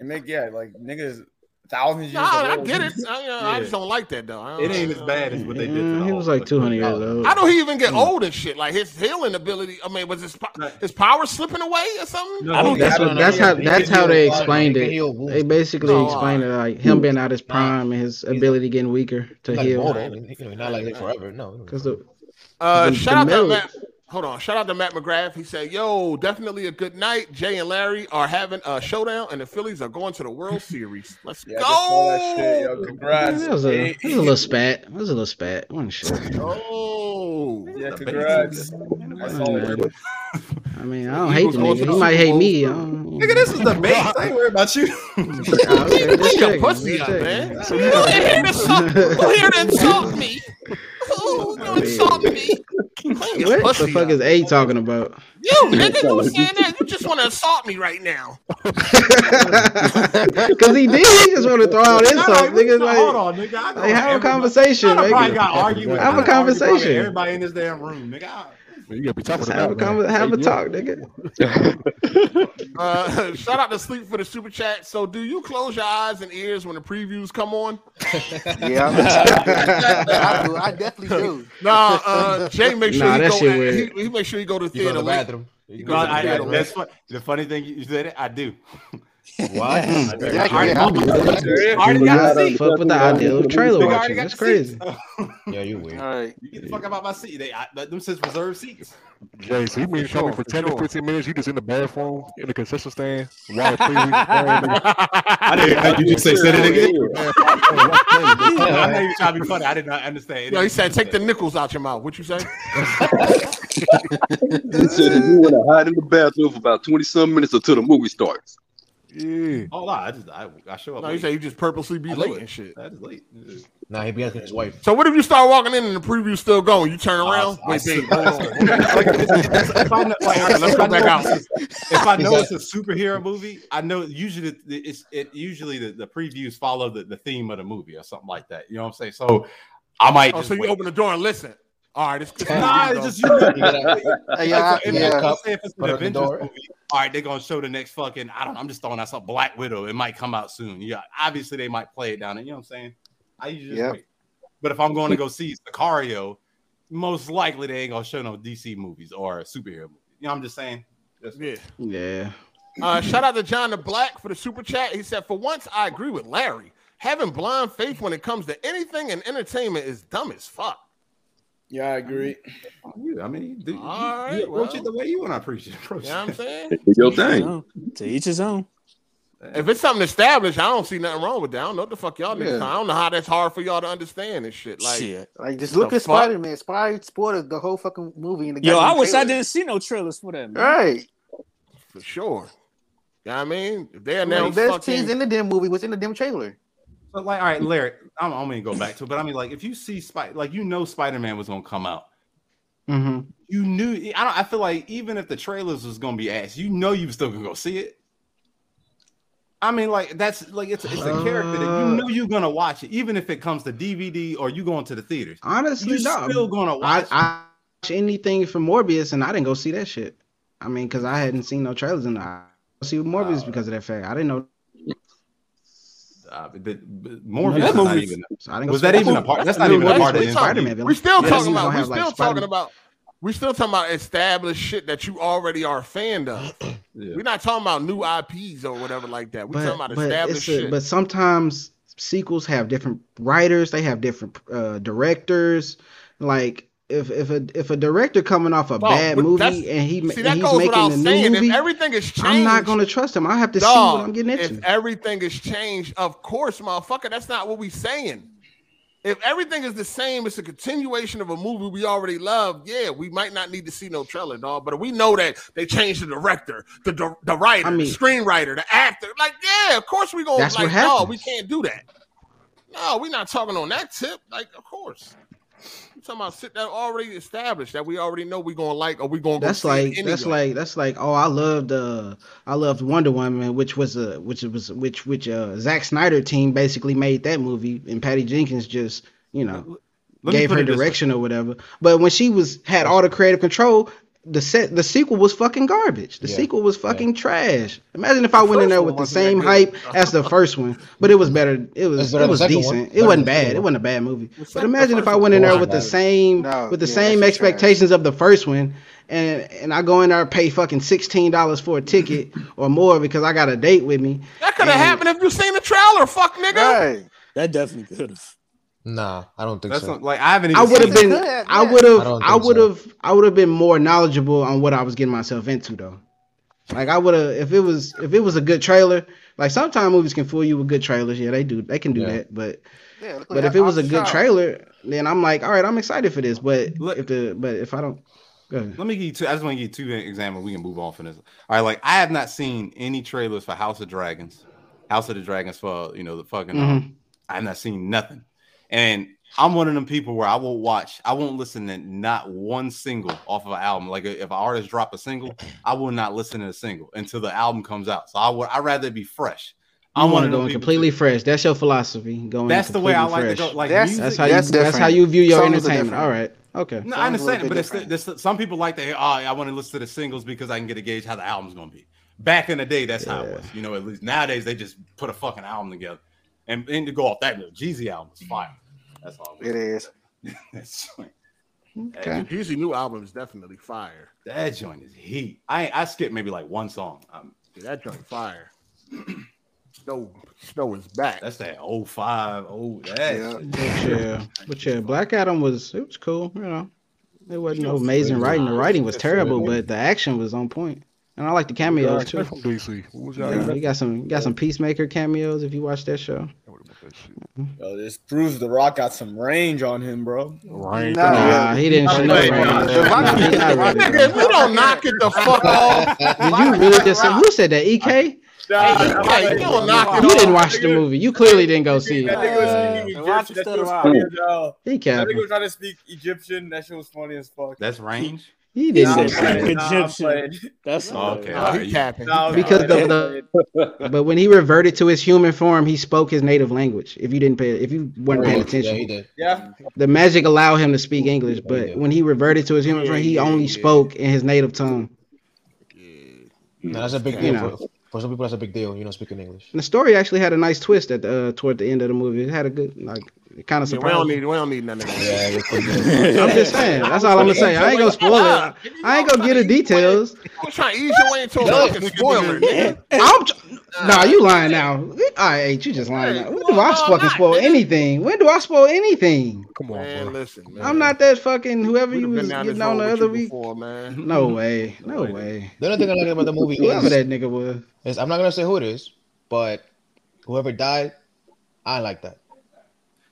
S16: And make yeah, like niggas thousands years.
S1: Nah, I
S16: ago.
S1: get it. I, you know, I
S16: Yeah.
S1: just don't like that though. I
S11: it
S1: don't-
S11: ain't as bad as what they did.
S3: Mm, he was like 200 years old.
S1: How do he even get old and shit? Like his healing ability. I mean, was his po- his power slipping away or something?
S3: I don't that's, what, that's how that's how they explained
S14: can
S3: it.
S14: heal wounds.
S3: They basically
S1: No,
S3: explained it like him being out his prime and his ability getting weaker to
S14: He's like
S3: heal.
S14: mortal. You know, not like that forever. No.
S3: Because the,
S1: Uh,
S3: the- the
S1: shout out
S3: middle-
S1: to Matt. Hold on. Shout out to Matt McGrath. He said, "Yo, definitely a good night. Jay and Larry are having a showdown, and the Phillies are going to the World Series. Let's
S16: Yeah, I just saw
S1: go!"
S16: that shit, yo. Congrats.
S3: That was a that was a little spat. That was a little spat. It wasn't shit.
S1: Oh,
S16: yeah, congrats. I saw it.
S3: I mean, I don't hate the nigga. He might hate me. I don't-
S16: Nigga, this is the base. I ain't worried about you.
S3: okay, just
S1: your
S3: checking,
S1: pussy
S3: just
S1: up,
S3: checking.
S1: man. Who here to insult? Who here to insult me? Who
S3: I
S1: you
S3: mean,
S1: insult me? Clean your
S3: What the
S1: pussy
S3: fuck
S1: up.
S3: is A talking about?
S1: You nigga, you was saying that? You just want to assault me right now?
S3: Because he did. He just want to throw out insults. niggas like,
S11: hold on, nigga.
S3: like,
S11: I know
S3: have a
S11: everybody-
S3: conversation.
S11: I done probably
S3: nigga.
S11: got argued with- I
S3: Have a
S11: done argued with probably
S3: conversation.
S11: Everybody in this damn room, nigga. I-
S9: You gotta be tough
S3: Just
S9: about
S3: have a
S9: it, man.
S3: conver- have a
S9: Yeah.
S3: talk, nigga.
S1: Uh, shout out to Sleep for the super chat. So, do you close your eyes and ears when the previews come on?
S10: I, do. I definitely do.
S1: Nah, uh, Jay make sure
S3: Nah,
S1: he
S3: that
S1: go.
S3: shit
S1: and-
S3: weird.
S1: He, he make sure he go to
S14: You go
S1: theater
S14: to the
S1: late.
S14: bathroom.
S1: He
S11: You
S1: go
S11: know,
S1: to the
S11: I, I,
S1: theater
S11: that's
S1: late.
S11: fu- the funny thing you said it. I do. Why?
S3: Mm,
S11: I
S3: exactly.
S11: already-
S3: Yeah,
S11: I already- I
S3: I
S11: already
S3: do
S11: got
S3: not
S11: a seat.
S3: fuck with the idea of
S11: I
S3: trailer
S11: already
S3: watching.
S11: got
S3: That's
S11: the seats.
S3: crazy. Yeah, you weird.
S11: All right. Get the fuck out of my seat. They, I, them says reserved seats.
S9: Jay, so you mean
S11: sure,
S9: coming for
S11: for
S9: 10
S11: sure.
S9: to 15 minutes? You just in the bathroom, in the concession stand, watching three weeks. I
S1: didn't- you just say, "Say that again?"
S11: I know you're trying to be funny. I did not understand.
S1: No, he said, take the nickels out your mouth. What you say?
S12: He said if you want to hide in the bathroom for about twenty some minutes until the movie starts.
S1: Yeah.
S11: Oh, no, I just I, I show up.
S1: No, you
S11: late.
S1: say you just purposely be late and shit.
S11: That is late. Yeah.
S14: Nah, he be asking his wife.
S1: So what if you start walking in and the preview's still going? You turn around.
S11: I
S1: Wait,
S11: see.
S1: babe, hold on. hold on.
S11: If I know, like,
S1: All right, let's
S11: if
S1: go
S11: I know
S1: back out.
S11: this is- If I
S1: Is
S11: know
S1: that-
S11: it's a superhero movie, I know usually the- the- it's it usually the, the previews follow the, the theme of the movie or something like that. You know what I'm saying? So I might.
S1: Oh,
S11: just
S1: so you
S11: wait.
S1: open the door and listen. All right, it's
S11: Nah, it's just you. know, like,
S1: yeah,
S11: if-
S1: yeah.
S11: let's say if it's an
S1: Put on the
S11: Avengers
S1: door.
S11: movie, all right, they're gonna show the next fucking. I don't. I'm just throwing out some Black Widow. It might come out soon. Yeah, obviously they might play it down. there, You know what I'm saying? I usually just
S16: Yep.
S11: wait. But if I'm going to go see Sicario, most likely they ain't gonna show no DC movies or superhero movies. You know, what I'm just saying.
S1: yeah.
S3: Yeah.
S1: Uh, shout out to John the Black for the super chat. He said, For once, I agree with Larry. Having blind faith when it comes to anything in entertainment is dumb as fuck.
S16: Yeah, I agree.
S11: You, I mean, you, do,
S1: All right,
S11: approach
S1: well.
S11: it the way you want to approach it. Approach
S1: You know what I'm
S11: it.
S1: saying?
S12: Your
S6: own.
S12: thing.
S6: To each his own.
S1: If it's something established, I don't see nothing wrong with that. I don't know what the fuck y'all niggas.
S11: Yeah.
S1: I don't know how that's hard for y'all to understand and shit. Like,
S6: Shit.
S1: like
S7: Just look at Spider Man. Spider spoiled the whole fucking movie. In the
S6: Yo, I
S7: goddamn
S6: wish I
S7: trailer.
S6: didn't see no trailers for that. Man.
S7: Right.
S1: For sure. You know what I mean? If they
S7: One of
S1: announce
S7: the best
S1: fucking
S7: teams in the damn movie was in the damn trailer.
S11: But like, all right, Larry, I'm, I'm gonna go back to it. But I mean, like, if you see Spider, like, you know, Spider Man was gonna come out.
S3: Mm-hmm.
S11: You knew. I don't. I feel like even if the trailers was gonna be ass, you know, you was still gonna go see it. I mean, like that's like it's, it's a character that you know you're gonna watch it, even if it comes to DVD or you going to the theaters.
S3: Honestly,
S11: you
S3: no.
S11: still gonna
S3: I,
S11: watch.
S3: I watch anything for Morbius, and I didn't go see that shit. I mean, because I hadn't seen no trailers, and I go see Morbius because of that fact. I didn't know.
S11: uh, but, but
S3: No,
S11: Morbius
S3: that
S11: is not
S3: movie-
S11: even.
S3: So I didn't go
S11: was
S3: see
S11: that
S3: that
S11: even a
S3: movie.
S11: part? That's
S3: That
S11: not even a
S3: movie
S11: part of
S3: was
S11: the
S3: Spider-Man,
S11: MCU.
S3: Billy.
S1: We still
S3: Yeah,
S1: talking
S3: you
S1: about.
S3: gonna
S1: We
S3: have, like,
S1: still
S3: Spider-
S1: talking about. We still talking about established shit that you already are a fan of. We're not talking about new IPs or whatever like that. We're talking
S3: But,
S1: about
S3: but, it's
S1: established
S3: a,
S1: shit.
S3: but sometimes sequels have different writers. They have different uh, directors. Like if if a if a director coming off a
S1: No,
S3: bad
S1: but that's-
S3: movie and he ma-
S1: see, that
S3: he's
S1: goes
S3: making
S1: without
S3: a new
S1: saying.
S3: movie,
S1: if everything is changed,
S3: I'm not gonna trust him. I have to see
S1: dog,
S3: what I'm getting into.
S1: If everything is changed, of course, motherfucker, that's not what we saying. If everything is the same, it's a continuation of a movie we already love. Yeah, we might not need to see no trailer, dog. But we know that they changed the director, the the, the writer,
S3: I mean-
S1: the screenwriter, the actor. Like, yeah, of course we gonna
S3: That's
S1: like,
S3: what
S1: no,
S3: happens.
S1: we can't do that. No, we're not talking on that tip. Like, of course. We're talking about shit that already established that we already know we gonna like or we gonna go
S3: That's
S1: see it
S3: like
S1: anyway.
S3: that's like that's like oh I loved uh I loved Wonder Woman which was a which was which which uh Zack Snyder team basically made that movie and Patty Jenkins just you know
S11: Let me
S3: gave
S11: put
S3: her
S11: it this way.
S3: direction or whatever but when she was had all the creative control the set the sequel was fucking garbage the sequel was fucking trash imagine if I went in there with the same hype as the first one but it was better it was
S14: It's better
S3: it
S14: than
S3: was
S14: the second one.
S3: decent it
S14: Better
S3: wasn't
S14: than the second
S3: bad it
S14: one.
S3: wasn't a bad movie but
S14: the
S3: imagine if
S14: first
S3: I
S14: one.
S3: went in there
S14: Why
S3: with the
S14: not?
S3: same with the
S7: yeah,
S3: same expectations of the first one and and I go in there and pay fucking sixteen dollars for a ticket or more because I got a date with me.
S1: that could have happened if you seen the trailer, fuck nigga.
S6: That definitely could have.
S14: Nah, I don't think
S11: That's
S14: so.
S11: not- like I haven't. Even
S3: I would have
S11: seen it.
S3: been I would
S14: I
S3: have
S14: don't
S3: I
S14: think
S3: would have I would have been more knowledgeable on what I was getting myself into though. Like I would have if it was if it was a good trailer. Like sometimes movies can fool you with good trailers. Yeah, they do. They can do that. But
S7: Yeah,
S3: but if it was a good trailer, then I'm like, all right, I'm excited for this. But if the but if I don't, go ahead.
S11: Let me give you two. I just want to give you two examples. We can move on from this. All right, like I have not seen any trailers for House of Dragons, House of the Dragons for you know the fucking.
S3: Mm-hmm.
S11: Um, I've not seen nothing, and I'm one of them people where I will watch. I won't listen to not one single off of an album. Like if an artist drop a single, I will not listen to a single until the album comes out. So I would. I rather it be fresh.
S3: I
S11: I'm one
S3: want to
S11: of them
S3: go in
S11: people-
S3: completely fresh. That's your philosophy. Going.
S11: That's the way I
S3: completely
S11: like to
S3: fresh.
S11: go, like,
S3: that's,
S11: music-
S3: that's how
S11: That's
S3: you. That's how
S11: different.
S3: you view your
S11: Songs are
S3: entertainment.
S11: different.
S3: All right. Okay.
S11: No, I understand it, but it's, there's some people like they. Oh, I want to listen to the singles because I can get a gauge how the album's going to be. Back in the day, that's how it was. You know, at least nowadays they just put a fucking album together, and and to go off that note, Jeezy album is fire. That's all. It
S7: is.
S11: that's right.
S1: Okay. Jeezy new album is definitely fire.
S11: That joint is heat. I I skipped maybe like one song. Um,
S1: That joint fire. Snow, Snow is back.
S11: That's that 05, oh that.
S3: But yeah, but yeah, Black Adam was it was cool. You know, it wasn't no
S11: It's
S3: amazing
S11: good.
S3: writing. The writing was
S11: It's
S3: terrible,
S11: good.
S3: but the action was on point. And I like the cameos
S9: Yeah,
S3: too.
S9: from DC. What was y'all
S3: Yeah, you got some you got some peacemaker cameos if you watch that show.
S16: Yo, this proves The Rock got some range on him, bro. Range.
S3: Nah, he didn't show no range. He's not ready.
S1: Nigga, we don't knock it the fuck off.
S3: Did you really just say who said that? EK?
S1: Hey, you don't knock it
S3: You
S1: off.
S3: didn't watch the movie. You clearly didn't go see
S16: That nigga was
S3: it.
S16: speaking Egyptian. That shit was
S3: Cool.
S16: funny as hell.
S3: He
S16: That
S3: capping.
S16: nigga was trying to speak Egyptian. That shit was funny as fuck.
S11: That's range.
S3: He
S16: Nah,
S3: didn't
S16: I'm
S3: say
S16: playing.
S3: speak
S16: Nah, I'm
S3: Egyptian.
S16: playing.
S6: That's
S11: okay.
S16: Nah,
S11: all
S16: he
S11: right.
S16: capping. Nah, I'm
S3: Because
S16: playing.
S3: the, the but when he reverted to his human form, he spoke his native language. If you didn't pay, if you weren't paying attention,
S16: Yeah.
S3: the magic allowed him to speak English. But when he reverted to his human form, he only spoke in his native tongue.
S14: No, that's a big
S3: You
S14: deal.
S3: know.
S14: For, for some people, that's a big deal. You know, speaking English.
S3: And the story actually had a nice twist at the, uh, toward the end of the movie. It had a good like it kind of
S1: Yeah, we don't
S3: surprised. me.
S1: need. We don't need none of that.
S3: I'm just saying. That's all I'm gonna say. I ain't gonna spoil it. I ain't gonna get the details.
S1: I'm trying to ease your way into a fucking spoiler. nigga.
S3: I'm tr- nah, you lying now. All right, you just lying now. When do I fucking spoil anything? When do I spoil anything?
S1: Come on, man. Listen, man.
S3: I'm not that fucking whoever you was
S1: down this
S3: getting on the
S1: road with
S3: other
S1: you
S3: week.
S1: before, man.
S3: No way. No way.
S14: Mm-hmm. The only thing I like about the movie
S3: Whoever
S14: is-
S3: that nigga was.
S14: It's- I'm not gonna say who it is, but whoever died, I like that.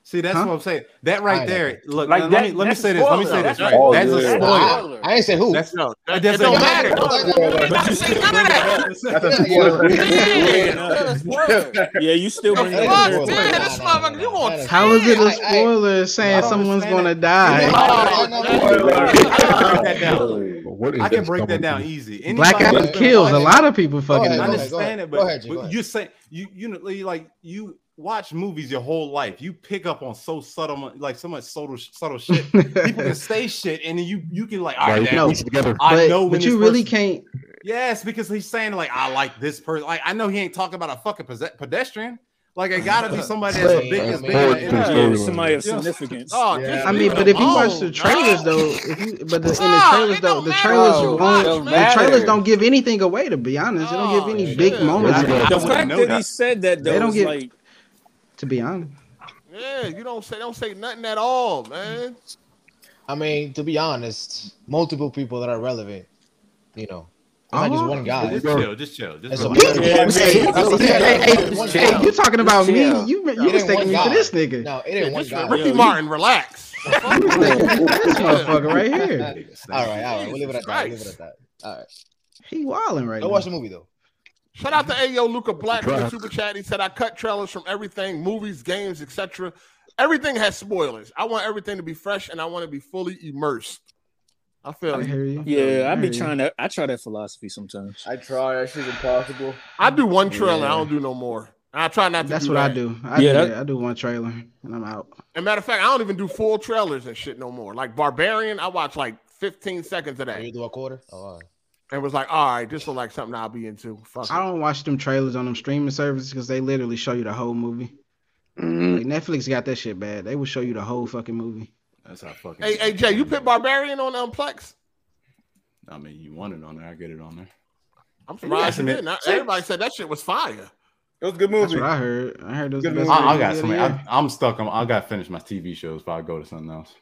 S11: See, that's what I'm saying. That right
S14: I-
S11: there. Look,
S14: Like
S11: let,
S14: that-
S11: me, let me
S14: that's
S11: say
S14: a
S11: this. Let me
S14: spoiler.
S11: say this.
S14: That's
S11: Right.
S14: a
S11: That's a
S14: spoiler.
S11: spoiler.
S14: I ain't say who.
S11: That's no. That,
S14: It don't matter.
S6: Yeah, you still bring that
S1: Fuck,
S6: up.
S1: man, this motherfucker, you want
S3: How is it a spoiler saying someone's gonna die?
S11: I can break that down easy.
S3: Black
S11: Anybody
S3: Adam
S11: that's been
S3: kills a
S11: watching-
S3: lot of people fucking.
S11: I
S3: die.
S11: understand it,
S14: Go ahead,
S11: but,
S14: G, go
S11: but
S14: ahead.
S11: you say you you know you like you watch movies your whole life. You pick up on so subtle, mu- like so much subtle, subtle shit. People can say shit, and then you you can like, all right,
S9: Right,
S11: now,
S9: no,
S11: I
S3: but,
S11: know when
S3: but
S11: this
S3: you really
S11: person-
S3: can't.
S11: Yes, because he's saying like, I like this person. Like, I know he ain't talking about a fucking pose- pedestrian. Like, it gotta be somebody that's
S3: But-
S11: big as big.
S3: Yeah,
S11: as-
S3: yeah, somebody
S6: of
S11: You know,
S6: significance.
S11: Oh,
S3: I mean, but if you watch the trailers though, if you, but the, in the
S11: Ah,
S1: Nah,
S3: trailers though, the trailers
S1: Bro,
S3: won't, the
S1: it don't
S3: trailers
S1: matter.
S3: don't give anything away. To be honest, it
S11: Oh,
S3: don't give any big moments. away.
S6: The fact that, he said that though
S3: they don't
S6: was
S3: get.
S6: like
S3: to be honest,
S1: Yeah, you don't say don't say nothing at all, man.
S14: I mean, to be honest, multiple people that are relevant. You know, it's not just
S3: Uh-huh.
S14: one guy.
S11: Just chill, just chill, just
S14: It's
S11: chill.
S14: a-
S11: Yeah, man.
S3: Hey, hey,
S11: That's what I'm
S3: hey,
S11: saying.
S3: hey, hey,
S11: Just chill.
S3: you talking
S11: Just
S3: about me?
S11: chill.
S3: You
S11: It
S3: you
S11: ain't
S3: mistaking me
S11: one
S3: for
S11: guy.
S3: this nigga?
S14: No, it ain't one guy.
S1: Ricky Martin, relax.
S3: this motherfucker right here.
S14: all right, all right. We'll leave it at that. We'll leave it
S1: Jesus
S14: at that. All right.
S3: He wilding right
S14: Go
S3: now.
S14: watch the movie though.
S1: Shout out to Ayo Luca Black for the
S14: Drugs.
S1: super chat. He said, I cut trailers from everything, movies, games, etc. Everything has spoilers. I want everything to be fresh and I want to be fully immersed. I feel you.
S6: Yeah, I be trying to. I try that philosophy sometimes.
S16: I try. That shit's impossible.
S1: I do one trailer, I
S6: Yeah.
S1: don't do no more. I try not to
S3: That's
S1: do
S3: what I
S1: that.
S3: do. I
S6: Yeah,
S3: do
S6: that-
S3: that. I do one trailer and I'm out.
S1: And matter of fact, I don't even do full trailers and shit no more. Like Barbarian, I watch like 15 seconds of that. You
S14: do a quarter? Oh, all right.
S1: And was like, all right, this will like something I'll be into. Fuck
S3: I don't watch them trailers on them streaming services because they literally show you the whole movie.
S10: Mm-hmm.
S3: Like Netflix got that shit bad. They will show you the whole fucking movie.
S11: That's how
S1: it.
S11: fucking.
S1: Hey, hey, Jay, you put Barbarian on um, Plex?
S11: I mean, you want it on there? I get it on there.
S1: I'm
S11: Yeah,
S1: surprised you
S11: isn't it?
S1: didn't. I- Everybody said that shit was fire.
S16: It was a good
S3: That's what I heard. I heard those.
S11: I, I got something. I, I'm stuck. I'm, I got to finish my TV shows before I go to something else.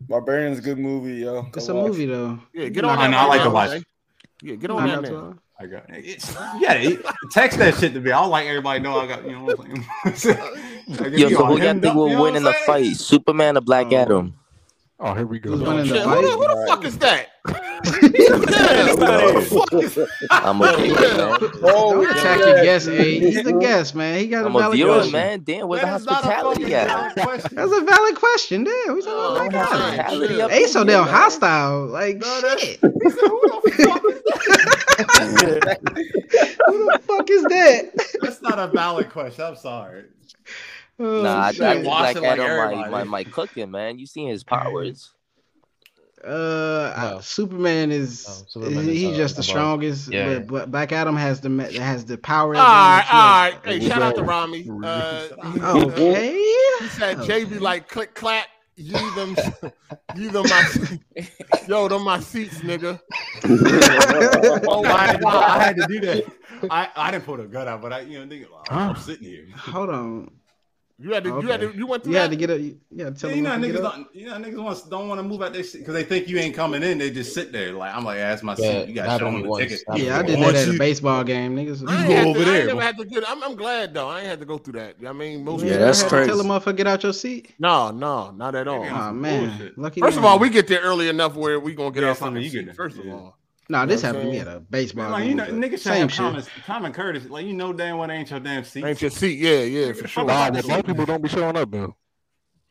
S16: Barbarian's a good movie, yo. Go
S3: It's a
S16: watch
S3: movie though.
S1: Yeah,
S11: get on that I like to watch.
S1: Yeah, get on that
S3: Knock out
S1: now.
S11: I got. It's, yeah, it- text that shit to me. I don't like everybody know I got. You know what I'm saying? I get
S10: Yo,
S11: you
S10: so
S11: all
S10: who y'all
S11: hemmed up,
S10: think
S11: you
S10: will
S11: know
S10: win in
S11: what
S10: the
S11: I'm saying?
S10: fight, Superman or Black Adam?
S9: Oh, here we go.
S3: Who's winning the
S1: Shit, who, the, who
S3: fight?
S1: the fuck is that?
S10: I'm okay with that.
S3: Don't attack your guest, A. He's a guest, man. He got a
S10: I'm a
S3: valid
S10: viewer,
S3: question.
S10: man. Damn, where's the
S3: That is not a
S10: hospitality at?
S3: That's a valid question. Damn, we
S10: Oh,
S3: talking about Black
S10: hospitality
S3: Adam.
S10: up
S3: They
S10: in
S3: so
S10: here,
S3: damn
S10: man.
S3: hostile. Like shit. Who the fuck is that?
S11: That's not a valid question. I'm sorry.
S3: Oh,
S10: Nah, I, I
S3: shit.
S10: think Black Adam might, might, might cook him, man. You seen his powers.
S3: Uh, I- Superman is
S10: Superman
S3: he-
S10: is,
S3: he's
S10: uh,
S3: just the
S10: above.
S3: strongest.
S10: Yeah.
S3: But, but Black Adam has the ma- has the power.
S1: All right, all right. Hey,
S3: advantage.
S1: shout out to Rami. Uh,
S3: Okay.
S1: He said Jay be like click clack. You them, you them my, yo them my seats, nigga.
S11: oh, I, wow, I had to do that. I, I didn't put a gut out, but I you know thinking, oh, I'm
S3: Huh?
S11: sitting here.
S3: Hold on.
S1: You had to, you had to, you went through
S3: You
S1: that.
S3: had to get up. You had to tell
S11: Yeah,
S3: them to
S11: you know,
S3: get
S11: niggas
S3: up.
S11: don't, you know, niggas want, don't want to move out their shit because they think you ain't coming in. They just sit there. Like I'm like, ask my
S14: Yeah,
S11: seat. You got
S14: that
S11: to show
S14: happened
S11: them
S14: to
S11: the
S14: me once.
S11: ticket.
S3: Yeah, I did
S11: Once
S3: that at
S11: you-
S3: a baseball game, niggas.
S11: I
S1: I ain't had to-
S11: over
S1: I ain't
S11: there.
S1: never had to get. I'm, I'm glad though. I ain't had to go through that. I mean, most
S3: Yeah,
S1: people-
S3: that's You had to tell crazy. a motherfucker get out your seat.
S1: No, no, not at all.
S3: Aw, man. Lucky
S1: first of
S3: them.
S1: all, we get there early enough where we gonna get our fucking seat, First of all,
S3: Nah, this
S1: You know what
S3: happened to me at
S1: I'm
S3: a baseball
S11: Like
S3: game.
S11: you know,
S3: but
S11: niggas
S3: same
S11: same
S3: shit.
S11: common, common courtesy. Like you know, damn well ain't your damn seat.
S1: Ain't your seat? Yeah, yeah, for sure.
S9: Nah, but most people don't be showing up though.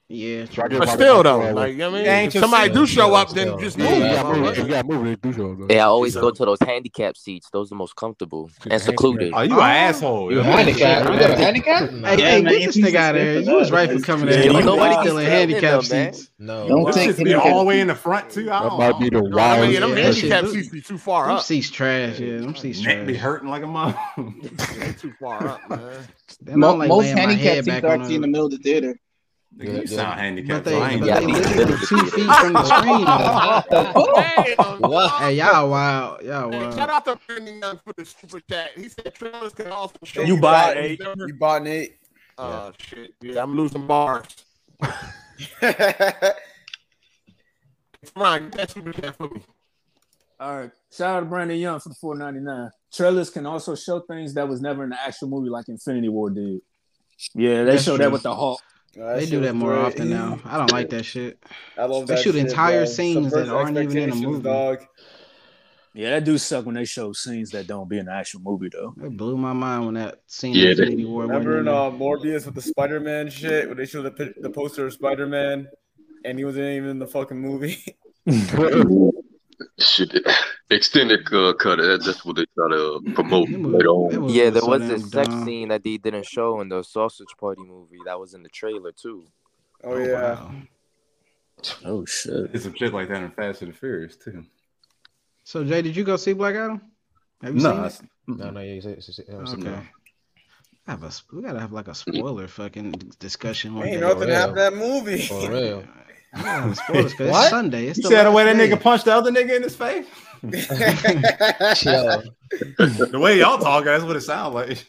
S3: Yeah,
S1: But still though, like you know what I mean, if somebody do show up, then just move.
S9: Yeah,
S1: motherfucker.
S9: if you got moving, do show up. though.
S10: Yeah, I always go to those handicap seats. Those are the most comfortable and secluded.
S11: Oh, you an
S3: Ah,
S11: asshole.
S10: You
S11: Yeah.
S10: handicap. You got a handicap?
S3: Hey, hey, get this nigga out of here. You was right for coming in.
S10: Yo,
S3: You
S10: nobody
S3: was still
S10: can
S3: in
S10: stand in
S3: handicap
S10: them, man.
S3: seats. No,
S11: Don't think be all the way in the front too. I
S9: That
S11: don't
S9: might be the
S11: know. I mean,
S9: wildest.
S11: them
S9: shit.
S11: handicap seats be too far
S3: Them
S11: up.
S3: seats trash. Yeah, them seats
S11: Neck
S3: trash.
S11: be hurting like a mom.
S1: too far up, man.
S3: And
S4: Mo-
S3: I'm, like,
S4: most
S3: laying my head
S4: handicapped seats
S3: back
S4: are
S3: on
S4: actually in
S3: the-
S4: the middle of the theater.
S11: Nigga, you sound handicapped.
S3: But they,
S11: so I ain't
S3: but they
S11: got these
S3: literally
S11: benefits.
S3: two feet from the screen. though. hey, y'all wild. Y'all
S1: Hey,
S3: wild.
S1: shout out to Brandon Young for the super chat. He said trailers can also show
S16: You bought
S1: out
S16: eight.
S1: December.
S16: You bought an eight.
S1: Oh shit! Yeah, I'm losing bars. Come on, get that super chat for me.
S6: All right. Shout out to Brandon Young for the 499. Trailers can also show things that was never in the actual movie, like Infinity War did. Yeah, they
S3: That's
S6: show
S3: true.
S6: that with the Hulk.
S3: They do that more often now. I don't like that shit.
S16: I love
S3: They
S16: that
S3: shoot
S16: shit,
S3: entire
S16: bro.
S3: scenes that
S16: Subverts
S3: aren't even in the
S16: expectations,
S3: movie.
S16: Dog.
S6: Yeah, that do suck when they show scenes that don't be in the actual movie though.
S3: It blew my mind when that scene
S16: Yeah,
S3: yeah,
S16: they-
S3: Infinity War wasn't
S16: Remember
S3: in
S16: in
S3: there.
S16: uh, Morbius with the Spider Man shit, when they showed the, pi- the poster of Spider Man, and he wasn't even in the fucking movie.
S12: Shit, extended uh, cut. That, that's what they try to promote later on.
S10: Yeah, there was a sex
S3: uh,
S10: scene that they didn't show in the Sausage Party movie that was in the trailer too.
S16: Oh, yeah.
S6: Oh shit!
S11: There's some shit like that in Fast and the Furious too.
S3: So Jay, did you go see Black Adam? Have you
S11: No,
S3: seen
S11: I
S3: it?
S11: s-
S14: No, no, yeah, it's, it's, it's, it's-
S3: Okay.
S14: no.
S3: Have a, we gotta have like a spoiler fucking discussion. one
S16: Ain't
S3: day.
S16: nothing happened to that movie.
S14: For real.
S3: We gotta have spoilers 'cause
S16: What?
S3: it's Sunday. It's
S11: You
S3: the
S11: said the way that
S3: last day.
S11: nigga punched the other nigga in his face. the way y'all talk, that's what it sounds like.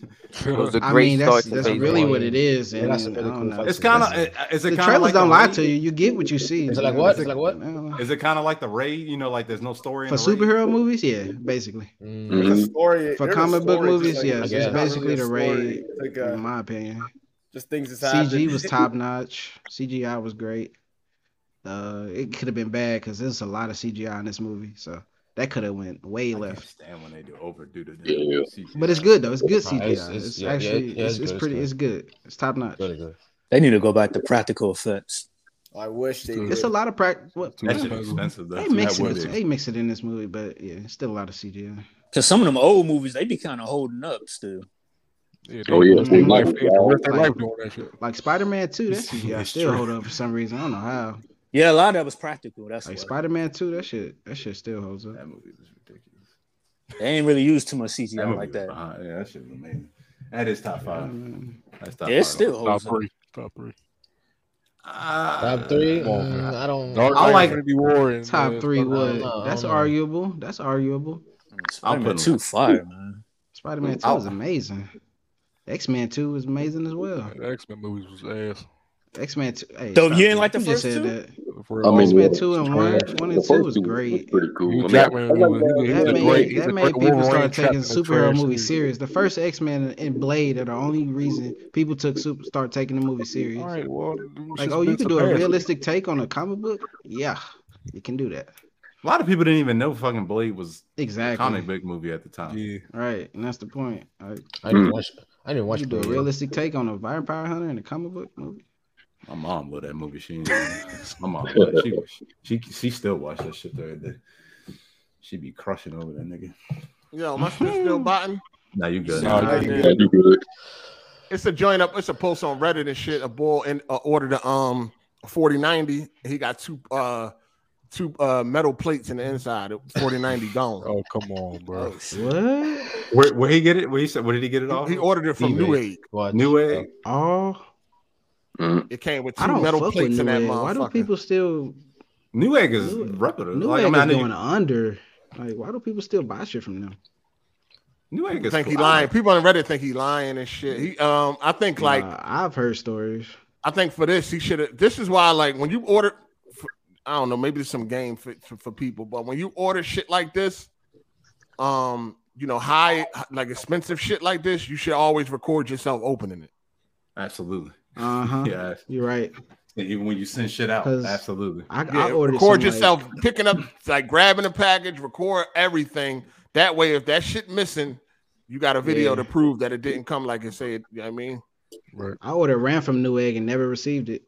S10: was a
S3: I
S10: great
S3: mean, that's
S10: start to
S3: that's
S10: phase
S3: really
S10: one.
S3: what it is,
S10: Yeah,
S3: and
S10: that's a really
S3: I don't
S10: cool
S3: know.
S10: fight
S11: It's kind of. Is it
S3: the
S11: kind of
S3: trailers
S11: like
S3: don't
S11: the
S3: lie
S11: Raid?
S3: to you. You get what you see.
S14: Is it like
S3: you know?
S14: what? Is it like what?
S11: Is it kind of like the raid? You know, like there's no story in
S3: For
S11: the raid.
S3: superhero movies, yeah, basically.
S10: Mm-hmm.
S16: There's a story.
S3: For
S16: there's a
S3: comic book
S16: story, just
S3: movies,
S16: like-
S3: yes,
S16: yeah,
S3: it's
S16: not really
S3: basically
S16: a
S3: the
S16: story.
S3: raid,
S16: It's like, uh,
S3: in my opinion.
S16: just things that's
S3: CG
S16: happened.
S3: was top notch. CGI was great. Uh, it could have been bad because there's a lot of CGI in this movie, so that could have went way left.
S11: Damn, when they do overdo the
S12: yeah.
S3: But it's good though. It's good
S14: Nah,
S3: CGI.
S14: it's-
S3: It's,
S14: it's- yeah, yeah,
S3: actually
S14: yeah,
S3: it's,
S14: it's
S3: it's
S14: good, it's
S3: pretty.
S14: good.
S3: It's good. It's top notch.
S14: Really good.
S6: They need to go back to practical effects.
S16: I wish they.
S3: It's a lot of practice.
S6: That shit Mm-hmm. expensive, though.
S3: They
S6: That
S3: mix
S6: would
S3: it.
S6: be.
S3: They mix it in this movie, but yeah, it's still a lot of CGI.
S6: Cause some of them oh, old movies, they be kind of holding up still.
S12: Oh, yeah, they
S3: Mhm.
S12: life- they worth their
S3: Like-
S12: life doing that shit.
S3: Like Spider Man Two, that CGI
S6: It's
S3: still
S6: true.
S3: hold up for some reason. I don't know how.
S6: Yeah, a lot of that was practical. That's
S3: Like
S6: why.
S3: Spider Man Two, that shit, that shit still holds up.
S11: That movie was ridiculous.
S6: They ain't really used too much CGI
S11: That movie
S6: like
S11: was
S6: that.
S11: behind- Yeah, that shit was amazing. That is top five. That's top
S6: Yeah, it
S11: five.
S6: still holds Top up. three.
S9: Top three.
S14: Top three?
S9: Come on,
S14: Mm,
S9: man.
S14: I don't.
S9: Dark
S14: I
S9: Knight,
S14: like-
S9: Infinity War and,
S3: Top
S9: uh,
S3: three
S9: Spider-Man.
S3: would.
S14: know, I
S3: That's
S14: don't know.
S3: arguable. That's arguable.
S6: Spider Man
S3: putting-
S6: Two fire, man.
S3: Spider Man Two
S6: I'll-
S3: is amazing. X Men Two is amazing as well.
S9: X Men movies was ass.
S3: X Men Two. Hey,
S6: Though,
S3: stop
S6: you
S3: it.
S6: ain't like the
S3: You just
S6: first
S3: said
S6: two?
S3: that.
S9: I mean,
S3: X Men Two and one,
S9: trash.
S3: one and
S9: The first
S3: two was
S9: two was
S3: great.
S12: Pretty cool.
S9: Hugh
S12: I mean,
S9: Jackman
S12: I like
S9: was- he was- he
S3: That
S9: was great.
S3: made,
S9: He's
S3: that
S9: the
S3: made
S9: great
S3: people
S9: Wolverine
S3: start
S9: trapped
S3: taking
S9: in the
S3: superhero
S9: trash
S3: movies
S9: suit.
S3: serious. The first X Men and Blade are the only reason people took super, start taking the movie serious.
S9: All right, well,
S3: Like, oh, you could do a realistic take on a comic book? Yeah, you can do that.
S11: A lot of people didn't even know fucking Blade was
S3: exactly
S11: comic book movie at the time. Hmm.
S9: Yeah.
S3: Right, and that's the point. Like,
S14: I
S9: Hmm.
S14: didn't watch. I didn't
S3: you
S14: watch.
S3: could do a
S14: Blade.
S3: realistic take on a vampire hunter in a comic book movie.
S11: My mom loved that movie. She, ain't- my mom, loved it. she, she, she still watched that shit the other day. She be crushing over that nigga.
S1: Yo, my shit's still botting.
S11: Now you good.
S1: Nah,
S11: Nah,
S1: you
S11: you
S1: good.
S11: good.
S1: It's a join up. It's a post on Reddit and shit. A boy in uh, ordered a um forty ninety. He got two uh two uh metal plates in the inside. Forty ninety gone.
S9: Oh come on, bro.
S3: What?
S11: Where, where he get it? Where he said? Where did he get it off?
S1: He ordered it from New Egg.
S11: New Egg.
S3: Oh,
S1: It came with
S3: I
S1: two
S3: don't
S1: metal
S3: fuck with
S1: plates
S3: New
S1: in that
S3: Egg. Why do
S1: motherfucker.
S3: people still?
S11: New Egg is
S3: New-
S11: reputable.
S3: New
S11: Like,
S3: Egg
S11: I mean, I
S3: is
S11: know
S3: going under. Like, why do people still buy shit from them?
S11: New
S1: People think he lying. People on Reddit think he lying and shit. He, um, I think like
S3: I've heard stories.
S1: I think for this he should have. This is why like when you order, for, I don't know, maybe there's some game for, for for people, but when you order shit like this, um, you know, high like expensive shit like this, you should always record yourself opening it.
S11: Absolutely.
S3: Uh huh.
S11: Yeah.
S3: You're right.
S11: Even when you send shit out,
S3: 'Cause
S11: absolutely.
S3: I- I
S1: Yeah,
S3: ordered
S1: record
S3: some,
S1: yourself picking up, like grabbing a package, record everything. That way, if that shit missing, you got a video
S3: Yeah.
S1: to prove that it didn't come like it said. You know what I mean,
S3: I ordered ran from Newegg and never received it.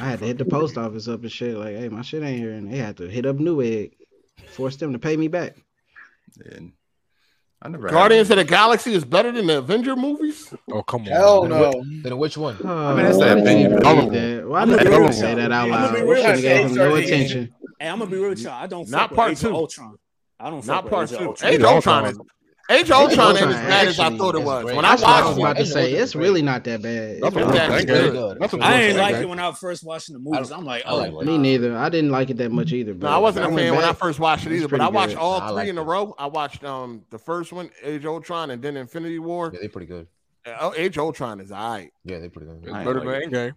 S3: I had to hit the post office up and shit. Like, hey, my shit ain't here, and they had to hit up Newegg, force them to pay me back.
S11: I never
S1: Guardians of the Galaxy is better than the Avenger movies.
S9: Oh come on!
S14: Hell no. Then which one?
S3: I mean, that's the opinion. Why did you say that out loud?
S6: real
S3: Should've
S6: with
S3: gave
S6: y'all.
S3: him no
S6: Hey,
S3: attention.
S6: Hey, I'm gonna be real with y'all. I don't
S1: Not
S6: fuck with
S1: part
S6: Age of
S1: two.
S6: Ultron. I don't
S1: Not
S6: fuck
S1: part
S6: with Age of
S1: two.
S6: Ultron.
S1: Age of Ultron is Age of Ultron ain't as bad as I
S3: Actually,
S1: thought it
S3: it's
S1: was.
S3: great.
S1: When I
S3: That's what I was
S1: watched
S3: about
S1: it,
S3: to say it's really not that bad.
S1: That's
S3: It's
S1: what I'm
S3: really
S1: saying.
S3: not
S1: It's
S3: that
S1: good.
S3: bad.
S1: That's what
S6: I ain't like it when I was first watching the movies. I'm like, oh,
S3: me neither. I didn't like it that much either.
S1: no,
S3: But
S1: I wasn't a
S3: went
S1: fan when I
S3: back,
S1: first watched it
S3: was
S1: either. But
S3: pretty
S1: I watched
S3: good.
S1: all
S3: I
S1: three
S3: liked
S1: in a
S3: it.
S1: row. I watched um the first one, Age of Ultron, and then Infinity War.
S14: Yeah, they're pretty good.
S1: Oh, Age of Ultron is all right.
S14: Yeah, they're pretty good.
S1: Better than
S9: Endgame.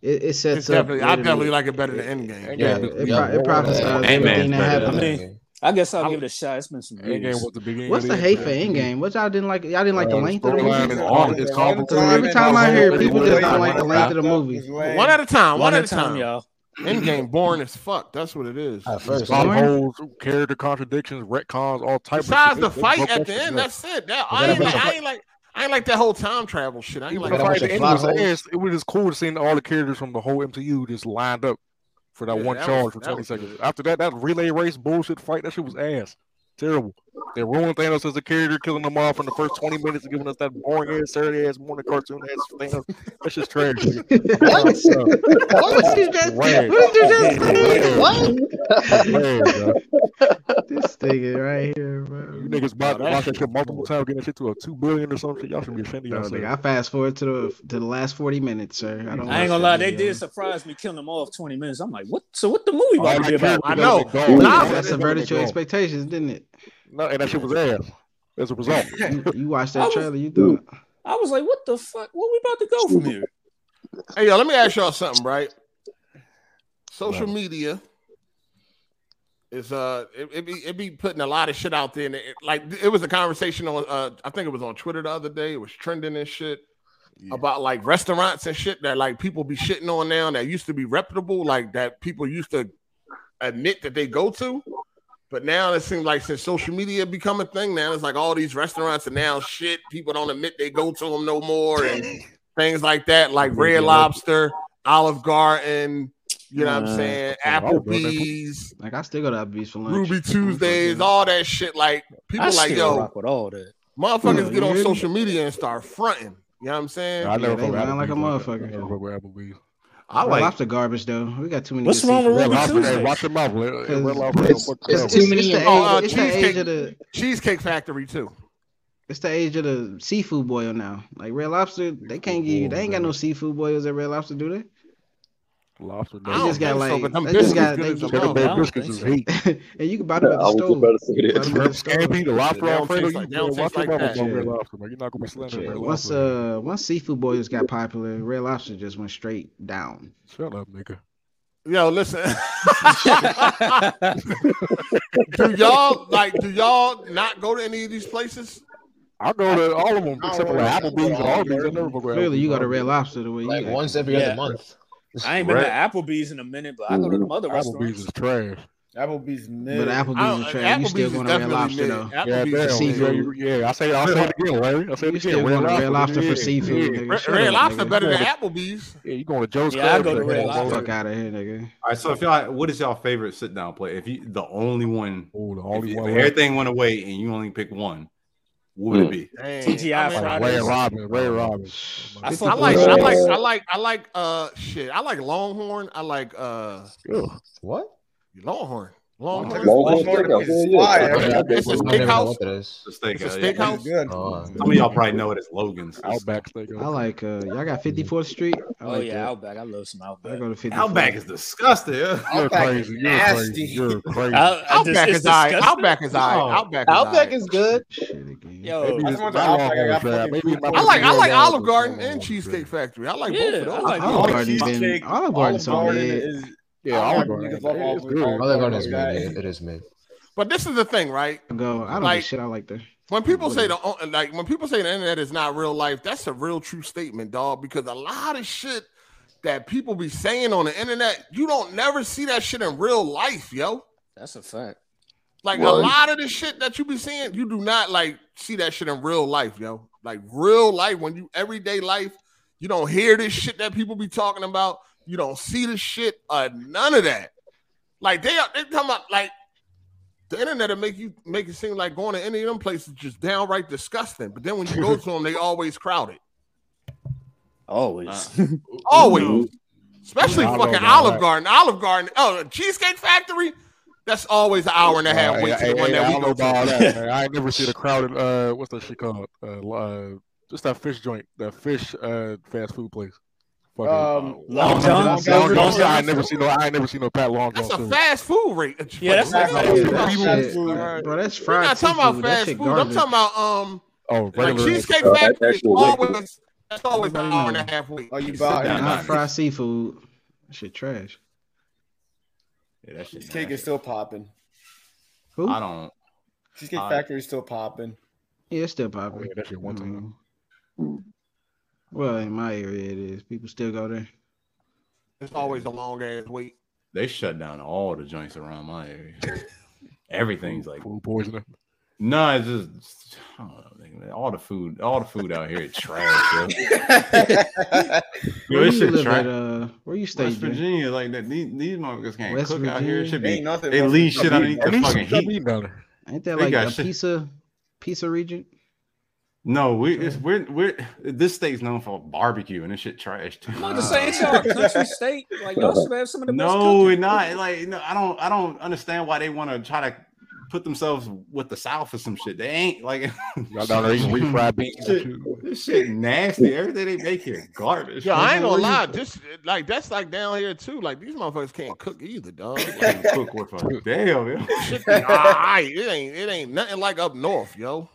S3: It, it sets
S1: It's
S3: up.
S1: definitely, I
S3: later-
S1: definitely like it better than Endgame.
S3: Yeah, it, pro- it prophesizes everything that
S6: I
S3: happened.
S6: mean, I guess I'll give it a shot. It's been some years.
S3: What's the hate for Endgame? What y'all didn't like? Y'all didn't like the length of the
S9: storyline
S3: movie?
S9: is long. It's
S3: Because
S9: complicated.
S3: every time I hear it, people just
S9: Storyline
S3: don't like the
S9: is
S3: length of the
S9: long.
S3: movie.
S1: One at a time. One, at a time,
S6: y'all.
S1: Endgame boring as fuck. That's what it is.
S9: It's got holes, character contradictions, retcons, all types.
S1: Besides
S9: of
S1: the
S9: shit. There's no
S1: fight at
S9: question
S1: the end,
S9: there.
S1: that's it. That,
S9: But
S1: I,
S9: that
S1: ain't
S9: bunch
S1: like,
S9: of
S1: I ain't like I ain't like that whole time travel shit. I ain't like
S9: The fight
S1: that.
S9: at the end was ass. It was just cool to seeing all the characters from the whole MCU just lined up for that
S1: Yeah,
S9: one
S1: that
S9: charge
S1: was-
S9: for
S1: that
S9: 20
S1: was
S9: seconds. After that, that relay race bullshit fight, that shit was ass. Terrible. They ruined Thanos as a character, killing them off in the first 20 minutes and giving us that boring ass, Saturday ass morning cartoon ass Thanos. That's just trash.
S3: What? What did that? What did that? say? What? This nigga right here, bro.
S9: You niggas bought
S3: Oh, that
S9: watch that shit multiple times, getting that shit to a 2 billion or something. Y'all should be ashamed of
S3: No,
S9: yourself.
S3: nigga, I fast forward to the to the last forty minutes, sir. I don't.
S6: I ain't gonna lie, they did surprise me killing them off 20 minutes. I'm like, what? So what the
S9: Oh,
S6: movie about to be about?
S3: that subverted your expectations, didn't it?
S9: No, and that shit was ass. As a result,
S3: you, you watched
S6: I
S3: that
S6: was-
S3: trailer. You thought
S6: I was like, what the fuck? What we about to go from here?
S1: Hey, yo, let me ask y'all something, right? Social media is uh, it, it be it be putting a lot of shit out there, and it, like it was a conversation on uh, I think it was on Twitter the other day. It was trending and shit about like restaurants and shit that like people be shitting on now that used to be reputable, like that people used to admit that they go to. But now it seems like since social media become a thing, now it's like all these restaurants are now shit. People don't admit they go to them no more, and things like that, like Red Lobster, Olive Garden. You know what I'm saying? Applebee's,
S3: like I still go to Applebee's for lunch.
S1: Ruby Tuesdays, all that shit. Like people
S6: I
S1: like
S6: still
S1: yo,
S6: rock with all that.
S1: motherfuckers get
S6: Yeah, you
S1: on
S6: hear me?
S1: social media and start fronting. You know what I'm saying?
S9: I never
S3: they
S9: fuck with
S3: lying like a
S9: Applebee's that. I
S3: motherfucker.
S9: never fuck with Applebee's.
S1: I
S3: Red
S1: like-
S3: lobster garbage though. We got too many.
S9: What's
S3: good
S9: wrong
S3: seafood.
S9: with Red Red Lobster? Lobster, hey, watch your mouth, Red-
S3: Because
S9: Red Lobster,
S3: It's,
S9: fuck
S3: it's,
S9: them.
S3: it's, it's the age,
S1: Oh, uh,
S3: it's the age
S1: cheesecake,
S3: of the
S1: cheesecake Factory too.
S3: it's the age of the seafood boil now. Like Red Lobster, they can't give you. They ain't got no seafood boils at Red Lobster, do they?
S9: Lobster.
S3: They
S1: I don't
S3: just got
S1: think so,
S3: like
S1: but them
S3: they just
S1: biscuits
S3: got
S1: good
S3: they
S1: as a
S3: just
S1: motherfucker. I
S3: got
S1: don't
S9: biscuits
S1: think
S9: is
S1: so.
S9: heat.
S3: and you can buy them at
S9: I
S3: the
S9: was
S3: stove.
S9: about to say
S3: Buy
S9: that.
S3: them at the
S9: Shrimp scampi, the
S3: stove.
S9: lobster
S1: They don't taste
S9: Alfredo, you
S1: like- they
S9: can
S1: don't
S9: watch
S1: taste
S9: your
S1: like
S9: mouth
S1: that.
S9: about Red
S3: Yeah.
S9: Lobster, man. You're not gonna be slandering Red
S3: Once
S9: Lobster.
S3: uh once seafood boils got popular, Red Lobster just went straight down.
S9: Shut up, nigga.
S1: Yo, listen. do y'all like? Do y'all not go to any of these places?
S9: I go to all of them except for like Applebee's and all these. I never fuck with
S3: Clearly, you
S9: Applebee's.
S3: got a Red Lobster the way you act.
S6: Yeah. I ain't been to Applebee's in a minute, but I go to them other
S9: Applebee's
S6: restaurants.
S9: is trash.
S16: Applebee's mid.
S3: But Applebee's is trash. You still going to Red Lobster though?
S9: Yeah,
S3: For
S9: damn, yeah,
S3: seafood.
S9: you- yeah, I say, I say it again, Larry. I say
S3: You
S9: it again.
S3: still going to Red Lobster for
S9: yeah,
S3: seafood,
S9: yeah.
S3: nigga.
S1: Red,
S3: Shut
S1: Red
S3: up,
S1: Lobster
S3: nigga.
S1: better than
S9: Yeah.
S1: Applebee's.
S9: Yeah, you going to Joe's
S1: Yeah, I
S9: Club?
S1: go to
S9: for
S1: Red
S9: that.
S1: Lobster.
S3: Fuck out of here, nigga.
S11: All right, so if y'all, what is y'all favorite sit down play? If you the only one,
S9: the only
S11: if,
S9: one
S11: if
S9: left.
S11: everything went away and you only pick one, what
S3: Hmm.
S11: would it be?
S1: Dang,
S6: TGI
S1: mean,
S6: Fridays.
S9: Ray Robin, Ray Robin.
S6: I
S1: I
S6: fuck
S1: like,
S6: with
S1: I
S6: those.
S1: like, I like, I like, uh, shit. I like Longhorn. I like, uh,
S9: What?
S1: Longhorn. Long
S13: Long
S1: Horn
S13: Horn
S1: Steakhouse.
S13: Steakhouse. Yeah, yeah.
S1: It's
S13: Yeah, yeah.
S1: a it's a
S13: I never know
S1: steakhouse.
S13: what that is.
S11: It's a steakhouse.
S1: It's a
S11: yeah.
S1: steakhouse.
S13: Oh,
S11: Some of y'all probably know it as Logan's.
S9: Outback Steakhouse.
S3: I like uh y'all got 54th Street. I
S6: Oh
S3: like
S6: yeah,
S3: that.
S6: Outback. I love some Outback.
S3: I go to 54th.
S11: Outback is disgusting. yeah.
S6: Outback
S9: You're
S6: is
S9: crazy. You're
S6: nasty.
S9: crazy. You're crazy.
S6: Out-
S1: Outback
S6: it's
S1: is alright.
S6: disgusting.
S1: Outback is alright.
S6: No.
S1: Outback is
S6: Outback
S1: alright.
S6: is good.
S1: Maybe
S6: Yo,
S1: it's
S6: I,
S1: my I like I like Olive Garden and Cheesesteak Factory. I like both of
S6: Yeah,
S1: those.
S6: I like
S3: Olive Garden's been
S16: Cheesecake,
S3: Olive Garden's so
S16: Olive
S3: good.
S16: Garden is-
S1: Yeah,
S16: Olive
S1: Olive
S16: Garden
S1: Garden.
S16: is good.
S1: It's good.
S3: Olive Garden is
S16: Guy.
S3: good.
S14: It is mid.
S1: But this is the thing, right?
S3: Go. I don't
S1: Like-
S3: do shit. I like that.
S1: When people say the on- like when people say the internet is not real life, that's a real true statement, dog. Because a lot of shit that people be saying on the internet, you don't never see that shit in real life, yo.
S6: That's a fact.
S1: Like a
S6: Well,
S1: lot of the shit that you be seeing, you do not like see that shit in real life, yo. Like real life, when you everyday life, you don't hear this shit that people be talking about. You don't see the shit, uh, none of that. Like they are they talking about like the internet will make you make it seem like going to any of them places is just downright disgusting. But then when you go to them, they always crowded.
S6: always.
S1: Always. Especially
S6: Olive
S1: fucking
S6: Garden,
S1: Olive
S6: right.
S1: Garden. Olive Garden. Oh, Cheesecake Factory. That's always an hour and a half
S9: Nah,
S1: wait
S9: hey,
S1: to the
S9: hey,
S1: one
S9: hey,
S1: that
S9: I
S1: we
S9: don't
S1: go
S9: know about all that,
S1: to.
S9: man. I ain't never seen a crowded. Uh, what's that shit called? Uh, li- uh, just that fish joint, that fish uh fast food place. Fucking-
S16: Um,
S9: uh,
S16: Long John's?
S9: John's.
S16: Long
S9: Long
S16: John's?
S9: John's. I ain't never seen no. I ain't never seen no Pat Long John.
S1: That's a
S9: Silver.
S1: fast food rate.
S6: Yeah, that's
S1: Like, what
S6: not fast
S1: you
S6: food.
S1: talking
S6: That
S1: about?
S6: shit-
S3: Bro, that's
S1: We're
S3: fried
S1: not talking about
S3: seafood. That
S1: fast
S3: shit
S1: food. I'm
S3: garbage.
S1: talking about um
S9: Oh,
S1: like
S9: regular-
S1: Cheesecake
S9: uh,
S1: Factory. is
S9: actual regular.
S1: always that's always an hour and a half wait.
S16: Oh, you
S3: Hot
S16: bought it.
S3: fried seafood. That shit trash.
S11: Yeah, that shit.
S16: Cheesecake is still popping.
S3: Who?
S11: I don't.
S16: Cheesecake
S11: I-
S16: Factory is still popping.
S3: Yeah, it's still popular.
S9: that shit one
S3: time. Well, in my area, it is. People still go there.
S1: It's always a long ass wait.
S11: They shut down all the joints around my area. Everything's like
S9: food poisoning.
S11: No, it's just I don't know. nigga, man. All the food, all the food out here is trash. Yo,
S3: Where
S11: Yo, this
S3: you
S11: shit
S3: live
S11: trash.
S3: at, uh, where you stay,
S11: West
S3: Jay?
S11: Virginia, like that. These, these motherfuckers can't
S3: West
S11: cook out here. It
S3: Virginia?
S11: should be
S3: Ain't nothing
S11: they
S3: West
S11: leave shit
S3: Virginia.
S11: underneath the fucking heat.
S3: Ain't that
S11: They
S3: like
S11: got
S3: a
S11: shit.
S3: pizza, pizza region?
S11: No, we it's, we're we're this state's known for barbecue and this shit trash too.
S6: I'm about to say, ain't y'all a country state? Like y'all should have some of the best.
S11: no,
S6: cooking.
S11: we're not. Like no, I don't I don't understand why they want to try to put themselves with the South or some shit. They ain't like
S9: Y'all down there eating refried beef and
S11: Shit, This shit nasty. Everything they make here is garbage.
S1: Yo, I ain't
S11: What
S1: gonna
S11: you-
S1: lie. This like that's like down here too. Like these motherfuckers can't cook either, dog.
S11: Like, cook with a damn. yo.
S1: shit be all right. It ain't it ain't nothing like up north, yo.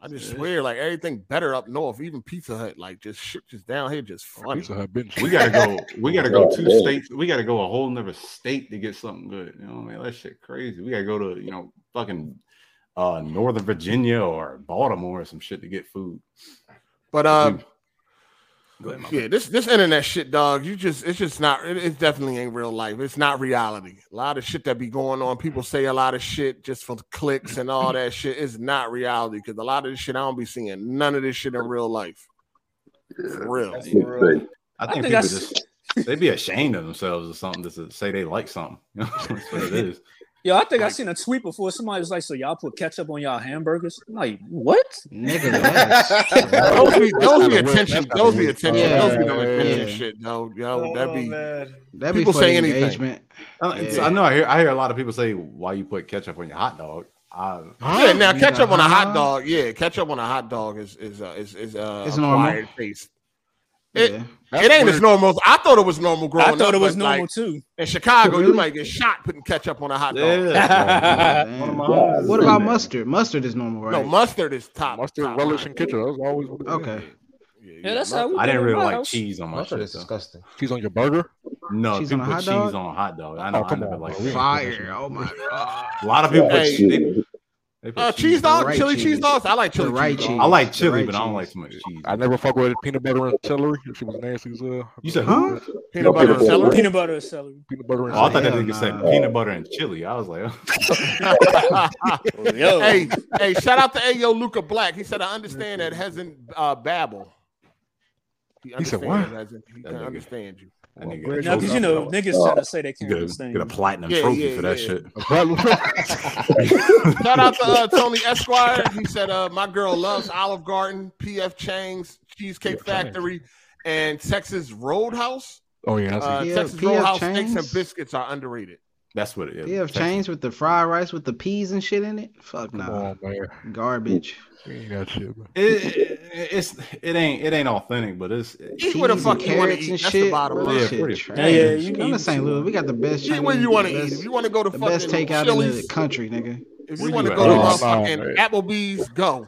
S1: I just swear, like everything better up north, even Pizza Hut, like just shit just down here, just funny.
S9: Pizza Hut been
S11: We gotta go. We gotta go
S1: Oh,
S11: two
S1: man.
S11: states. We gotta go a whole nother state to get something good. You know what I mean? That shit crazy. We gotta go to you know fucking uh Northern Virginia or Baltimore or some shit to get food.
S1: But uh,
S11: Go ahead, my
S1: yeah, this this internet shit, dog. You just it's just not. It, it definitely ain't real life. It's not reality. A lot of shit that be going on. People say a lot of shit just for clicks and all that shit. It's not reality because a lot of this shit I don't be seeing none of this shit in real life. For real.
S16: That's for real.
S11: I
S16: I
S11: think
S16: think
S11: people
S16: that's-
S11: just they'd be ashamed of themselves or something just to say they like something. You know, that's what it is.
S6: Yo, I think I seen a tweet before. Somebody was like, "So y'all put ketchup on y'all hamburgers?" I'm like, what?
S1: those be, those be
S6: kinda weird.
S1: attention.
S6: That's kinda
S1: Those be
S6: weird.
S1: attention.
S6: Yeah,
S1: Those be no
S6: yeah,
S1: attention
S6: yeah.
S1: shit. No,
S6: Oh,
S1: yo, that'd be
S3: That'd be
S1: people
S3: for
S1: say
S3: the
S1: anything.
S3: engagement.
S6: Uh,
S11: I, Uh, it's-
S3: Yeah.
S11: I know. I hear. I hear a lot of people say, "Why you put ketchup on your hot dog?" I,
S1: Yeah, now ketchup on a
S11: Huh?
S1: hot dog. Yeah, ketchup on a hot dog is is uh, is is uh,
S3: It's normal.
S1: acquired taste. It,
S3: Yeah.
S1: it ain't as normal. as- I thought it was normal growing up.
S6: I thought it was
S1: but,
S6: normal
S1: like,
S6: too.
S1: In Chicago, you
S6: Really?
S1: might get shot putting ketchup on a hot dog.
S6: Yeah.
S3: Damn.
S1: homies
S3: Oh, What
S1: is
S3: about
S1: in there.
S3: mustard? Mustard is normal, right?
S1: No, mustard is top.
S9: Mustard,
S1: top
S9: relish,
S1: notch.
S9: and ketchup. That's always what it is.
S3: Okay.
S6: Yeah, that's how we
S11: I didn't
S6: do it in
S11: really
S6: my
S11: like
S6: house.
S11: cheese on my
S3: Mustard
S11: shit.
S3: is
S11: though.
S3: disgusting.
S9: Cheese on your burger?
S11: No,
S3: Cheese on
S11: people
S3: a
S11: put
S3: hot
S11: cheese
S3: dog?
S11: on a hot dog. I know.
S9: Oh,
S11: I
S9: come
S11: never
S9: on,
S11: like
S9: bro. We ain't
S3: Fire! Oh my god.
S11: A lot of people put
S1: Hey.
S11: cheese. They, they put
S1: Uh,
S11: cheese.
S1: cheese dogs,
S3: right
S1: chili cheese
S3: cheese.
S1: dogs. I like chili
S3: The right
S1: cheese.
S3: cheese.
S1: dogs.
S11: I like
S3: The
S11: chili,
S3: right
S11: but I don't
S3: cheese.
S11: like so much cheese.
S9: I never fuck with peanut butter and celery. She was nasty as well.
S11: You said
S3: Huh?
S1: Peanut butter and celery.
S6: Peanut butter and celery.
S9: Peanut butter
S11: Oh, I
S9: and
S11: thought that
S3: Hell
S11: nigga said
S3: nah.
S11: peanut butter and chili. I was like,
S6: Yo.
S1: hey, hey, shout out to Ayo Luca Black. He said, I understand that hasn't uh, babble. He,
S9: said,
S1: understands
S9: "What?"
S1: that hasn't- He
S11: That
S1: can
S11: nigga-
S1: understand you.
S11: that nigga
S9: Well,
S11: got
S9: no,
S6: 'cause you
S11: choked
S6: know
S11: up.
S6: niggas trying to say they can't
S11: Get a,
S6: understand.
S11: get a platinum
S1: Yeah,
S11: trophy
S1: yeah,
S11: for that
S1: yeah.
S11: shit.
S1: Shout out to uh, Tony Esquire. He said, uh, "My girl loves Olive Garden, P.F. Chang's, Cheesecake
S9: Chang's.
S1: Factory, and Texas Roadhouse.
S9: oh yeah, I see.
S1: Uh,
S3: Yeah,
S1: Texas
S3: P.F.
S1: Roadhouse steaks
S3: Chang's.
S1: and biscuits are underrated.
S11: That's what it is.
S3: They have chains with the fried rice with the peas and shit in it. Fuck no, garbage.
S11: It, it, it's it ain't it ain't authentic, but it's
S3: Eat where the Cheese fuck and you wanna carrots eat. and That's the shit. bottom line.
S11: Yeah,
S3: Shit,
S11: pretty-
S3: trash. Yeah, yeah, you I'm in St. Louis. We got the best
S1: Eat where
S3: Chinese,
S1: you want to
S3: the
S1: eat.
S3: best-
S1: If you want to go to
S3: the
S1: fucking
S3: best takeout in
S1: Chili's,
S3: the country, nigga.
S1: if you want to
S9: at?
S1: go to
S9: Oh,
S1: fucking
S9: man.
S1: Applebee's, go.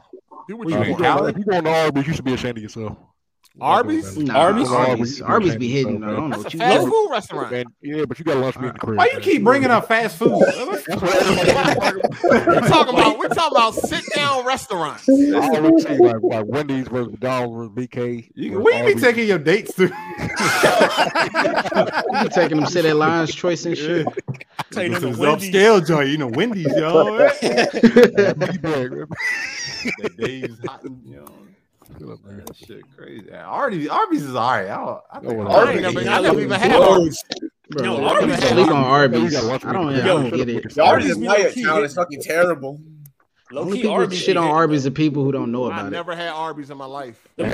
S1: Do what
S9: If
S1: you
S9: you
S1: want.
S9: go- if you going to Arby's, you should be ashamed of yourself.
S1: Arby's?
S9: If you go to
S1: Arby's?
S9: you should
S1: Arby's
S9: ashamed
S1: be
S9: of
S1: hidden,
S9: yourself,
S1: though. I don't
S9: man.
S1: know That's what a you- fast food restaurant.
S9: Man, yeah, but you got a lunch meat in the crib.
S11: Why you keep bringing up fast food?
S1: We're talking about we're talking about sit down restaurants.
S9: I always say like, like Wendy's versus McDonald's versus BK.
S11: You, where you be taking your dates to?
S3: You be taking them to their Lions Choice and shit.
S11: Take them to This is Wendy's. upscale joint, you know Wendy's, y'all. That Dave's hot. and- You know, that shit crazy. Arby's, Arby's is all right. I,
S3: Oh,
S11: I think
S1: I ain't never, I never even had Arby's.
S3: Bro,
S1: No,
S3: I
S1: Arby's.
S3: sleep on Arby's. I don't, I don't get it.
S16: The Arby's
S1: Arby's
S16: night
S1: low-key
S16: account
S1: hit-
S16: is fucking terrible.
S3: Only people that shit on Arby's are people who don't know
S1: I
S3: about it.
S1: never had Arby's in my life.
S3: They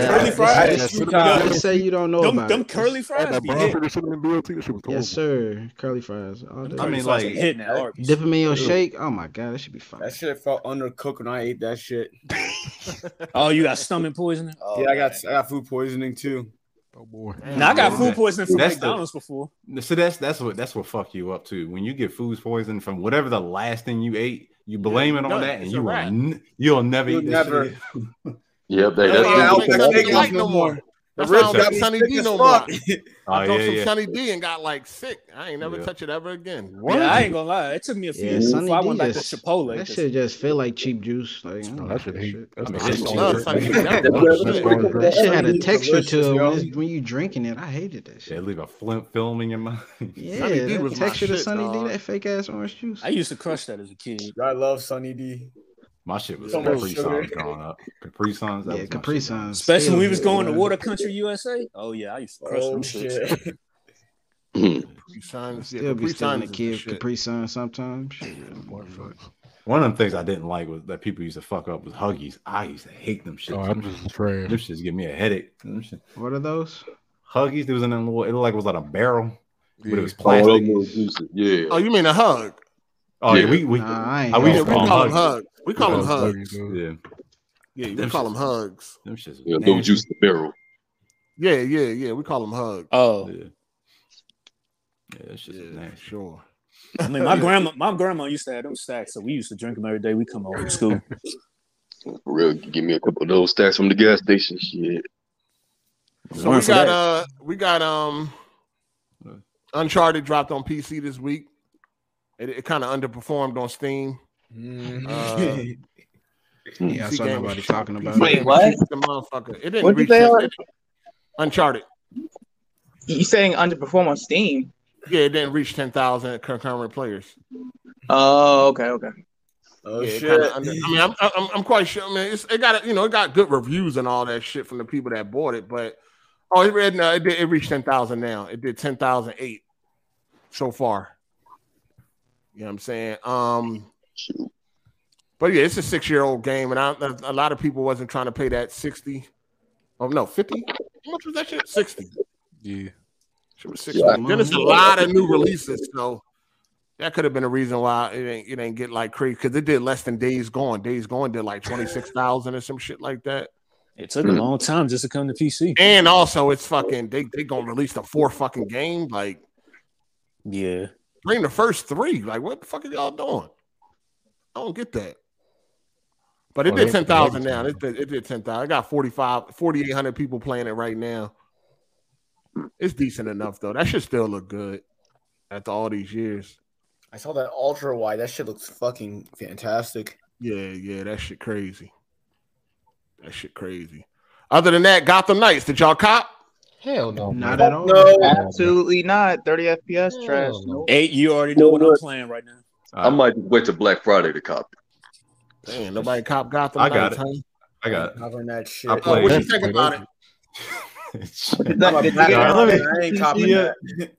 S3: say you don't know about it.
S9: That brown sugar cinnamon BLT, that shit was horrible.
S3: Yes, sir. Curly fries. All day.
S9: I mean, like- Hitting at Arby's.
S3: dip 'em in your shake. Oh my god, that should be fun.
S16: That shit felt undercooked when I ate that shit.
S6: Oh, you got stomach poisoning?
S16: yeah, I got I got food poisoning too.
S9: Oh boy.
S6: Now, I got food poisoning from
S11: That's the-
S6: McDonald's before.
S11: So that's that's what that's what fuck you up too. When you get food poisoning from whatever the last thing you ate, you blame it on
S6: done.
S11: that, and
S6: It's
S11: you
S6: a
S11: will
S6: wrap.
S11: n- you'll never
S16: You'll
S11: eat this
S16: never-
S11: shit.
S12: Yep, they,
S11: Yeah,
S12: that's
S11: I don't
S12: the-
S11: think
S12: that's
S11: they
S12: the-
S11: got
S1: like no more.
S11: The
S1: That's why I
S11: ribs
S1: don't like
S11: got
S1: Sunny
S11: thick
S1: D
S11: as
S1: no more.
S11: fuck.
S1: I
S11: Oh,
S1: took
S11: yeah,
S1: some
S11: yeah.
S1: Sunny D and got like sick. I ain't never touch it ever again.
S6: Yeah, I ain't gonna lie. It took me a few
S3: Yeah,
S6: years
S3: Sunny
S6: before I went
S3: D
S6: back to
S3: just-
S6: Chipotle.
S3: That
S6: 'cause-
S3: shit just feel like cheap juice. Like, I don't like that shit.
S9: that's
S3: I
S9: the
S3: mean,
S9: shit
S3: it's
S9: on
S3: just-
S9: earth. Sunny D, that
S3: That
S9: was
S3: shit-
S9: shit on earth.
S3: That shit had
S9: Sunny
S3: a
S9: D
S3: texture
S9: delicious,
S3: to it
S9: yo.
S3: when, it's- when you drinking it. I hated that shit.
S11: Yeah, leave a flint film in your mouth.
S3: Yeah, that texture to Sunny D, that fake ass orange juice.
S6: I used to crush that as a kid.
S16: I love Sunny D.
S11: My shit was
S16: So much
S11: Capri
S16: sugar.
S11: Suns growing up. Capri Suns. That
S3: Yeah,
S11: was my
S3: Capri
S11: shit.
S3: Suns.
S6: Especially when we
S3: Still
S6: was
S3: good,
S6: going to
S3: man.
S6: Water Country USA. Oh yeah, I used to crush
S16: Oh,
S6: them shit.
S16: shit.
S1: Capri Suns, yeah,
S3: Still be
S1: Capri
S3: still
S1: Suns
S3: a
S1: is
S3: kid.
S1: shit.
S3: Capri Sun sometimes. Shit, yeah,
S11: One of them things I didn't like was that people used to fuck up was Huggies. I used to hate them shit.
S9: Oh, I'm just afraid.
S11: Them shits give me a headache. Them shit-
S3: What are those?
S11: Huggies. There was in them little. It looked like it was like a barrel, but it was
S12: Oh, that
S11: plastic.
S12: was juicy. Yeah.
S1: Oh, you mean a hug?
S11: Oh yeah,
S12: Yeah.
S11: we we
S3: Nah, I ain't
S11: I- we
S3: got
S11: used to
S3: one.
S11: call
S1: We
S11: them
S1: call them
S11: Huggies.
S1: hugs. We call them
S11: Yeah.
S1: hugs.
S11: Yeah,
S1: Yeah, we
S11: Them
S1: call
S11: shits-
S1: them hugs.
S11: them shits.
S12: Yeah,
S11: nasty.
S12: those juice the barrel.
S1: Yeah, yeah, yeah. We call them hugs.
S6: Oh,
S11: Yeah, yeah that shit's nasty.
S1: Sure.
S6: I mean, my grandma, my grandma used to have them stacks, so we used to drink them every day. We come home from school.
S12: For real, give me a couple of those stacks from the gas station. Shit.
S1: So we got uh we got um Uncharted dropped on PC this week. It, it kind of underperformed on Steam. Uh,
S3: Mm-hmm.
S4: Hmm.
S3: Yeah, I
S1: PC
S3: saw
S1: game
S3: nobody
S1: was-
S3: talking about
S1: PC
S3: it. Wait,
S1: game was the motherfucker. It didn't
S4: What'd you
S1: reach
S4: say,
S1: that-
S4: Art?
S1: Uncharted.
S4: You saying underperform on Steam?
S1: Yeah, it didn't reach ten thousand concurrent players.
S4: Oh, okay, okay.
S16: Oh
S1: yeah, it
S16: shit.
S1: kinda under- I mean, I'm, I'm, I'm quite sure. I mean, it's, it got you know, it got good reviews and all that shit from the people that bought it. But oh, it read no, it did, it reached ten thousand now. It did ten thousand eight so far. You know what I'm saying? Um, but yeah, it's a six year old game, and I, a lot of people wasn't trying to pay that sixty. Oh no, fifty. How much was that shit? Sixty.
S9: Yeah.
S1: Shit was sixty.
S9: Yeah.
S1: Then it's a lot of new releases, so that could have been a reason why it ain't it ain't get like crazy because it did less than Days Gone. Days Gone did like twenty six thousand or some shit like that.
S6: It took a long time just to come to PC.
S1: And also, it's fucking they they gonna release the four fucking game. Like
S6: Yeah,
S1: bring the first three. Like what the fuck are y'all doing? I don't get that. But it
S9: Oh,
S1: did
S9: they-
S1: ten thousand now. It did, it did ten thousand. I got 45, 4,800 people playing it right now. It's decent enough though. That should still look good after all these years.
S16: I saw that ultra wide. That shit looks fucking fantastic.
S1: Yeah, yeah, that shit crazy. That shit crazy. Other than that, Gotham Knights. Did y'all cop?
S14: Hell no.
S3: Not at all.
S4: No, absolutely not. 30 FPS trash. Nope.
S6: eight. You already know what I'm playing right now.
S12: I might wait till Black Friday to cop.
S1: Damn, nobody cop Gotham
S12: I got
S1: Knights.
S12: it.
S1: huh?
S12: I got
S16: Covering that shit.
S12: I
S1: Uh,
S12: played
S1: what you
S12: it.
S1: think about it?
S11: Shit.
S4: That- did you get
S11: Nah,
S4: it?
S11: let me-
S16: I ain't copping
S11: Yeah.
S16: that.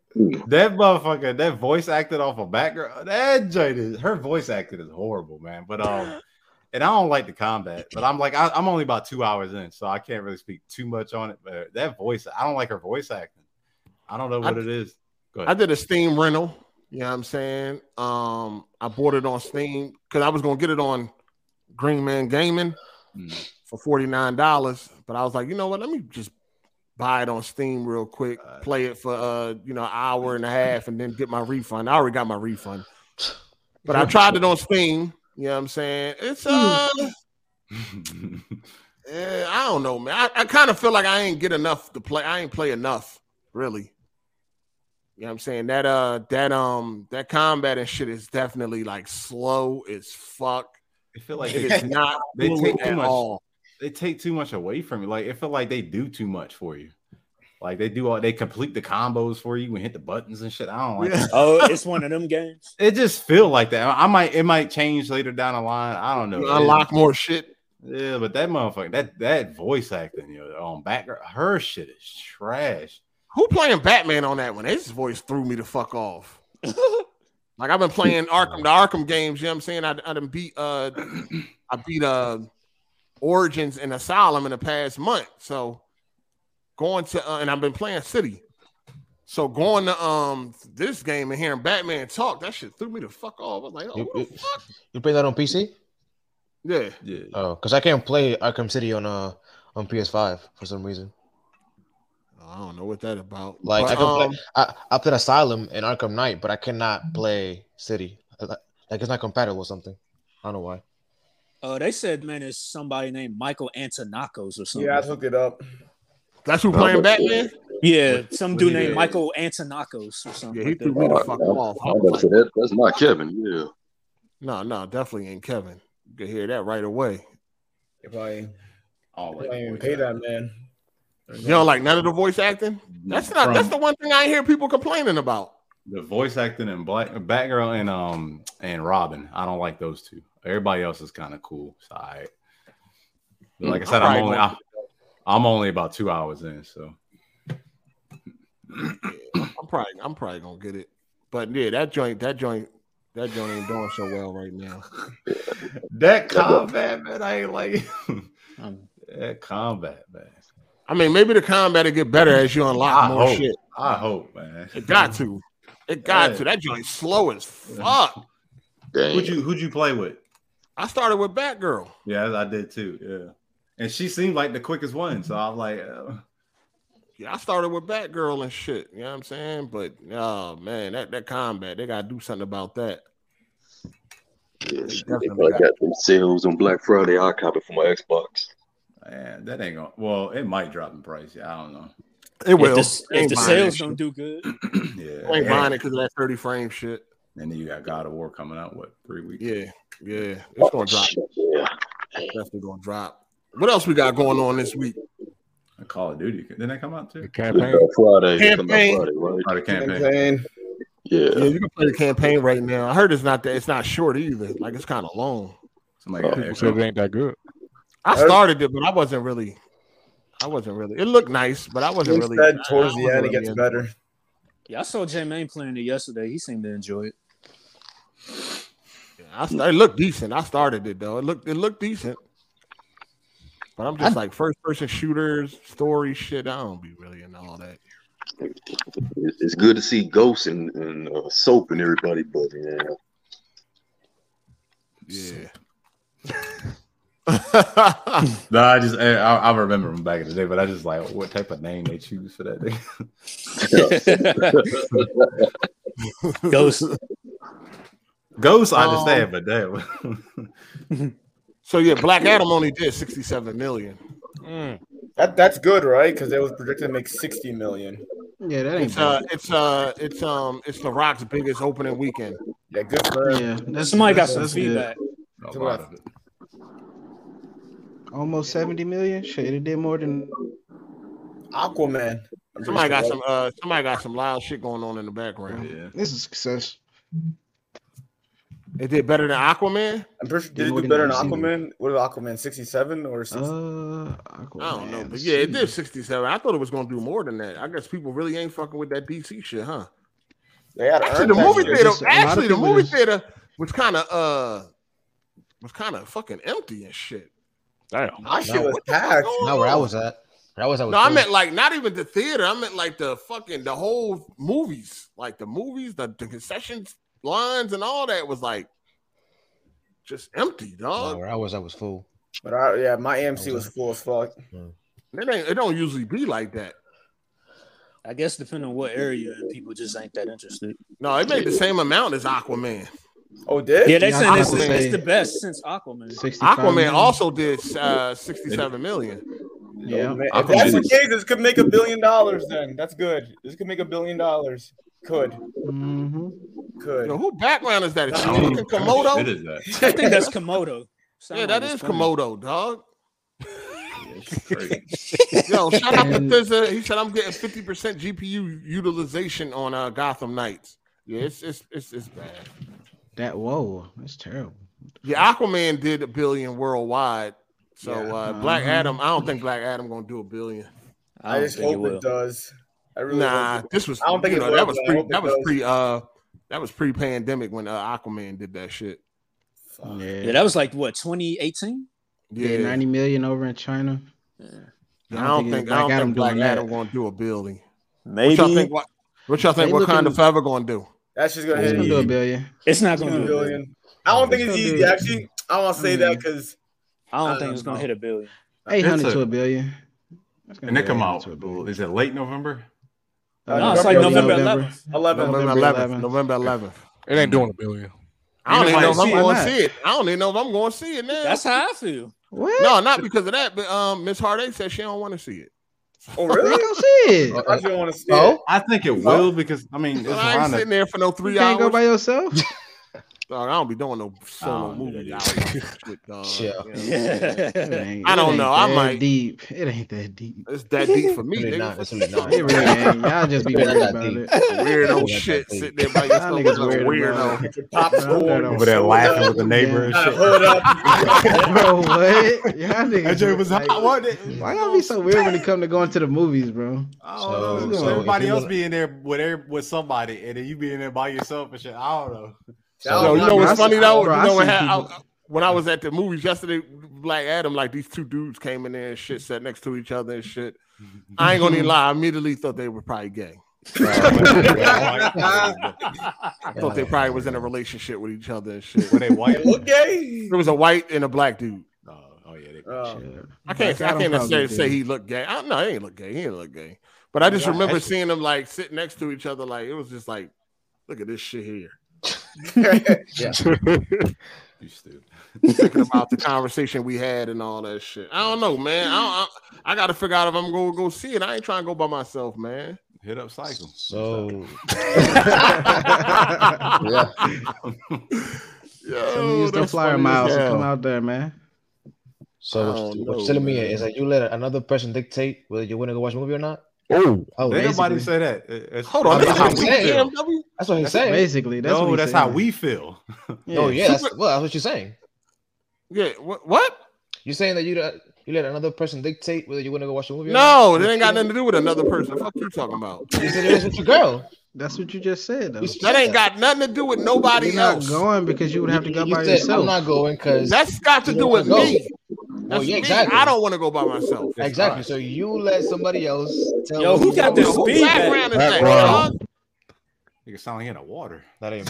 S11: That motherfucker, that voice acted off a background. That joint is her voice acting is horrible, man. But um, and I don't like the combat, but I'm like, I, I'm only about two hours in, so I can't really speak too much on it. But that voice, I don't like her voice acting. I don't know what
S1: I-
S11: it is. Go
S1: I did a Steam rental. You You know what I'm saying? Um, I bought it on Steam because I was gonna get it on Green Man Gaming
S11: Mm.
S1: for forty nine dollars, but I was like, you know what? Let me just buy it on Steam real quick, play it for uh, you know, an hour and a half, and then get my refund. I already got my refund, but I tried it on Steam. You know what I'm saying?
S11: Hmm.
S1: It's uh, eh, I don't know, man. I, I kind of feel like I ain't get enough to play. I ain't play enough, really. You know what I'm saying? That uh that um that combat and shit is definitely like slow as fuck.
S11: I feel like
S1: it is not
S11: they
S1: fluid
S11: take too
S1: at
S11: much.
S1: all.
S11: They take too much away from you. Like it feel like they do too much for you. Like they do all they complete the combos for you and hit the buttons and shit. I don't like. that.
S6: oh, it's one of them games.
S11: It just feel like that. I might it might change later down the line. I don't know.
S1: You unlock more shit.
S11: Yeah, but that motherfucker, that that voice acting, you know, on background, her shit is trash.
S1: Who playing Batman on that one? His voice threw me the fuck off. like I've been playing Arkham, the Arkham games. You know what I'm saying? I I done beat uh I beat uh Origins and Asylum in the past month. So going to uh, and I've been playing City. So going to um this game and hearing Batman talk, that shit threw me the fuck off. I was like, oh,
S14: You,
S1: what
S14: you, you play that on PC?
S1: Yeah.
S11: Yeah.
S14: Oh, because I can't play Arkham City on uh on PS5 for some reason.
S1: I don't know what that about.
S14: Like
S1: But,
S14: I can
S1: um,
S14: play, I, I played Asylum and Arkham Knight, but I cannot play City. Like it's not compatible or something. I don't know why.
S6: Uh, they said, man, it's somebody named Michael Antonakos or something.
S16: Yeah, I looked it up.
S1: That's who playing Batman?
S6: Yeah, some dude named
S12: Yeah.
S6: Michael Antonakos or something.
S1: Yeah, he
S6: like
S1: threw
S6: that.
S1: me the
S12: Oh,
S1: fuck
S12: no.
S1: off. I
S12: I'm
S1: was
S12: about to
S1: like,
S12: say that, that's not Kevin. Yeah.
S1: no, no, definitely ain't Kevin. You could hear that right away.
S16: If I
S11: oh,
S16: I even pay that man.
S1: You don't like none of the voice acting? That's not that's
S11: From-
S1: the one thing I hear people complaining about.
S11: The voice acting and black Batgirl and um and Robin, I don't like those two. Everybody else is kind of cool. So I, but like I
S1: Mm,
S11: said,
S1: I
S11: I'm
S1: probably
S11: only
S1: won't.
S11: I, I'm only about two hours in. So
S1: I'm probably I'm probably gonna get it. But yeah, that joint, that joint, that joint ain't doing so well right now.
S11: that combat, man, I ain't like
S1: Um,
S11: that combat, man.
S1: I mean, maybe the combat'll get better as you unlock
S11: I
S1: more
S11: hope.
S1: shit.
S11: I hope, man.
S1: It got to. It got
S11: Yeah.
S1: to. That joint's slow as fuck.
S11: Who'd you who'd you play with?
S1: I started with Batgirl.
S11: Yeah, I did too. Yeah, and she seemed like the quickest one, so I'm like, uh,
S1: Yeah, I started with Batgirl and shit. You know what I'm saying? But oh man, that, that combat, they gotta do something about that.
S12: Yeah, shit,
S1: definitely
S12: they probably
S1: got-
S12: got them sales on Black Friday. I cop it for my Xbox.
S11: man, that ain't gonna. Well, it might drop in price. Yeah, I don't know.
S1: It will.
S6: If the, s-
S1: Ain't
S6: if the
S1: mine,
S6: sales
S1: actually.
S6: don't do good,
S11: Yeah,
S1: I ain't buying
S11: yeah.
S1: it because of that 30 frame shit.
S11: And then you got God of War coming out what three weeks?
S1: Yeah, yeah, it's gonna drop. Definitely gonna drop. What else we got going on this week?
S11: Call of Duty. Didn't that come out too?
S12: Campaign. Friday. It come out
S1: Campaign.
S12: Friday, right?
S11: Friday campaign.
S12: Yeah.
S1: Yeah, you can play the campaign right now. I heard it's not that it's not short either. Like it's kind of long.
S11: Somebody
S12: Uh, Oh.
S11: got
S1: People
S11: that.
S1: said
S11: come-
S1: it ain't that good. I started it, but I wasn't really. I wasn't really. It looked nice, but I wasn't really.
S16: Instead,
S1: I- I
S16: towards the
S1: wasn't
S16: end, it
S1: really
S16: gets
S1: in-
S16: better.
S6: yeah, I saw Jermaine playing it yesterday. He seemed to enjoy it.
S1: I st- it looked decent. I started it though. It looked it looked decent. But I'm just like first person shooters, story shit. I don't be really into all that.
S12: It's, it's good to see Ghost and, and uh, Soap and everybody, but yeah.
S1: Yeah.
S11: No, I just eh, I, I remember them back in the day, but I just like what type of name they choose for that thing.
S6: Ghost.
S11: Ghost, I
S1: Um,
S11: understand, but damn.
S1: So yeah, Black Adam only did 67 million.
S16: Mm. That that's good, right? Because it was projected to make sixty million.
S3: Yeah, that
S1: It's uh, it's uh, it's um, it's The Rock's biggest opening weekend.
S16: Yeah, good for him.
S3: Yeah, that's-
S6: Somebody got
S3: that's-
S6: some
S3: that's good.
S6: feedback.
S3: Almost seventy million. Shit, it did more than
S16: Aquaman.
S1: Somebody got some uh, somebody got some loud shit going on in the background.
S11: Yeah,
S3: this is a success.
S1: it did better than Aquaman.
S16: I'm pretty sure
S1: Did
S16: did it
S1: more
S16: do
S1: than
S16: better than
S1: I've seen.
S16: Aquaman? What was Aquaman? Sixty-seven or
S1: I
S16: 60?
S1: don't know, but yeah, it did 67. I thought it was gonna do more than that. I guess people really ain't fucking with that DC shit, huh?
S16: They gotta
S1: Actually,
S16: earn
S1: the
S16: that
S1: movie
S16: shit.
S1: theater,
S16: It's just a lot of
S1: actually, the
S16: people
S1: movie
S16: just-
S1: theater was kind of uh, was kind of fucking empty and shit.
S16: My shit
S1: Now,
S16: was
S1: what the fuck
S16: packed.
S1: going
S14: Not where I
S1: on?
S14: was at. That was, that was
S1: No, I
S14: cool.
S1: meant like not even the theater. I meant like the fucking the whole movies, like the movies, the, the concessions lines, and all that was like just empty, dog.
S14: Nah, where I was, I was full.
S16: But I, yeah, my AMC was full as fuck.
S1: It ain't. It don't usually be like that.
S6: I guess depending on what area, people just ain't that interested.
S1: No, it made the same amount as Aquaman.
S16: Oh, did?
S6: Yeah, they said it's,
S1: Aquaman.
S6: it's the best since Aquaman.
S1: Aquaman also did uh, sixty-seven million.
S16: Yeah, if that's the case, this could make a billion dollars. Then that's good. This could make a billion dollars. Could. Could.
S1: Yo, who background is that? Is she
S16: Mm-hmm. I don't
S1: fucking
S16: know.
S1: Komodo?
S16: What is that?
S6: I think that's Komodo.
S1: yeah, that is Komodo, dog.
S6: crazy.
S1: Yo, shout out to
S6: And-
S1: Thizza. He said I'm getting 50% GPU utilization on uh, Gotham Knights. Yeah, it's it's it's, it's bad.
S3: That whoa, that's terrible.
S1: Yeah, Aquaman did a billion worldwide. So
S3: Yeah.
S1: uh, Black
S3: Uh-huh.
S1: Adam, I don't think Black Adam gonna do a billion.
S16: I, just hope it does. I really
S1: nah,
S16: hope it-
S1: this was
S16: I don't think
S1: you
S16: it
S1: know,
S16: will,
S1: that was
S16: but I
S1: pre
S16: hope it
S1: that was
S16: does.
S1: pre uh that was pre pandemic when uh, Aquaman did that shit.
S3: Yeah.
S6: Yeah, that was like what 2018.
S3: Did 90 million over in China.
S1: I don't think I don't
S3: Black
S1: think Black
S3: doing that.
S1: Adam gonna do a billion.
S6: Maybe.
S1: What y'all think? What, what y'all think?
S3: They
S1: What kind
S3: looking-
S1: of Forever gonna do?
S16: That's just gonna
S3: It's
S16: hit
S3: gonna
S16: you.
S3: do a billion.
S1: uh,
S6: It's not
S16: It's
S6: gonna
S16: gonna
S6: do a
S16: billion. I don't think it's
S3: It's
S16: easy.
S3: gonna do-
S16: Actually, I want to say that
S1: Mm-hmm.
S16: because
S6: I don't think it's gonna hit a billion.
S3: Eight hundred
S11: It's a-
S3: to a billion. That's gonna
S11: And they
S3: be
S11: come
S3: 800
S11: out.
S3: to a billion.
S11: Is it late November?
S3: Uh,
S6: No, it's like November 11th.
S1: November 11th. November 11th.
S9: It ain't doing a billion.
S1: I don't even know if I'm
S9: Why
S1: going to
S9: not?
S1: see it. I don't even know if I'm going to see it now.
S6: That's how I feel.
S3: What?
S1: No, not because of that. But um, Miss Hardacre said she don't want to see it.
S16: Oh, really?
S3: Shit.
S16: I just want to see
S3: No?
S16: it.
S11: I think it will because I mean, it's
S1: Well, I ain't
S11: Rhonda.
S1: sitting there for no three
S3: you
S1: hours.
S3: can't go by yourself.
S1: Dog, I don't be doing no
S14: Oh,
S1: solo movie hours and shit, dog. You know? I
S3: It
S1: don't
S3: ain't
S1: know. I
S3: that
S1: might.
S3: deep. It ain't that deep.
S1: It's that deep for me,
S14: Really
S1: nigga.
S14: not, it's
S1: What
S14: really not. It
S1: the fuck?
S3: really ain't. Y'all just be
S14: It's not
S3: worried
S14: that
S3: about
S14: deep.
S3: it.
S1: Weirdo
S14: It's not
S1: shit
S14: that deep.
S1: sitting there by
S3: Y'all
S1: yourself.
S3: niggas
S1: like a
S3: weird
S1: Weirdo.
S3: about it.
S16: popcorn
S11: over there laughing with the neighbor and
S16: Gotta
S11: shit.
S16: hold up.
S3: bro, what? Y'all niggas.
S11: That joint was
S3: like,
S11: hot, wasn't it?
S3: Why y'all be so weird when it come to going to the movies, bro?
S11: Oh,
S3: So-
S11: no,
S3: so if
S11: everybody
S3: you
S11: else
S3: wanna-
S11: be in there with every- with somebody, and then you be in there by yourself and shit. I don't know.
S1: Yo, you know what's funny though?
S3: Bro,
S1: you
S3: I
S1: know what
S3: seen
S1: happened? When I was at the movies yesterday, Black Adam, like these two dudes came in there and shit, sat next to each other and shit. I ain't gonna even lie, I immediately thought they were probably gay. I thought they probably was in a relationship with each other and shit.
S11: Were they white?
S16: It look gay.
S1: There was a white and a black dude.
S16: Oh.
S1: I can't.
S3: Black
S1: I can't
S3: Adam probably
S1: necessarily say
S3: did.
S1: he looked gay. I, no, he ain't look gay. He ain't look gay. But I just
S11: Yeah,
S1: remember
S11: actually-
S1: seeing them like sitting next to each other. Like it was just like, look at this shit here.
S14: Yeah.
S11: You stupid.
S1: Thinking about the conversation we had and all that shit. I don't know, man. I don't, I, I got to figure out if I'm gonna go see it. I ain't trying to go by myself, man.
S11: Hit up cycle.
S14: So
S1: yeah.
S3: Some of you still flyer miles. So come out there, man.
S14: so
S1: I
S14: what's,
S1: don't
S14: what's
S1: know,
S14: silly me
S1: man.
S14: is that you let another person dictate whether you're gonna go watch a movie or not.
S9: Oh,
S14: Oh,
S11: Did nobody
S14: basically.
S11: say that? It- it's-
S1: Hold on, that's
S11: that's how
S1: how
S11: we
S1: we
S11: feel.
S1: BMW.
S14: That's what he's
S11: That's
S14: saying.
S3: Basically, that's
S11: no,
S3: what
S11: that's how we feel.
S14: Oh yeah, that's
S1: Super-
S14: well, that's what you're saying.
S1: Yeah. What? what?
S14: You're saying that you don't- you let another person dictate whether you're gonna go watch a movie.
S1: No,
S14: or
S1: that
S14: not?
S1: ain't got nothing to do with another person. Fuck you talking about.
S14: You said it was with your girl.
S3: That's what you just said, though.
S14: You said
S1: That ain't got nothing to do with nobody
S3: You're not
S1: else.
S3: going because you would have to go
S14: You
S3: by
S14: said
S3: yourself.
S14: I'm not going because
S1: That's got to do with
S14: Go.
S1: me.
S14: Oh
S1: That's
S14: yeah,
S1: me.
S14: exactly.
S1: I don't want to go by myself.
S14: Exactly. So you let somebody else tell
S6: Yo, who
S14: you that
S6: got this
S14: was-
S1: Who
S6: speed
S1: background is that?
S9: Background.
S1: dog?
S11: Nigga sound like in the water.
S14: That ain't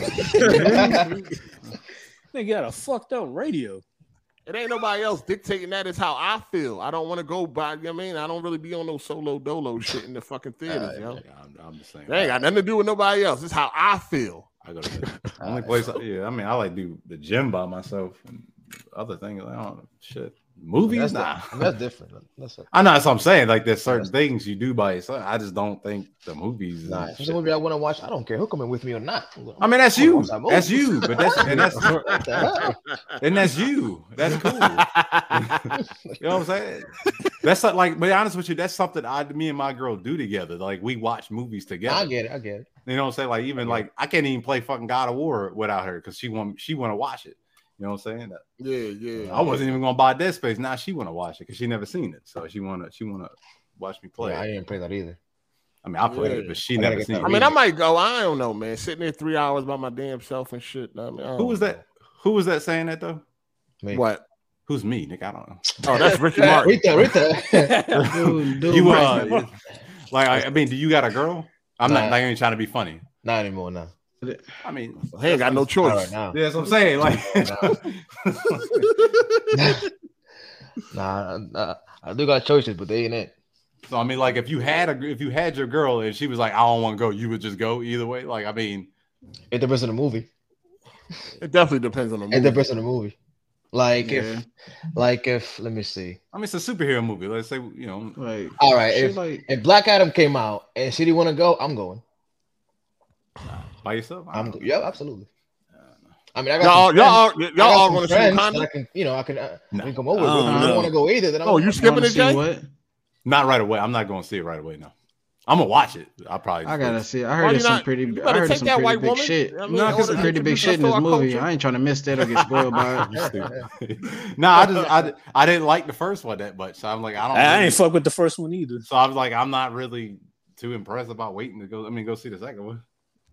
S6: They got a fucked up radio.
S1: It ain't nobody else dictating that. Is how I feel. I don't want to go by. You know what I mean, I don't really be on no solo dolo shit in the fucking theaters, yo.
S11: I'm, I'm just saying.
S1: That ain't got nothing to do with nobody else. It's how I feel.
S11: I go to the only place. I, yeah, I mean, I like do the gym by myself and other things. I don't shit. Movies,
S14: That's,
S11: nah.
S14: that's different. That's
S11: I know that's what I'm saying. Like there's certain things you do by yourself. I just don't think the movies. and
S14: Nah, if it's
S11: shit-
S14: a movie I want to watch, I don't care who coming with me or not.
S11: I mean, that's
S14: I'm gonna
S11: you.
S14: watch that movie.
S11: That's you. But that's and that's
S14: What the hell?
S11: and that's you. That's cool. you know what I'm saying? That's not like. But honest with you, that's something I, me and my girl do together. Like we watch movies together.
S14: I get it. I get it.
S11: You know what I'm saying? Like even like I can't even play fucking God of War without her because she want she want to watch it. You know what I'm saying?
S1: Yeah, yeah.
S11: I wasn't even gonna buy Dead Space. Now she want to watch it because she never seen it, so she wanna she wanna watch me play.
S14: Yeah, I
S11: it.
S14: didn't play that either.
S11: I mean, I played it,
S1: Yeah.
S11: but she
S14: I
S11: never
S14: gotta get
S11: seen
S14: that
S11: it.
S1: I mean, I might go. I don't know, man. Sitting there three hours by my damn self and shit. I mean, I
S11: who was that? Who was that saying that though?
S14: Me.
S1: What?
S11: Who's me, Nick? I don't know.
S12: Oh, that's Ricky Martin. Right there, right there.
S14: Dude, dude,
S11: you
S14: right
S11: uh,
S14: there.
S11: like I, I mean, do you got a girl? I'm
S14: Nah.
S11: not not even trying to be funny.
S14: Not anymore now.
S11: I mean,
S1: He ain't got no choice.
S14: now.
S11: Yeah, that's what I'm saying. Like,
S14: Nah, nah, I do got choices, but they ain't it.
S11: so I mean, like if you had a if you had your girl and she was like, I don't want to go, you would just go either way. Like, I mean,
S14: It depends on the movie.
S1: It definitely depends on the
S14: It
S11: movie.
S14: depends on the movie. Like
S11: Yeah.
S14: if, like if, let me see.
S11: I mean, it's a superhero movie. Let's say you know,
S1: like,
S14: All right, if, if Black Adam came out and she didn't want to go, I'm going.
S11: by yourself.
S14: I'm go- yeah, absolutely.
S3: Uh,
S14: I mean, I
S1: Y'all-
S14: got some
S1: y'all-
S14: friends-
S1: y'all
S14: I got
S1: all
S14: some
S1: gonna see
S14: friends
S1: Wakanda?
S14: that I can, you know, I can, uh, we can come over. with.
S11: I
S14: I
S11: don't
S14: don't,
S11: know.
S14: want to go either. Then I'm
S1: Oh, you skipping it, Jay?
S11: Not right away. I'm not going to see it right away. No, I'm gonna watch it. I probably.
S3: I gotta see. it. I
S11: Why
S3: heard
S11: you
S3: there's some
S11: not-
S3: pretty.
S11: you
S3: I heard
S11: better take
S3: there's some
S11: that
S3: pretty
S11: white
S3: big
S11: woman.
S3: shit.
S11: I mean,
S3: no, because
S11: hold
S3: pretty
S11: on,
S3: big
S11: introduce
S3: shit in this
S11: us to our
S3: movie.
S11: culture.
S3: I ain't trying to miss that or get spoiled by
S11: You
S3: it.
S11: stupid. no, I just I, I didn't like the first one that much, so I'm like I don't.
S6: I ain't
S11: really-
S6: fuck with the first one either.
S11: So I was like, I'm not really too impressed about waiting to go. I mean, go see the second one.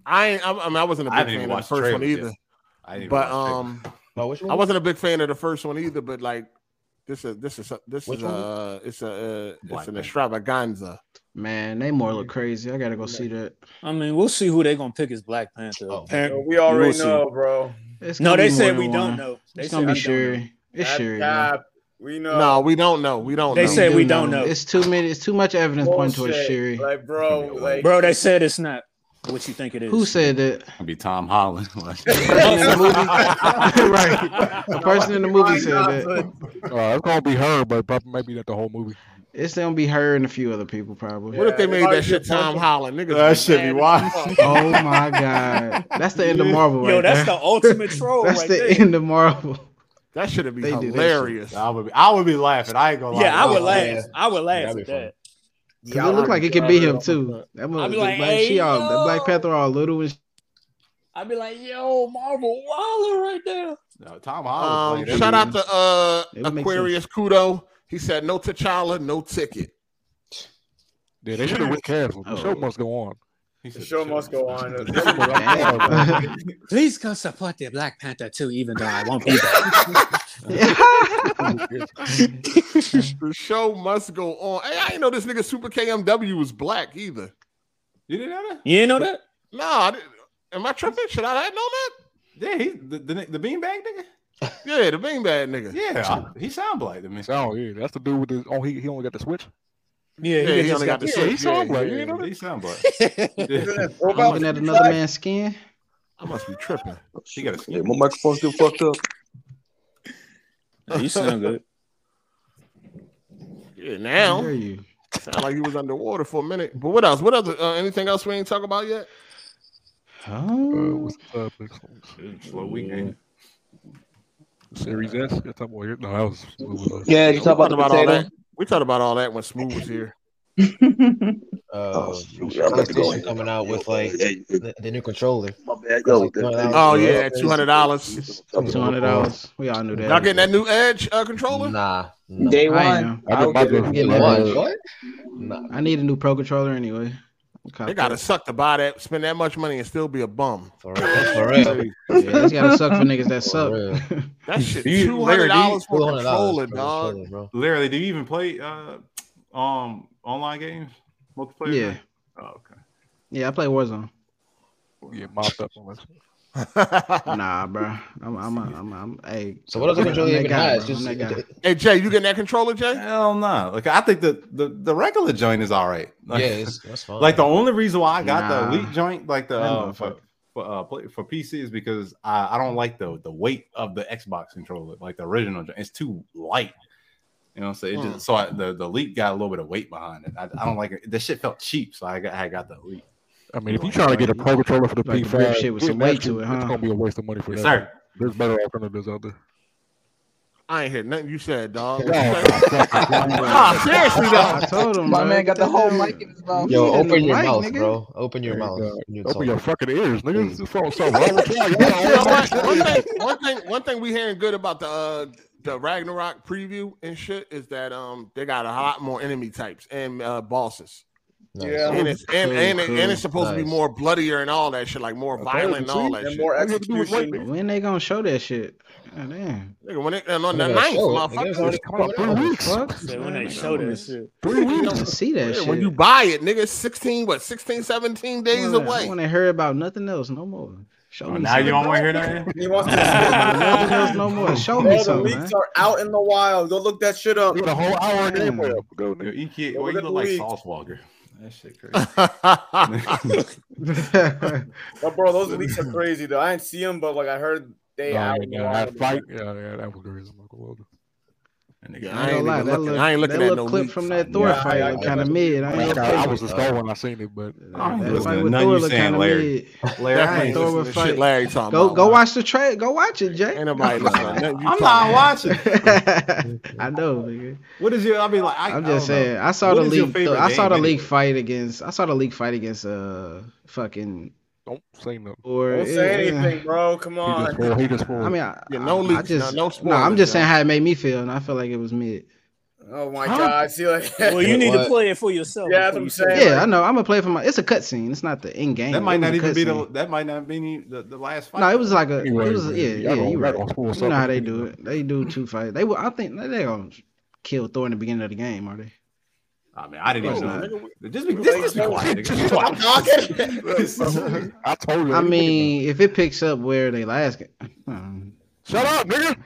S1: I ain't, I, I mean, I wasn't a
S11: I
S1: big
S11: haven't even
S1: fan of the
S11: watched the
S1: first one
S11: trailers
S1: either.
S11: yet. I didn't even
S1: but
S11: watch the
S1: um,
S14: Oh, which one?
S1: I wasn't a big fan of the first one either. But like, this is this is this
S3: Which
S1: is
S3: one?
S1: uh, it's a uh,
S3: Black
S1: it's an
S3: Panther.
S1: extravaganza.
S3: Man, they more look crazy. I gotta go see that.
S6: I mean, we'll see who they're gonna pick as Black Panther.
S1: Oh,
S6: Apparently,
S3: we already know,
S16: bro.
S3: It's
S6: no,
S3: gonna
S6: they
S3: be
S6: said
S3: more
S6: we
S3: than
S6: don't
S3: one.
S6: know. They
S3: It's
S6: said
S3: gonna be
S6: we don't know.
S3: Shuri. It's
S16: That's
S3: Shuri. man.
S16: cap. We know.
S1: No, we don't know. We don't.
S6: They
S1: know.
S6: said we don't know.
S3: It's too many. It's too much evidence pointing towards
S16: Bullshit.
S3: Shuri.
S16: Like, bro, like,
S6: Bro, they said it's not what you think it is.
S3: Who said that?
S11: It'd be Tom Holland.
S3: right. The person in the movie said that.
S9: Uh, it's gonna be her, but prob- maybe not the whole movie.
S3: It's gonna be her and a few other people probably.
S1: What if they made that shit Tom Holland? Niggas
S11: That shit be wild.
S3: Oh my god, that's the end of Marvel.
S1: Yo,
S3: right
S1: that's
S3: there.
S1: the ultimate troll
S3: That's
S1: right
S3: the
S1: there.
S3: end of Marvel.
S1: That should have been
S3: They do that shit.
S1: hilarious.
S11: I would be, I would be laughing. I ain't gonna lie.
S6: Yeah, I would
S11: Oh,
S6: laugh.
S11: yeah.
S6: I would laugh
S11: That'd
S6: at
S11: be funny.
S6: that.
S3: Cause it looked like it could be him too. That
S6: I'd
S3: mother,
S6: be like,
S3: black, she
S6: "Hey,
S3: all the
S6: yo."
S3: Black Panther all little and sh-
S6: I'd be like, yo, Marvel Waller right there.
S11: No, Tom
S1: Um,
S11: Holland. played
S1: shout
S11: every-
S1: out to uh,
S11: It would make
S1: Aquarius Kudo. He said no T'Challa, no ticket.
S9: Yeah, they should have canceled. The show
S1: Oh.
S9: must go on.
S16: the show must go on.
S6: Please go support the Black Panther too, even though I won't be there.
S1: the show must go on. Hey, I didn't know this nigga Super KMW was black either.
S11: You didn't know that?
S6: You didn't know that?
S1: No, I didn't. Am I tripping? Should I have known that?
S11: Yeah, he the the, the beanbag nigga.
S1: Yeah, the beanbag nigga.
S11: Yeah, he sound black to me.
S9: Oh yeah, that's the dude with the. Oh, he, he only got the switch.
S1: Yeah, he only got the
S9: yeah, He
S1: switch.
S9: sound
S1: Yeah,
S9: black.
S1: yeah,
S9: you ain't know that?
S11: He sound black.
S3: I'm looking at another man's skin.
S1: I must be tripping.
S11: She got a
S5: yeah, my microphone's getting fucked up.
S6: you sound good.
S1: Yeah, now.
S3: Where are you?
S1: Sound like he was underwater for a minute. But what else? What other? Uh, anything else we ain't talk about yet?
S11: Ah.
S9: Uh,
S3: Oh,
S9: what's up?
S11: Slow weekend.
S9: Series S. That's up here. No, that was. what was uh, that?
S1: We talked all that. We talked about all that when Smooth was here.
S14: Uh,
S12: I'm about to go
S14: PlayStation
S12: in.
S14: coming out with
S12: Yo,
S14: like
S12: hey,
S14: the, the new controller.
S12: Yo, that-
S1: Oh yeah, two hundred dollars.
S3: Two hundred dollars. We all knew that.
S1: Y'all getting that new Edge uh, controller?
S14: Nah,
S3: I
S14: Day
S3: am.
S14: I would get it.
S3: I'm getting
S14: Day
S3: that
S14: one.
S3: new-
S14: What?
S3: I need a new pro controller anyway. Cop
S1: They gotta
S3: that.
S1: suck to buy that, spend that much money, and still be a bum.
S14: For real. For real.
S3: Yeah, it's gotta suck for niggas that suck.
S1: That shit,
S11: You-
S1: two hundred dollars for a
S14: $200
S1: controller,
S14: for a
S1: dog.
S14: controller, bro.
S11: Literally, do you even play uh um online games, multiplayer?
S3: Yeah.
S11: Oh, okay.
S3: Yeah, I play Warzone.
S9: Yeah, mopped up on this.
S3: Nah, bro. I'm, I'm, I'm, I'm, I'm hey.
S14: So what else
S3: I'm
S14: the controller
S3: that
S14: even
S3: guy,
S14: has?
S3: bro. I'm
S14: Just
S3: that guy.
S1: Hey Jay, you getting that controller, Jay?
S11: Hell no. Like I think the, the the regular joint is all right.
S14: yeah,
S11: Like,
S14: it's, that's fine.
S11: like the only reason why I got
S3: Nah.
S11: the elite joint, like the
S3: That
S11: uh,
S3: motherfucker.
S11: for, for, uh, play, for PC, is because I, I don't like the the weight of the Xbox controller, like the original. joint. It's too light. You know, so it
S1: Hmm.
S11: just so I, the the elite got a little bit of weight behind it. I, I don't like it. The shit felt cheap, so I got I got the elite.
S9: I mean, if you trying to get a pro controller for the
S3: Like the
S9: P5,
S3: grip shit with some
S9: getting that
S3: weight to it, huh?
S9: It's gonna be a waste of money for
S11: Yes,
S9: that.
S11: sir.
S9: There's better alternatives out there.
S1: I ain't hear nothing you said, dog.
S9: No,
S1: nah, Ah, seriously
S3: I
S1: though.
S3: told him,
S19: My
S3: bro.
S19: man got the
S3: Get
S19: whole
S3: that-
S19: mic in his mouth.
S14: Yo,
S3: Need a
S14: open
S3: new
S14: your
S3: mic,
S14: mouth,
S3: nigga.
S14: bro. Open your mouth. You
S9: Open
S14: talk.
S9: your fucking ears, nigga. This is something- something
S1: You know what?
S9: wrong.
S1: One thing, one thing, one thing we hearing good about the uh, the Ragnarok preview and shit is that um they got a lot more enemy types and uh, bosses.
S14: Nice.
S1: And it's and,
S3: Cool,
S1: and, it-
S3: cool.
S1: and it's supposed to be
S14: Nice.
S1: more bloodier and all that shit, like more violent and all that shit.
S16: more execution.
S3: When they gonna show that shit? Damn.
S1: Nigga, when it and on the
S3: Nigga,
S1: ninth,
S3: show it. Nigga,
S1: motherfucker.
S3: it's already coming out. What the fuck?
S1: Three
S3: When they
S1: weeks.
S3: show that shit.
S1: Three
S3: I can't
S1: weeks
S3: wait to see that
S1: Yeah, When
S3: shit.
S1: you buy it, nigga, it's 16, what, 16, 17 days
S3: Well, I
S1: away.
S3: want to hear about nothing else no more. Show
S1: Oh,
S3: me
S1: now you
S3: something.
S1: don't wanna hear
S16: nothing?
S3: I don't wanna hear nothing else no more. Show
S16: All
S3: me
S16: the
S3: something.
S16: leaks are out in the wild. Go look that shit up.
S9: You got a whole hour and
S16: game
S9: up.
S11: Go, nigga.
S9: E
S11: You, can't,
S16: Yeah,
S11: well, E
S16: look
S11: you look
S16: at the
S11: like
S16: leaks.
S11: Sauce Walker. That shit crazy.
S3: man.
S16: But bro, those leaks are crazy though. I didn't see them, but like I heard they
S9: Yeah,
S16: out in the
S9: that
S16: wild.
S9: fight. Yeah, yeah, that was the reason. Michael Wilder.
S1: Yeah, I I ain't ain't gonna even lie, that looking- I ain't look- looking that at little no clip leaks. from that
S3: Thor fight look kinda mid. I ain't
S9: I,
S3: okay
S9: I
S3: with
S9: was the
S3: that.
S9: star when I seen it, but
S3: I ain't listening
S9: That
S3: to none
S9: fight
S3: you
S9: with Thor
S3: saying,
S9: looked
S3: Larry.
S9: kinda mid.
S3: Larry, I ain't listening to the shit Larry
S1: talking
S3: Go
S1: about,
S3: go watch the trade. Go watch it, Jay. Ain't
S1: nobody listening to nothing you I'm
S3: not
S11: watching.
S3: I know, nigga.
S11: What is your? I mean, like I,
S3: I'm
S11: I don't
S3: just saying.
S11: know.
S3: I saw
S11: What
S3: the
S11: is your
S3: league.
S11: favorite
S3: I saw
S11: game
S3: the
S11: anyway?
S3: league fight against. I saw the league fight against uh fucking.
S9: Don't say nothing.
S3: Or
S16: Don't say
S3: yeah.
S16: anything, bro. Come on.
S3: I mean, I,
S1: Yeah, no
S3: I- I
S1: leaks,
S3: just-
S1: no- no
S3: no, I'm
S1: spoilers,
S3: just saying
S1: y'all.
S3: how it made me feel, and I feel like it was mid.
S16: Oh my god. See, like,
S6: Well, you need to
S3: What?
S6: play it for yourself.
S16: Yeah,
S6: before
S16: that's what I'm
S6: you say
S16: saying.
S6: it.
S3: Yeah, I know. I'm gonna play for my. It's a cutscene. It's not the end game.
S11: That
S3: It
S11: might
S3: was
S11: not
S3: a
S11: even be the.
S3: cutscene.
S11: That might not be the, the last fight.
S3: No, it was like a.
S11: Anyway,
S3: it was
S11: man,
S3: yeah,
S11: y'all
S3: yeah.
S11: gonna-
S3: You
S11: y'all
S3: right.
S11: gonna spoil
S3: You know
S11: something.
S3: how they do it. They do two fights. They will. I think they, they gonna kill Thor in the beginning of the game, are they?
S11: I mean, I didn't
S3: Of
S11: even
S3: course
S11: know. Just be, just, just be quiet, nigga. Be quiet.
S9: I told you.
S3: I mean, if it picks up where they last game. Um,
S9: Shut up, nigga.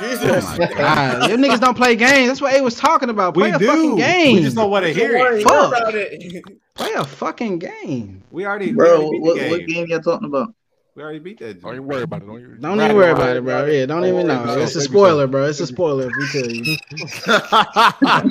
S16: Jesus.
S3: Oh God, you niggas don't play games. That's what A was talking about.
S11: We
S3: Play a
S11: do.
S3: fucking game.
S11: We just don't wanna hear it.
S16: Don't worry
S3: Fuck.
S16: about it.
S3: Play a fucking game.
S11: We already, we
S3: Bro,
S11: already beat
S3: what-
S11: the game.
S3: what
S16: y'all talking about?
S11: We already beat that.
S9: Don't even worry about it. Don't you?
S3: Don't even worry about it, bro. Yeah, don't even
S9: worry
S3: know.
S9: about
S3: It's
S9: it.
S3: a spoiler, bro. It's a spoiler if we tell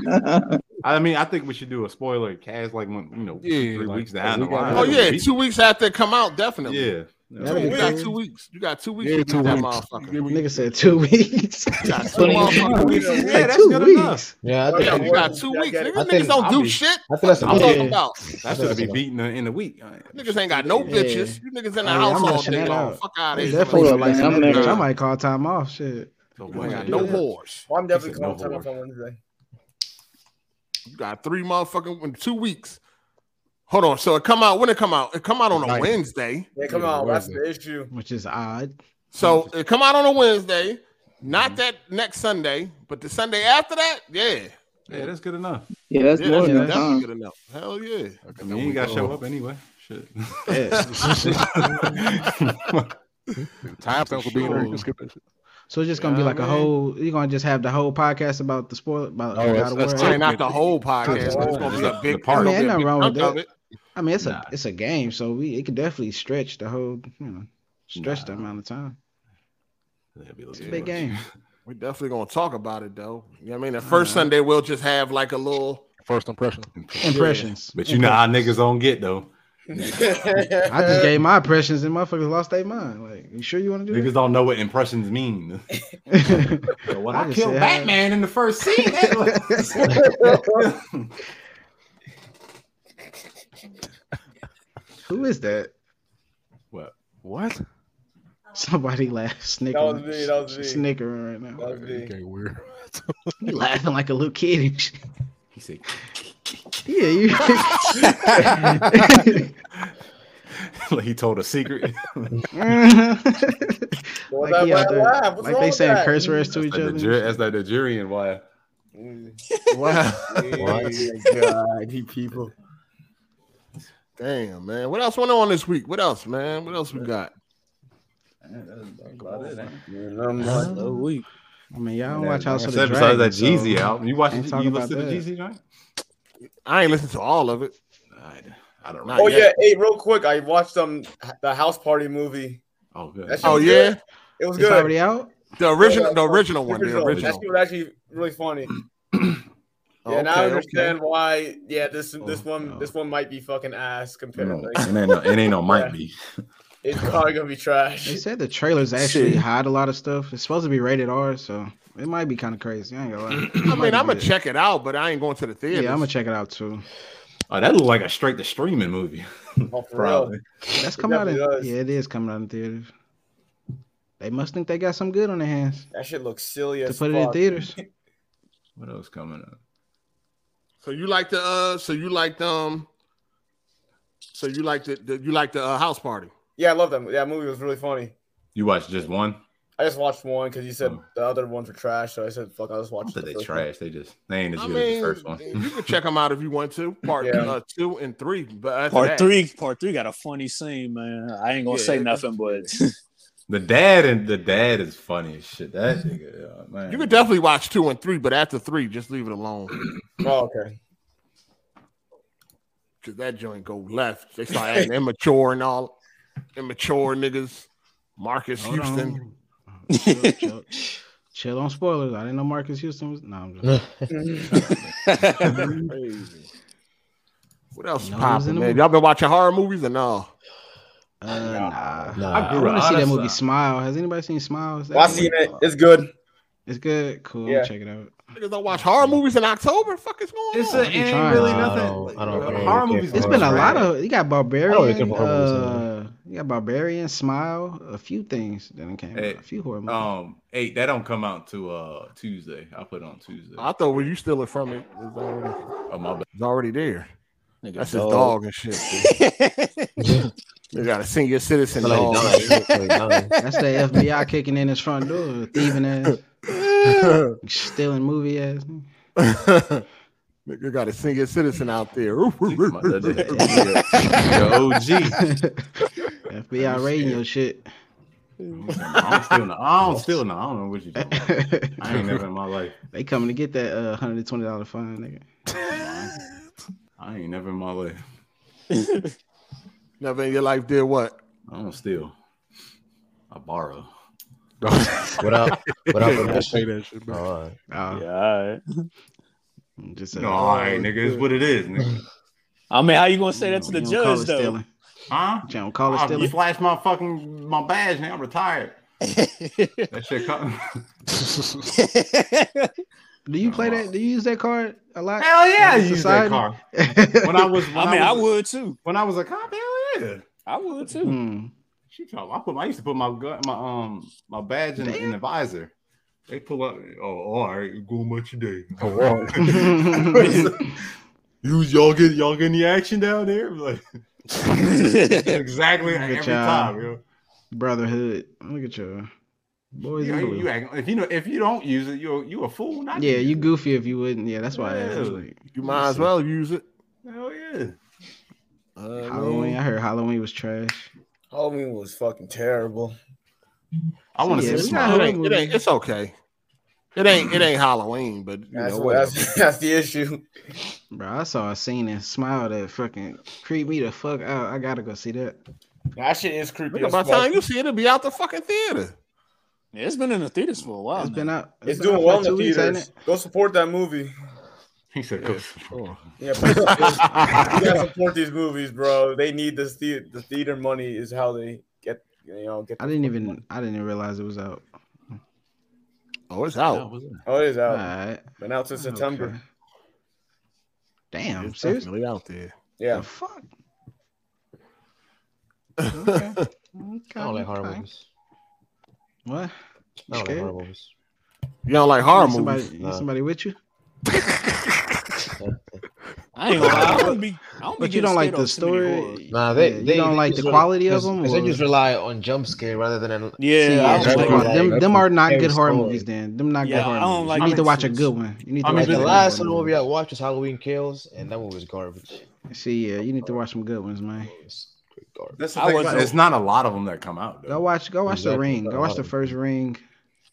S3: you.
S11: I mean, I think we should do a spoiler cast like when you know
S9: Yeah,
S11: three
S9: like,
S11: weeks down
S9: we
S11: the
S9: got-
S11: line.
S1: Oh yeah,
S11: We-
S1: two weeks after it come out, definitely.
S11: Yeah.
S1: Two, you got two weeks. You got two weeks to beat that motherfucker.
S3: Nigga said two weeks.
S1: You got two
S3: Twenty-
S1: motherfucking weeks.
S3: Like,
S1: Yeah, that's
S3: two
S1: good
S3: weeks.
S1: enough. Oh,
S14: Yeah, I think
S1: Yeah,
S14: that's-
S1: you got two
S16: I
S1: weeks.
S16: get it.
S1: Nigga,
S14: I
S1: niggas
S14: think-
S1: don't
S14: I'll
S1: do
S14: be-
S1: shit.
S14: I think that's
S1: I'm
S14: enough.
S1: talking
S14: Yeah.
S1: about.
S11: That should have been beaten in the week.
S1: Niggas ain't got no
S3: Yeah.
S1: bitches. You niggas in the
S3: Oh, yeah,
S1: house
S3: I'm
S1: all
S3: rushing
S1: day
S3: that
S1: long.
S3: out.
S1: Fuck out
S3: I'm
S1: of here.
S3: definitely
S1: Somebody-
S3: like
S1: You
S3: some
S1: ain't
S3: bitch. I
S1: got
S3: might call time off. Shit.
S1: No whores.
S16: Well, I'm definitely
S11: He said
S16: calling
S11: no
S16: time off on Wednesday.
S1: You got three motherfucking two weeks. Hold on. So it come out when it come out. It come out on a
S3: Nice.
S1: Wednesday.
S16: Yeah, come on. That's the issue.
S3: Which is odd. Mm-hmm.
S1: So it come out on a Wednesday, not that next Sunday, but the Sunday after that. Yeah,
S11: Yeah, that's good enough.
S4: Yeah, that's more than
S1: that's
S4: enough time.
S1: definitely good enough. Hell yeah.
S11: I mean, you ain't got to show up anyway. Shit.
S9: Time stamps will be in there. You can skip that shit.
S3: So it's just gonna be like a whole. You're gonna just have the whole podcast about the spoiler. About
S9: Oh, that's-
S3: God of
S9: that's
S3: War.
S1: Probably not the whole podcast, but it's gonna be a big
S3: I
S1: part.
S3: mean,
S1: It's
S3: ain't
S1: gonna
S3: nothing
S1: be a
S3: wrong with
S1: big chunk
S3: that.
S1: of it.
S3: I mean, it's a it's a game, so we it could definitely stretch the whole you know stretch the amount of time.
S11: It's
S3: a big game.
S1: We're definitely gonna talk about it though. You know what I mean? The first
S3: Alright.
S1: Sunday we'll just have like a little
S9: First impression.
S3: Impressions.
S11: But you know how niggas don't get though.
S3: I just gave my impressions and motherfuckers lost their mind. Like, you sure you want to do
S11: Niggas
S3: this?
S11: don't know what impressions mean. So when
S3: I
S11: I,
S3: just
S11: killed
S3: said,
S11: Batman in the first scene, that was-
S3: Who is that?
S11: What?
S9: What?
S3: Somebody laughs,
S16: was
S3: snickering,
S16: me, that was me.
S3: snickering right now.
S16: That was me.
S9: Okay, weird.
S3: You laughing like a little kid. and shit.
S11: He said,
S3: Yeah, you.
S11: like he told a secret.
S16: Well,
S3: like
S16: that
S3: he out
S16: why I
S3: there,
S16: laugh. What's
S3: like
S16: wrong
S3: they
S16: with
S3: saying
S16: that?
S3: curse words to each
S11: Like
S3: other.
S11: the Jer- that's like the jury and why.
S1: wow.
S16: What?
S11: God, he people.
S1: Damn, man. What else went on this week? What else, man? What else we got?
S6: Slow week.
S3: I mean, y'all don't
S11: Yeah,
S3: watch
S11: man.
S3: House of the
S11: Except
S3: Dragon.
S11: besides that Jeezy
S3: so
S11: album. You watch
S3: ain't
S11: the-
S3: talking
S11: you
S3: about
S11: listen to
S3: that.
S11: Jeezy, right?
S1: I ain't listened to all of it.
S11: I, I don't know.
S1: Not
S16: Oh yeah,
S1: yet.
S16: hey, real quick, I watched um the house party movie.
S11: Oh, good.
S16: That shit
S1: Oh
S16: was
S1: yeah.
S16: good. it was
S3: It's
S16: good.
S3: already out.
S1: The original the original one. The
S16: That
S1: original.
S16: shit was actually really funny. Yeah,
S1: Okay,
S16: now
S1: okay.
S16: I understand why. Yeah, this this one this one might be fucking ass compared.
S11: Oh, No,
S16: like,
S11: it ain't no, it ain't no might
S16: Yeah.
S11: be.
S16: It's probably gonna be trash.
S3: They said the trailers actually hide a lot of stuff. It's supposed to be rated R, so it might be kind of crazy. I ain't gonna lie.
S1: I mean, I'm gonna check it out, but I ain't going to the
S3: Yeah,
S1: theater.
S3: I'm gonna check it out too.
S11: Oh, that looked like a straight to streaming movie.
S16: Oh, for
S11: Probably.
S16: real.
S3: That's
S16: It
S3: coming out. In,
S16: definitely does.
S3: yeah, it is coming out in theaters. They must think they got some good on their hands
S16: That shit looks silly
S3: to
S16: as
S3: put
S16: fuck.
S3: it in theaters.
S11: What else coming up?
S1: So you like the uh so you like um so you like the, the you like the uh, house party.
S16: Yeah, I love that. mo- That movie was really funny.
S11: You watched just one?
S16: I just watched one because you said the other ones were trash, so I said, "Fuck, I'll just watch."
S11: That
S16: the
S11: Oh. they
S16: first
S11: trash. They just they ain't as
S1: I
S11: good as
S1: mean,
S11: the first one.
S1: you can check them out if you want to. Part uh, two and three, but after
S6: Part
S1: that-
S6: three, part three got a funny scene, man. I ain't gonna
S1: Yeah,
S6: say
S1: it-
S6: nothing, but
S11: The dad and the dad is funny as shit. That nigga, oh,
S1: You
S11: man.
S1: could definitely watch two and three, but after three, just leave it alone.
S16: oh, okay.
S1: Cause that joint go left. They start acting immature and all immature niggas. Marcus
S3: Hold
S1: Houston.
S3: Chill, chill, chill on spoilers. I didn't know Marcus Houston was. No, I'm just.
S1: Crazy. What
S3: No, it was
S1: else
S3: in
S1: popping,
S3: the
S1: man?
S3: movie.
S1: Y'all been watching horror movies or no?
S3: Uh, nah.
S1: I
S3: I,
S1: grew
S3: want
S1: up-
S3: to see that movie
S1: honestly-
S3: Smile. Has anybody seen Smile? Is that
S16: Well, I
S3: good?
S16: seen it. It's good.
S3: It's good. Cool.
S16: Yeah.
S3: Check it out.
S1: Niggas don't watch horror movies in October. Fuck is going
S11: It's
S1: on?
S11: a- it ain't really nothing.
S14: I don't.
S11: Horror
S14: I don't really
S11: movies
S14: care
S3: It's
S14: for
S3: been a
S14: horror.
S3: lot of. You got
S14: I don't really care
S3: Barbarian.
S14: for horror movies
S3: Uh, you got Barbarian, Smile, a few things that done came.
S11: Hey,
S3: out, a few horror movies.
S11: um, hey, that don't come out to uh Tuesday. I put it on Tuesday.
S1: I thought when you steal it from it, it's already,
S11: Oh my bad.
S1: it's already there.
S11: Nigga,
S1: That's
S11: dog.
S1: his dog and shit. dude. you got a senior citizen
S3: Somebody
S1: dog.
S3: done That's the FBI kicking in his front door, thieving ass, stealing movie ass.
S1: Nigga got a senior citizen out there.
S3: FBI raiding your shit.
S11: I'm still not. I'm still not. I don't know what you. Talking about. I ain't never in my life.
S3: They coming to get that uh, hundred twenty dollar fine, nigga.
S11: I ain't never in my life.
S1: Never in your life did what?
S11: I don't steal. I borrow.
S14: Without without
S11: Yeah,
S14: permission.
S9: that
S3: Uh-huh.
S9: shit, bro.
S14: All right.
S16: Oh.
S6: yeah.
S3: Just "Oh,
S11: No, all right, nigga. It's what it is, nigga.
S6: I mean, how you gonna say that to the
S3: You don't call
S6: judge
S3: it
S6: though?
S3: stealing.
S11: Huh?
S3: You don't call it
S11: I
S3: stealing.
S11: flashed my fucking my badge. Now I'm retired. that shit come.
S3: Do you play that? Do you use that card a lot?
S11: Hell yeah, I
S3: In
S11: use that
S3: society?
S11: car. When I was, when
S6: I mean, I
S11: was-
S6: would too.
S11: When I was a cop, hell yeah,
S6: I would too.
S3: Hmm.
S11: She told I put. my- I used to put my gun, my um, my badge in, in the visor. They pull up. Oh, all right, go much today.
S9: Oh, all
S11: you y'all get y'all get any action down there? Like exactly
S3: Look at
S11: every
S3: y'all.
S11: time, yo.
S3: Brotherhood. Look at you. Boys
S11: You,
S3: in blue.
S11: you act, if you know if you don't use it, you you a fool. Not
S3: yeah, you goofy if you wouldn't. Yeah, that's why I asked.
S11: Yeah.
S3: Like,
S1: You might as well use it.
S11: Hell yeah.
S1: Uh,
S3: Halloween. I heard Halloween was trash.
S16: Halloween was fucking terrible.
S11: I
S3: wanna Yeah, see it's Smile. not
S1: It ain't, it ain't- it's okay. It ain't. It ain't Halloween, but you
S16: That's
S1: know
S16: what.
S1: whatever.
S16: That's, that's the issue.
S3: Bro, I saw a scene and smile that fucking creeped me the fuck out. I gotta go see that.
S16: That shit is creepy.
S1: Nigga,
S16: as
S1: by the
S16: fuck.
S1: time you see it, it'll be out the fucking theater.
S6: Yeah, it's been in the theaters for a while.
S3: It's
S6: now.
S3: been out.
S16: it's
S3: been out
S16: doing
S3: for
S16: well in the
S3: two weeks, ain't
S16: theaters. Go support that movie.
S11: He said, "Go."
S16: Yeah, please, please, you gotta support these movies, bro. They need this theater. The theater money is how they get you know get.
S3: I didn't even. I didn't even realize it was out.
S1: Oh, it's out.
S16: Oh, it is out.
S3: Alright.
S16: Been out since September.
S3: Okay. Damn,
S1: It's
S3: seriously?
S1: definitely out there.
S16: Yeah.
S3: fuck?
S1: Okay.
S14: I don't like horror
S3: okay.
S14: movies.
S3: What?
S14: I don't like
S3: Okay.
S14: horror movies.
S1: You don't like horror
S3: somebody,
S1: movies.
S3: you somebody with you?
S6: I ain't gonna lie. I don't be. I
S3: But
S6: don't be
S3: you
S6: getting
S3: don't like
S6: scared
S3: the
S6: of too many
S3: story?
S6: horrors.
S14: Nah, they,
S3: Yeah, you
S14: they
S3: don't
S14: they
S3: like
S14: just
S3: the
S14: re-
S3: quality of
S14: 'cause-
S3: them,
S14: 'cause They
S3: or-
S14: just rely on jump scare rather than
S6: Yeah,
S3: See,
S6: I
S3: yeah,
S6: don't
S3: that's
S6: like
S3: why-
S6: that.
S3: them,
S14: That's
S3: them are
S14: the
S3: not
S14: same
S3: good horror
S14: story.
S3: movies. Then them not
S6: Yeah,
S3: good horror
S6: I don't
S3: movies.
S6: like
S3: you need to watch a
S6: mixes.
S3: good one. You need to
S14: I mean,
S3: watch
S14: the
S3: a good
S14: last
S3: one.
S14: movie I watched was Halloween Kills, and that movie was garbage.
S3: See, yeah, you need to watch some good ones, man.
S11: That's the
S14: I
S11: thing
S14: wasn't-
S11: about it. It's not a lot of them that come out. Though.
S3: Go watch, go watch the
S14: Exactly.
S3: Ring. Go watch the first Ring.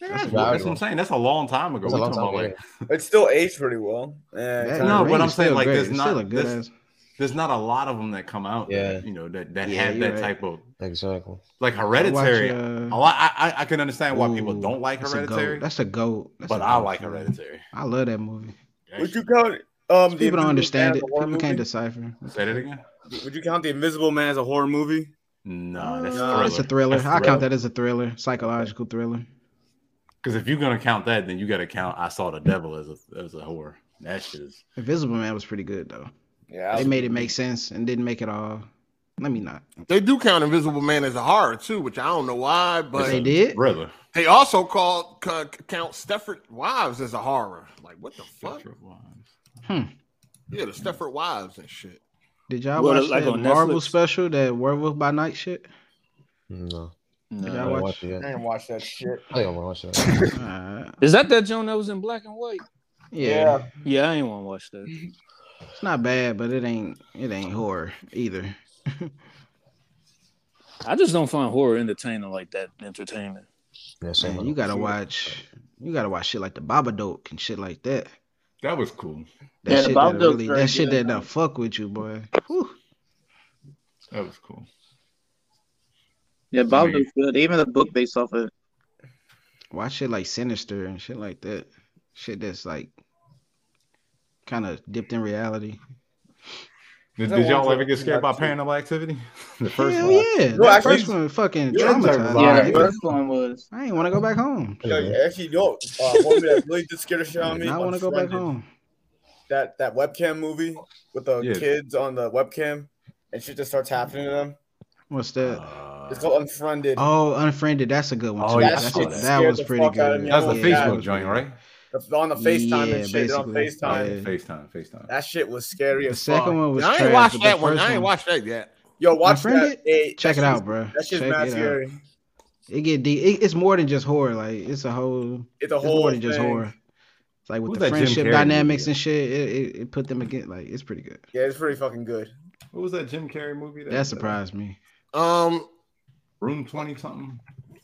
S11: That's,
S14: what I
S11: that's what I'm
S14: was-
S11: saying. That's a long time ago.
S14: That's a
S11: We
S14: long
S11: talking about
S14: time
S11: like
S16: It still aged pretty well.
S3: That
S16: Yeah.
S3: is
S11: no,
S3: Ring
S11: but I'm
S3: is
S11: saying
S3: still
S11: like
S3: great.
S11: there's
S3: It's
S11: not
S3: still a good
S11: there's,
S3: ass-
S11: there's not a lot of them that come out.
S14: Yeah.
S11: you know that that
S14: Yeah,
S11: have
S14: you're
S11: that
S14: right.
S11: type of
S14: Exactly.
S11: like hereditary.
S3: Watch, uh,
S11: a lot, I, I I can understand why people don't like
S3: That's a goat.
S11: hereditary,
S3: That's a goat. That's
S11: but
S3: a
S11: I
S3: goat
S11: like
S3: for me.
S11: hereditary.
S3: I love that movie.
S16: Would you count
S3: People don't
S16: um? Invisible Man
S3: understand
S16: as
S3: it.
S16: a horror
S3: People can't
S16: movie?
S3: decipher.
S11: Say that again.
S16: Would you count the Invisible Man as a horror movie?
S11: No, that's
S16: No,
S11: thriller.
S3: It's a thriller.
S11: That's
S3: I count that as a thriller, psychological thriller.
S11: Because if you're gonna count that, then you got to count I saw the devil as a as a horror. That shit is.
S3: Invisible Man was pretty good though.
S16: Yeah,
S3: They made it make sense and didn't make it all. Let me not.
S1: They do count Invisible Man as a horror too, which I don't know why, but
S3: They did.
S11: Brother,
S1: They also called c- count Stefford Wives as a horror. Like what the fuck?
S3: Hmm.
S1: Yeah, the Stefford Wives and shit.
S3: Did y'all
S6: Well,
S3: watch
S6: like
S3: that
S6: on
S3: Marvel
S6: Netflix?
S3: special, that Werewolf by Night shit?
S14: No.
S6: No.
S14: I gotta watch it.
S16: I didn't watch that shit.
S14: I think I'm gonna watch that.
S6: Is that that joint that was in black and white?
S14: Yeah.
S6: Yeah, I ain't want to watch that.
S3: It's not bad, but it ain't it ain't horror either.
S6: I just don't find horror entertaining like that. Entertainment.
S3: Man, you gotta watch you gotta watch shit like the Babadook and shit like that.
S11: That was cool.
S3: That shit that really that shit that done fuck with you, boy.
S11: That was cool.
S4: Yeah, Bob looks good. Even the book based off of it.
S3: Watch shit like Sinister and shit like that. Shit that's like kind of dipped in reality.
S11: Did,
S3: That
S11: did y'all
S3: one's
S11: ever get scared by Paranormal Activity? the first
S3: Hell
S11: one.
S3: yeah.
S11: No,
S3: that
S11: actually-
S3: first one fucking
S11: Yeah, that's a
S3: traumatized.
S11: lie.
S3: me.
S11: Yeah, that's-
S4: one was.
S3: I ain't want to go back home.
S16: Yo, actually, yo, uh, one movie that really did scare the shit out of me.
S3: I want to go back home.
S16: That that webcam movie with the
S3: Yeah.
S16: kids on the webcam and shit just starts happening to them.
S3: What's that?
S11: Uh,
S16: It's called Unfriended.
S3: Uh. oh, unfriended. That's a good one.
S16: Oh,
S3: too.
S16: yeah.
S3: That's
S16: That
S3: a-
S16: shit
S3: that
S16: scared
S3: was
S16: the
S3: pretty
S16: fuck out of
S3: good.
S16: me.
S11: That's the
S16: Yeah,
S11: Facebook
S16: that was
S11: joint, right?
S16: The- on the FaceTime
S3: Yeah,
S16: and shit. they're On
S3: basically.
S16: FaceTime.
S11: FaceTime, FaceTime.
S16: That shit was scary
S3: The
S16: as fuck.
S3: second one was
S1: I ain't
S3: trash,
S1: watched
S3: but the
S1: that one.
S3: first
S1: I ain't watched that yet.
S16: Yo, watch
S3: Unfriended?
S16: that. Hey,
S3: Check
S16: that
S3: it
S16: shit's-
S3: out, bro.
S16: That shit's
S3: Check
S16: mad
S3: it out.
S16: scary.
S3: It get deep. It, it's more than just horror. Like it's a whole.
S16: It's a
S3: more
S16: whole
S3: than just
S16: thing.
S3: horror. It's like with
S11: Who's
S3: the
S11: that Jim Carrey
S3: friendship
S11: movie?
S3: dynamics and shit. It, it, it put them again. Like it's pretty good.
S16: Yeah, it's pretty fucking good.
S11: What was that Jim Carrey movie?
S3: That surprised me.
S1: Um,
S11: Room twenty something.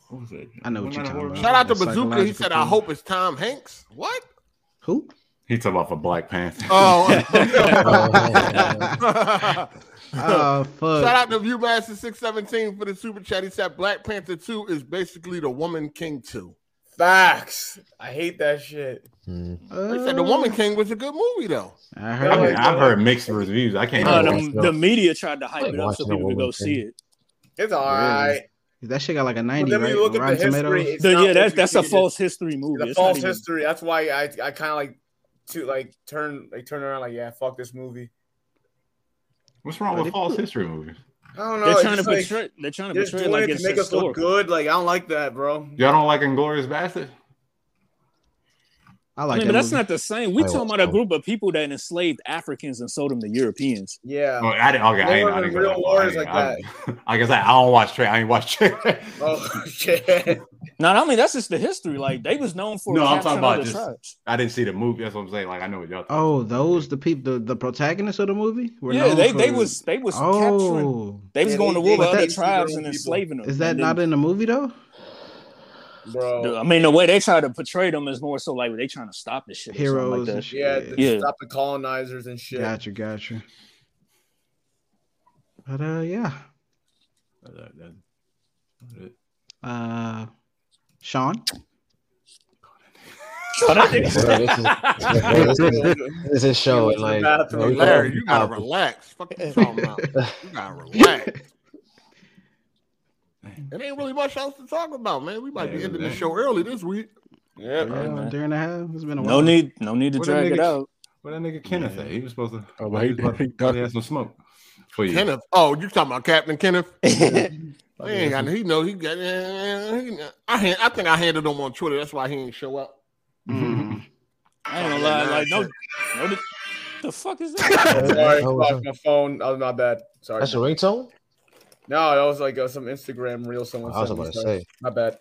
S11: What was that?
S3: I know what you're talking about.
S1: Shout out to
S3: That
S1: Bazooka. He said, "I
S3: psychological
S1: hope it's Tom Hanks." What?
S3: Who?
S11: He talking about for Black Panther.
S1: Oh.
S3: Oh, fuck.
S1: Shout out to Viewmaster six seventeen for the super chat. He said, "Black Panther two is basically the Woman King two.
S16: Facts. I hate that shit.
S1: He said the Woman King was a good movie though.
S3: I
S11: heard. I mean, I've heard mixed reviews. I
S3: Uh,
S11: can't.
S6: No,
S11: even
S6: Uh, the,
S11: watch
S6: the
S11: those.
S6: media tried to hype it up so
S11: watching that
S6: people could
S11: woman
S6: go see it.
S16: It's alright.
S3: That shit got like a ninety,
S16: then when
S3: right?
S16: you look
S3: on
S16: at the
S3: Rotten
S16: history,
S3: Tomatoes.
S16: it's The- not
S6: yeah, that's
S16: you
S6: that's a
S16: see it.
S6: false history movie.
S16: The
S6: It's
S16: false
S6: not even-
S16: history. That's why I I kind of like to like turn like turn around like yeah fuck this movie.
S11: What's wrong with false history movies?
S16: I don't know.
S6: They're
S16: it's
S6: trying to
S16: just, like,
S6: portray. They're trying to
S16: just
S6: portray
S16: doing
S6: like
S16: it
S6: it's
S16: to make us look
S6: historical.
S16: good. Like I don't like that, bro.
S11: Y'all don't like Inglorious Bastard?
S3: I
S6: I mean, but that's not the same.
S3: Oh,
S6: We
S11: I
S6: talking about a group of people that enslaved Africans and sold them to Europeans.
S16: Yeah.
S11: Oh, I didn't. Okay, I
S6: They
S11: ain't.
S6: weren't
S11: I didn't
S6: in
S11: go
S6: real
S11: that far. I
S6: wars
S11: ain't-
S6: like
S11: I- Like I said, I don't watch trade. I ain't watch trade.
S16: Oh shit.
S6: No, no, I mean that's just the history. Like they was known for.
S11: No, I'm
S6: capturing
S11: talking about
S6: other
S11: just.
S6: tribes.
S11: I didn't see the movie. That's what I'm saying. Like I know what y'all. Think.
S3: Oh, those the people, the, the protagonists of the movie. Were
S6: Yeah,
S3: known
S6: they-
S3: for-
S6: they was- they was
S3: Oh,
S6: capturing- they was Yeah, going to they- war with they- other they- tribes and enslaving them.
S3: Is that
S6: And
S3: not
S6: then-
S3: in the movie though?
S16: Bro,
S6: I mean the way they try to portray them is more so like they trying to stop this shit. or something like
S3: Heroes
S6: that.
S3: and shit.
S16: Yeah, th-
S6: Yeah.
S16: stop the colonizers and shit.
S3: Gotcha, gotcha. But uh, yeah. Uh, Sean.
S14: this, is, this is show and like you know,
S1: Larry, you gotta
S14: we-
S1: relax. Fuck you talking about. You gotta relax. It ain't really much else to talk about, man. We might be ending the show early this week.
S16: Yeah,
S3: man. During the half, it's been a
S6: No
S3: while.
S6: need, no need to
S11: What that
S6: drag it
S11: nigga-
S6: out.
S11: What that nigga Kenneth say? He was supposed to.
S20: Oh,
S11: he was about to- about to have some smoke. For you.
S1: Kenneth. Oh, you talking about Captain Kenneth? he ain't got.
S11: that's-
S1: He know he got. he- I hand, I think I handled him on Twitter. That's why he ain't show up.
S11: Mm-hmm.
S6: I ain't gonna lie, like no, no. The, the fuck is that?
S16: Sorry,
S14: Oh, what's
S16: fuck, my phone. Oh, my bad. Sorry.
S14: That's a ringtone.
S16: No, that was like uh, some Instagram reel. Someone.
S14: I was
S16: sent me,
S14: about to
S16: sorry.
S14: say.
S16: My bad.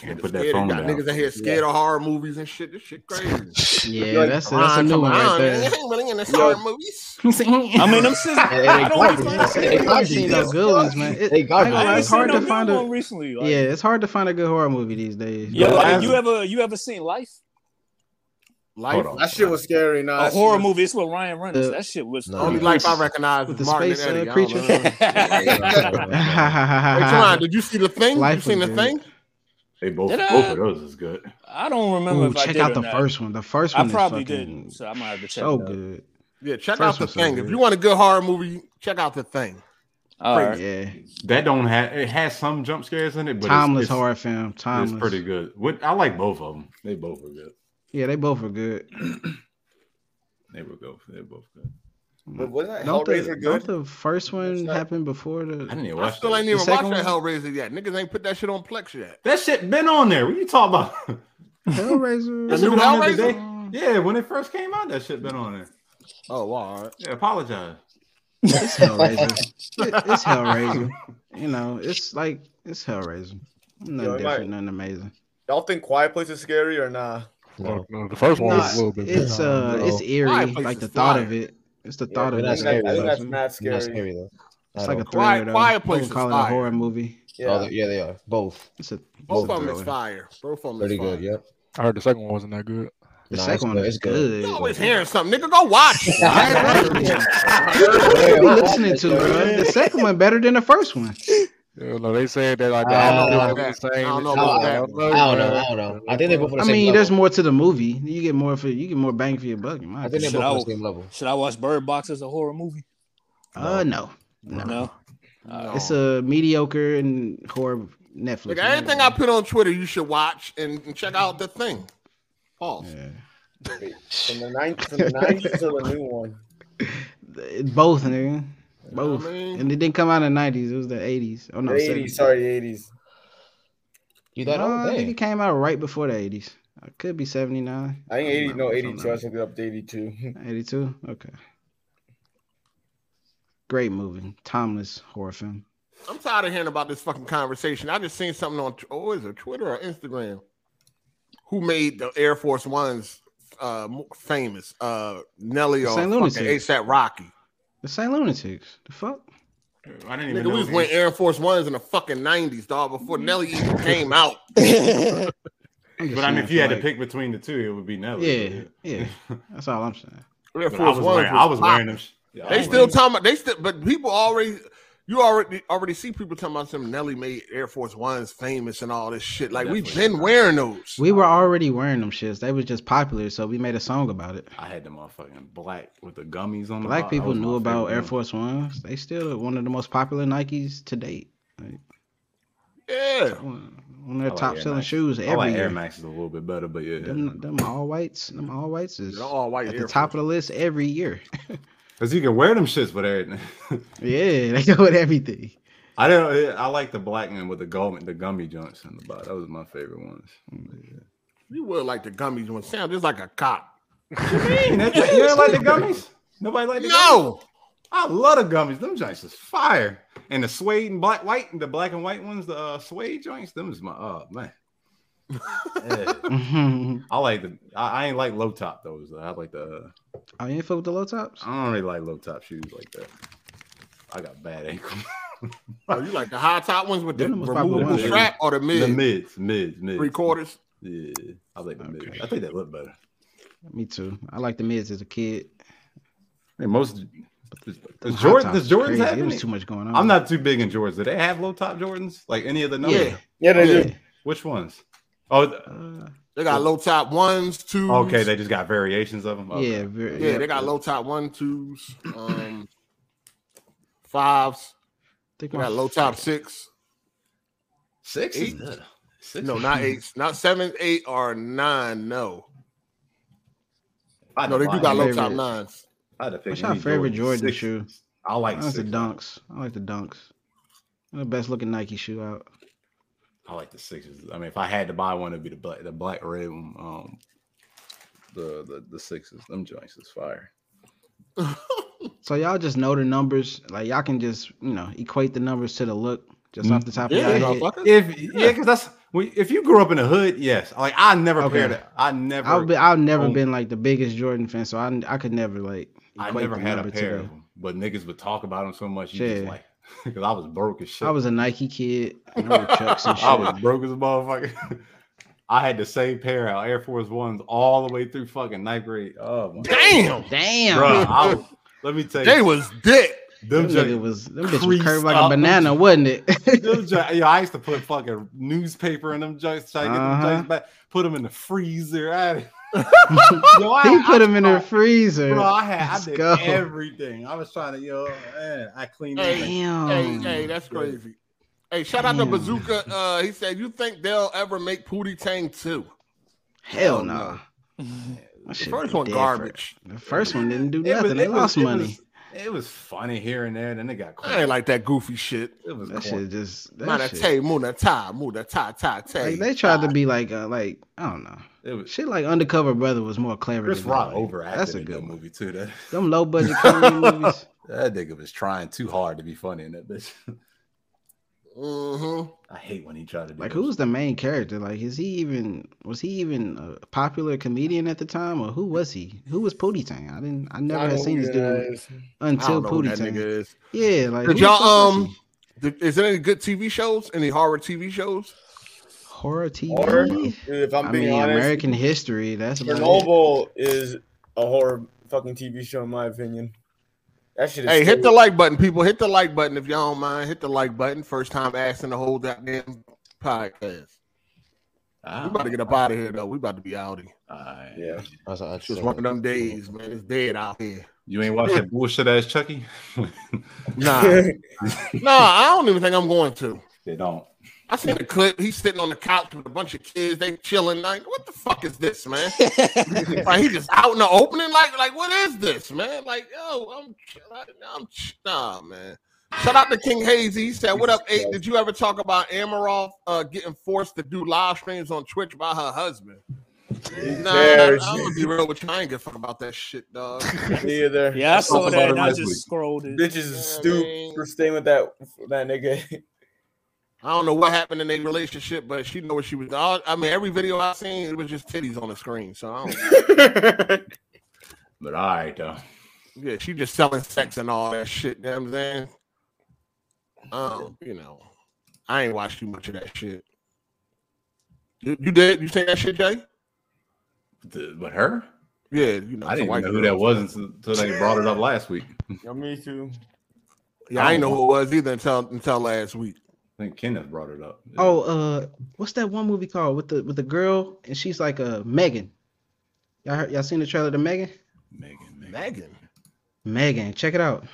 S11: Can't put that
S1: Scared of-
S11: phone
S1: got
S11: down.
S1: niggas out here scared of horror movies and shit. This shit crazy.
S3: Yeah, that's that's a new one right there.
S1: Really in the horror movies?
S6: I mean, them shits. I don't
S3: got
S6: want
S3: these-
S6: to
S3: they got these though, good ones, man. It-
S14: They got
S3: I ain't
S14: these.
S3: gonna lie,
S14: I
S3: it's
S14: ain't seen
S3: hard
S14: no
S3: to
S14: good
S3: find a
S6: one recently, like-
S3: yeah, it's hard to find a good horror movie these days.
S6: Yo,
S3: But-
S6: like, you ever, you ever seen Life?
S1: Life.
S16: That shit was scary. Nah,
S6: a
S16: that shit
S6: horror
S16: was-
S6: movie. It's with Ryan Reynolds. that shit was
S1: The Only life I recognize
S3: With
S1: is
S3: the
S1: Martin
S3: space, uh,
S1: and Eddie.
S3: creature.
S1: Hey, come on, did you see the thing?
S3: Life
S1: you seen the
S3: was good.
S1: thing?
S11: They both,
S6: Did I-
S11: both of those is good.
S6: I don't remember.
S3: Ooh,
S6: if I
S3: check
S6: did
S3: out
S6: or
S3: the
S6: not.
S3: first one. The first
S6: I
S3: one is
S6: probably
S3: fucking
S6: didn't, so I might have to check.
S3: so
S6: it out.
S3: good.
S1: Yeah, check
S3: First
S1: out the
S3: one's so
S1: thing.
S3: good.
S1: If you want a good horror movie, check out the thing.
S11: Alright.
S3: Yeah.
S11: That don't have. It has some jump scares in it, but
S3: Timeless
S11: it's, it's,
S3: horror film. Timeless.
S11: It's pretty good. What I like both of them. They both were good.
S3: Yeah, they both are good.
S11: They were good. They were both good.
S16: But wasn't that
S3: Don't
S16: Hellraiser
S3: the,
S16: good?
S3: don't the first one happen before the? I
S11: didn't even
S1: I still ain't even watched that Hellraiser yet. Niggas ain't put that shit on Plex yet.
S11: That shit been on there. What you talking about?
S3: Hellraiser.
S11: That
S1: The new
S11: shit been on there
S1: Hellraiser?
S11: today? Yeah, when it first came out, that shit been on there.
S1: Oh, well, all right.
S11: Yeah, apologize.
S3: It's Hellraiser. It- it's Hellraiser. you know, it's like it's Hellraiser. Nothing
S16: Yo, it might-
S3: different, nothing amazing.
S16: Y'all think Quiet Place is scary or nah?
S9: No, no, the first one was a
S3: Nah,
S9: little bit.
S3: It's uh, it's eerie. like the thought of it. It's the
S9: Yeah,
S3: thought of
S9: but
S3: it.
S9: that's
S3: that's
S9: scary, I think that's
S3: awesome.
S9: mad
S14: Not scary though.
S3: It's
S14: At
S3: like
S14: all.
S3: a thriller. Quiet,
S1: Quiet Place
S3: Place
S1: is
S3: call it a
S1: fire.
S3: horror movie.
S14: Yeah. Oh, they- yeah, they are both.
S3: It's a
S1: Both of them
S3: thriller.
S1: is fire. Both of them
S14: Pretty
S1: is fire.
S14: good. Yep.
S9: I heard the second one wasn't that good.
S3: The second one is good.
S1: You always hearing something, nigga. Go watch. it.
S3: What are we listening to, bro? The second one better than the first one.
S9: Yeah, no, they said that like
S3: I don't
S9: they
S3: know
S9: all
S3: about
S9: did the
S3: that.
S9: same.
S3: I don't know
S9: shit.
S3: about
S9: I
S3: that.
S9: don't
S14: I don't know.
S9: man.
S14: I don't know. I think they both on the
S3: I
S14: same
S3: mean,
S14: level.
S3: there's more to the movie. You get more for you get more bang for your buck. in my
S14: I think they're
S3: opinion.
S14: both on the same level.
S6: Should I watch Bird Box as a horror movie?
S3: Uh, no, no,
S6: No.
S3: It's a mediocre and horror Netflix.
S1: Like everything I put on Twitter, you should watch and, and check out the thing. Pause.
S16: From the ninth, from the nineties to the new one.
S3: Both, nigga. Both.
S16: I mean?
S3: And it didn't come out in the 90s. It was the 80s. Oh, no.
S16: the
S3: 70s.
S16: eighties, sorry, the eighties.
S14: You
S3: No, I think it came out right before the 80s. It could be 79.
S16: I think eighty, no
S3: I
S16: eighty
S3: don't
S16: two.
S3: know.
S16: I should get up to eighty two.
S3: 82? Okay. Great movie. Timeless horror film.
S1: I'm tired of hearing about this fucking conversation. I just seen something on oh, is it Twitter or Instagram? Who made the Air Force Ones uh mo- famous? Uh Nelly
S3: The
S1: or
S3: Saint
S1: fucking
S3: Lunatics.
S1: ASAP Rocky.
S3: The Saint Lunatics. The fuck?
S1: I didn't
S3: even
S1: Nigga,
S3: know
S1: we was
S3: these.
S1: wearing Air Force Ones in the fucking nineties, dog, before Nelly even came out.
S11: Mm-hmm. But I mean, if you had to pick between the two, it would be Nelly.
S3: Yeah, yeah. That's all I'm saying.
S1: Air
S11: But I
S1: Force
S11: was
S1: Ones
S11: wearing- I was wearing
S1: popping.
S11: them sh- Yeah, I
S1: They
S11: was
S1: still
S11: wearing them.
S1: talking about they still, but people already you already already see people talking about some Nelly made Air Force Ones famous and all this shit. Like we've been wearing those.
S3: We were already wearing them shits. They was just popular, so we made a song about it.
S11: I had the motherfucking black with the gummies on.
S3: Black
S11: the
S3: people knew about Air Force Ones. They still one of the most popular Nikes to date. Like,
S1: Yeah,
S3: one of their top selling shoes every
S11: I like
S3: year.
S11: Air Max is a little bit better, but yeah,
S3: Them, them all whites, them all whites is
S1: all white
S3: at
S1: Air
S3: the top of the list every year.
S11: because you can wear them shits with everything.
S3: yeah, they go with everything.
S11: I don't. I like the black one with the gum, the gummy joints in the bottom. That was my favorite ones.
S1: You would like the gummies one. Sound just like a cop.
S11: you That's it. You don't like the gummies? Nobody like the
S1: No.
S11: gummies? I love the gummies. Them joints is fire. And the suede and black white, the black and white ones, the uh, suede joints. Them is my oh man. Yeah. I like the. I, I ain't like low top those. though. I like the.
S3: I Oh, ain't fuck with the low tops.
S11: I don't really like low top shoes like that. I got bad ankles.
S1: Oh, you like the high top ones with the
S11: Them the most popular
S1: removable
S11: ones.
S1: strap or the mid?
S11: The mids, mids, mids.
S1: Three quarters?
S11: Yeah, I like the mids. I think they look better.
S3: Me too. I liked the mids as a kid.
S11: Hey, most does,
S3: Them hot
S11: Jordan,
S3: tops was
S11: does Jordans
S3: crazy.
S11: have
S3: It was
S11: any?
S3: too much going on.
S11: I'm not too big in Jordans. Do they have low top Jordans? Like any of the numbers? Oh,
S1: Yeah. Yeah, they do.
S11: Which ones? Oh, th-
S1: They got low top ones, twos.
S11: okay. They just got variations of them.
S1: Yeah,
S3: very,
S1: yeah, they got low top one, twos, um, fives. They
S3: Think
S1: got
S3: my-
S1: low top six.
S11: Six
S1: Eight?
S11: Six
S1: no,
S11: is
S1: not
S11: good.
S1: eight, not seven, eight, or nine. No,
S11: I
S1: no, they do
S11: like
S1: got low
S3: favorite-
S1: top nines.
S11: I'd have
S3: What's your favorite Jordan shoe?
S11: I like
S3: Mine's the
S11: six.
S3: Dunks. I like the Dunks. They're The best looking Nike shoe out.
S11: I like the sixes. I mean, if I had to buy one, it'd be the black, the black red one. Um, the the the sixes. Them joints is fire.
S3: So y'all just know the numbers. Like y'all can just you know equate the numbers to the look just
S11: Mm.
S3: off the top of your head.
S11: If yeah, because that's we, if you grew up in the hood, yes. Like I never
S3: Okay.
S11: paired it. I never.
S3: I've been, I've never
S11: owned-
S3: been like the biggest Jordan fan, so I I could never like.
S11: I
S3: equate
S11: never
S3: the
S11: had a
S3: number to
S11: pair
S3: the-
S11: of them, but niggas would talk about them so much. You just
S3: Yeah.
S11: like because I was broke as shit.
S3: I was a Nike kid. and I wore Chucks and shit.
S11: I was broke as a motherfucker. I had the same pair of Air Force Ones all the way through fucking ninth grade. Oh my
S1: damn,
S3: damn,
S11: Bruh, I was- let me tell you,
S1: They was dick.
S11: Them
S3: That nigga
S11: joint
S3: was them bitch was
S11: creased
S3: curved like
S11: up.
S3: a banana, wasn't it?
S11: Them joint- yo, I used to put fucking newspaper in them joints, try to get them
S3: Uh-huh.
S11: joints back, put them in the freezer. I, Yo, I-
S3: he put
S11: I-
S3: him in the freezer.
S11: Bro, I had I
S3: Let's
S11: did
S3: go.
S11: everything. I was trying to, yo, man, I cleaned
S1: Hey, hey,
S3: Oh,
S11: everything.
S1: hey, that's crazy. Hey, shout out to
S11: Damn.
S1: Bazooka. Uh, he said, "You think they'll ever make Pootie Tang two? Oh,
S3: Hell no. The
S1: first one garbage.
S3: The first one didn't do
S11: It was-
S3: nothing. they
S11: it was-
S3: lost
S11: it
S3: money.
S11: was- It was funny here and there, then it got
S1: I ain't like that goofy shit.
S11: It was
S3: That shit just that
S1: Mana
S3: shit-
S1: te muna ta muna ta ta te.
S3: like, they tried to be like uh, like I don't know.
S11: It was,
S3: shit like Undercover Brother was more clever.
S11: Chris
S3: than
S11: Rock
S3: that. Like,
S11: overacted
S3: That's a
S11: in
S3: good
S11: that movie too. That
S3: Them low budget comedy movies.
S11: That nigga was trying too hard to be funny in that bitch.
S13: I hate when he tried to do
S3: Like, who's the main character? Like, is he even was he even a popular comedian at the time, or who was he? Who was Pootie Tang? I didn't. I never
S1: I
S3: had
S1: don't
S3: seen this
S1: know who that
S3: dude
S1: is. I
S3: until
S1: don't know who
S3: Pootie
S1: that nigga
S3: Tang.
S1: is.
S3: Yeah, like
S1: Did
S3: who the fuck
S1: y'all
S3: was he?
S1: um? Did, is there any good TV shows? Any horror TV shows?
S3: horror TV?
S16: Horror? Dude, if I'm
S3: I
S16: being
S3: mean,
S16: honest,
S3: American history. That's about it.
S16: Chernobyl is a horror fucking TV show in my opinion. That shit is
S1: Hey, hit
S16: stupid.
S1: the like button, people. Hit the like button if y'all don't mind. Hit the like button. First time asking the whole goddamn podcast. we about to get up out of here though. We about to be outie.
S13: Yeah,
S1: it's just one of them days, man. It's dead out here.
S13: You ain't watched that bullshit ass Chucky?
S1: Nah, nah. I don't even think I'm going to.
S13: They don't.
S1: I seen the clip. He's sitting on the couch with a bunch of kids. They chilling. Like, what the fuck is this, man? like, he just out in the opening. Like, like what is this, man? Like, yo, I'm, I'm, nah, man. Shout out to King Hazy. He said, "What up, eight? Did you ever talk about Amaral uh, getting forced to do live streams on Twitch by her husband?" Nah,
S16: cares?
S1: I'm gonna be real with you. I ain't give a fuck about that shit, dog.
S16: Neither.
S6: Yeah, I saw that and I just scrolled it.
S16: Bitches is stupid for staying with that that nigga.
S1: I don't know what happened in their relationship, but she know what she was. All, I mean, every video I seen, it was just titties on the screen. So I don't.
S13: But all right, though.
S1: yeah, she just selling sex and all that shit. You know what I'm saying? Um, you know, I ain't watched too much of that shit. You, you did? You seen that shit, Jay?
S13: The- But her?
S1: Yeah, you know,
S13: I
S1: it's a
S13: didn't
S1: white
S13: even know who
S1: girl.
S13: that was until, until they brought it up last week.
S16: Yeah, me too.
S1: Yeah, I, ain't know who it was either until until last week.
S13: I think Kenneth brought it up.
S3: Oh, uh, what's that one movie called with the with the girl and she's like a uh, Megan? Y'all heard, y'all seen the trailer to Megan?
S1: Megan.
S3: Megan, check it out.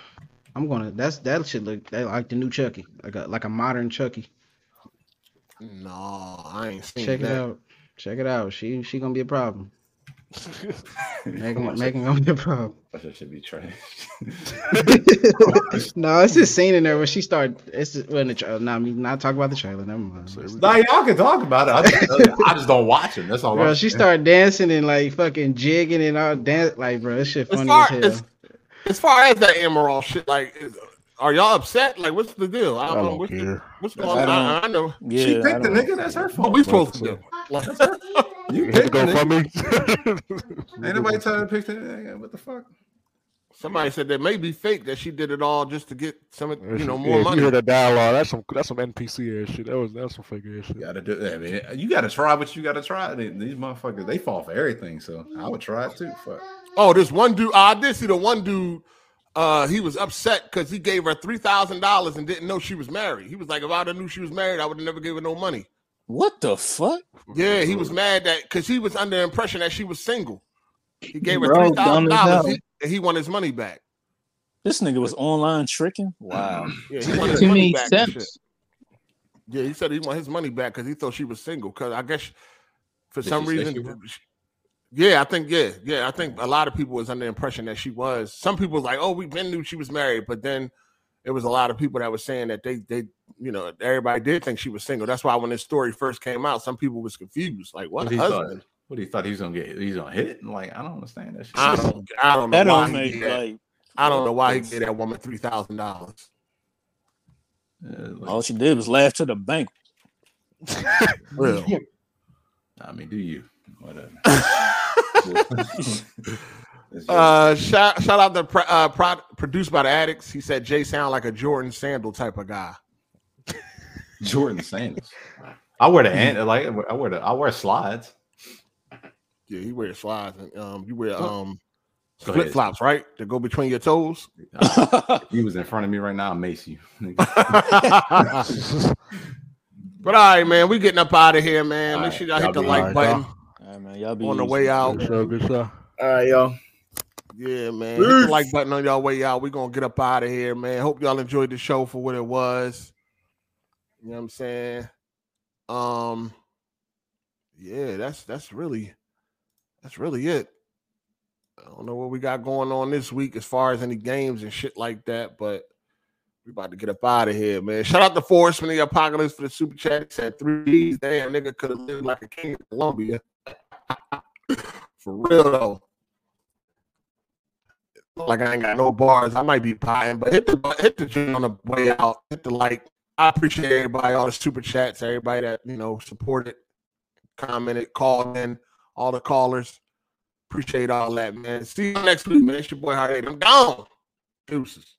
S3: I'm gonna. That's that should look that, like the new Chucky, like a like a modern Chucky.
S1: No, I ain't seen
S3: Check
S1: that.
S3: it out. Check it out. She she gonna be a problem. Megan
S13: Watch
S3: Megan
S13: it.
S3: gonna be a problem.
S13: That should be trash.
S3: no, it's this scene in there where she start. It's just, well, in the tra- no, I mean, not talk about the trailer. Never mind.
S13: Nah, y'all can talk about it. I just, I just don't watch it. That's all.
S3: Bro,
S13: I'm
S3: she
S13: saying.
S3: started dancing and like fucking jigging and all dance. Like, bro, this shit
S1: As
S3: funny
S1: far
S3: as hell.
S1: as- As far as that Emerald shit, like, is- are y'all upset? Like, what's the deal? I don't, know. What's, the, what's going on? I, I know.
S13: she picked the nigga. That's her fault.
S1: What we supposed to do? Like,
S13: You
S9: Hit the
S13: picked the nigga.
S9: GoFundMe.
S13: Ain't nobody tell her to pick the nigga. What the fuck?
S1: Somebody said that may be fake that she did it all just to get some, you know,
S9: Yeah,
S1: more
S9: if
S1: money.
S9: You hear that dialogue? That's some that's some NPC ass shit. That was that's some fake ass shit.
S13: Gotta do. I mean, you gotta try what you gotta try. They- These motherfuckers, they fall for everything. So I would try it too. Fuck.
S1: Oh, this one dude. I did see the one dude. Uh, he was upset because he gave her three thousand dollars and didn't know she was married. He was like, if I would knew she was married, I would have never gave her no money.
S6: What the fuck?
S1: Yeah, he was mad that because he was under the impression that she was single. He gave her
S6: Bro,
S1: three
S6: dumb
S1: thousand
S6: as hell.
S1: dollars and he won his money back.
S6: This nigga was online tricking. Wow.
S1: Yeah, he wanted his money back. and shit. Yeah, he said he wanted his money back because he thought she was single. Because I guess for
S13: Did
S1: some
S13: she say she
S1: reason, yeah, I think yeah, yeah, I think a lot of people was under the impression that she was. Some people was like, oh, we been knew she was married, but then it was a lot of people that was saying that they they you know everybody did think she was single. That's why when this story first came out, some people was confused, like what
S13: What he thought?
S1: husband?
S13: What he thought he was gonna get? He's gonna hit it? Like I don't understand that shit.
S1: I don't, I don't know
S6: That
S1: why
S6: don't
S1: he
S6: make,
S1: did that.
S6: like-
S1: I don't know why he gave that woman three thousand dollars.
S6: All she did was laugh to the bank.
S1: Real.
S13: I mean, do you? uh, Whatever. It's your-
S1: Uh, shout shout out the pro, uh, pro, produced by the addicts. He said Jay sound like a Jordan sandal type of guy.
S13: Jordan sandals. I wear the ant like I wear the I wear slides.
S1: Yeah, he wears slides and um, you wear
S13: Go-
S1: um
S13: go
S1: flip flops, right? To go between your toes.
S13: If he was in front of me right now, I mace you.
S1: But all right, man, we getting up out of here, man. Make sure y'all hit
S13: y'all
S1: the
S13: be
S1: like
S13: all right,
S1: button
S13: y'all.
S6: All right, man. Y'all be
S1: on the
S6: easy.
S1: way out.
S9: Good show, good show.
S16: All right, y'all.
S1: Yeah, man. Hit the like button on y'all way out. We're gonna get up out of here, man. Hope y'all enjoyed the show for what it was. You know what I'm saying? Um yeah, that's that's really that's really it. I don't know what we got going on this week as far as any games and shit like that, but we about to get up out of here, man. Shout out to Forrest from the Apocalypse for the super chat. It said three D's. Damn, nigga could have lived like a king of Columbia. for real though like I ain't got no bars. I might be potting, but hit the hit the joint on the way out. Hit the like. I appreciate everybody, all the super chats, everybody that you know supported, commented, called in, all the callers. Appreciate all that, man. See you next week, man. It's your boy Hardy. I'm gone. Deuces.